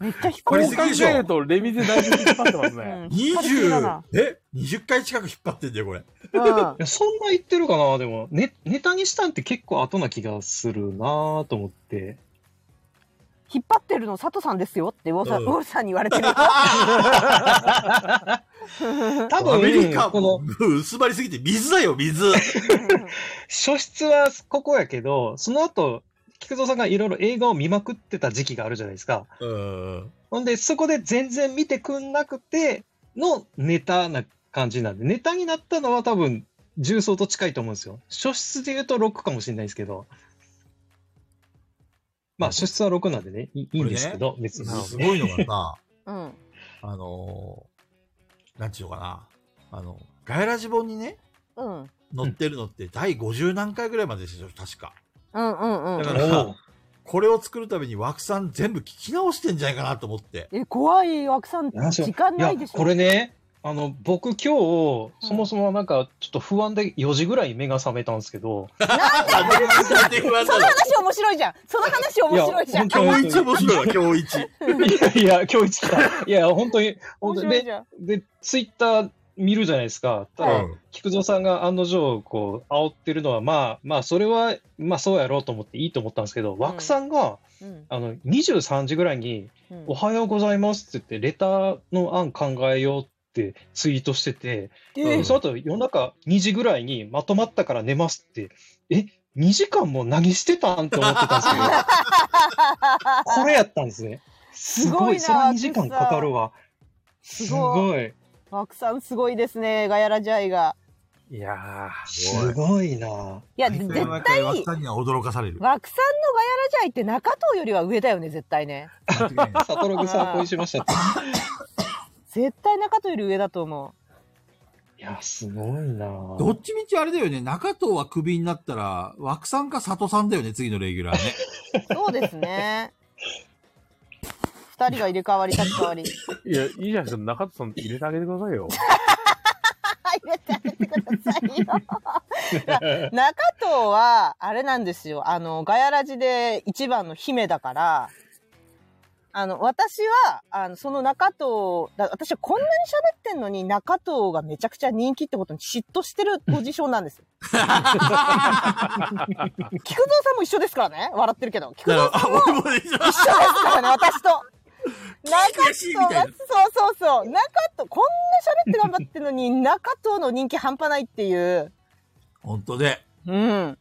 めっちゃ低い。これこすぎう考でしょえると、レミゼ大丈夫引っ張ってまうすね。ん20、え ?20 回近く引っ張ってんだよ、これ。うんい。やそんな言ってるかなでも、ね、ネタにしたんって結構後な気がするなぁと思って。引っ張ってるの佐藤さんですよってウォーさん、うんウォーさんに言われてる。多アメリ分、カ、こもの、う薄まりすぎて、水だよ、 水。初出はここやけど、その後、菊蔵さんがいろいろ映画を見まくってた時期があるじゃないですか。うん。ほんで、そこで全然見てくんなくてのネタな感じなんで、ネタになったのは多分、重曹と近いと思うんですよ。初出で言うと6かもしれないですけど。まあ、初出は6なんでね、いいいいんですけど、別に。すごいのがさ、うん。あのー、なんちゅうのかな。あの、ガヤラジ本にね、うん。載ってるのって第50何回ぐらいまででしょ、確か。うんうんうだんか。おらう、これを作るために枠さん全部聞き直してんじゃないかなと思って。え、怖い、枠さん、何しろ時間いなやいでしょ。これねあの僕今日そもそもなんかちょっと不安で4時ぐらい目が覚めたんですけど、その話面白いじゃん。その話面白いじゃん。いや今日一面白いわ、今日一。いやいや今日一来たいや本当に面本当に白いじでゃん。でツイッター見るじゃないですかただ、うん菊蔵さんが案の定こう煽ってるのはまあまあそれはまあそうやろうと思っていいと思ったんですけど、枠さんがうんあの23時ぐらいにうん「おはようございます」って言ってレターの案考えようってツイートしてて、えでその後夜中2時ぐらいにまとまったから寝ますって、え、2時間も何してたんって思ってたん ですけど、これやったんですね。すごい、すそごいれな2時間かかるわ。すごい、枠さん、すごいですね、ガヤラジャイが。いやすごい な。いや、絶対、毎回枠さんには驚かされる。枠さんのガヤラジャイって中藤よりは上だよね、絶対ね。間違いないサトログさん恋しましたって。絶対中藤より上だと思いや、すごいな。どっちみちあれだよね、中藤はクビになったら、枠さんか里さんだよね、次のレギュラーね。う。そうですね。二人が入れ替わり立ち替わり。ーいや、いいじゃないですか。中田さん入れてあげてくださいよ。 入れてあげてくださいよ。 中藤は、あれなんですよ。あの、ガヤラジで一番の姫だから、あの、私は、あの、その中藤、だ私はこんなに喋ってんのに中藤がめちゃくちゃ人気ってことに嫉妬してるポジションなん ですよ。菊蔵さんも一緒ですからね。笑ってるけど。菊だか蔵さんら、あ、俺もね、一緒ですからね、私と。中悔しいみた藤がいな、そうそうそう。中藤、こんな喋って頑張ってるのに、中藤の人気半端ないっていう。本当で。うん。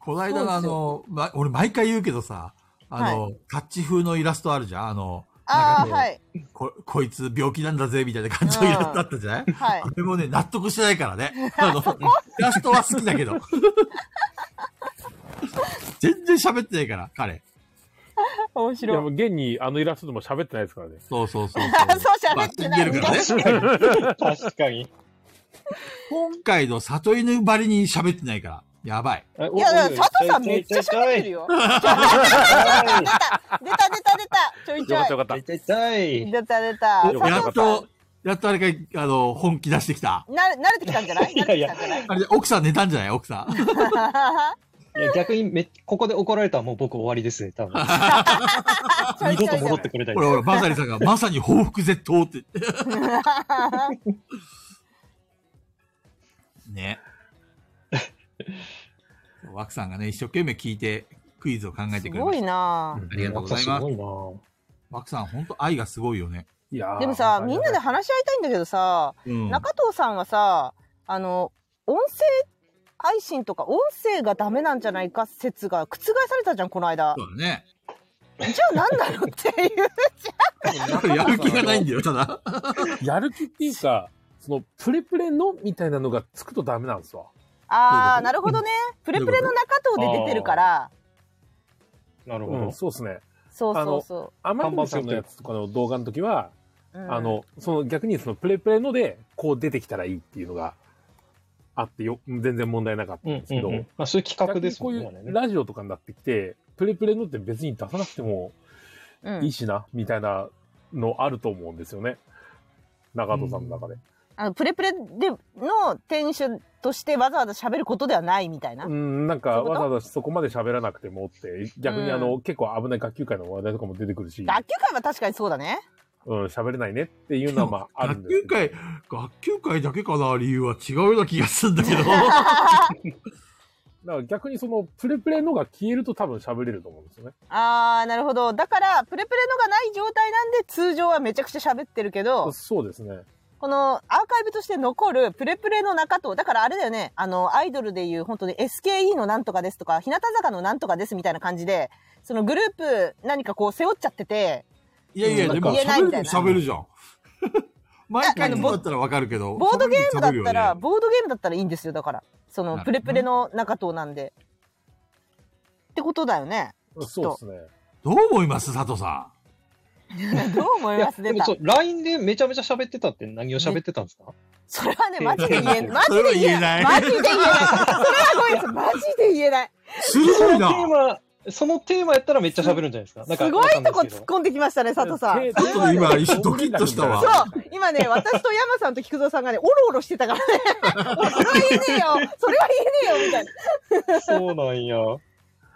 この間のあの、ま、俺毎回言うけどさ、あの、タッチ風のイラストあるじゃんあの、ああ、中藤はい。こ、こいつ病気なんだぜ、みたいな感じのイラストあったじゃないはいあ。れもね、納得してない からね。あの、イラストは好きだけど。全然喋ってないから、彼。面いや、もう現にあのイラストでも喋ってないですからね。そうそうそうあ そうまあ喋ってない。聞いてるからね確かに 確かに。今回の里犬ばりに喋ってないから。やばい。いいや、いや佐藤さんめっちゃ喋ってるよ。よ。出た出た出た出た出たちょいちよょかっいたよかった。痛い痛い。出た出たよやっ佐藤さかと、やっとあれか、あの、本気出してきた。んな慣れてきたんじゃないい慣れてやいきやたんじゃないあれ、奥さん寝たんじゃない奥さん。いや逆にめ、ここで怒られたらもう僕終わりですね、多分。ちょい二ちょいちょ度と戻いってくれたりほ。らほら、バザリさんがまさに報復絶倒って。 ね。枠さんがね、一生懸命聞いてクイズを考えてすくれまごしいた。なありがとうございますうん。枠さん、本当愛がすごいよね。いやーでもさみんなで話し合いたいんだけどさうん中藤さんはさあの音声配信とか音声がダメなんじゃないか説が覆されたじゃんこの間そうだね。じゃあ何なのっていうやる気がないんだよ、ただ。やる気っていうか、その、プレプレのみたいなのがつくとダメなんですわ。ああなるほどねプレプレの中藤で出てるからなるほうどん、。そうですね。そうそあうのそあまりの人のやつとかの動画の時は、う、うんあの、その逆にそのプレプレので、こう出てきたらいいっていうのがあってよ、全然問題なかったうんんですうけど、んうん。まあそういう企画ですこもうんいね。あれうねラジオとかになってきて、プレプレのって別に出さなくてもうんいいしな、みたいなのあると思うんですよね。中戸さんの中で。あのプレプレでの店主としてわざわざ喋ることではないみたいな。ううんん、なんそういかうこわとざわざそこまで喋らなくてもって、逆にあの、結構危ない学級会の話題とかも出てくるし、脱臼会は確かにそうだね。うん、喋れないねっていうのはまああるん学です級けど。会、学級会だけかな、理由は違うような気がするんだけど。だから逆にその、プレプレのが消えると多分喋れると思うんですよね。あー、なるほど。だから、プレプレのがない状態なんで、通常はめちゃくちゃ喋ってるけど、そうですね。このアーカイブとして残るプレプレの中と、だからあれだよね、あの、アイドルでいう本当に SKE のなんとかですとか、日向坂のなんとかですみたいな感じで、そのグループ何かこう背負っちゃってて、いやいや、うんでも言えない喋みるたいな喋るじゃん。毎いやあ回ののボだったらわかるけど。ボードゲームだった喋ら、るよねボードゲームだったらいいんですよ、だから。そなの、るほどプねレプレの中となんで。ってことだよ ね。そうですね。どう思います佐藤さどう思いいやますで出もたそう、LINE でめちゃめちゃ喋ってたって何を喋ってたんですかそれはね、マジで言えない。マジそれはで言言ええな。ないいマジで言えない。それはごめんなさい。マジで言えない。ん。鋭いそのなテーマ、そのテーマやったらめっちゃ喋るんじゃないですか。なんかすごいとこわかんないです突っ込んできましたね、佐藤さん。ちょっと今一瞬ドキッとしたわそう、今ね、私と山さんと菊蔵さんがね、おろおろしてたからね。 それは言えねえよ。それは言えねえよ、みたいな。いけど。そうなんや。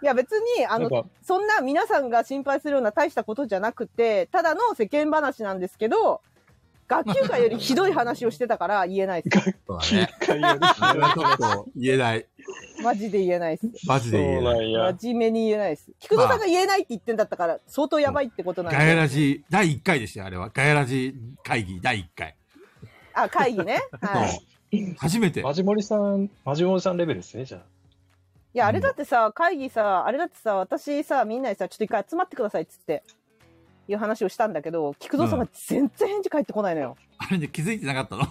や、別に、あなんの、か、そんな皆さんが心配するような大したことじゃなくて、ただの世間話なんですけど、学級会よりひどい話をしてたから言えない です。そうだ聞ね。かよりあれはちょっと言えない。マジで言えないです。マジで言えそうな。ないんや。真面目に言えないです。菊蔵さんが言えないって言ってんだったから、相当やばいってことなんガヤで。ラジ第1回でしたよ、あれは。ガヤラジ会議第1回。あ、会議ね。はい。そう初めて。マジモリさん、マジモリさんレベルですね、じゃいや、うんあれだってさ、会議さ、あれだってさ、私さ、みんなにさ、ちょっと一回集まってくださいっつって、いう話をしたんだけど、菊蔵さんが全然返事返ってこないのよ。あれね、気づいてなかったの。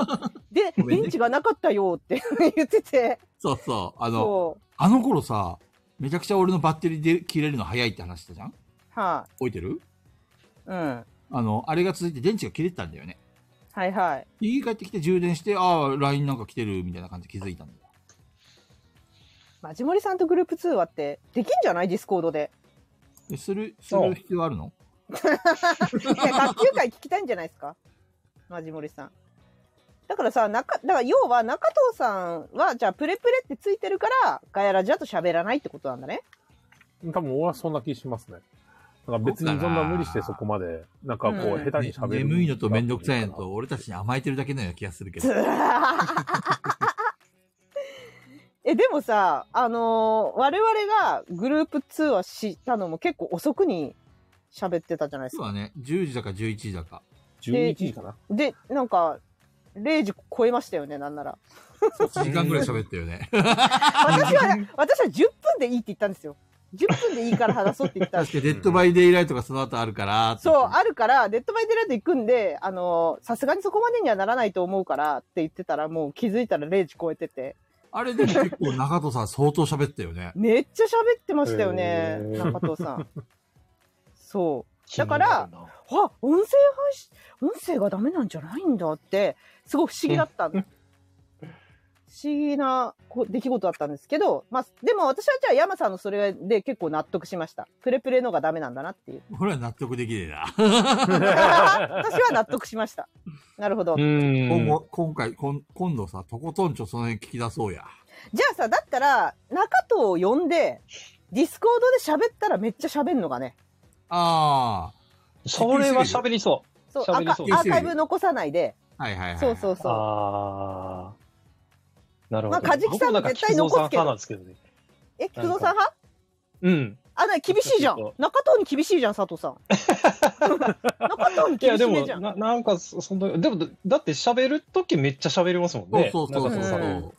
で、ごめんね返事がなかったよって 言ってて、そうそう。あの、そあの頃さ、めちゃくちゃ俺のバッテリーで切れるの早いって話したじゃんう、は置いてるい、うん。あの、あれが続いて電池が切れてたんだよね。はいはい。家帰ってきて充電して、ああ、LINE なんか来てるみたいな感じで気づいたんだよ。マジモリさんとグループ通話って、できんじゃないディスコードで。えする、すそうる必要あるのいや学級会聞きたいんじゃないですかマジモリさん。だからさ、中、だから要は中藤さんは、じゃあプレプレってついてるから、ガヤラジだと喋らないってことなんだね。多分、俺はそんな気しますね。なんか別にそんな無理してそこまで、なんかうこうん下手に喋る、眠いのとめんどくさいのと、俺たちに甘えてるだけのような気がするけど。 え、でもさ、あのー我々がグループ通話したのも結構遅くに喋ってたじゃないです今か。はね、10時だか11時だか。 11時かな。で、なんか、0時超えましたよね、なんなら。 1時間ぐらい喋ったよね。私は、ね、私は10分でいいって言ったんですよ。10分でいいから話そうって言ったんです確 かに、デッドバイデイライトがその後あるからって言そう、って、あるから、デッドバイデイライト行くんで、あの、さすがにそこまでにはならないと思うからって言ってたら、もう気づいたら0時超えてて、あれでも結構中戸さん相当喋ったよね。めっちゃ喋ってましたよねへ、ー中藤さん。そう。だだあ、音声配信、音声がダメなんじゃないんだって、すごい不思議だったんだ。不思議なこ出来事だったんですけど、まあ、でも私はじゃあ山さんのそれで結構納得しました。プレプレのがダメなんだ なっていう。俺は納得できねえな。私は納得しました。なるほどう。ん。今後、今回、こん今度さ、とことんちょその辺聞き出そうや。じゃあさ、だったら、中藤を呼んで、ディスコードで喋ったらめっちゃ喋んのがね。あそれは喋りそそう、ア喋りーカそうアーカイブ残さないで。あ。はいはいはい。。そうそううう。そう。ああ。なるほど。まあ梶木さんも僕なんか絶対残すけど菊蔵さん派なんですけどね。え、菊蔵さん派うん。あ、なに厳しいじゃんちょっ。中藤に厳しいじゃん、佐藤 さん。中藤にいや、厳でしもいじゃ、ん。ななんか、そその、でも、だだって喋るときめっちゃ喋りますもんそうね。そうそう中そう藤さんう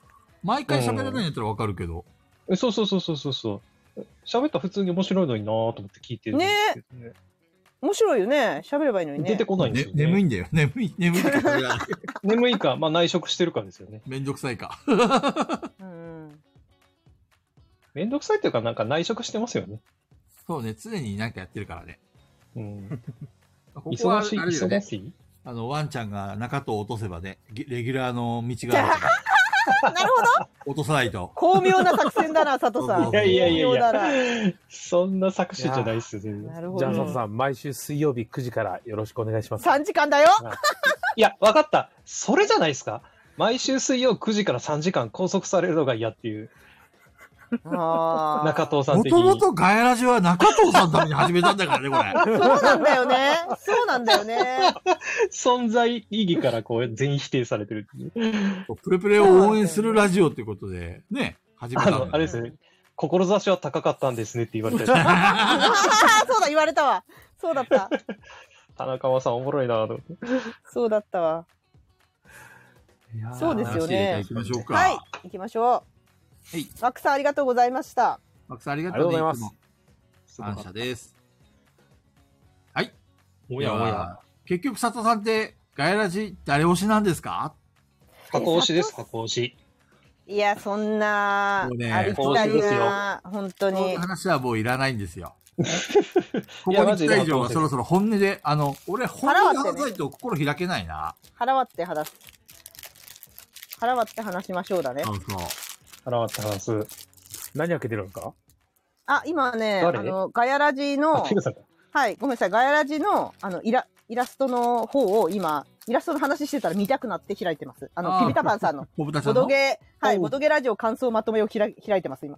毎回喋らないんやったらわかるけど。えそうそうそうそうそうそう。喋ったら普通に面白いのになぁと思って聞いてるんですけどね。面白いよね。喋ればいいのにね。出てこないんでねすよ、ね眠いんだよ。眠い、眠いってことが。 眠いか、まあ内職してるかですよね。めんどくさいか。うんめんどくさいというか、なんか内職してますよね。そうね、常になんかやってるからね。うん。ここはあ忙しい、れだよ忙ね。しい。あの、ワンちゃんが中戸を落とせばね、ぎレギュラーの道があるから。なるほど。落とさないと。巧妙な作戦だ な、佐藤さん。いやいやいやい巧妙だな。や、そんな作詞じゃないですよ、全然。なるほじゃあ、佐ど藤。さん、毎週水曜日9時からよろしくお願いします。 3時間だよ。いや、わかった。それじゃないですか。毎週水曜9時から3時間拘束されるのが嫌っていう、中中藤さんも的とに。もとガヤラジは中藤さんのために始めたんだからね、これ。 そうなんだよね。そうなんだよね。 存在意義からこう全否定されて るっていう。プレプレを応援するラジオってことで、ね、始めあたのの、あれです ね。志は高かったんですねって言われたりそうだ、言われたわ。そうだった。田中間さんおもろいなぁと思って。そうだったわ。そうですよね行きましょうか。はい、行きましょう。はい。マックさん、ありがとうございました。マックさんありがあとりがとううごねざいまつすも。すごか感った謝です。おやおでや。は。結局、佐藤さんって、ガヤラジ誰推しなんですか加工しです、加工し。いや、そんな、あもうねりきたり報酬ですよな、本当そういにう。話はもういらないんです よ。ここいやにマジ来でた以上はそろそろ本音で、あの、俺本音で話さないと心開けないな。腹割って話す。腹割って話しましょうだねそ。うそう。腹割って話す。何開けてるんですかあ、今ね、あ誰の、ガヤラジあ、のペ、グさんか。はい、ごめんなさい、ガヤラジの、あの、イラ、イラストの方を今、イラストの話してたら見たくなって開いてます。ああの、ーピビタパン さんの、小豚ちゃボんのドゲ、はい、おうボドゲラジオ感想まとめを開開いてます、今。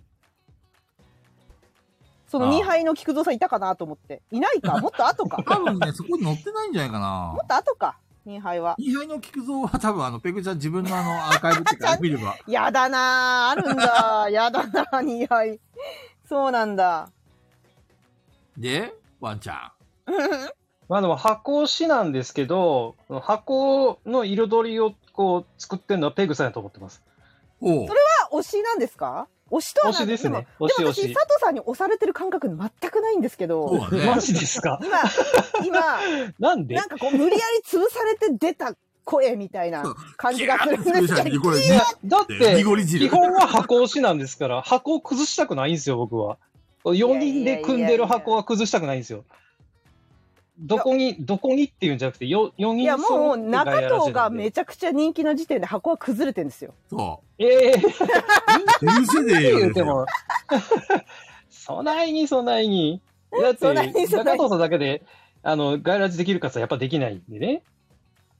そのあー2杯の菊蔵さんいたかなと思って。いないかもっと後か。多分ね、そこに載ってないんじゃないかなもっ。と後か、2杯は。二杯の菊蔵は多分あの、ペグちゃん自分のあ の、アーカイブっていうか見れば。やだなぁ、あるんだ。やだなぁ、2杯。そうなんだ。 で、ワンちゃん。まあでも箱推しなんですけど、箱の彩りをこう作ってるのはペグさんやと思ってます。おう。あ、推しなんですか推しとは推なんしですね。でも推しでも推私、し佐。藤さんに押されてる感覚全くないんですけそうど、だマね。ジですか今、今、 なんでなんかこう、無理やり潰されて出た声みたいな感じがするんですけど、これ、いや、だっ濁て、り汁基。本は箱推しなんですから、箱を崩したくないんですよ、僕は。4人で組んでる箱は崩したくないんですよ。どこに、どこにっていうんじゃなくて、よ4い人や、も揃うってガヤラジなんで中藤がめちゃくちゃ人気の時点で箱は崩れてんですよ。そええう。許せねえよ。言うても、 そないにそないに。だって、そないにそ中ないに藤さんだけで、あの、外ラジできるかさ、やっぱできないんでね。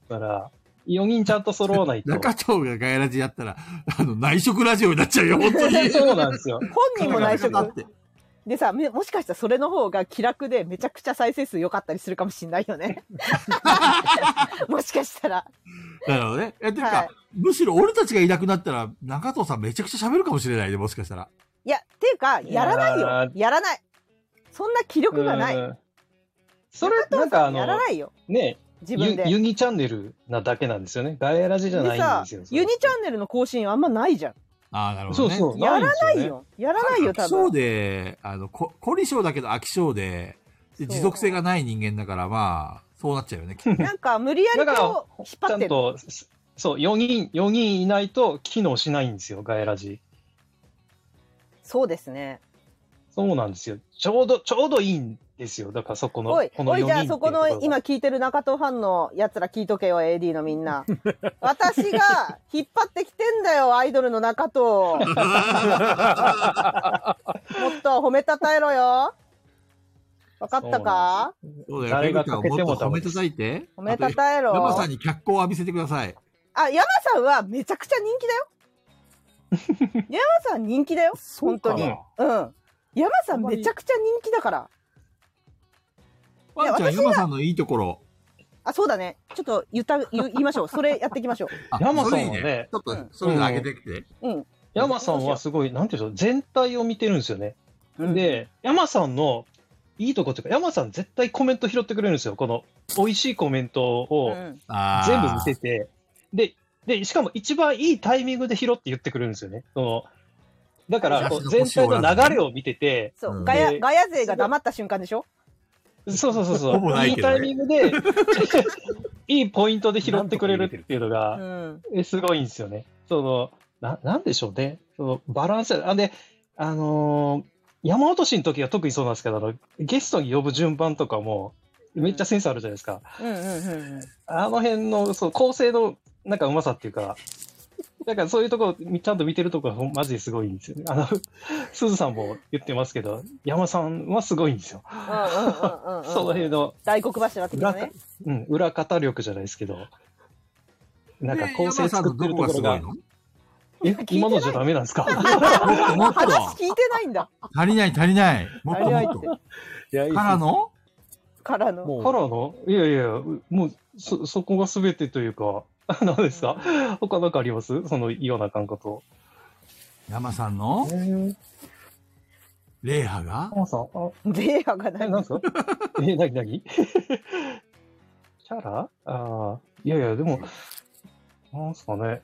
だから、4人ちゃんと揃わないと。中藤がガヤラジやったら、あの、内職ラジオになっちゃうよ、本当に。そうなんですよ。本人もだ内職。って。でさ、めもしかしたらそれの方が気楽でめちゃくちゃ再生数良かったりするかもしんないよ ね。もしかしたら。なるほどね。え、てか、はいむしろ俺たちがいなくなったら、中藤さんめちゃくちゃ喋るかもしれないね、もしかしたら。いや、っていうか、やらないよ。いややらない。そんな気力がない。うんそれ、なんかあやのら、ないよ。ね、自分で。ユユニチャンネルなだけなんですよね。ガヤラジじゃでないんさですよ。、それユニチャンネルの更新あんまないじゃん。ああ、なるほそどうね。そう。やらなないんですいね。よ。やらないよ、多そう分。で、あの、こ、凝り性だけど飽き性で、でそう持続性がない人間だから、まあ、そうなっちゃうよね、きっとね。なんか無理やりだこかう引っち張ゃっんてる。と、そう、4人、4人いないと機能しないんですよ、ガヤラジ。そうですね。そうなんですよ。ちょうど、ちょうどいいんですよ。だからそこの、おい、このお4い、人じゃってあいうとそこころがの今聞いてる中藤ファンのやつら聞いとけよ、AD のみん な。私が引っ張ってきてんだよ、アイドルの中 藤。もっと褒めたたえろよ。わかったかそうだよ、誰がペグちゃんを欠けてももっとダ褒メめでたすたいて。褒めたあとたえろ。山さんに脚光を浴びせてください。あ、山さんはめちゃくちゃ人気だよ。山さん人気だよ。本当に。うん。山さんめちゃくちゃ人気だから。ワンちゃん、いや私山さんのいいところ。あ、そうだね。ちょっと言った、言言いましょう。それやっていきましょう。あ山さんはねそれいいちょっうと、んそれで上げてきて。うん。山さんはすごい、なんていうんでしょう、全体を見てるんですよね。うんで、山さんのいいとこっていうか、山さん絶対コメント拾ってくれるんですよ。この、美味しいコメントうをん。あー全部見てて、で、で、しかも一番いいタイミングで拾って言ってくれるんですよね。その、だから、こう全体の流れを見てて、そう、うんガヤ、でガヤ勢が黙った瞬間でしょそうそうそうそほぼなう、いいいけどねタイミングで、 いいポイントで拾ってくれるっていうのうが、ん。えすごいんですよね。その、な、なんでしょうね。その、バランス、あ、で、あのー山落としの時は特にそうなんですけど、あの、ゲストに呼ぶ順番とかも、めっちゃセンスあるじゃないですか。うんうんうんうん。あの辺の、そう、構成の、なんかうまさっていうか、だからそういうところ、ちゃんと見てるところ、ほんマジですごいんですよね。あの、 すずさんも言ってますけど、山さんはすごいんですよ。うんうんうんうんうん。その辺の、大黒柱的なね。うん、裏方力じゃないですけど、なんかで構成山さん作のってどることがこすろごがい、のえ、今のじゃダメなんで すかもっともっと。話聞いてないんだ。足りない足りない。もっ足とりないもっっと。いや、いいっすからのからの。もカラーのいやいや、もう、そ、そこが全てというか、何ですか他なんかありますそのような感覚を。山さんの霊波が山さん、あ、レイヤーがなえ、い。な んすかえ、なになに キャラああ、いやいや、でも、なんすかね。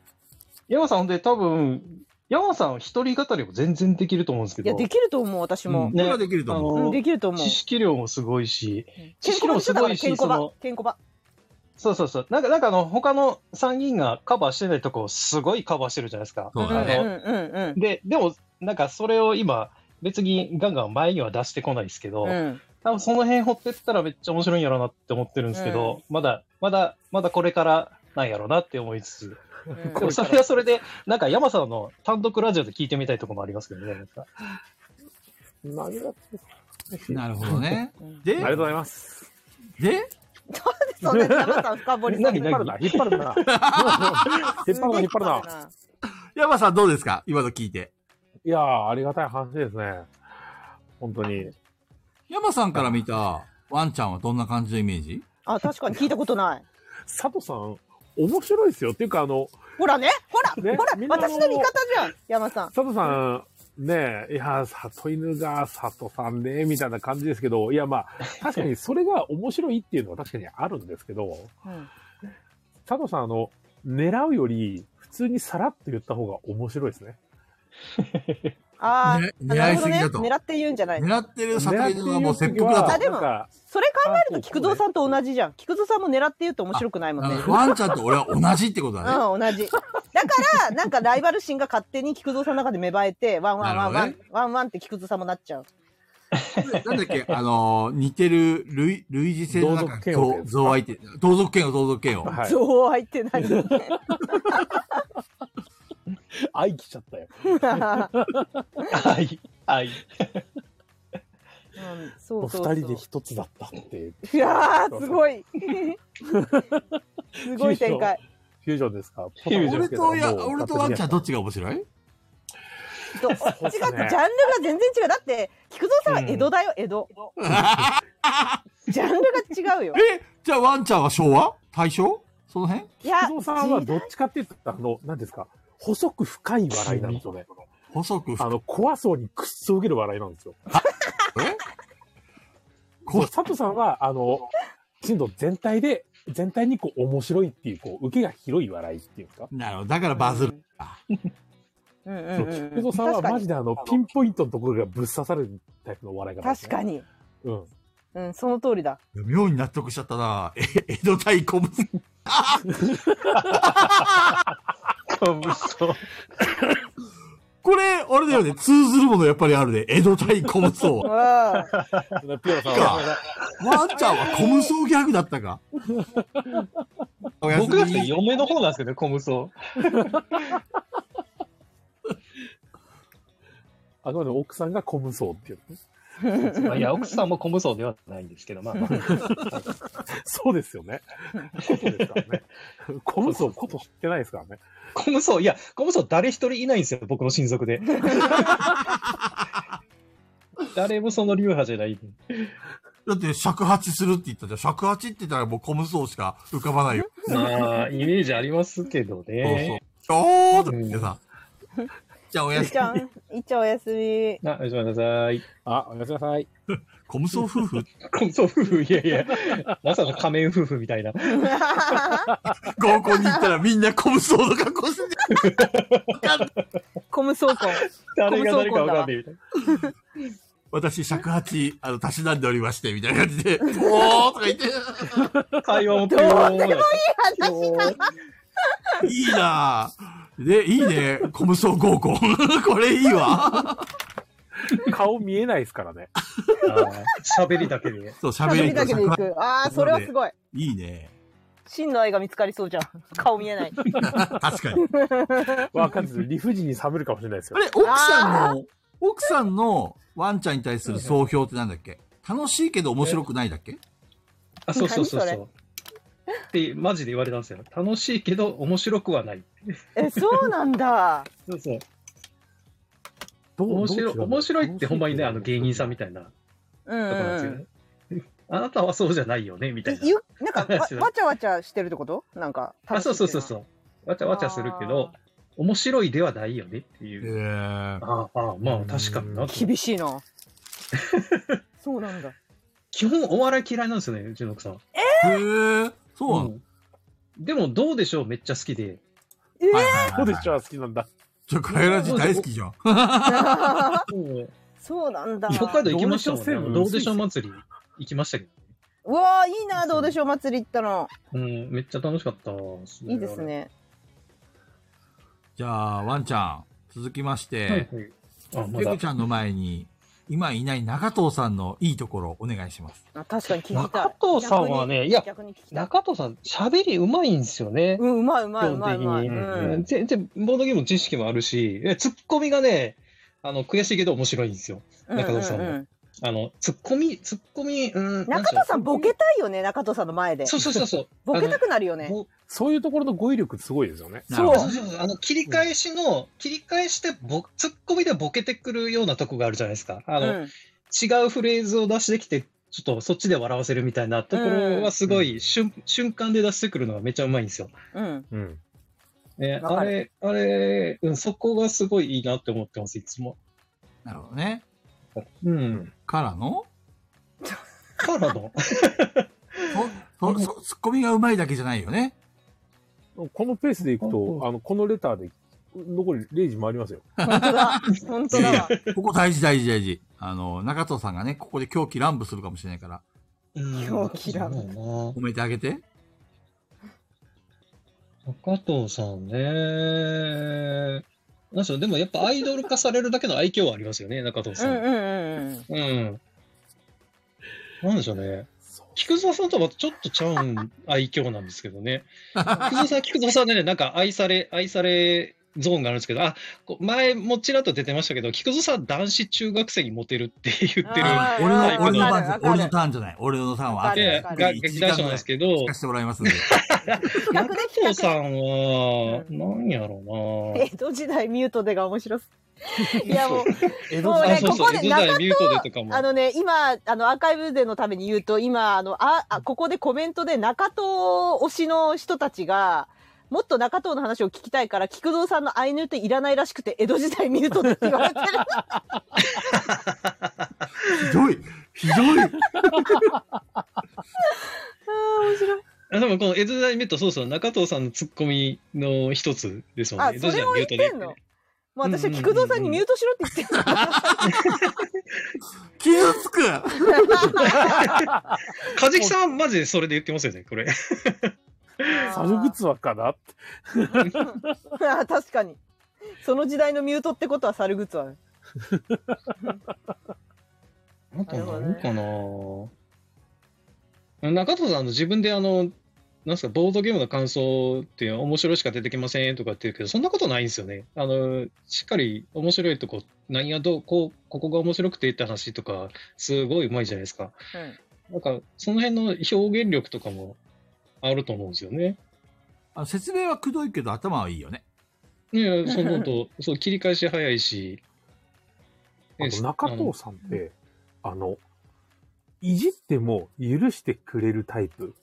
山さん、ほんで、多分、山さん一人語りも全然できると思うんですけいど、や、できると思う、私も。それはできるとあ思う。うん、の、できると思う知。識量もすごいし、知健康識量場も所すだかごらい健し、康そ場の、。健康場。そうそうそう。なんか、なんかあの、他の3人がカバーしてないとこをすごいカバーしてるじゃないですか。そううんうだんね。うんで、でも、なんかそれを今、別にガンガン前には出してこないですけど、うん。うん。多分その辺掘ってったらめっちゃ面白いんやろうなって思ってるんですけど、まだ、まだ、まだこれからなんやろうなって思いつつ、うんでもそれはそれで、なんか山さんの単独ラジオで聞いてみたいところもありますけどね。なんかう投げ出すなるほど ね。あでりがとうございます。でそんなに山さん深掘りされ何引っ張るな、引っ張るな。引っ張るな、引っ張るな。な。山さんどうですか今の聞いて。いやー、ありがたい話ですね。本当に。山さんから見たワンちゃんはどんな感じのイメージあ、確かに聞いたことない。佐藤さん、面白いですよ。っていうか、あの、ほらね、ほら、ねほら、みんな私の味方じゃん、山さん。佐藤さん、ねえ、いやー、里犬が佐藤さんね、みたいな感じですけど、いや、まあ、確かにそれが面白いっていうのは 確かにあるんですけど、うん佐藤さん、あの、狙うより、普通にさらっと言った方が面白いですね。あねあ、狙いすぎだとなるほどね狙って言うんじゃないの狙ってる里犬がもう切狙って言腹だ時はとあ。でもなんかそれ考えると菊蔵さんと同じじゃん。菊蔵さんも狙って言うと面白くないもんね。あのワンちゃんと俺は同じってことだ ね。うん、同じ。だから、なんかライバル心が勝手に菊蔵さんの中で芽生えて、ワンワンワンワなるン、ワンワンって菊蔵さんもなっちゃう。なんだっけあのー、似てる類、類似性の中同族嫌悪ってやつ像相手。同族嫌悪、同族嫌悪。はい。そう入って ない。愛来ちゃったよ。はい。はい。うんもそううそうそう。二人で一つだったっていう。いやー、すごい。 すごい展開。フュージョンですかフュージョン俺と、いや、俺とワンちゃんどっちちが面白いどっちがそうっジすャンルねが全然違う。だって、菊蔵さんは江戸だよ、江戸。 ジャンルが違うよ。えじゃあワンちゃんは昭和大正その辺いや、不動さんはどっちかって言ったら、あの、何ですか、細く深い笑いなんですよね。細くあの、怖そうにくっそ受ける笑いなんですよ。えこそう、佐藤さんは、あの、震度全体で、全体にこう面白いっていう、こう、受けが広い笑いっていうか。なるほど。だからバズる。うんうんそううん菊蔵さんは確かマにジであの、ピンポイントのところがぶっ刺さるタイプの笑い方です確ね。かに。に。うん。うん、その通りだ。妙に納得しちゃったな。え、江戸対小結び。これ、あれだよね。通ずるものやっぱりあるね。江戸対小結うを。わーピオさんかは、ワンちゃんは小無双ギャグだったか。 僕だってい嫁の方なんですけどね、コムソ。あくまでも奥さんが小無双っていう。まあいや、奥さんもコムソではないんですけど、まあまあ。そうですよね。ことですから ね。小無双こと知ってないですからね。コムソ、いや、コムソ誰一人いないんですよ、僕の親族 で。誰もその流派じゃない。だって尺八するって言ったじゃん。尺八って言ったらもう小無双しか浮かばないよ。まあ、イメージありますけどね。そうそう。ちょーっと見てさ。じゃあおやいっすちみ。ゃん、いっちゃんおやすみ。あ、おやすみなさい。あ、おやすみなさい。小無双夫婦コムソ夫婦、いやいや、まさか仮面夫婦みたいな。合コンに行ったらみんな小無双の格好してて。コム倉庫。誰が誰かわかんないみたいな。私尺八、あの、たしなんでおりまして、みたいな感 じで。おーとか言って。会話もピヨーンいいなぁ。で、いいね。小無双合コン。 これいいわ。顔見えないですからね。喋りだけで。そう、喋喋りりだとけで行尺八。く。ああ、それはすごい。いいね。真の愛が見つかりそうじゃん。顔見えない。確かに。わかんないです。理不尽に冷めるかもしれないですあよ。れ、奥さんの、奥さんのワンちゃんに対する総評ってなんだっけ楽しいけど面白くないだっけあ、そうそうそう何そう。って、マジで言われたんですよ。楽しいけど、面白くはない。え、そうなんだ。そうそう。どう面白どう違い、うの面白いってほんまにね、あの芸人さんみたいなとうこん、なんですうよん。ね。あなたはそうじゃないよね、みたいいな。ゆなんかわわちゃわちゃしてるってことなんかあ、そうそうそううそう。わちゃわちゃするけど、面白いではないよねっていえう。ー、ああ、あまあ確かにな。厳しい なそうなんだ基本お笑い嫌いなんですよね、うちの奥さん。えー、そうなの、ん。でも、どうでしょうめっちゃ好きで。はいはいどうはいではいしょう好きなんだ。ちょ、カエラジ大好きじゃん。 そうなんだ北海道行きましたもどうでしょうん成分ね。どうでしょう祭り行きましたけど。うわあいいなどうでしょう祭り行ったのうん、めっちゃ楽しかったですいいです。ねじゃあ、ワンちゃん、続きましあれて、はいはい。あ、まペグだち。ゃんの前に、今いない中藤さんのいいところお願いします。あ確かに聞きたい中藤さんはね、いや、逆に聞きたい中藤さん、喋りうまいんですよね。うんうまいうまいうまいうまい基本的うにん全然、ボードゲームの知識もあるし、えツッコミがね、あの、悔しいけど面白いんですよ。うん中藤さんもううあの、ツッコミ、ツッコミ、うん。なん中ていうの藤さんボケたいよね中藤さんの前でそうそうそうそう。ボケたくなるよあねのぼそういうところの語彙力すごいですよね。なるほどそうそうそうあの、切り返しの、切り返してぼ、ツッコミでボケてくるようなとこがあるじゃないですか。あの、うん違うフレーズを出してきて、ちょっとそっちで笑わせるみたいなところはすごい瞬,、瞬間で出してくるのがめちゃうまいんですよ。うんうん。ね、わかあるれ、あれ、うん、そこがすごいいいなって思ってます、いつも。なるほどね。うん。からのか らのそ、そ、そ、ツッコミがうまいだけじゃないよね。このペースでいくとう、あの、このレターで、残り0時回りますよ。本当だ本当だわここ大事大事大事。あの、中藤さんがね、ここで狂気乱舞するかもしれないから、うん狂気だな褒めてあげて。中藤さんね。なんでしょう、でもやっぱアイドル化されるだけの愛嬌はありますよね、中藤うさんん。うんうんうんうん。なんでしょうね。菊蔵さんとはちょっとちゃうん愛嬌なんですけどね。菊蔵さん、菊蔵さんでね、なんか愛され、愛されゾーンがあるんですけど、あ、こ前もちらっと出てましたけど、菊蔵さん男子中学生にモテるって言ってるあー俺のわか、俺のる番じわゃ、かる俺のターンじゃない。俺のターンは、わかるで、わかがる1劇時団間ぐ賞ならんでいす聞けどか、せてもらいますんで。企画で中藤さんは、う何やろうな江戸時代ミュートでが面白すいやもう、江戸もう時ね代あ、そうそう、ここで江戸時代ミュートでとかもあ。のね、今、あの、アーカイブ勢のために言うと、今、あの、あ、あここでコメントで中藤推しの人たちが、もっと中藤の話を聞きたいから、菊蔵さんのアイヌっていらないらしくて、江戸時代ミュートでって言われてる。ひどい。ひどい。あでもこの江戸時代ミュート、そうそう、中藤さんのツッコミの一つですもんあね。、江戸そ時れ代をミ言っューてトでんのね。もう私は菊蔵さんにミュートしろって言ってる。傷つく。カジキさんマジでそれで言ってますよね、これ。サルグツワかなっ て。あ確かに。その時代のミュートってことは猿グッズはね。なんかななるほどんかな中藤さんあの自分であの、なんすか、ボードゲームの感想って面白いしか出てきませんとかって言うけど、そんなことないんですよね。あの、しっかり面白いとこ、何やどう、こう、ここが面白くてって話とか、すごい上手いじゃないですか。なんか、その辺の表現力とかもあると思うんですよね。あの説明はくどいけど頭はいいよね。ねえ、そのと、そう、切り返し早いし。あねと中あの藤さんって、あの、いじっても許してくれるタイプ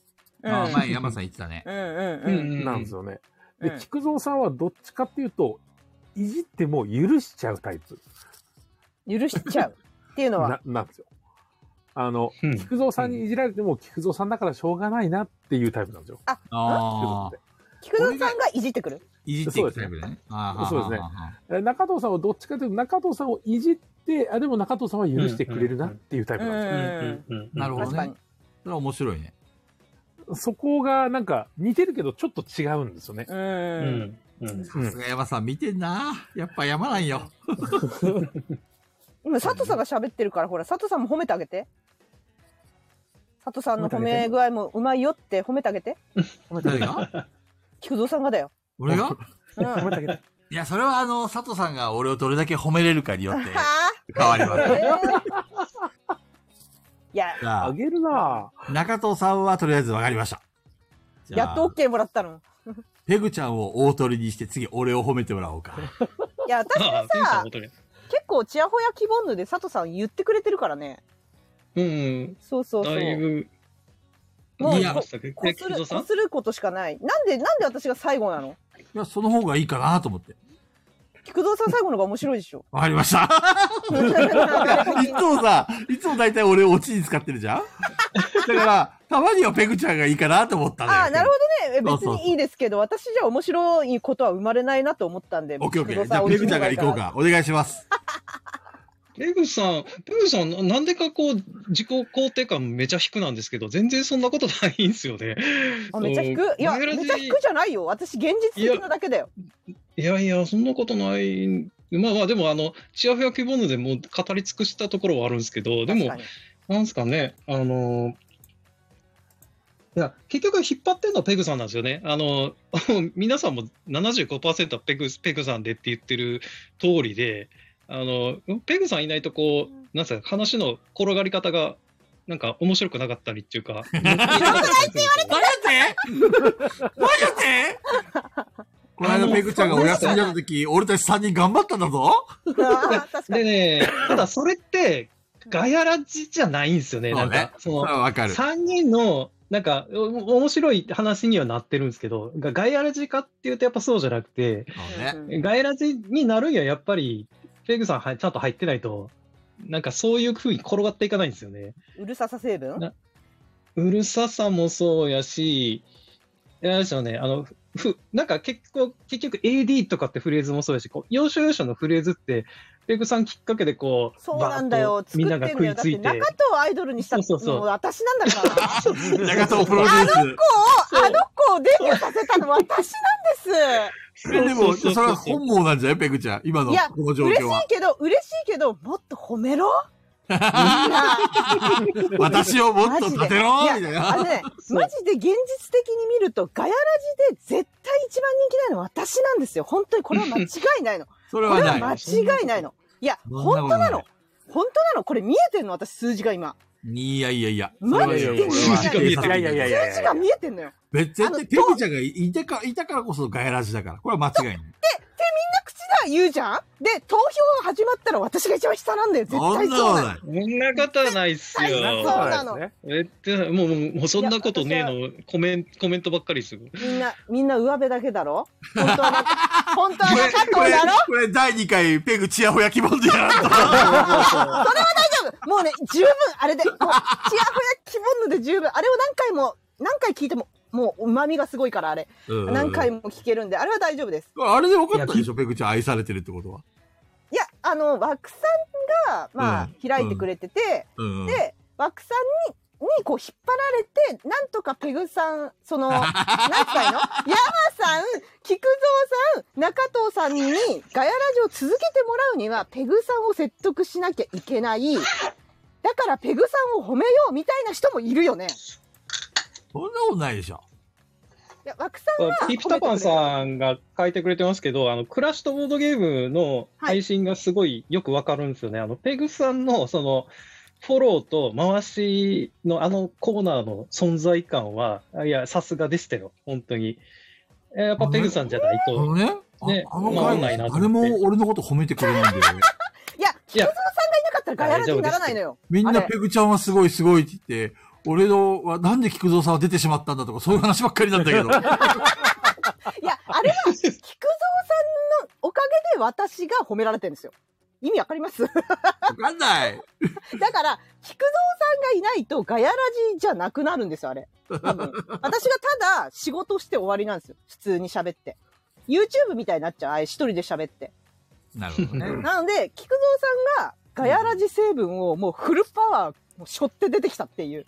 うん。あ前山さん言ってたね。うんうんうん。ううんんうんなんですよね。うで、ん菊蔵さんはどっちかっていうと、いじっても許しちゃうタイプ許しちゃう。っていうのはな。なんですよ。あの、うん菊蔵さんにいじられても、菊蔵さんだからしょうがないなっていうタイプなんですよ。 ああ。菊蔵さんがいじってくる。いじっていくタイプだね。あーそうですね。はーはーはーはえ中藤さんはどっちかというと、中藤さんをいじって、あ、でも中藤さんは許してくれるなっていうタイプなんですよ。うんんうんうんーなるほど確かねに。それは面白いね。そこがなんか似てるけどちょっと違うんですよね。う。うんんうんうんさすが山さん見てんな。やっぱ山なんよ。 今佐藤さんが喋ってるからほら佐藤さんも褒めてあげて佐藤さんの褒め具合もうまいよって褒めてあげて誰が菊蔵さんがだよ、俺 がうん、あ褒めてあげていや、それはあの、佐藤さんが俺をどれだけ褒めれるかによ ってあ変わりまー、す。えーいや じゃああ、げるなぁ。中藤さんはとりあえず分かりました。じゃあやっと OK もらったのペグちゃんを大鳥にして次俺を褒めてもらお うか。いや私あもあ、ペンさんさ本当に。結構ちやほや希望ぬで佐藤さん言ってくれてるからねうんそうそううん。そだいうぶ、もういやましたけどこえす菊る蔵さこんすることしかないなんでなんで私が最後なのいや、その方がいいかなと思って。菊蔵さん最後の方が面白いでしょ わかりました。いつもさ、いつも大体俺をオチに使ってる じゃんだから、たまにはペグちゃんがいいかなと思ったのよ。ああ、なるそほうどそうね。別にいいですけど、私じゃ面白いことは生まれないなと思ったんで。オッケーオッケ工ー。藤じさゃあ、おペ願いグちゃんが行こうしまか。お願いします。ペグさん、ペグさん、ななんでかこう、自己肯定感めちゃ低なんですけど、全然そんなことないんですよね。す。あ、めちゃ引くいや、ガヤラジめちゃ引くじゃないよ。私、現実的なだけだよ。いやいや、そんなことない。まあまあ、でも、あの、チアフヤキボヌでもう語り尽くしたところはあるんですけど、で確もか、に。なんですかね、あの、いや、結局引っ張ってるのはペグさんなんですよね。あの、 皆さんも75%はペグ、ペグさんでって言ってる通りで、あの、ペグさんいないとこう、なんすか、話の転がり方が、なんか面白くなかったりっていうか。面白くなかったりするんですよ何やって何やってこの間ペグちゃんがお休みだった時、俺たち3人頑張ったんだぞ。 あー確かでに。ね、ただそれって、ガヤラジじゃないんですよね。そなうんねか、。そそれの、はわかる。 3人の、なんか、お面白い話にはなってるんですけど、がガヤラジかっていうとやっぱそうじゃなくて、そうね。ガヤラジになるにはやっぱり、ペグさんはちゃんと入ってないと、なんかそういう風に転がっていかないんですよね。うるささ成分なうるささもそうやし、いやですよね、あの、ふ、なんか結構、結局 AD とかってフレーズもそうやし、こう、要所要所のフレーズって、ペグさんきっかけでこう、そうなんだバーよッ。と作っみてんんながだ食いよ。だっつてい中て藤。をアイドルにしたそうそうそうのも私なんだから。あ中藤プロデュース。の子を、あの子をデビューさせたの私なんでそれでも、そうそうそうそうそれは本望なんじゃないペグちゃん。今のいやこの す。状嬉況しいは。けど、嬉しいけど、もっと褒めろ。 みんな私をもっと立てろマみジたでいあな。のね、マジで現実的に見ると、ガヤラジで絶対一番人気ないのは私なんですよ。本当にこれは間違 いないの。こそれれははな間い。違いないの。いや、そんな本当なこの。本当なの。これ見えてんの、私数字が今。いやいやいや。マジでそれはこれは数字が見えいてるやいやいやいや数字が見えてんのよ。みん別に、ペグちゃんがいてか、いたからこそガヤラジだから。これは間違いない。な口だ言うじゃんで、投票始まったら私が一番下なんだよ。絶そ対んなこそうとななのい。そんなことはないっす絶対よ。そうなの。えってもうもうもうそんなことねえのコメンコメントばっかりする。みんな、みんな上辺だけだろ本当 は、本当はこれなかっ、こたれだろ、これ第2回、ペグチヤホヤ希望でやらんと。大丈夫もうね、十分、あれで、もう、ちやほやきぼんので十分。あれを何回も、何回聞いても、もう、旨味がすごいから、あれ。うん何回も聞けるんで、あれは大丈夫です。あれで分かったでしょ、ペグちゃん愛されてるってことは。いや、あの、枠さんが、まあ、開いてくれてて、うん。で、枠さんに、にこう引っ張られて、なんとかペグさん、 その、何歳の山さん、菊蔵さん、中藤さんに、ガヤラジを続けてもらうには、ペグさんを説得しなきゃいけない。だからペグさんを褒めようみたいな人もいるよね。そんなことないでしょ。いや、枠さんが褒めてピピくれタる。パンさんが書いてくれてますけど、あの、クラッシュとボードゲームの配信がすごいよくわかるんですよね。あの、ペグさんの、その、フォローと回しのあのコーナーの存在感は、あいや、さすがでしたよ。本当に。えーやっぱペグさんじゃないあと。のね、あねあのわか回んないなと誰思っても俺のこと褒めてくれないん だよ。いや、菊蔵さんがいなかったらガヤラジにならないのよ。みんあなれペグちゃんはすごいすごいって言って、俺のはなんで菊蔵さんは出てしまったんだとか、そういう話ばっかりなん だけど。いや、あれは、菊蔵さんのおかげで私が褒められてるんですよ。意味わかります だから、わかんない。菊蔵さんがいないとガヤラジじゃなくなるんですよ、あれ。多分。私がただ仕事して終わりなんですよ。普通に喋って。YouTube みたいになっちゃう、あれ一人で喋って。なるほどね。なので、菊蔵さんがガヤラジ成分をもうフルパワー、もう背負って出てきたっていう。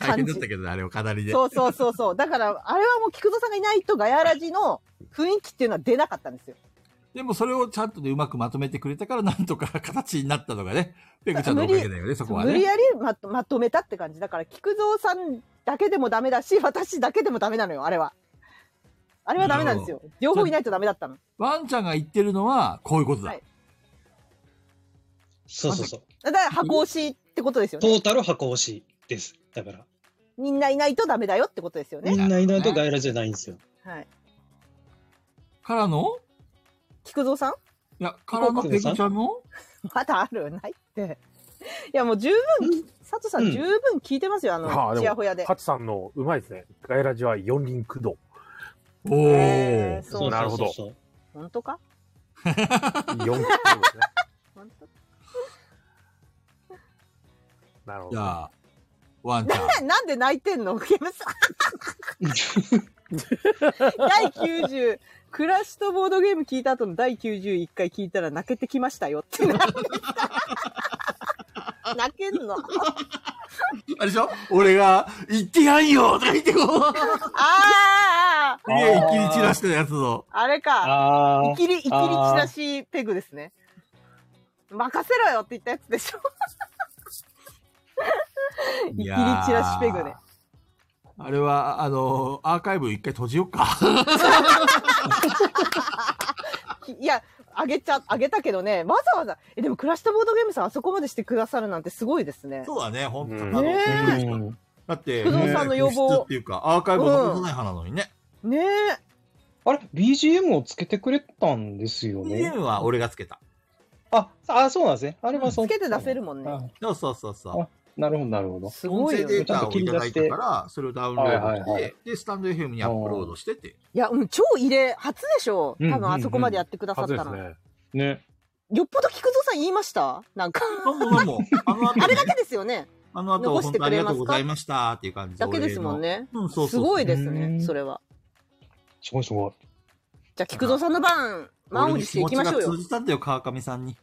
大変だったけどね、あれを語りで。そうそうそうそう。だから、あれはもう菊蔵さんがいないとガヤラジの雰囲気っていうのは出なかったんですよ。でもそれをちゃんとね、うまくまとめてくれたから、なんとか形になったのがね、ペグちゃんのおかげだよね、そこは無理ね。やりまとまとめたって感じだから菊蔵さんだけでもダメだし私だけでもダメなのよあれはあれはダメなんですよ両方いないとダメだったのワンちゃんが言ってるのは、こういうことだはい。そうそうそう。だから箱押しってことですよトねータル箱押しです。だから。みんないないとダメだよってことですよねみ、んないないとガイラじゃないんですよ。はい、からの菊蔵さん いや、からのペグちゃんのまだあるないっていやもう十分佐藤さんうん十分聞いてますよあはあのでもちやほやでハチさんのうまいですね。ガイラジは四輪駆動。おえーー。そうなるほどそうそうそう本当か四駆動ですね。本当なるほじど。ゃあ、ワンちゃん。ななんで泣いてんの ゲームさん第90クラッシュとボードゲーム聞いた後の第91回聞いたら泣けてきましたよってなんですか泣けんのああれでしょ俺が、言ってやんよとか言ってこう。あーあーすげえ一気に散らしたやつを。あれかあいーきりいきりチラシペグですね任せろよって言ったやつでしょいきりチラシペグね。あれは、あの、アーカイブ一回閉じよっか。いやあげちゃあげたけどねわざわざえでもクラッシュとボードゲームさんあそこまでしてくださるなんてすごいですねそうだね、ほんと。うんあのあねえうんだって、工藤さんの要望不出っていうか、アーカイブを残さない派なのにね。ねえあれ ?BGM をつけてくれたんですよゲねー。ムは俺がつけた。あ、あ、そうなんですね。あれはそう。つけて出せるもんね。あそうそうそうそう。なるほど、なるほど。すごい音声よデね。ータをいただいたから、それをダウンロードして、はいはいはいで、スタンド FM にアップロードしてって。いや、うん、超異例、初でしょう。多分あそこまでやってくださっ初たでら。すね。ね。よっぽど菊蔵さん言いましたなん か。なんもなんも、あの後、あれだけですよね。あの後、残し本て当あくりれがまとうすかございましたっていう感じだけですもん。ね。お礼のうん、そうそうすそう。ごいですうね、んそれは。すごいすごい。じゃあ、菊蔵さんの番、満を持していきましょ俺の気う持ちがよ通。じたんだよ、川上さんに。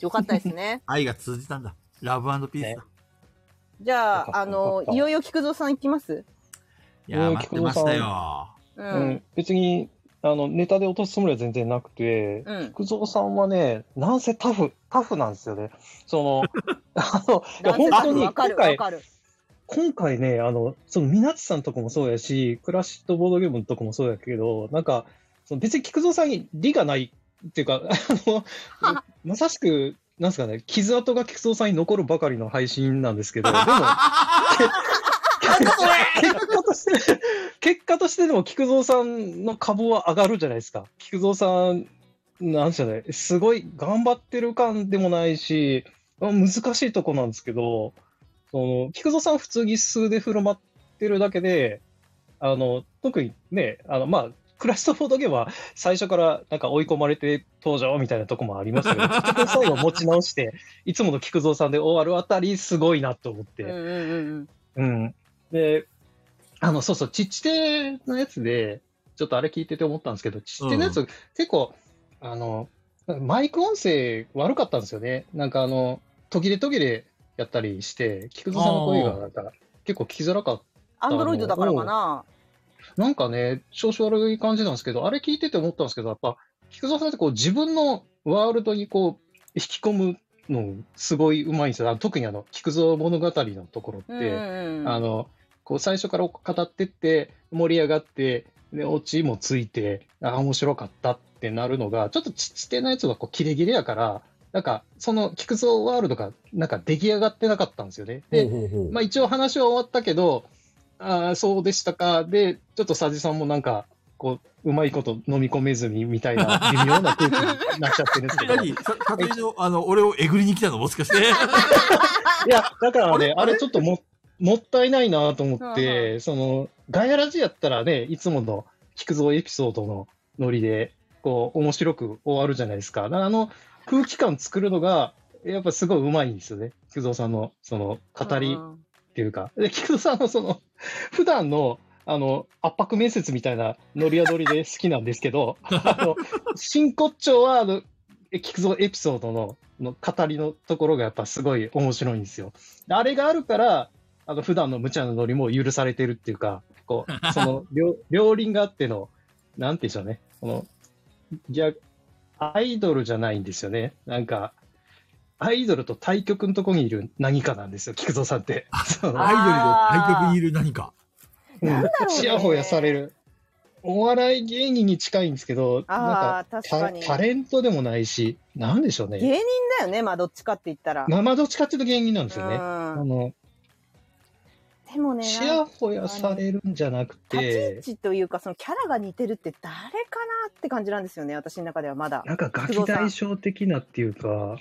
よかったですね。愛が通じたんだ。ラブピースだ。じゃよかっあ、たあのよかっ、たいよいよ菊蔵さん行きますいやー、うん待ってましたよ。う。うんん。別に、あの、ネタで落とすつもりは全然なくて、うん。福蔵さんはね、なんせタフ、タフなんですよね。そ の、あの、いや、男性本さ当んに、わ今かる、わ回、か る。今回ね、あの、その、みなつさんとこもそうやし、クラシットボードゲームのとこもそうやけど、なんか、その別に菊蔵さんに理がないっていうか、あの、まさしく、なんすかね、傷跡が菊蔵さんに残るばかりの配信なんですけど、でも、結果として、結果としてでも菊蔵さんの株は上がるじゃないですか。菊蔵さんなんすよね、すごい頑張ってる感でもないし、あ難しいとこなんですけど、その、菊蔵さん普通に数で振る舞ってるだけで、あの、特にね、あの、まあ、クラストフォードゲームは最初からなんか追い込まれて登場みたいなとこもありましたけど、結局最後持ち直して、いつもの菊蔵さんで終わるあたりすごいなと思って。うんうんうんうん。で、あの、そうそう、ちっちてのやつで、ちょっとあれ聞いてて思ったんですけど、ちっちてのやつ、結構、あの、マイク音声悪かったんですよね。なんかあの、途切れ途切れやったりして、菊蔵さんの声がなんか結構聞きづらかった。アンドロイドだからかななんかね、調子悪い感じなんですけど、あれ聞いてて思ったんですけど、やっぱ、菊蔵さんってこう自分のワールドにこう、引き込むのすごい上手いんですよ。あの特にあの、菊蔵物語のところって、うんうんうんあの、こう最初から語ってって、盛り上がって、で、オチもついて、あー面白かったってなるのが、ちょっとちっちてなやつはこうキレキレやから、なんか、その菊蔵ワールドが、なんか出来上がってなかったんですよね。で、ほうほうほうまあ一応話は終わったけど、ああ、そうでしたか。で、ちょっと佐治さんもなんか、こう、うまいこと飲み込めずにみたいな微妙な空気になっちゃってるんです けど。い何さ勝手にの、あの、俺をえぐりに来たのもしか して。や、だからね、あれちょっとも、もったいないなと思って、その、ガヤラジやったらね、いつもの菊蔵エピソードのノリで、こう、面白く終わるじゃないですか。だからあの、空気感作るのが、やっぱすごいうまいんですよね。菊蔵さんの、その、語りうんっていうか、で、菊田さんのその、 普段の、あの、圧迫面接みたいなノリアドリで好きなんですけど、あの、真骨頂は、あの、え菊蔵エピソードの、の語りのところがやっぱすごい面白いんですよ。であれがあるから、あの、普段の無茶なノリも許されてるっていうか、こう、その、両両輪があっての、なんて言うんでしょうね、この、逆、アイドルじゃないんですよね。なんか、アイドルと対局のとこにいる何かなんですよ、菊蔵さんって。そのアイドルで対局にいる何か。うんうねちやほやされる。お笑い芸人に近いんですけど、なあんかあ確かタにタレントでもないし、なんでしょう芸ね。人だよねまあどっちかって言ったら、生どっちかっていうと芸人なんですよね。あうの、ん、でもねちなんやほやされるんじゃなく立ち位て、置というかそのキャラが似てるって誰かなって感じなんですよね私の中ではまだなんかガキ大将的なっていうか、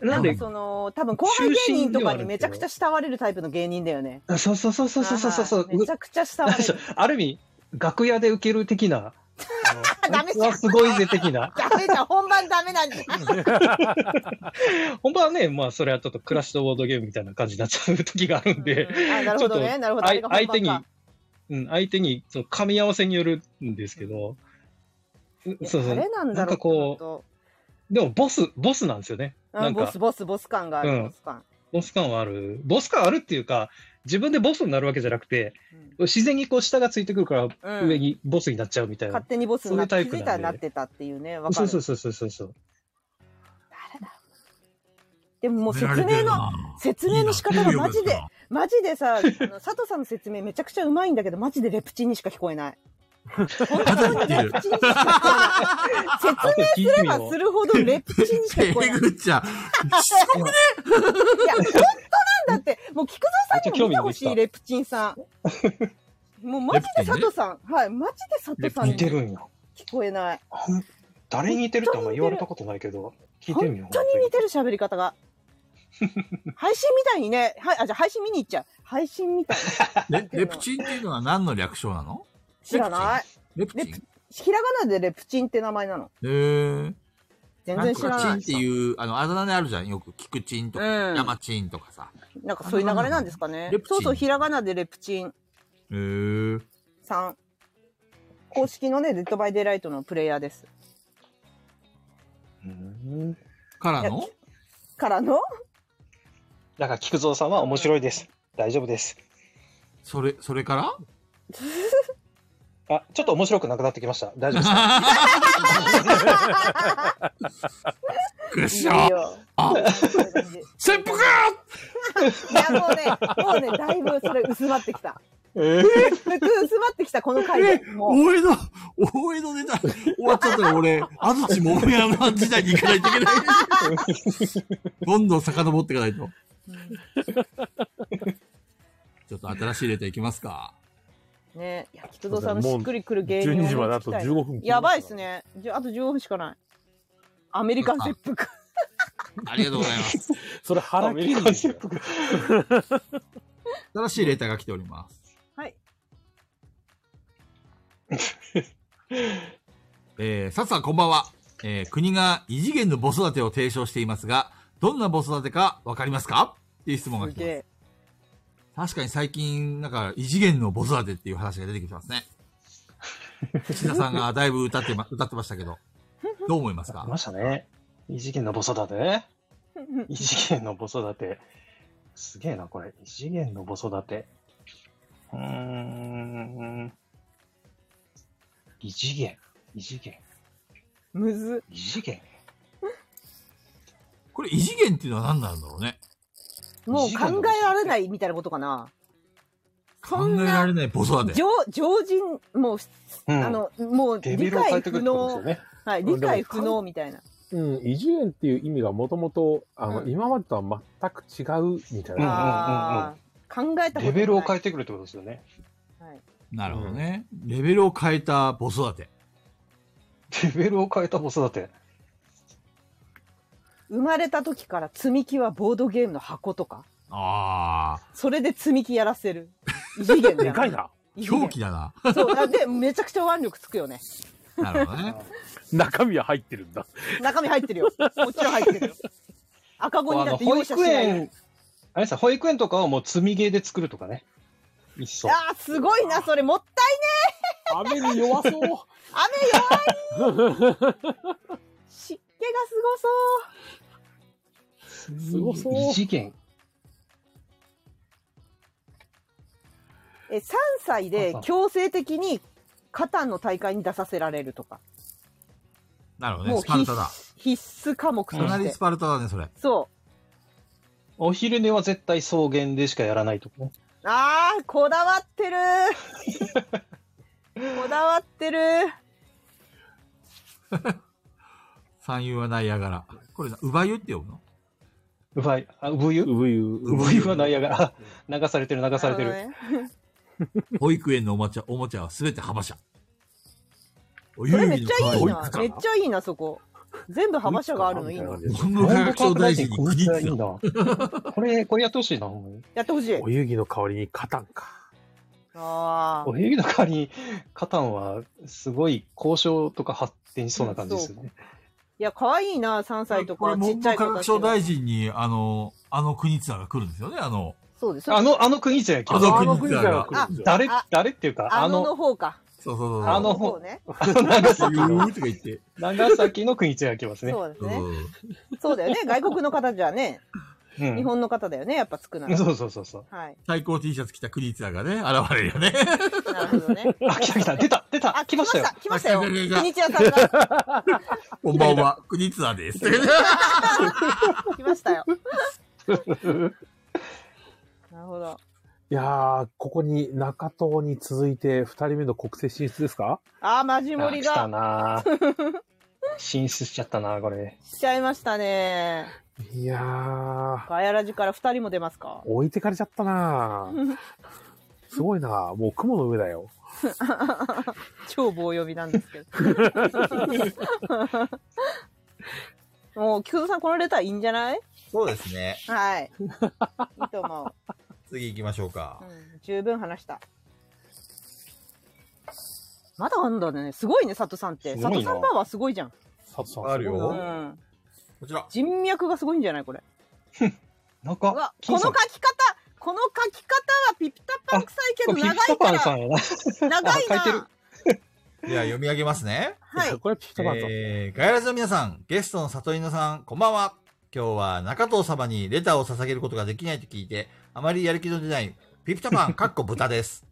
なんなでんかその多分後輩芸人とかにめちゃくちゃ慕われるタイプの芸人だよね。あそうそうそうそうそうそうそうはいはいめちゃくちゃ慕われそうる。ある意味、楽屋で受ける的な、あの ダこメいつじゃんはすごいぜ的な。ダメじゃん本番ダメなん じゃん。本番はね、まあ、それはちょっとクラッシュとボードゲームみたいな感じになっちゃう時があるんで、あなるほどねなるほど。ああいれが本番相か手に、うん、相手に、その噛み合わせによるんですけど、うそういそやう。誰なんだろうなんかこうでも、ボス、ボスなんですよね。うなんボかス、ボスボス感がある、うんボス感。ボス感はある。ボス感あるっていうか、自分でボスになるわけじゃなくて、自然にこう下がついてくるから、うん上にボスになっちゃうみたいな勝。手にボスになってそうい気うタイプなづいたらんでなってたっていうねわかそうる。そうそうそうそうそう。誰だろうでももう説褒められて明るのな説明の仕方がマジいいでな。マジでさ、あの佐藤さんの説明めちゃくちゃうまいんだけど、マジでレプチンにしか聞こえない。本当にレプチンにしか聞こえない。説明明すればするほどレプチンにしか聞こえ えない。いぐっちゃん。 や、本当なんだって、もう菊蔵さんにも見てほしめっちゃ興味出てきたい、レプチンさん。もうマジで佐藤さん、はい、マジで佐藤さん似にて聞るんよ。こえない。あん誰に似てるってあんま言われたことないけど、聞い本当てにみよう。似てる喋り方が。配信みたいにね、はい、あ、じゃあ配信見に行っちゃう。配信みたいに。 レレプチンっていうのは何の略称なの知らない。レプチンレプひらがなでレプチンって名前なの。へー。全なん然知とらかチなンっい。ていう、あの、あだ名であるじゃん。よく、キクチンとか、うんヤマチンとかさ。なんかそういう流れなんですかねレプチン。そうそう、ひらがなでレプチンへー。さん。公式のね、デッドバイデイライトのプレイヤーです。うんからのからのだから、菊蔵さんは面白いです。大丈夫です。それ、それからあ、ちょっと面白くなくなってきました。大丈夫です。 くっいいしょよ。あ、そういう感じい切腹や、もうね、もうね、だいぶそれ薄まってきた。えー薄まってきた、この回えで。もう。大江戸、大江戸ネタ、終わっちゃったら俺、安土桃山時代に行かないといけない。どんどん遡っていかないと。ちょっと新しいレターいきますか。うねいや菊蔵さんのしっくりくる芸人を12時まであと聞きたい15分。やばいっす。ねじゃああと15分しかないアメリカン切腹ありがとうございます。それ腹切るんですよ。新しいレターが来ております。はい。 えー、さつさんこんばんは。えー、国が異次元の母育てを提唱していますが、どんな母育てかわかりますかっていう質問がす来げてえます。確かに最近、なんか異次元の母育てっていう話が出てきてますね。岸田さんがだいぶ歌ってま、歌ってましたけど、どう思いますあかりましたね。異次元のボソだて。異次元のボソだて。すげえな、これ。異次元のボソだて。うーん。異次元。異次元。むず異次元。これ異次元っていうのは何なんだろうね。もう考えられないみたいなことかなそ考んえなられない母育て。常常人もう、うんあのもうレ理ベルを変え解て不くるってこと能、ですよね。はい、うん理解不能みたいなうん、異次元っていう意味がもともと、あの、うん今までとは全く違うみたいうんな。あー考えたことないレベルを変えてくるってことですよね。はいなるほどね。レベルを変えた母育て。レベルを変えたボソだて。生まれた時から積み木はボードゲームの箱とかあそれで積み木やらせる異次元だでよかいな。異ー、次元狂気だな。そうあでめちゃくちゃ腕力つくよねなるほどね。中身は入ってるんだ。中身入ってるよもちろん入ってるよ赤子にだって保容赦し育ないよ園、あれさ、保育園とかはもう積みゲーで作るとかね。いっそ。あーすごいなそれもったい雨に弱そう。雨弱い 湿気がすごそうすごそう。異次元。え3歳で強制的にカタンの大会に出させられるとかなるほどもね。うスパルタだ。必須科目とかなしりてスパルタだね、それ。そお昼寝は絶対草原でしかやらないとかうね。あーこだわってるこだわってる三遊はナイアガラ。これな、ウバユって呼ぶのうばい、あ、うぶゆうぶゆうぶゆはないやが、 流されてる流されてる。なるほどね保育園のおもちゃ、おもちゃはすべて浜車。おそ遊れ戯めっちゃいいなめっちゃいいなそこ全部浜車があるのいいな文部科学省大臣にこ国い立つだはいいな。これ、これやってほしいな、ほんまに。やってほしいお遊戯の代わりに勝たんか。あお湯の代わりに、カタンは、すごい交渉とか発展しそうな感じですよね。いや可愛いな3歳とこれ、かちっ文ちゃ部い科子た学ちの省大臣に、あの、あの国津が来るんですよね、あの。そうですああの、あの国じゃん、あのあ国の国からが来るんですよ。誰あ、誰っていうか、あののの、方かそうそうそう。あの方ねあ の長そう崎いうの、とか言って。長崎の国じゃん、来ますね。そうですそうねそうだよね外国の方じゃねうん日本の方だよねやっぱつくならそうそうそうそう。はい対抗 T シャツ着た国津がね、現れるよね。なるほどね あ、来た来た、出た、出た、来ましたよ。来ましたよ。来た来た来た国千代さんが こんばんは、 国津です。来ましたよ。なるほど。いやー、ここに中東に続いて二人目の国政進出ですかあー、マジモあリ来がたな進出しちゃったなこれ。しちゃいましたね。いやー、ガヤラジから二人も出ますか。置いてかれちゃっ たなぁすごいなぁもう雲の上だよ。超棒読みなんですけど。 もう、菊蔵さん、このレターいいんじゃないそうですね。はい。いいと思次行きましょうかう。う。ん、十分話した。まだあんだね。すごいね、佐藤さんって。す佐ごい藤なさんバーはすごいじゃん。佐藤さん。あるすごいなうよ。ん。こちら。人脈がすごいんじゃないこれ。なんうわか、この書き方この書き方はピピタパン臭いけどピ長ピいタパンかさんやな。 ら長いあ書いてるなでは読み上げますね。はいこれピピタパンと。えー、ガヤラジの皆さん、ゲストの里犬さん、こんばんは。今日は中藤様にレターを捧げることができないと聞いて、あまりやる気の出ない、ピピタパン、かっこ豚です。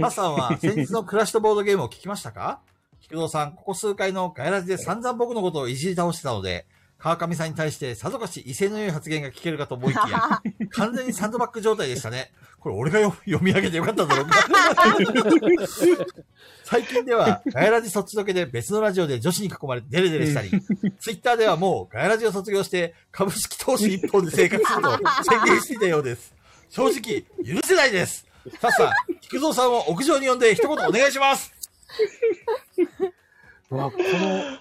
パさんは先日のクラッシュとボードゲームを聞きましたか菊蔵さん、ここ数回のガヤラジで散々僕のことをいじり倒してたので、川上さんに対してさぞかし威勢の良い発言が聞けるかと思いきや、完全にサンドバッグ状態でしたね。これ俺がよ読み上げてよかったんだろうみたいな。最近では、ガヤラジ卒業で別のラジオで女子に囲まれてデレデレしたり、ツイッターではもうガヤラジを卒業して株式投資一本で生活すると宣言していたようです。正直、許せないです。さっさん、菊菊蔵さんを屋上に呼んで一言お願いします。うわ、この、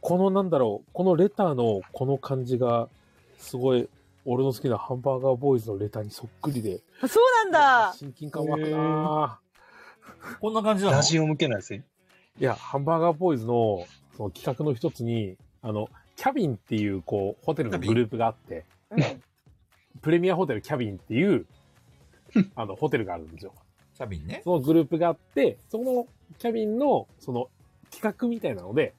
このなんだろう、このレターのこの感じが、すごい、俺の好きなハンバーガーボーイズのレターにそっくりで、あ そうなんだ。親近感湧くなこんな感じなのラジオ向けなんですね。ぁいや、ハンバーガーボーイズのその企画の一つに、あの、キャビンっていう、こう、ホテルのグループがあって、プレミアホテルキャビンっていう、あの、ホテルがあるんですよ。キャビンね。そのグループがあって、そこのキャビンの、その企画みたいなので、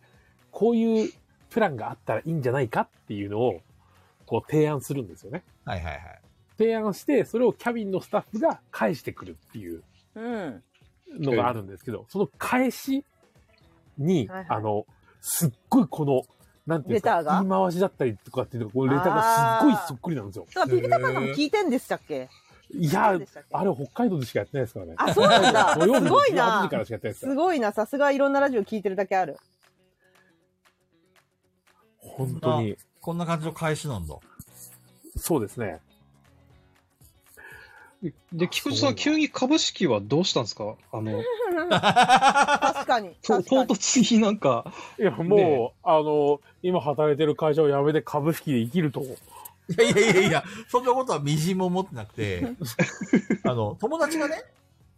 こういうプランがあったらいいんじゃないかっていうのを、こう提案するんですよね。はいはいはい。提案して、それをキャビンのスタッフが返してくるっていううん。のがあるんですけど、その返しに、はいはいあの、すっごいこの、なんていうんですか、レターが言い回しだったりとかっていうのが、このレターがすっごいそっくりなんですよ。だからピピタパンさんも聞いてんでしたっけ？いそやうでしたっけあれ北海道でしかやってないですからね。あ、そうなんだ。 土曜日すのごい18時なか。らしかやってないですからす。ごいな。さすがいろんなラジオ聞いてるだけある。本当に。こんな感じの返しなんだ。そうですね。で、菊池さん、すごい急に株式はどうしたんですか あの、確か に。と確か唐に。突になんか、いや、もう、ねあの、今働いてる会社を辞めて株式で生きると。いやい やいやいや、そんなことはみじんも思ってなく て、あの、友達がね、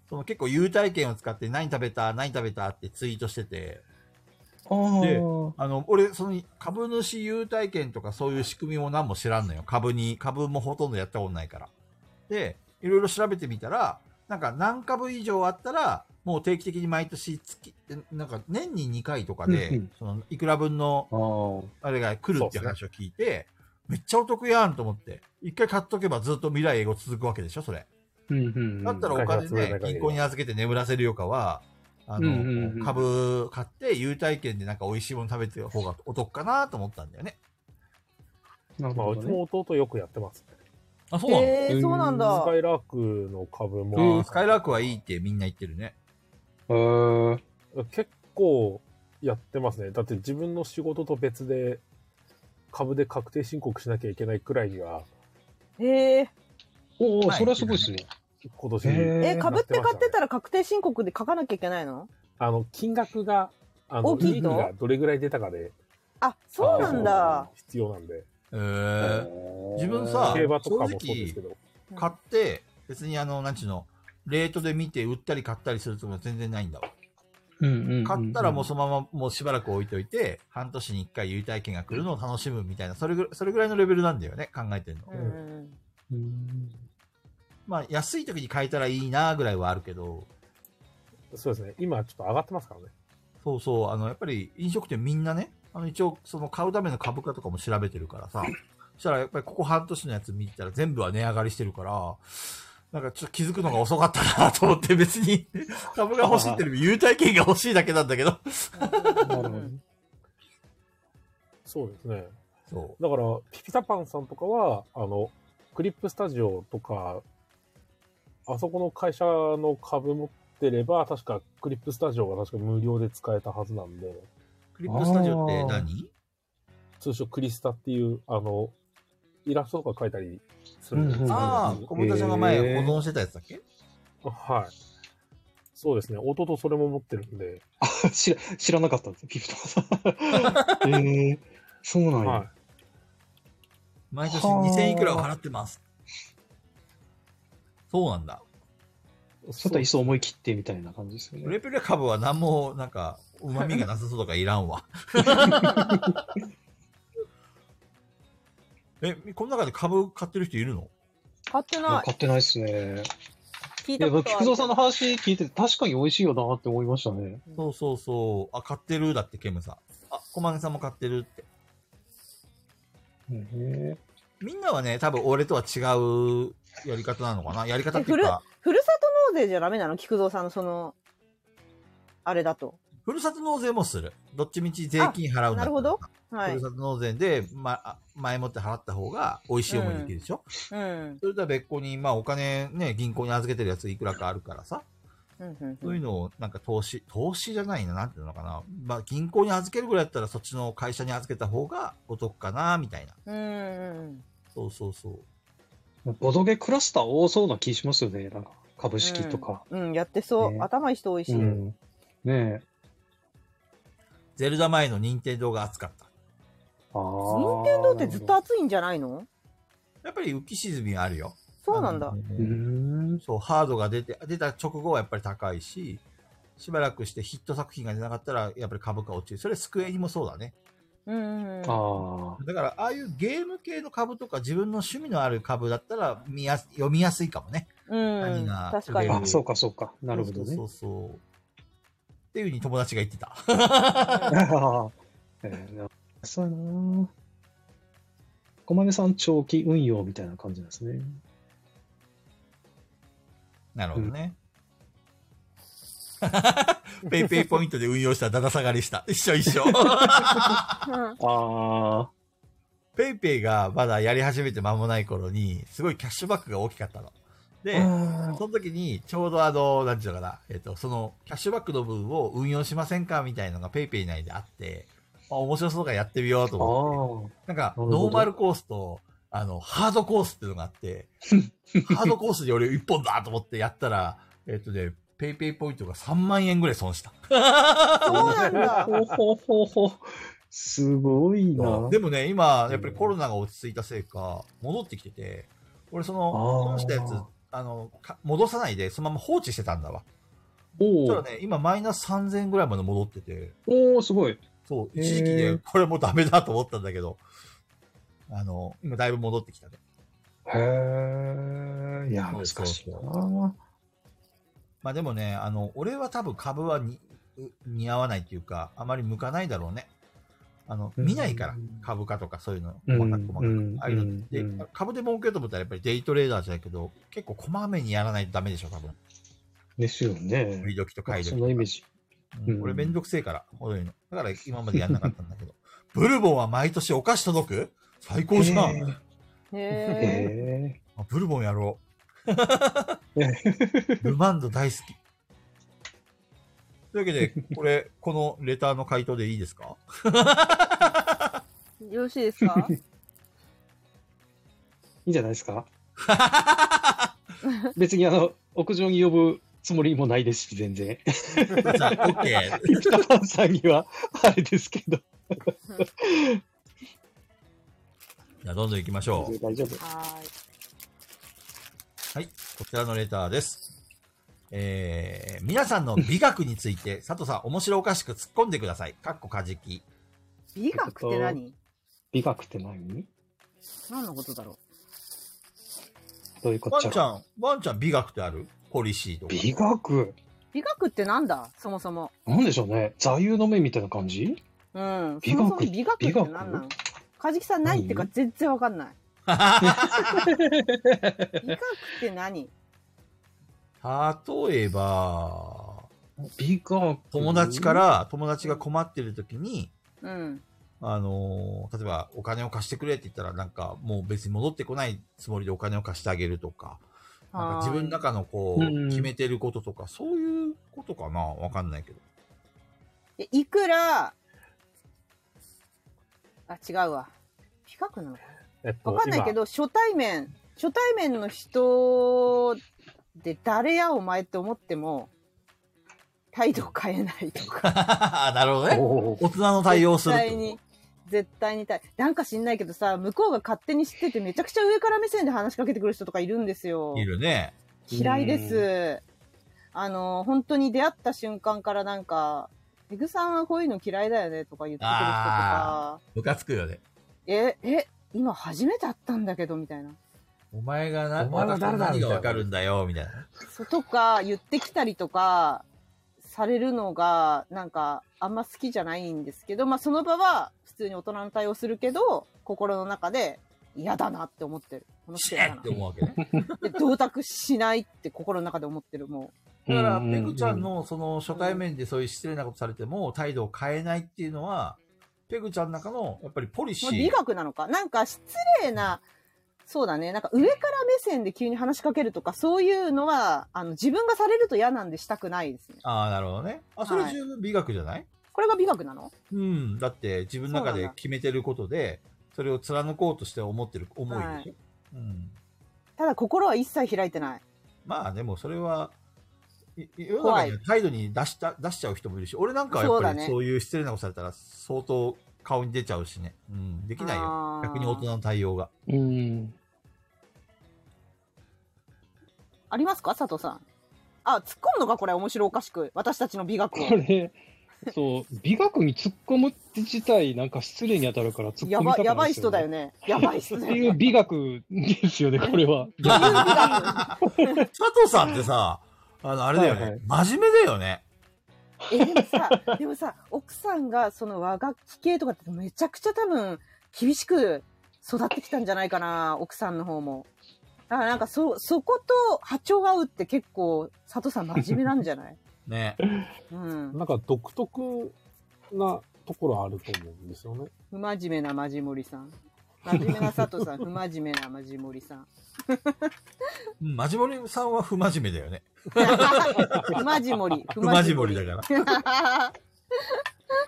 その結構優待券を使って何食べた、何食べたってツイートしてて、で ああの、俺、その株主優待券とかそういう仕組みも何も知らんのよ。株に、株もほとんどやったことないから。で、いろいろ調べてみたら、なんか何株以上あったら、もう定期的に毎年月、なんか年に2回とかで、うんうんそのいくら分のあー。あれが来るっていう話を聞いて、めっちゃお得やんと思って。一回買っとけばずっと未来英語続くわけでしょ、それ。うんうんだったらお金開発する中ねで、銀行に預けて眠らせるよりかは、あうんうんうんの、株買って優待券でなんか美味しいもの食べてる方がお得かなと思ったんだよね。なるまあ、ほうどちねも弟よくやってます。あ、そうなのえー、そうなんだ。スカイラークの株うもん、スカイラークはいいってみんな言ってるね。えー結構やってますね。だって自分の仕事と別で株で確定申告しなきゃいけないくらいには、えー、おお、はいそれはすごいですね。今年、へえ、ー株って買ってたら確定申告で書かなきゃいけないの？あの、金額が、あの、大きい利益とがどれぐらい出たかで、あ、そうなんだ。。必要なんで。えー、自分さ競馬とかもそうですけど。買って、別にあの、なんちゅうの、レートで見て売ったり買ったりするつもりは全然ないんだわ。うんうんうんうん買ったらもうそのままもうしばらく置いといて、半年に一回優待券が来るのを楽しむみたいな、それぐらい、それぐらいのレベルなんだよね、考えてるの。うんうんうんまあ、安い時に買えたらいいなぐらいはあるけど、そうですね。今ちょっと上がってますからね。そうそう、あの、やっぱり飲食店みんなね、あの、一応、その買うための株価とかも調べてる からさ、そしたらやっぱりここ半年のやつ見たら全部は値上がりしてるから、なんかちょっと気づくのが遅かったなと思って別 に株が欲しいっていうよりも優待券が欲しいだけなんだけど。なるほどねそうですね。そう。だから、ピピタパンさんとかは、あの、クリップスタジオとか、あそこの会社の株持ってれば、確かクリップスタジオが確か無料で使えたはずなんで、クリップスタジオって何通称クリスタっていう、あの、イラストとか描いたりするんですうんうんああ、小牟田さんがへ前ー保存してたやつだっけはい。そうですね。弟それも持ってるんで、 知ら知らなかったんですよ、ピピタ パさん。えー、そうなんや。は毎年はあ2000いくらを払ってます。そうなんだ。い。ちょっといっそ思い切ってみたいな感じですよプね。レプレ株は何も、なんか、旨味がなさそうとかいらんわ。 え、この中で株買ってる人いるの買っていやない。買ってないっすね。聞いいや、たでこもとあ菊る蔵さんの話聞いてて、確かに美味しいよなって思いましたね。そうそうそう。あ、買ってるだって、ケムさん。あ、小マネさんも買ってるって。へみんなはね、多分俺とは違うやり方なのかなやり方っていうか、ふるさと納税じゃダメなの菊蔵さんのその、あれだと。ふるさと納税もする。どっちみち税金払うんだったらあなるほどはふいる。さと納税で、ま、あ前もって払った方が美味しい思いできるでしょ、うん。うんそれとは別個に、まあお金ね、銀行に預けてるやついくらかあるからさ、うんそうういん。うのをなんか投資、投資じゃないな、なんていうのかな。まあ銀行に預けるぐらいだったらそっちの会社に預けた方がお得かな、みたいな。うんうん。そうそうそう。え。ボドゲクラスター多そうな気しますよね。なんか、株式とか。うん、やってそう。ね頭いい人多いし。うん。ねえ。ゼルダ前の任天堂が熱かった。ああ。任天堂ってずっと熱いんじゃないのやっぱり浮き沈みがあるよ。そうなんだ。うーん。そう、ハードが出て、出た直後はやっぱり高いし、しばらくしてヒット作品が出なかったら、やっぱり株価落ちる。それ、スクエニもそうだね。うん。ああ。だから、ああいうゲーム系の株とか、自分の趣味のある株だったら、見やす、読みやすいかもね。う何んが。確かに。売れうるんあ、そうか、そうか。なるほどねそ。 うそうそう。っていうふうに友達が言ってた。 ああ。えー、そうやな。小豆さん、長期運用みたいな感じなんですね。なるほどね。ペイペイポイントで運用したらだだ下がりした。 一緒 一緒。ああ。ペイペイがまだやり始めて間もない頃に、すごいキャッシュバックが大きかったの。で、その時に、ちょうどあの、なんていうのかな、えっ、と、その、キャッシュバックの分を運用しませんかみたいのがペイペイ内であって、あ、面白そうだからやってみようとああ。思って。なんか、なるほどノーマルコースと、あの、ハードコースっていうのがあ って、ハードコースで俺一本だと思ってやったら、えっ、とね、ペイペイポイントが3万円ぐらい損した。 そうなんだ。ほうほうほうほう。すごいな。でもね、今、やっぱりコロナが落ち着いたせいか、戻ってきてて、俺その、あー損したやつ、あの、か戻さないで、そのまま放置してたんだわ。おそしたら。おね、今マイナス3000円ぐらいまで戻ってて、おお、すごい。そう、へー一時期ね、これもうダメだと思ったんだけど、あの、今だいぶ戻ってきたね。へえ。いや、難しいな。まあでもね、あの、俺は多分株はにう似合わないっていうか、あまり向かないだろうね。あの、見ないからうん、株価とかそういうの、うん細かく細かうんく。ああいうのってうんで、株で儲けようと思ったらやっぱりデイトレーダーじゃないけど、結構こまめにやらないとダメでしょ、多分。ですよ売りね。時と買い時そとのイメージ。ううんん、俺めんどくせえから、こういうの。だから今までやんなかったんだけ ど。ブルボンは毎年お菓子届く最高じゃん、へえ。へあブルボンやろ うえ。ルマンド大好き。というわけで、これ、このレターの回答でいいです かよろしいですかいいんじゃないです か別にあの、屋上に呼ぶつもりもないですし、全然。じゃあ、OK。ピピタパンさんには、あれですけど。じゃあ、どんどん行きましょう。大丈夫。ははい、こちらのレターです。えー、皆さんの美学について、佐藤さん、面白おかしく突っ込んでください。かっこかじき。ーい。美学って何美学って何何のことだろどういうこワっンちちゃゃん、ワンちゃん美学ってあるポリシーとか。美学う。美学ってなんだそもそも。なんでしょうね。座右の銘みたいな感じうん。美そ学もそも美学って何なのカジキさん何言ってるか全然わかんない。美学って何例えば、美学。友達か。ら、友達が困ってる時に、うん。あのー例えばお金を貸してくれって言ったら、なんかもう別に戻ってこないつもりでお金を貸してあげるとか、なんか自分の中のこうんう、決めてることとか、そういうことかなわかんないけど。でいくら、あ、違うわ。比較なのかえっと、なわかんないけど、初対面、初対面の人で誰やお前って思っても、態度変えないとか。なるほどおね。お大人の対応する絶って対こに。絶対に対なんか知んないけどさ、向こうが勝手に知っててめちゃくちゃ上から目線で話しかけてくる人とかいるんですよと。い。るね。嫌いです。あの、本当に出会った瞬間からなんか、ペグさんはこういうの嫌いだよねとか言ってくる人とあ、かムカつくよね。え、え、今初めて会ったんだけどみたいな。お前がな、お前は誰だ私の何みたいがなわかるんだよ、みたいな。そうとか言ってきたりとかされるのがなんかあんま好きじゃないんですけど、まあ、その場は普通に大人の対応するけど心の中で嫌だなって思ってるこの人シェ嫌だーなって思うわけね。で銅鐸しないって心の中で思ってるもだから、ペグちゃんのその初対面でそういう失礼なことされても態度を変えないっていうのは、ペグちゃんの中のやっぱりポリうシもうー美。学なのかなんか失礼なそうだねなんか上から目線で急に話しかけるとかそういうのはあの自分がされると嫌なんでしたくないですねああ、なるほどね。あ、それ十分美学じゃない、これが美学なのうん。だって自分の中そうなでんだ決めてることで、それを貫こうとして思ってる思いでしょ、はいうん。ただ心は一切開いてないまあでもそれは、い世の中には態度に出した出しちゃう人もいるし、俺なんかはやっそぱうだねりそういう失礼なことされたら相当顔に出ちゃうしね。うん、できないよ。あー逆に大人の対応が。うん。ありますか佐藤さんあ突っ込むのかこれ面白おかしく私たちの美学をこれ、そう、美学に突っ込むって自体、なんか失礼に当たるから突っや込みたばくない、やばい人だよね。ねやばい人っだ てよいうね美学で すよね、これは。佐藤さんって さ、あの、あれだよね、はいはい真面目だよね。えでもさでもさ奥さんがその和楽器系とかってめちゃくちゃ多分厳しく育ってきたんじゃないかな奥さんの方もだからなんかそそこと波長が合うって結構佐藤さん真面目なんじゃ ない、ね。うん、なんか独特なところあると思うんですよね。不真面目なマジモリさん真面目な佐藤 さん不真面目なマジモリさんうんマジモリさんは不真面目だよね。不真面目不真面目だから。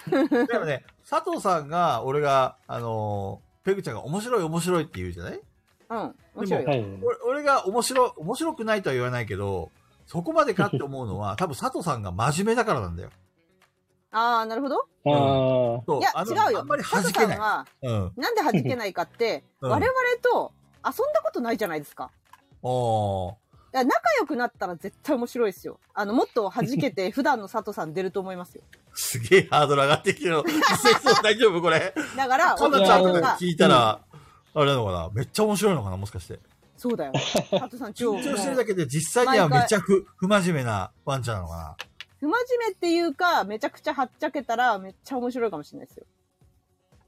だからね、佐藤さんが、俺が、あのーペグちゃんが面白い面白いって言うじゃないらうん面白いよはい。俺俺が面白い、面白くないとは言わないけど、そこまでかって思うの は、多分佐藤さんが真面目だからなんだよ。ああなるほどああ、そういやあの違うよあんまり佐弾藤けさないん。はうん。なんで弾けないかって、うん我々と遊んだことないじゃないですか。おー。だから仲良くなったら絶対面白いですよ。あの、もっと弾け て、普段の佐藤さん出ると思いますよ。すげえハードル上がってきてる。実際そう大丈夫こ れ。だから、かなおちゃん互いとがか聞いたら、あれなのかなめっちゃ面白いのかなもしかして。そうだよ。佐藤さん超。緊張してるだけで実際にはめっちゃ不不真面目なワンちゃんなのか不真面目っていうか、めちゃくちゃはっちゃけたら、めっちゃ面白いかもしれないですよ。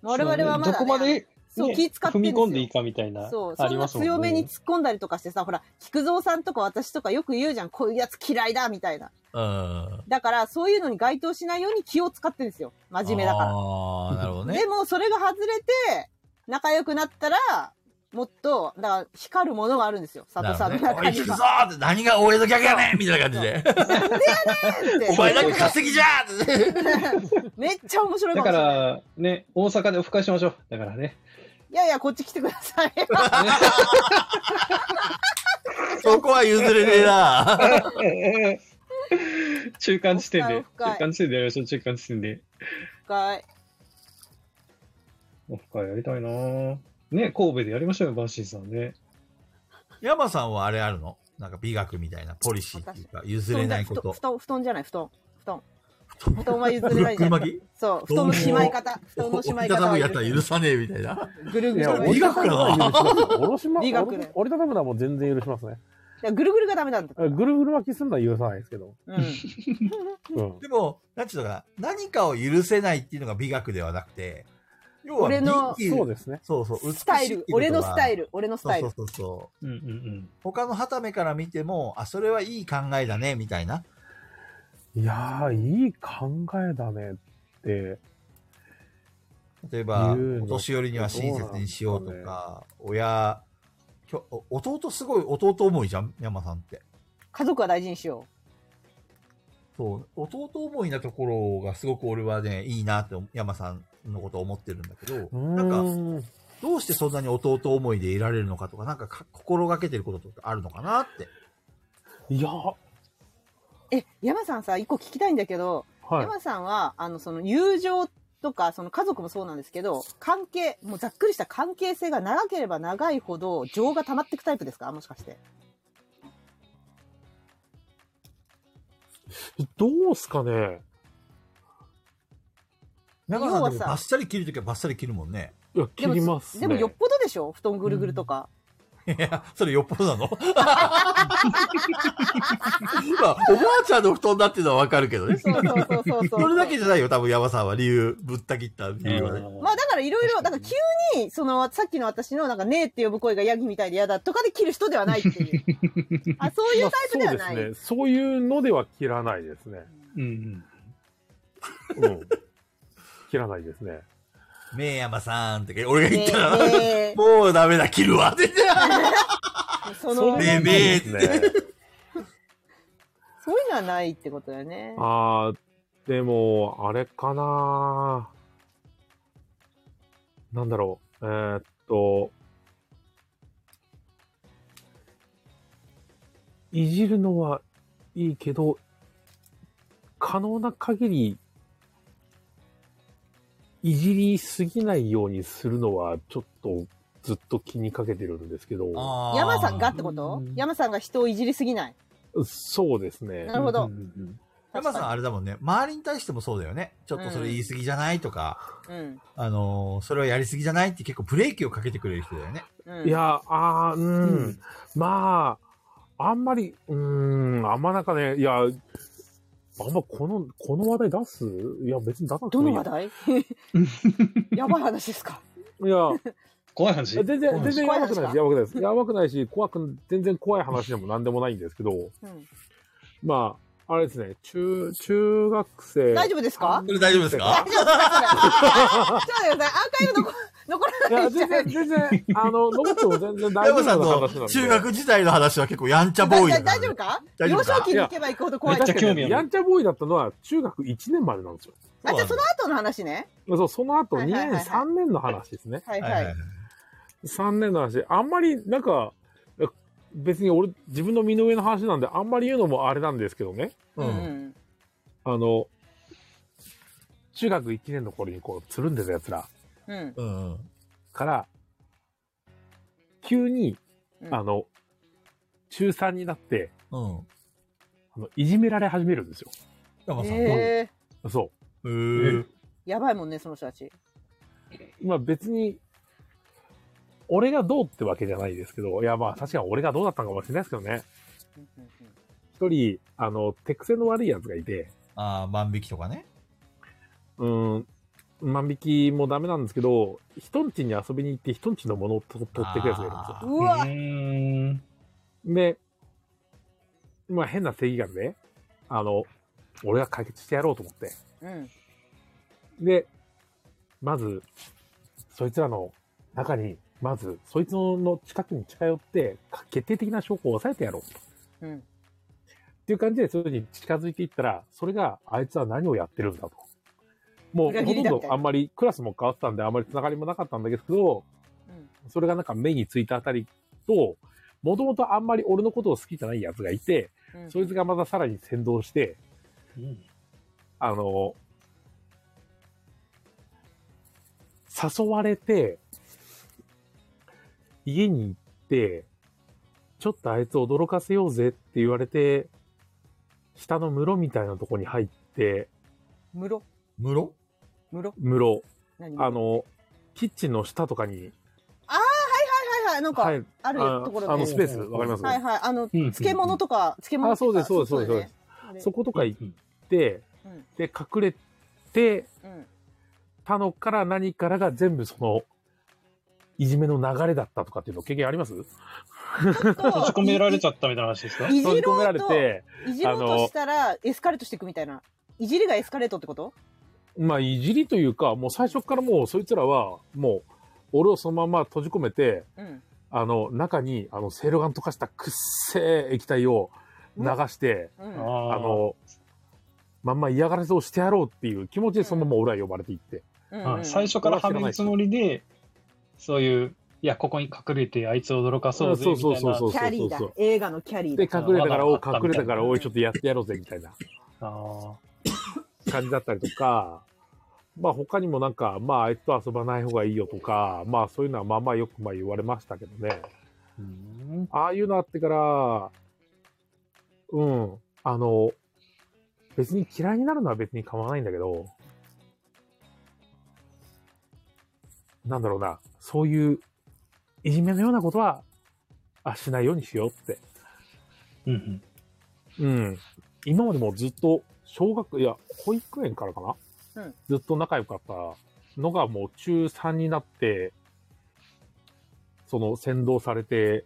我々はまだ、ね、どこまで、ね、そう気使って踏んですみよ込んでいいかみたいな、そう、あそりんまなすもんね強めに突っ込んだりとかしてさ、ほら、菊蔵さんとか私とかよく言うじゃん、こういうやつ嫌いだ、みたいな。な。うん。だから、そういうのに該当しないように気を使ってるんですよ。真面目だから。ああ、なるほどねで。もそれが外れて仲良くなったらもっとだから光るものがあるんですよ佐藤さんのなるほど中ねおい、に行くは。ぞーって何が俺の逆やねんみたいな感じで。ってお前なんか稼ぎじゃーって。めっちゃ面白いかもしだかれない。ら、ね、大阪でオフ会しましょう。だか らね。いやいやこっち来てください。そこは譲れねえな。中間地点でオ、フ会オフ会中間地点でやりましょう、中間地点で。はいオフ会やりたいなぁね、神戸でやりましょうよ、バンシーさんね。山さんはあれあるのなんか美学みたいなポリシーっていうか、 譲布れ団じゃなないいこ布と団布。団布団じゃない布団布団布布団は譲れないじゃん。ふっくり巻きそう布団のしまい方布団のしま折いりた方たはむ許やせったならい許さねえみたいな。ぐるぐるいや、が折りたたむは許しますよ。おろしま、美 学で折りたたむのはもう全然許しますね。いやぐるぐるがダメなんだ。ぐるぐる巻きするのは許さないですけど。うんうん。でも、なんちゅうのかな、何かを許せないっていうのが美学ではなくて、要は俺の美そうですね。そうそう、スタイル俺のスタイル。ル俺のスそタうイそルう。そうそう。うんうん他の旗目から見ても、あ、それはいい考えだね、みたいな。いやー、いい考えだねって。例えば、言うのお年寄りには親切にしようとか、親、きょお弟すごい弟思いじゃん、山さんって。家族は大事にしよそう、弟思いなところがすごく俺はね、いいなって、山さんのこと思ってるんだけど、うなんか、ーん。どうしてそんなに弟思いでいられるのかとか、なんかか心がけてることとかあるのかなって。いやー、う。え山さんさ一個聞きたいんだけど。はい。山さんはあのその友情とかその家族もそうなんですけど関係もうざっくりした関係性が長ければ長いほど情が溜まっていくタイプですかもしかしてどうすかね中川さんで要もはさバッサリ切るときはバッサリ切るもん ね。いや、切でもりますね。でもよっぽどでしょ布団ぐるぐるとか、いや、それよっぽどなの まあ、おばあちゃんの布団だっていうのはわかるけどね。そそうそうそうそうそうれだけじゃないよ、多分山さんは理由、ぶった切った理由はね。うん。まあだからいろいろ、確だかかにら急に、その、さっきの私の、なんか、ねえって呼ぶ声がヤギみたいで嫌だとかで切る人ではないっていう。あ、そういうタイプではまあない。そうですね。そういうのでは切らないですね。うんうん。 うん。切らないですね。ねえ、山さんって、俺が言ねったら、え、ねもうダメだ、切るわ。ねえ、その、れねえそうですね。そういうのはないってことだよね。あー、でも、あれかななんだろう。えーっと、いじるのはいいけど、可能な限り、いじりすぎないようにするのは、ちょっとずっと気にかけてるんですけど、あー 山さんがってこと山さんが人をいじりすぎない。そうですね。なるほど。山さんあれだもんね、周りに対してもそうだよね。ちょっとそれ言い過ぎじゃないとか、うん。あのーそれはやり過ぎじゃないって結構ブレーキをかけてくれる人だよね。うんい、や、あーうん、まあ、あんまり、うーん、あんまなんかね、いや、あんまこの、この話題出すいや、別に出さなくてどもいのい話よ。題やばい話ですか。いや、 怖い話。全然、全然怖いやばくないです。やばくないです。やばくないし、怖く、全然怖い話でも何でもないんですけど、うんまあ、あれですね、中、中学生。大丈夫ですかそれ大丈夫ですかちょっと待ってください。アーカイブ残残いらなや、いじゃ全ん。然、全然、あの、飲むとも全然大丈山夫なさん話なんので。中学時代の話は結構やんちゃボーイだ大から大丈夫か大丈夫幼か少期に行けば行くほど怖い。めあ、っちゃ興味あるやんちゃボーイだったのは中学1年までなんですよ。じゃあその後の話ね。そう、その後2はいはい年、はいはい3年の話ですね。はいはいはいははいい。 3年の話。あんまり、なんか、別に俺、自分の身の上の話なんで、あんまり言うのもあれなんですけどね。ううんん。あの、中学1年の頃にこう、つるんでた奴らうん。うんうんから、急に、うんあの、中3になって、うん。あの、いじめられ始めるんですよ。山さん。へええそう。ーやばいもんね、その人たち。まあ別に、俺がどうってわけじゃないですけど、いやまあ確かに俺がどうだったのかもしれないですけどね。うんうんうん一人、あの、手癖の悪いやつがいて、ああ、万引きとかね。うーん、万引きもダメなんですけど、人んちに遊びに行って人んちのものをと取ってくやつがいるんですあうわ、ん。よ。で、まあ変な正義感で、あの、俺が解決してやろうと思って。うん、で、まず、そいつらの中に、まず、そいつの近くに近寄って、か決定的な証拠を抑えてやろう。うん、っていう感じで、そういうふうに近づいていったら、それが、あいつは何をやってるんだと。もう、裏ほ切とりんだみたいなどあんまり、クラスも変わってたんで、あんまりつながりもなかったんだけど、うん、それがなんか目についたあたりと、もともとあんまり俺のことを好きじゃない奴がいて、うん。そいつがまたさらに先導して、あの、誘われて、家に行って、ちょっとあいつ驚かせようぜって言われて、下の室みたいなとこに入って、室室室室、何あはいの、キッチンの下とかにはいはい、なんか、入る、あるあところで。あのスペース、わかりますはいはい、あの、うん漬物とか、漬物あ、そうです、そうです、そうです。そうですそことか行って、うんで、隠れてうん、たのから何からが全部その、いじめの流れだったとかっていうの経験あります閉閉じ込められちゃったみたいな話ですかい閉じじ込ろめらうれと、て、いじろうとしたら、エスカレートしていくみたいな。いじりがエスカレートってことまあ、いじりというか、もう最初からもうそいつらは、もう、俺をそのまま閉じ込めて、うん。あの、中に、あの、セいろがん溶かしたくっせえ液体を流して、うん。ああの、の、まんま嫌がらせをしてやろうっていう気持ちでそのまま俺は呼ばれていって。うんうん最初からはめるつもりで、そういう、いや、ここに隠れて、あいつを驚かそうぜ、そうみたいそうな。そうそうキャリーだそうそう。映画のキャリーで、だ。隠れたから、おうまだ隠れたから、まだおい、ちょっとやってやろうぜ、みたいなあ感じだったりとか、 まあ他にもなんか、まああいつと遊ばない方がいいよとか、まあそういうのはまあまあよくまあ言われましたけどね。ーうんああいうのあってから、うん、あの、別に嫌いになるのは別に構わないんだけど、なんだろうな、そういういじめのようなことは、あ、しないようにしようってうんうん。今までもずっと、小学、いや、保育園からかな、うんずっと仲良かったのが、もう中3になって、その、先導されて、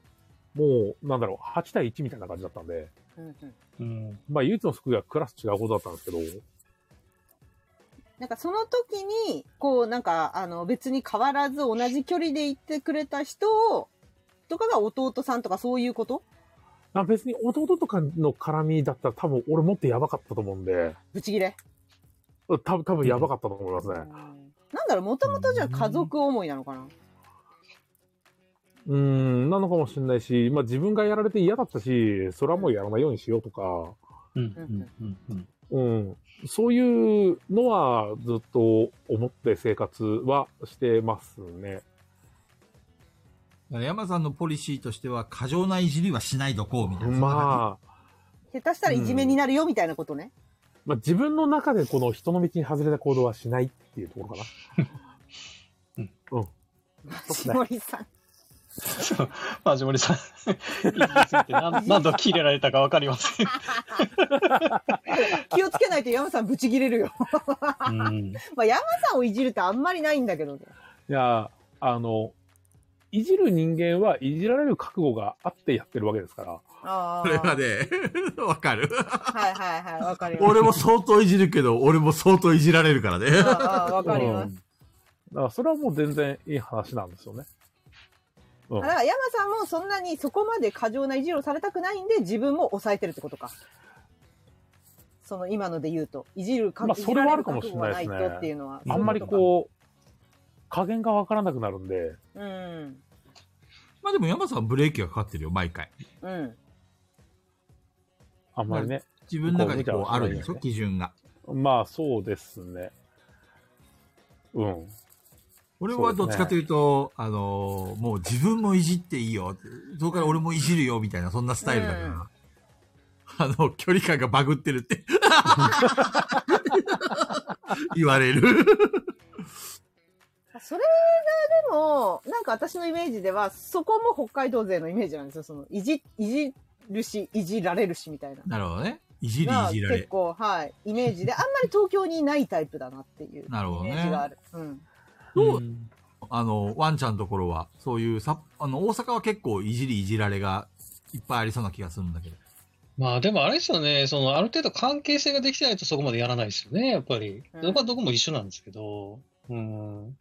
もう、なんだろう、8対1みたいな感じだったんで、うんうんうん。うんまあ、唯一の服がクラス違うことだったんですけど、なんかその時に、こうなんか、あの別に変わらず同じ距離で行ってくれた人を、とかが弟さんとかそういうことあ別に弟とかの絡みだったら多分俺もっとやばかったと思うんで、ブチギレ。多分、多分やばかったと思いますね。なんだろう、もともとじゃあ家族思いなのかな。うーん、なのかもしれないし、まあ自分がやられて嫌だったし、それはもうやらないようにしようとか、うんうんうんうんうん、そういうのはずっと思って生活はしてますね。だから山さんのポリシーとしては、過剰ないじりはしないどこう、みたいな。まあ、下手したらいじめになるよみたいなことね。まあ自分の中でこの人の道に外れた行動はしないっていうところかな。 しもりさん。そう、マジモ リさん、いじりすぎて何何度切れられたか分かりません。気をつけないと山さんブチギレるよ。 うん、まあ山さんをいじるってあんまりないんだけどね。いや、あの、いじる人間はいじられる覚悟があってやってるわけですから。あこあ。れはね、 わかる。はいはいはい。わかりま す。俺も相当いじるけど、俺も相当いじられるからね。ああああ、わかりまうすん。だからそれはもう全然いい話なんですよね。うんだから山さんもそんなにそこまで過剰ないじりをされたくないんで自分も抑えてるってことか。その今ので言うと、いじるか、まあそれはあるかもしれないですねじられる覚悟がとっていうのは。あんまりこう、加減がわからなくなるんで、う。うん。 まあでも山さんはブレーキがかかってるよ、毎回。うん。あんまりね。自分の中でこうあるんでしょ、こ基準が。まあそうですね。うん。俺はどっちかというと、あのーもう自分もいじっていいよって。そこから俺もいじるよ、みたいな、そんなスタイルだから。うんあの、距離感がバグってる って。言われる。それがでも、なんか私のイメージでは、そこも北海道勢のイメージなんですよ。その、いじ、いじるし、いじられるしみたいな。なるほどね。いじりがいじられ結。構、はい、イメージで、あんまり東京にいないタイプだなっていうイなるほどねメージがある。うん。どうあの、ワンちゃんのところは、そういうさ、あの、大阪は結構いじりいじられがいっぱいありそうな気がするんだけど。まあでもあれですよね、そのある程度関係性ができてないとそこまでやらないですよね、やっぱり。うんどこはどこも一緒なんですけど。うん。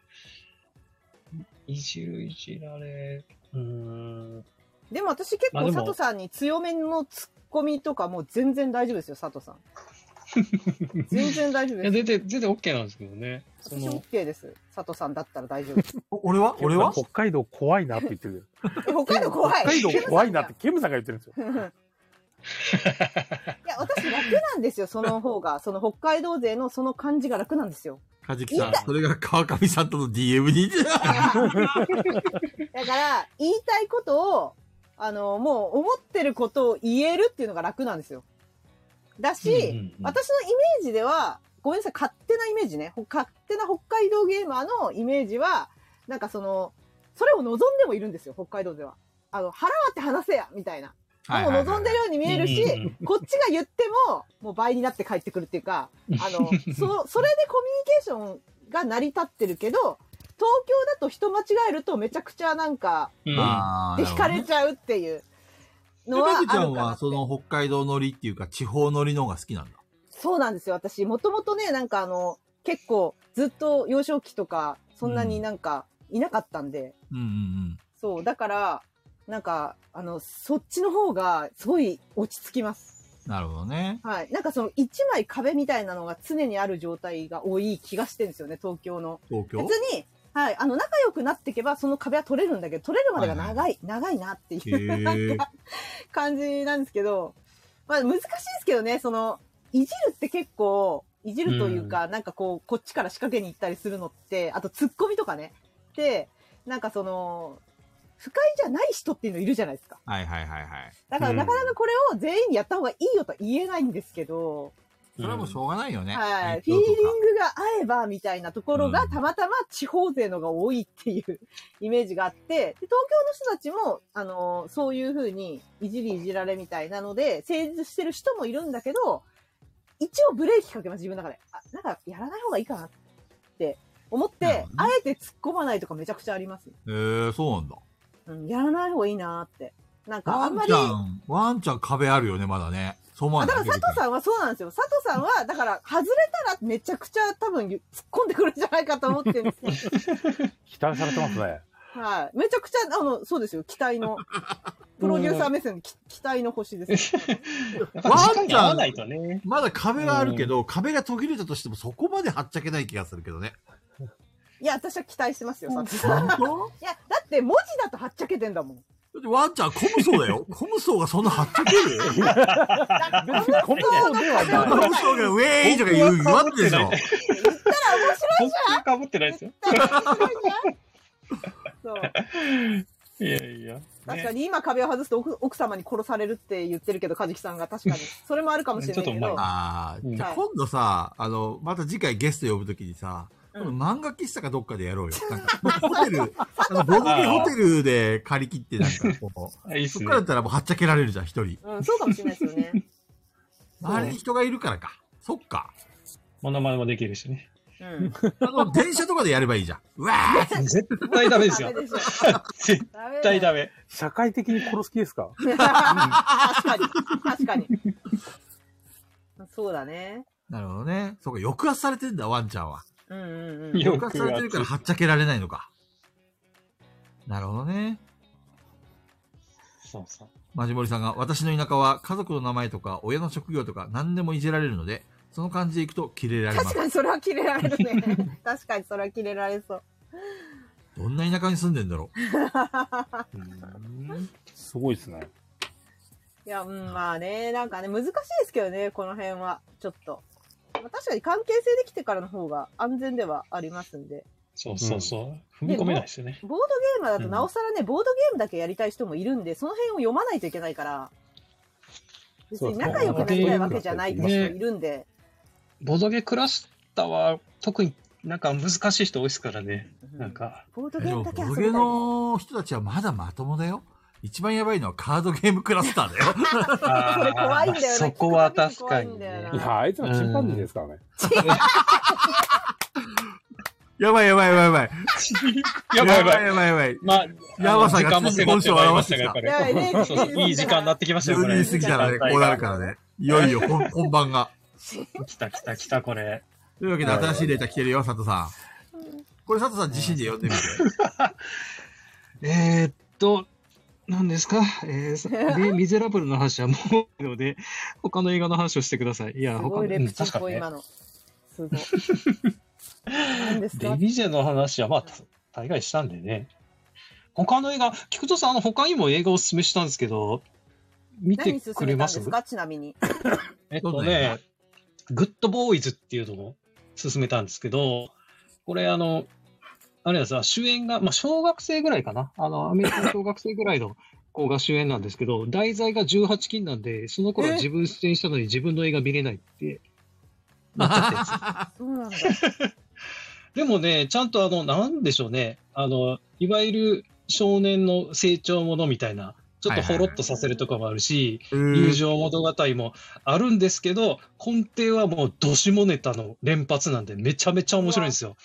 いじる、いじられ。うん。でも私結まあ構でも佐藤さんに強めのツッコミとかもう全然大丈夫ですよ、佐 藤さん。全然大丈夫いや、です。全然、全然 OK なんですけどね。そ私の、 OK です。佐藤さんだったら大丈夫。えお俺は俺は北海道怖いなって言ってる。北海道怖 い。北海道怖いなってケムさんが言ってるんですよ。いや、私楽なんですよ、その方が。その北海道勢のその感じが楽なん ですよ。かじきさん、それが川上さんとの DM に。だから、言いたいことを、あの、もう思ってることを言えるっていうのが楽なんですよ。だし、うんうんうん私のイメージでは、ごめんなさい、勝手なイメージね。ほ勝手な北海道ゲーマーのイメージは、なんかその、それを望んでもいるんですよ、北海道では。あの、腹割って話せやみたいな。はいもうはいはい望んでるように見えるし、うんうんうんこっちが言っても、もう倍になって帰ってくるっていうか、 あの、そ、それでコミュニケーションが成り立ってるけど、東京だと人間違えるとめちゃくちゃなんか、うんあで、ー惹かれちゃうっていうで、のはあペるグちゃかんなは、って。その北海道乗りっていうか、地方乗りの方が好きなんだ。そうなんですよ、私。もともとね、なんかあの、結構ずっと幼少期とか、そんなになんかいなかったんで、うんうんうん。そう、だから、なんか、あの、そっちの方がすごい落ち着きます。なるほどね。はい。なんかその一枚壁みたいなのが常にある状態が多い気がしてるんですよね、東京の。東京別に、はい。あの、仲良くなっていけば、その壁は取れるんだけど、取れるまでが長い、長いなってい へうえ。感じなんですけど、まあ難しいですけどね、その、いじるって結構、いじるというか、なんかこう、こっちから仕掛けに行ったりするのって、あとツッコミとかね。で、なんかその、不快じゃない人っていうのいるじゃないですか。はいはいはいはい。だからなかなかこれを全員にやった方がいいよとは言えないんですけど、それはもうしょうがないよね。はい。フィーリ東ン京とかグが合えばみたいなところうがんたまたま地方勢のが多いっていうイメージがあって、で東京の人たちも、あのーそういうふうにいじりいじられみたいなので、成立してる人もいるんだけど、一応ブレーキかけます、自分の中で。あ、なんかやらない方がいいかなって思っなるてほ、どあえて突っ込まないとかめちゃくちゃあります。えー、そうなんだ。うん、やらない方がいいなって。なんかあワんまンりちゃ、ん、ワンちゃん壁あるよね、まだね。そう思わあなだいから佐藤さんはそうなんですよ。佐藤さんは、だから、外れたらめちゃくちゃ多分突っ込んでくるんじゃないかと思ってるんですよ。期待されてます ね。はい。めちゃくちゃ、あの、そうですよ。期待 の。プロデューサー目線、き期待の星ですよ。やっぱ時間に合わないとね。まだ壁はあるけど、壁が途切れたとしてもそこまではっちゃけない気がするけどね。いや、私は期待してますよ、佐藤さん。い本当や、だって、って文字だとはっちゃけてんだもん。だってワンちゃん、コムソーだよ。コムソーがそんなはっちゃけ る別にコムソーではコムソーがウェーイとか言う、言わんでしょ。僕かぶってないですよ。絶対面白いじゃんそういやいや。確かに今壁を外すと奥奥様に殺されるって言ってるけど、梶木さんが確かに。それもあるかもしれないけちょっとど。まああ、うんじゃあはい今度さ、あの、また次回ゲスト呼ぶときにさ、うん今度漫画喫茶かどっかでやろうよ。なんか、ホテ ル、あの、ボドゲホテルで借り切って、なんかこあいいっう、すそねっか。らだったらもうはっちゃけられるじゃん、一人。うん、そうかもしれないですよね。周りに人がいるからか。そっか。モノマネもできる しね。うん。あの、電車とかでやればいいじゃん。うわー絶対ダメですよダ。メですよ。絶 絶対ダメ。社会的に殺す気ですかメ。確かに。確かに。そうだね。なるほどね。そうか、抑圧されてんだ、ワンちゃんは。うんうんうん。よ抑く圧されてるからはっちゃけられないのか。なるほどね。そうそう。マジモリさんが、私の田舎は家族の名前とか親の職業とか何でもいじられるので、その感じでいくとキレられま確す。かにそれは切れられるね。確かにそれは切れられそう。 どんな田舎に住んでんだろう。すごいですね。いや、うん、まあね、なんかね、難しいですけどね、この辺は。ちょっと。まあ確かに関係性できてからの方が安全ではありますんで。そうそうそう。踏み込めないですよね。ボードゲーマーだとなおさらね、ボードゲームだけやりたい人もいるんで、その辺を読まないといけないから、別に仲良くなりたいわけじゃないって人もいるんで、ボドゲクラスターは特になんか難しい人多いですからね。な んか、ボードゲでーも、ムだけ遊ボびゲたい。の人たちはまだまともだよ。一番やばいのはカードゲームクラスターだ よ。それ怖いんだよねそこは確かにね。いや、あいつらチンパンジーですからね。やばいやばいやばいやばい。やばいやばい。やばいやばいやばい。まあ、やばさあのが時間も迫ってまいりましたが、やっぱ本性を表してきたり。そうそう、いい時間になってきましたよ、こ12れ。時過ぎたらね、こうなるからね。いよいよ本 本番が。来た来た来た、これ。というわけで、新しいデータ来てるよ、佐藤さん。これ佐藤さん自身で読んでみて。えーっと、何ですかえーさ、で、ミゼラブルの話はもういいので、他の映画の話をしてください。いや、す他の、ごういレプんチっ確かぽい、にね。今の。 すごい。何ですレかビジェの話は、まあ、大概したんでね。他の映画、菊田さん、あの、他にも映画をおすすめしたんですけど、見て何進くめれたまんすですかちなみに。えっとそうだよね、グッドボーイズっていうのを勧めたんですけど、これあの、あれですわ主演が、まあ、小学生ぐらいかな。あの、アメリカの小学生ぐらいの子が主演なんですけど、 題材が18禁なんで、その頃え自分出演したのに自分の映画見れないってなっちゃったやつ。そうなんだ。でもね、ちゃんとあの、なんでしょうね。あの、いわゆる少年の成長ものみたいな、ちょっとほろっとさせるとかもあるし、友情物語もあるんですけど、根底はもうどしもネタの連発なんで、めちゃめちゃ面白いんです よ。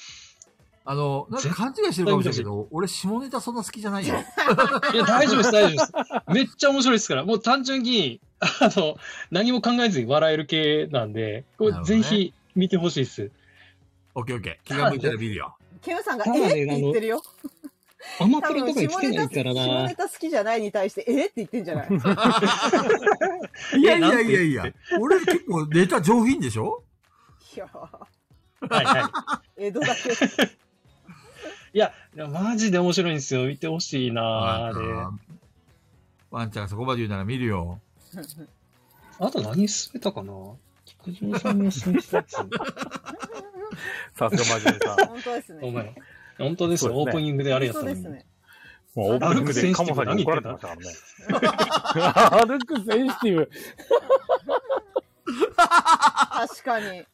あの、なんか勘違いしてるかもしれないけど、俺下ネタそんな好きじゃないよ。いや、大丈夫です、大丈夫です。めっちゃ面白いですから、もう単純に、あの、何も考えずに笑える系なんで、これなるほどぜねひ見てほしいです。オッケーオッケー。気が向いたら見るよ。 ケムさんが、ただねえって言ってるよ。アマ多プリ分とかにつ下けなネいかタら下なネ。タ好きじゃないに対して、えって言ってんじゃないいやいやいやいや。俺結構ネタ上品でしょいやーはいはい。江戸だ け。いや、いやマジで面白いんですよ。見てほしいなあーで。ワンちゃんがそこまで言うなら見るよ。あと何進めたかな菊蔵さんの進めたやつ。さすが真面目さん。本当ですね。 お前。本当ですよ、そうですねオープニングであれやった本の当でにす。ね。もうオープニングでカモさんに怒られてましたからね。歩くセンシティブ。確か に。あー、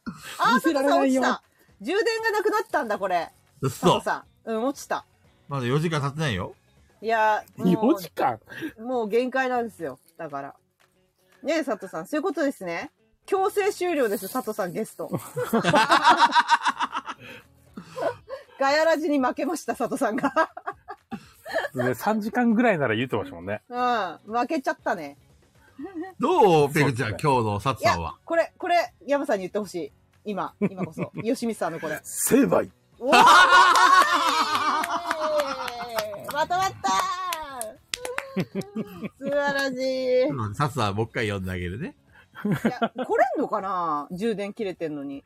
佐藤さん落ちた。充電がなくなったんだ、これ。うっ佐そ藤。さん。うん、落ちた。まだ4時間経ってないよ。いやー、も4時間。う、もう限界なんですよ。だから。ねえ、佐藤さん。そういうことですね。強制終了です、佐藤さんゲスト。ガヤラジに負けました、佐藤さんが。ね、3時間ぐらいなら言うてましたもんね。うん、負けちゃったね。どうペグちゃん、今そうで日のサツさんは。これ、これ、山さんに言ってほしい。今、今こそ。吉見さんのこ れ。成敗おーまとまった素晴らしい。いサツさん、もう一回読んであげるね。や、来れんのかな充電切れてんのに。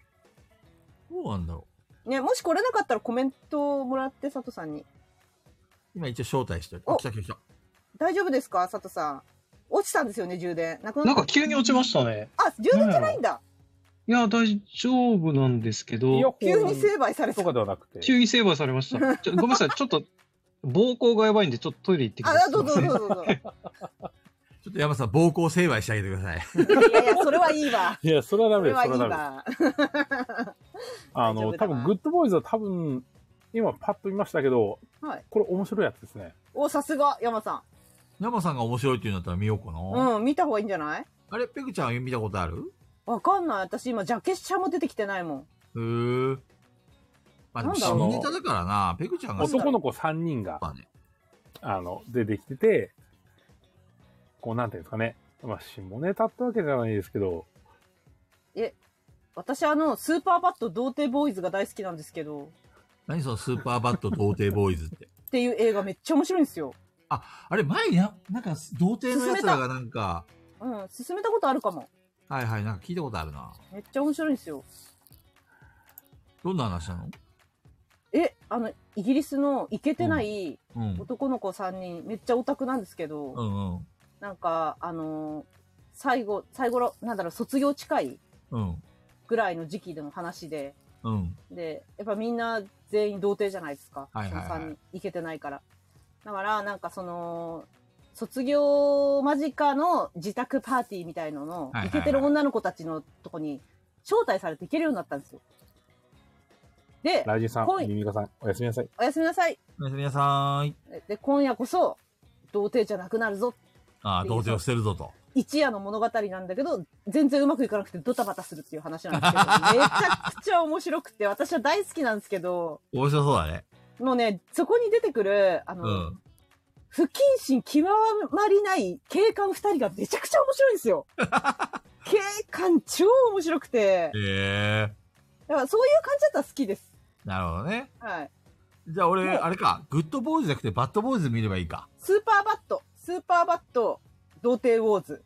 どうなんだろね、もし来れなかったらコメントをもらって、佐藤さんに。う。今一応招待してる。あ、来た来た来た。大丈夫ですか佐藤さん。落ちたんですよね、充電。なくななんっか急に落ちましたね。あ、充電じゃないんだ。いや、大丈夫なんですけど。イヤホ急にン成敗されたと。かではなくて。急にセーバーされまし た。ちょごめんなさい、ちょっと、暴行がやばいんで、ちょっとトイレ行ってきます。あ、どうぞどうぞどうぞ。ちょっと山さん、暴行成敗してあげてください。いやいや、それはいいわ。いや、それはダそメれです。はそいいれはダメです。わ。あ大丈の、夫多だわ分、グッドボーイズは多分、今パッと見ましたけど、はいこれ面白いやつですね。お、さすが、山さ山さんが面白いって言うんだったら見ようかん。な。うん、見た方がいいんじゃないあれ、ペグちゃんは見たことあるわかんない。私今、ジャケシャも出てきてないもん。へー。まあでも、なんだろう新ネタだからな、ペグちゃんが、男の子3人が、まあね、あの、出てきてて、こう、なんていうんですかね。まあ、下ネタってわけじゃないですけど、私あの、スーパーバット童貞ボーイズが大好きなんですけど、何そのスーパーバット童貞ボーイズって。っていう映画めっちゃ面白いんですよ。あれ、前にな、なんか、童貞の奴らがなんか、うん、進めたことあるかも。はいはい、なんか聞いたことあるな。めっちゃ面白いんですよ。どんな話なのえ、あの、イギリスのイケてないうん。男の子3人、めっちゃオタクなんですけど、うんうん。なんか、あのー最後、最後の、なんだろう、卒業近いうん。ぐらいの時期での話で、うん。で、やっぱみんな全員童貞じゃないですか。はいはいはいその3人、いけてないから。だから、なんかその、卒業間近の自宅パーティーみたいのはのいはいは、いイケてる女の子たちのとこに招待されて行けるようになったんですよ。で、ライジンさん、はいミミカさん、おやすみなさい。おやすみなさい。おやすみなさーい。で、今夜こそ、童貞じゃなくなるぞ。ああ、童貞を捨てるぞと。一夜の物語なんだけど、全然うまくいかなくてドタバタするっていう話なんですけ ど、めちゃくちゃ面白くて、私は大好きなんですけど、面白そうだね。もうね、そこに出てくる、あの、うん。不謹慎極まりない警官二人がめちゃくちゃ面白いんです よ。警官超面白くて、ええだからそういう感じだったら好きです。ー。なるほどね。はい。じゃあ俺、ねあれか、グッドボーイズじゃなくてバッドボーイズ見ればいいか。スーパーバット、スーパーバット、童貞ウォーズ。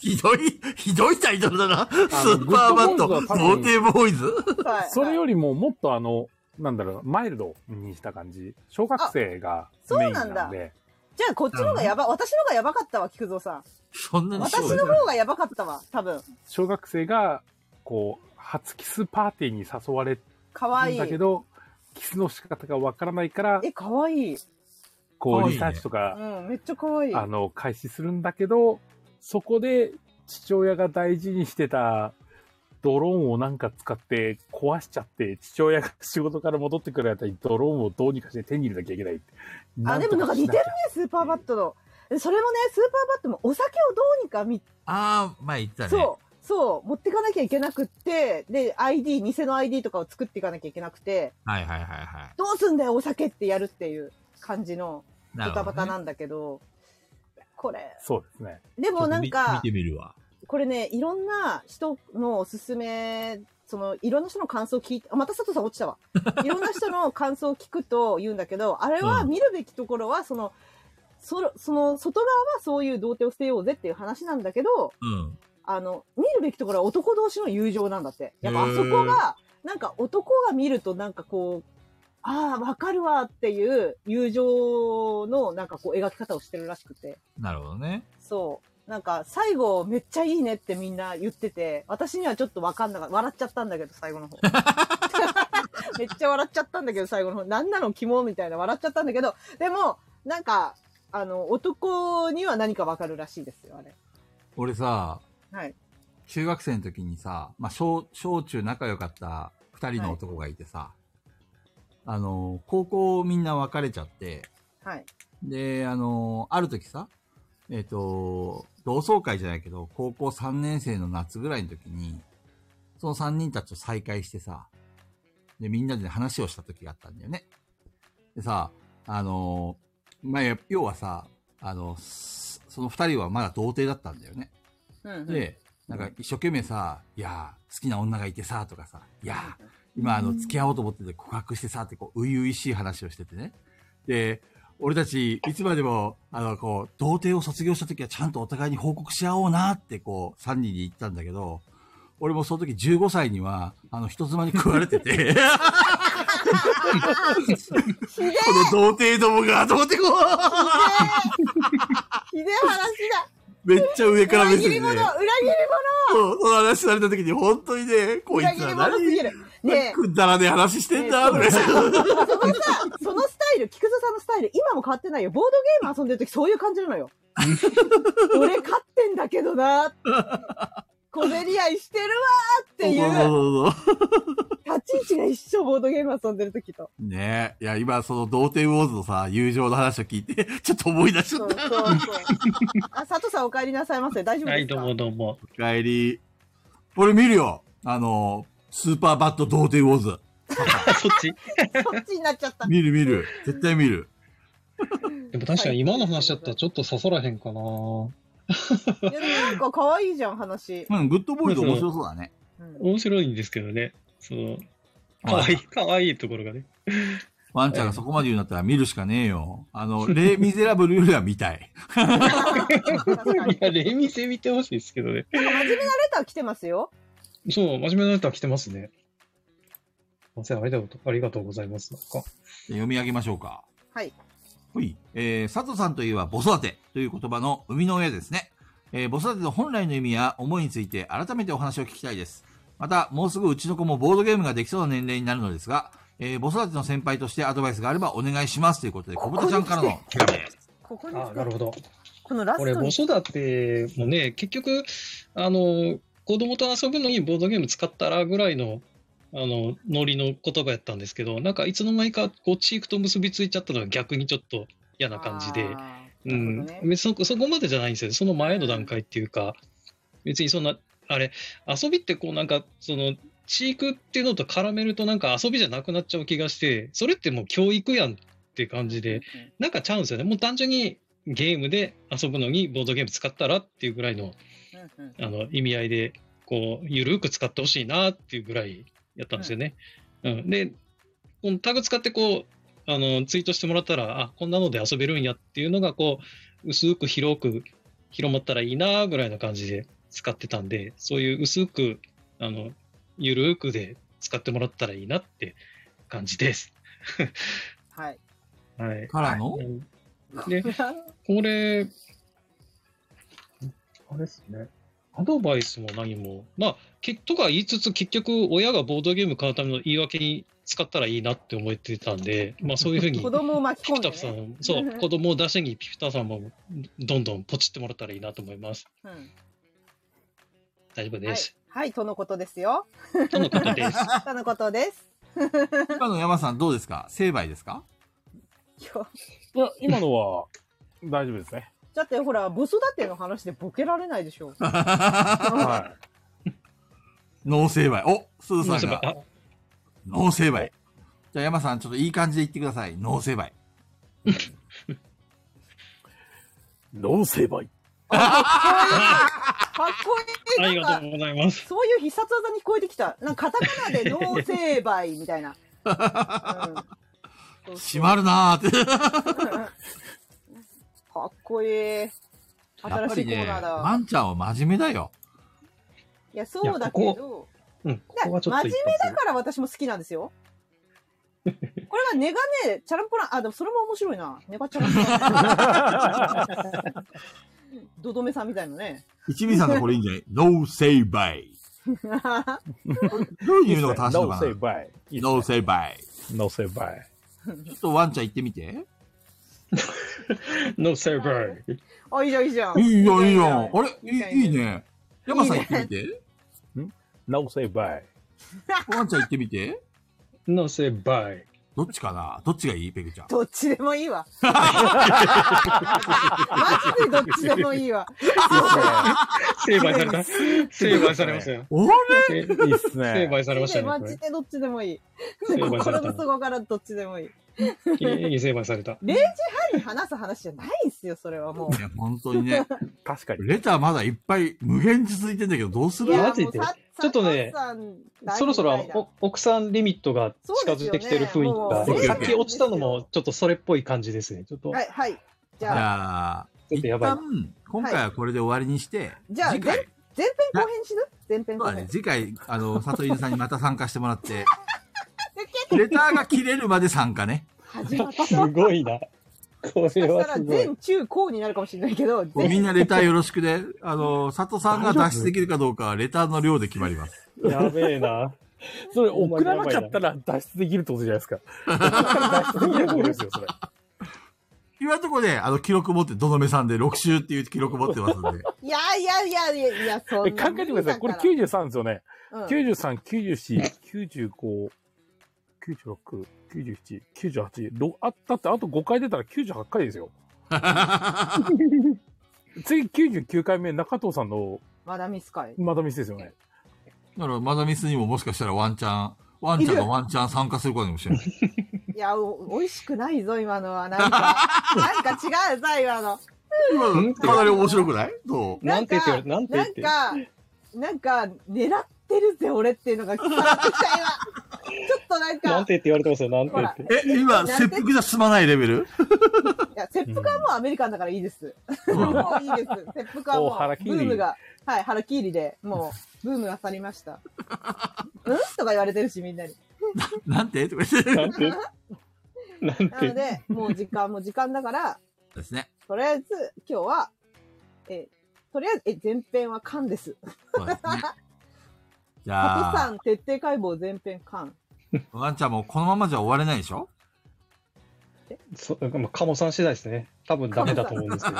ひどい、ひどいタイトルだな。スあーのパーバット、グ童ッドボーイズは多貞ボーイ分ズ。はい。 それはいよりも、もっとあの、なんだろう、マイルドにした感じ。小学生がそうメインなんだなんで、じゃあこっちの方がやば、私の方がやばかったわ、菊蔵さん。そんなに私の方がやばかったわ、多分。小学生が、こう、初キスパーティーに誘われてかわるいんい。だけど、キスの仕方がわからないから、え、かわいい。こ可愛いう、ねリサーチとか、うん、めっちゃかわいい。あの、開始するんだけど、そこで父親が大事にしてたドローンをなんか使って壊しちゃって、父親が仕事から戻ってくるあたりドローンをどうにかして手に入れなきゃいけない。あ、でもなんか似てるね、スーパーバットの。えそれもね、スーパーバットもお酒をどうにかみああ、前言ってたね。そう、そう、持ってかなきゃいけなくって、で、ID、偽の ID とかを作っていかなきゃいけなくて、はいはいはいはどうすんだよ、お酒ってやるっていう感じのい。なドるタほバど、タね。なんだけど、これ、そうですね。でもなんちょっかと、見見てみるわ。これね、いろんな人のおすすめ、その、いろんな人の感想を聞いて、あ、また佐藤さん落 ちたわ。いろんな人の感想を聞くと言うんだけど、あれはうん見るべきところは、その、そのその、外側はそういう童貞を捨てようぜっていう話なんだけど、うん。あの、見るべきところは男同士の友情なんだって。やっぱあそこが、なんか男が見るとなんかこう、ああ、わかるわっていう友情のなんかこう描き方をしてるらしくて。なるほどね。そう。なんか、最後、めっちゃいいねってみんな言ってて、私にはちょっとわかんなかった。笑っちゃったんだけど、最 後の方。めっちゃ笑っちゃったんだけど、最後の方。なんなの肝みたいな笑っちゃったんだけど、でも、なんか、あの、男には何かわかるらしいですよ、あれ。俺さ、はい。中学生の時にさ、まあ、小、小中仲良かった二人の男がいてさ、あの、高校みんな別れちゃって、はい。で、あの、ある時さ、えっ、と、同窓会じゃないけど、高校3年生の夏ぐらいの時に、その3人たちと再会してさ、で、みんなで話をした時があったんだよね。でさ、あの、まあ、や要はさ、あの、すその2人はまだ童貞だったんだよね。うんうん、で、なんか一生懸命さ、いやー、好きな女がいてさ、とかさ、いやー、今、あの、付き合おうと思ってて告白してさ、ってこう、初々しい話をしててね。で、俺たち、いつまでも、あの、こう、童貞を卒業した時はちゃんとお互いに報告し合おうなって、こう、3人に言ったんだけど、俺もその時15歳には、あの、人妻に食われてて、ひでえの童貞どもが、と思ってこう。ひでえ話 だめっちゃ上から目裏切線りで、ね者。裏切りそうその話された時に、本当にね、こい者つ裏切りは者す何ぎるねえくだらねえ話してんだ、とか言ってそのさそのスタイル菊蔵さんのスタイル今も変わってないよボードゲーム遊んでる時そういう感じな のよ俺勝ってんだけどな小競り合いしてるわーってそういうそうそうそう立ち位置が一緒ボードゲーム遊んでる時とねえ。いや、今、その童貞ウォーズのさ、友情の話を聞いて、 ちょっと思い出しちゃそっうた。そう そうあ佐藤さんお帰りなさいませ大丈夫はでい、すか、どうもどうも。お帰り。俺見るよ。あの、スーパーバット童貞ウォーズ。あそっちこっちになっちゃった見る見る。絶対見る。でも確かに今の話だったらちょっと刺さらへんかな。いやでもなんか可愛いじゃん話、うん、グッドボーイズ面白そうだね。うん 面白いんですけどね。その、かわいい、かわいいところがね。ワンちゃんがそこまで言うんだったら見るしかねえよ。あの、レイ・ミゼラブルよりは見たい。確かにいや、レミセ見てほしいですけどね。真面目なレター来てますよ。そう、真面目な歌来てますね。すいません、ありがとう、ありがとうございます。なんか読み上げましょうか。はい。ほい。えー、佐藤さんといえば、母育てという言葉の生みの親ですね。えー、母育ての本来の意味や思いについて改めてお話を聞きたいです。また、もうすぐうちの子もボードゲームができそうな年齢になるのですが、えー、母育ての先輩としてアドバイスがあればお願いしますということで、小豚ちゃんからの手紙です。ここに来あてなるほど。このラこれ、スト子に。育てもね、結局、あの、子供と遊ぶのにボードゲーム使ったらぐらいの、あの、ノリの言葉やったんですけど、なんかいつの間にか、こう、チークと結びついちゃったのが逆にちょっと嫌な感じで。あーうなるほんどね、そそこまでじゃないんですよその前の段階っていうか、別にそんな、あれ、遊びってこうなんか、その、飼育っていうのと絡めるとなんか遊びじゃなくなっちゃう気がして、それってもう教育やんって感じで、なんかちゃうんですよね。もう単純にゲームで遊ぶのにボードゲーム使ったらっていうぐらいのうんうんあの意味合いで、こう、ゆるく使ってほしいなっていうぐらいやったんですよね。うん、で、このタグ使ってこう、あの、ツイートしてもらったら、あ、こんなので遊べるんやっていうのが、こう、薄く広く広まったらいいなぐらいの感じで使ってたんで、そういう薄く、あの、ゆるくで使ってもらったらいいなって感じです。はい。はい。からので、これ、あれですね。アドバイスも何も。まあ、けとか言いつつ、結局、親がボードゲーム買うための言い訳に使ったらいいなって思ってたんで、まあ、そういうふうに、子供を巻きピ込ピんで、タフさね。ん、 そう、子供を出しにピピタフさんも、どんどんポチってもらったらいいなと思います。うん大丈夫はでいす。。はい、とのことですよ。とのこと です。とのことです。今の山さんどうですか成敗ですかいやちいや、今のは大丈夫ですね。ょっとほら、子育ての話でボケられないでしょ。はノー成敗。おすずさまあそんうが、かノー成敗。じゃあ山さん、ちょっといい感じで言ってください。ノー成敗。い。ノン成敗。かっこああいい。りながんとか、うございます。そういう必殺技に聞こえてきた。なんか、カタカナ で脳成敗みたいな。うん 閉まるなーって。かっこいい。やっ新ぱしいりコーね、ナーだ。ワンちゃんは真面目だよ。いや、そうだけいど。やうん、ここはちょ真っと面目一だから私も好きなんですよ。これはネガネ、チャランポラン、あ、でもそれも面白いな。ネガチャランポラン。ドドメさんみたいなね。 一味さんのこれいいんじゃない ?No say by. どういうのが正しいのノンか成な敗。 ?No say by. ノン成敗。ちょっとワンちゃん言ってみて。発。No server。あ、いいじゃん、いいじゃん。いいよ、いいじゃよ。あんれいいいいね。山さん言ってみて。ノン成敗。ワンちゃん言ってみて。No server。どっちかなどっちがいいペグちゃん。どっちでもいい わ。マジでどっちでもいいわ。成敗された。成敗されましたよ。おれ いいっす成ね。敗されましたねマこれジ。でどっちでもいい。成敗され心たの底からどっちでもいい。きれいに成敗された。 0時半に話す話じゃないんすよ、それはもう。いや、本当にね。確かに。レターまだいっぱい無限に続いてんだけど、どうすいるやマジでもうさちょっとねさんさんそろそろ大お奥さんリミットが近づいてきてる雰そうですよ囲気ねもが、さうっき落ちたのもちょっとそれっぽい感じですね。ちょっと、はい、はい。じじゃあ、ゃあ、ちょっ一とやばい旦、今回はこれで終わりにして、じゃあ次回、前編後編しぬ前編そ後うだ編ね。。次回、あの、里犬さんにまた参加してもらって、で、結レターが切れるまで参加ね。始まっすごいな。これたはらすごい。全中高になるかもしれないけど、こう全みんなレターよろしくで、あの、佐藤さんが脱出できるかどうかはレターの量で決まります。やべえな。それ送らなかったら脱出できるってことじゃないですか。 脱出できることですよ、それ。今のところで、あの、記録持って、どのめさんで6週っていう記録持ってますんで。 いやいやいやいやいや、そ えんな考えてください。これ93ですよね。うん93、94、95、96、97、98、ろあだってあと5回出たら98回 ですよ。次99回目、中藤さんのまだミスかい。まだミスですよね。だから、マダミスにももしかしたらワンチャン、ワンちゃんがワンチャン参加するかもしれない。いや、お、美味しくないぞ、今のは。なん か、なんか違うぞ、今の。今のかなり面白くないどうなんて言ってるなんて言なっんてるか、なんか、狙ってるぜ、俺っていうのが伝わってきた、今。ちょっとなんか、なんて言って言われてますよ。なんて言って。え、今、切腹じゃ済まないレベル いや、切腹はもうアメリカンだからいいです。うもんういいです。切腹はお腹切もりう、ブームが、はい、腹切りで、もう、ブームが去りま した。うんとか言われてるし、みんなに。なんてとか言って。なんてなんなのて。で、もう時間も時間だから、ですね。とりあえず、今日は、え、とりあえず、え、前編は缶です。そうですね。じ加藤ゃさあ、ん、徹底解剖前編缶。ワンちゃんもこのままじゃ終われないでしょそまあ、カモさん次第ですね。多分ダメだと思うんですけど。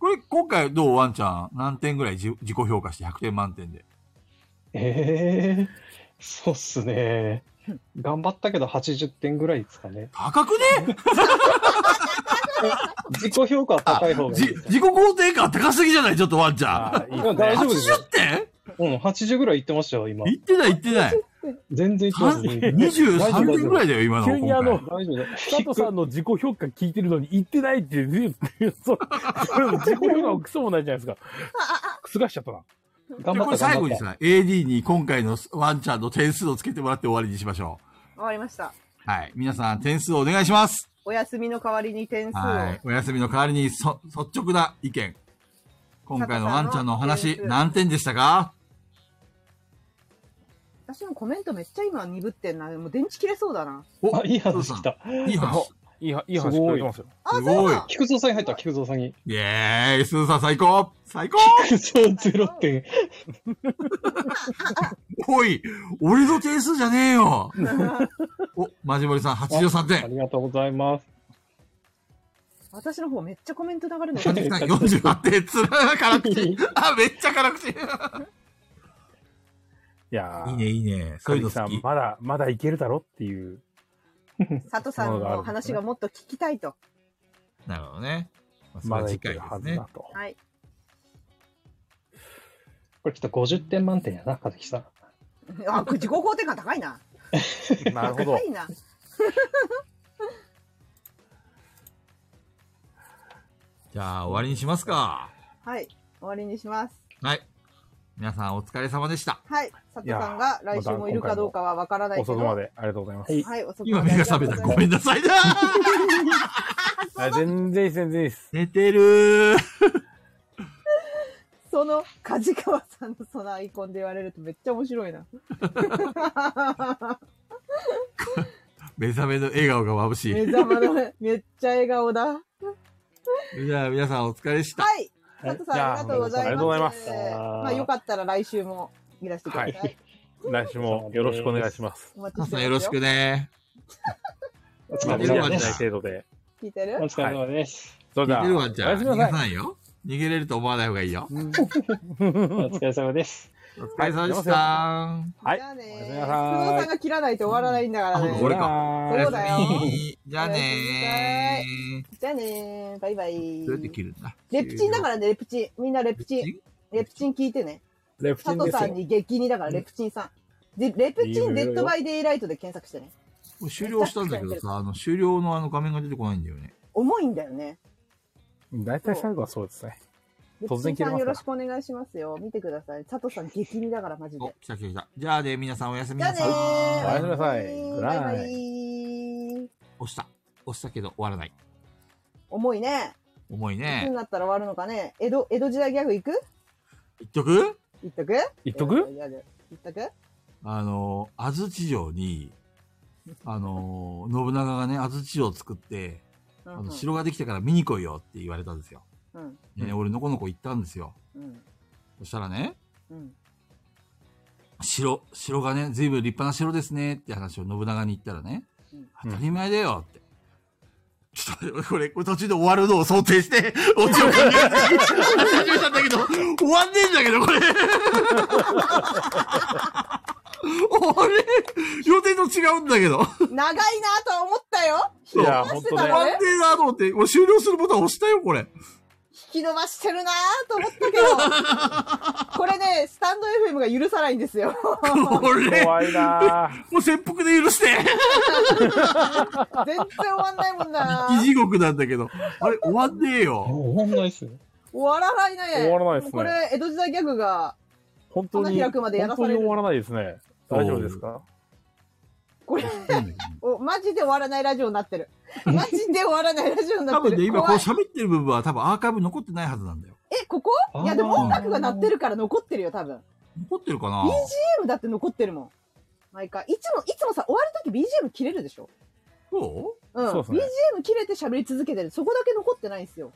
これ、今回どうワンちゃん何点ぐらい自自己評価して100点満点で。ええー、そうっすね。頑張ったけど80点ぐらいですかね。高くね自己評価は高い方がいいじです自己肯定感高すぎじゃないちょっとワンちゃん。ああ、いいいや大丈夫ですよ80。点うん、80ぐらい言ってましたよ、今。言ってない言ってない。全然言ってますね。 23点ぐらい。いだよ、今の。急にあの今、大丈夫だ。佐藤さんの自己評価聞いてるのに言ってないっていう、 そうそれも自己評価もクソもないじゃないですか。覆しちゃったな。回頑張でこったれ最後に頑張っさ、AD に今回のワンちゃんの点数をつけてもらって終わりにしましょわかりました。う。はい。皆さん、点数をお願いします。お休みの代わりに点数を。はい。お休みの代わりに、そ、率直な意見。今回のワンちゃんのお話、何点でしたか私のコメントめっちゃ今鈍ってんな。もう電池切れそうだな。おた。あ、いい話来た。いい話。いいは、いい話聞こえてますよ。あ、すそうごいだ。菊蔵さんに入った、菊蔵さんに。イェーイ、スーさん最高最高菊蔵ゼロ点。おい、俺の点数じゃねえ よお、マジモリさん83あ点。りがとうございます。私の方めっちゃコメント流れるの。マジモリさん48点。つら辛口 い。あ、めっちゃ辛 口。いいやーいね、いいね。そういう神の木さ好んき、。まだ、まだいけるだろっていう。佐藤さんの話がもっと聞きたいと。なるほどね。まあ、それまはだい次回けでるはすずねだ。 と。はい。これきっと50点満点やな、和樹さん。あ、これ自己肯定感高いな。なるほど高。いな。じゃあ、終わりにしますか。はい。終わりにします。はい。皆さんお疲れ様でした。はい。佐藤さんが来週もいるかどうかはわからないおけど。外までありがとうございます。はい、遅く今まで目が覚め た。ごめんなさいなあ全然いいです、全然いいです。寝てるー。その、梶川さんのそのアイコンで言われるとめっちゃ面白いな。目覚めの笑顔が眩し目い。覚まの、めっちゃ笑顔だ。はじゃあ、皆さんお疲れでした。い。佐藤さんありがとうございます。ありがとうございますまあよかったら来週もいらしてください。はい来週もよろしくお願いします。お待ち皆してさまんすよろしくね。お疲まあ、れ見いやる様まででしないた。程度で。聞いてるお疲れ様です。それで逃げるは、わ、じゃあ。おやすみ逃げなさい。ないよ。逃げれると思わない方がいいよ。お疲れ様です。お疲れ様でした。はいじゃあねー。おやす久み能なさいさんが切らないと終わらないんだからあほねんと。俺かーそうだよじゃあねー。じゃあねー。バイバイどう。やって切るんだレプチンだからね、レプチン。みんなレレプチン。ンレプチン聞いてね。レプチ佐ン藤ですさよん。に激似だから、レプチンさん。で、レプチンデッドバイデイライトで検索してね。もう終了したんだけどさ、あの、終了のあの画面が出てこないんだよね。重いんだよね。大体最後はそうですね。レプ突チ然ン切れさまんよすかろらしくお願いしますよ。見てください。佐藤さん激似だから、マジおで。、来た来た来た。じゃあね、皆さんおやすみじゃあなねさい。ー。おやすみなさいグバライイバイ。押した。押したけど終わらない。重いね。重いいつねに。なったら終わるのかね。江戸、江戸時代ギャグ行く言っとく行っとく言っとくいやいや言っとくあの、安土城に、あの、信長がね、安土城を作って、あの、城ができたから見に来いよって言われたんですよ。うんね、俺のこのこ行ったんですよ。うんそしたらね、うん城、城がね、随分立派な城ですねって話を信長に言ったらね、うん当たり前だよって。ちょっと待って、これ、これ途中で終わるのを想定 して、オチを考えて、始めたんだけど、終わんねえんだけど、これ。あれ予定と違うんだけど。長いなとは思ったよい伸ばや、本して当た終ねのわんねねえなと思って、俺終了するボタン押したよ、これ。引き伸ばしてるなと思ったけ どこれねスタンド FM が許さないんですよこ れ、怖いなぁ。もう切腹で許して。全然終わんないもん な生き地獄なんだけど。あれ、終わんねえよ。もう本来っすね。終わらないね終わらないですねこれ江戸時代ギャグが本当花に、開くまでやら本さ当れにる終わらないですね。大丈夫ですかこれおマジで終わらないラジオになってるマジで終わらないラジオに多なって分るね、今こう怖い喋ってる部分は多分アーカイブ残ってないはずなんだよ。えここいやでも音楽が鳴ってるから残ってるよ多分残ってるかな BGM だって残ってるもん毎回いつもいつもさ終わるとき BGM 切れるでしょそううんそうですね BGM 切れて喋り続けてるそこだけ残ってないんですよ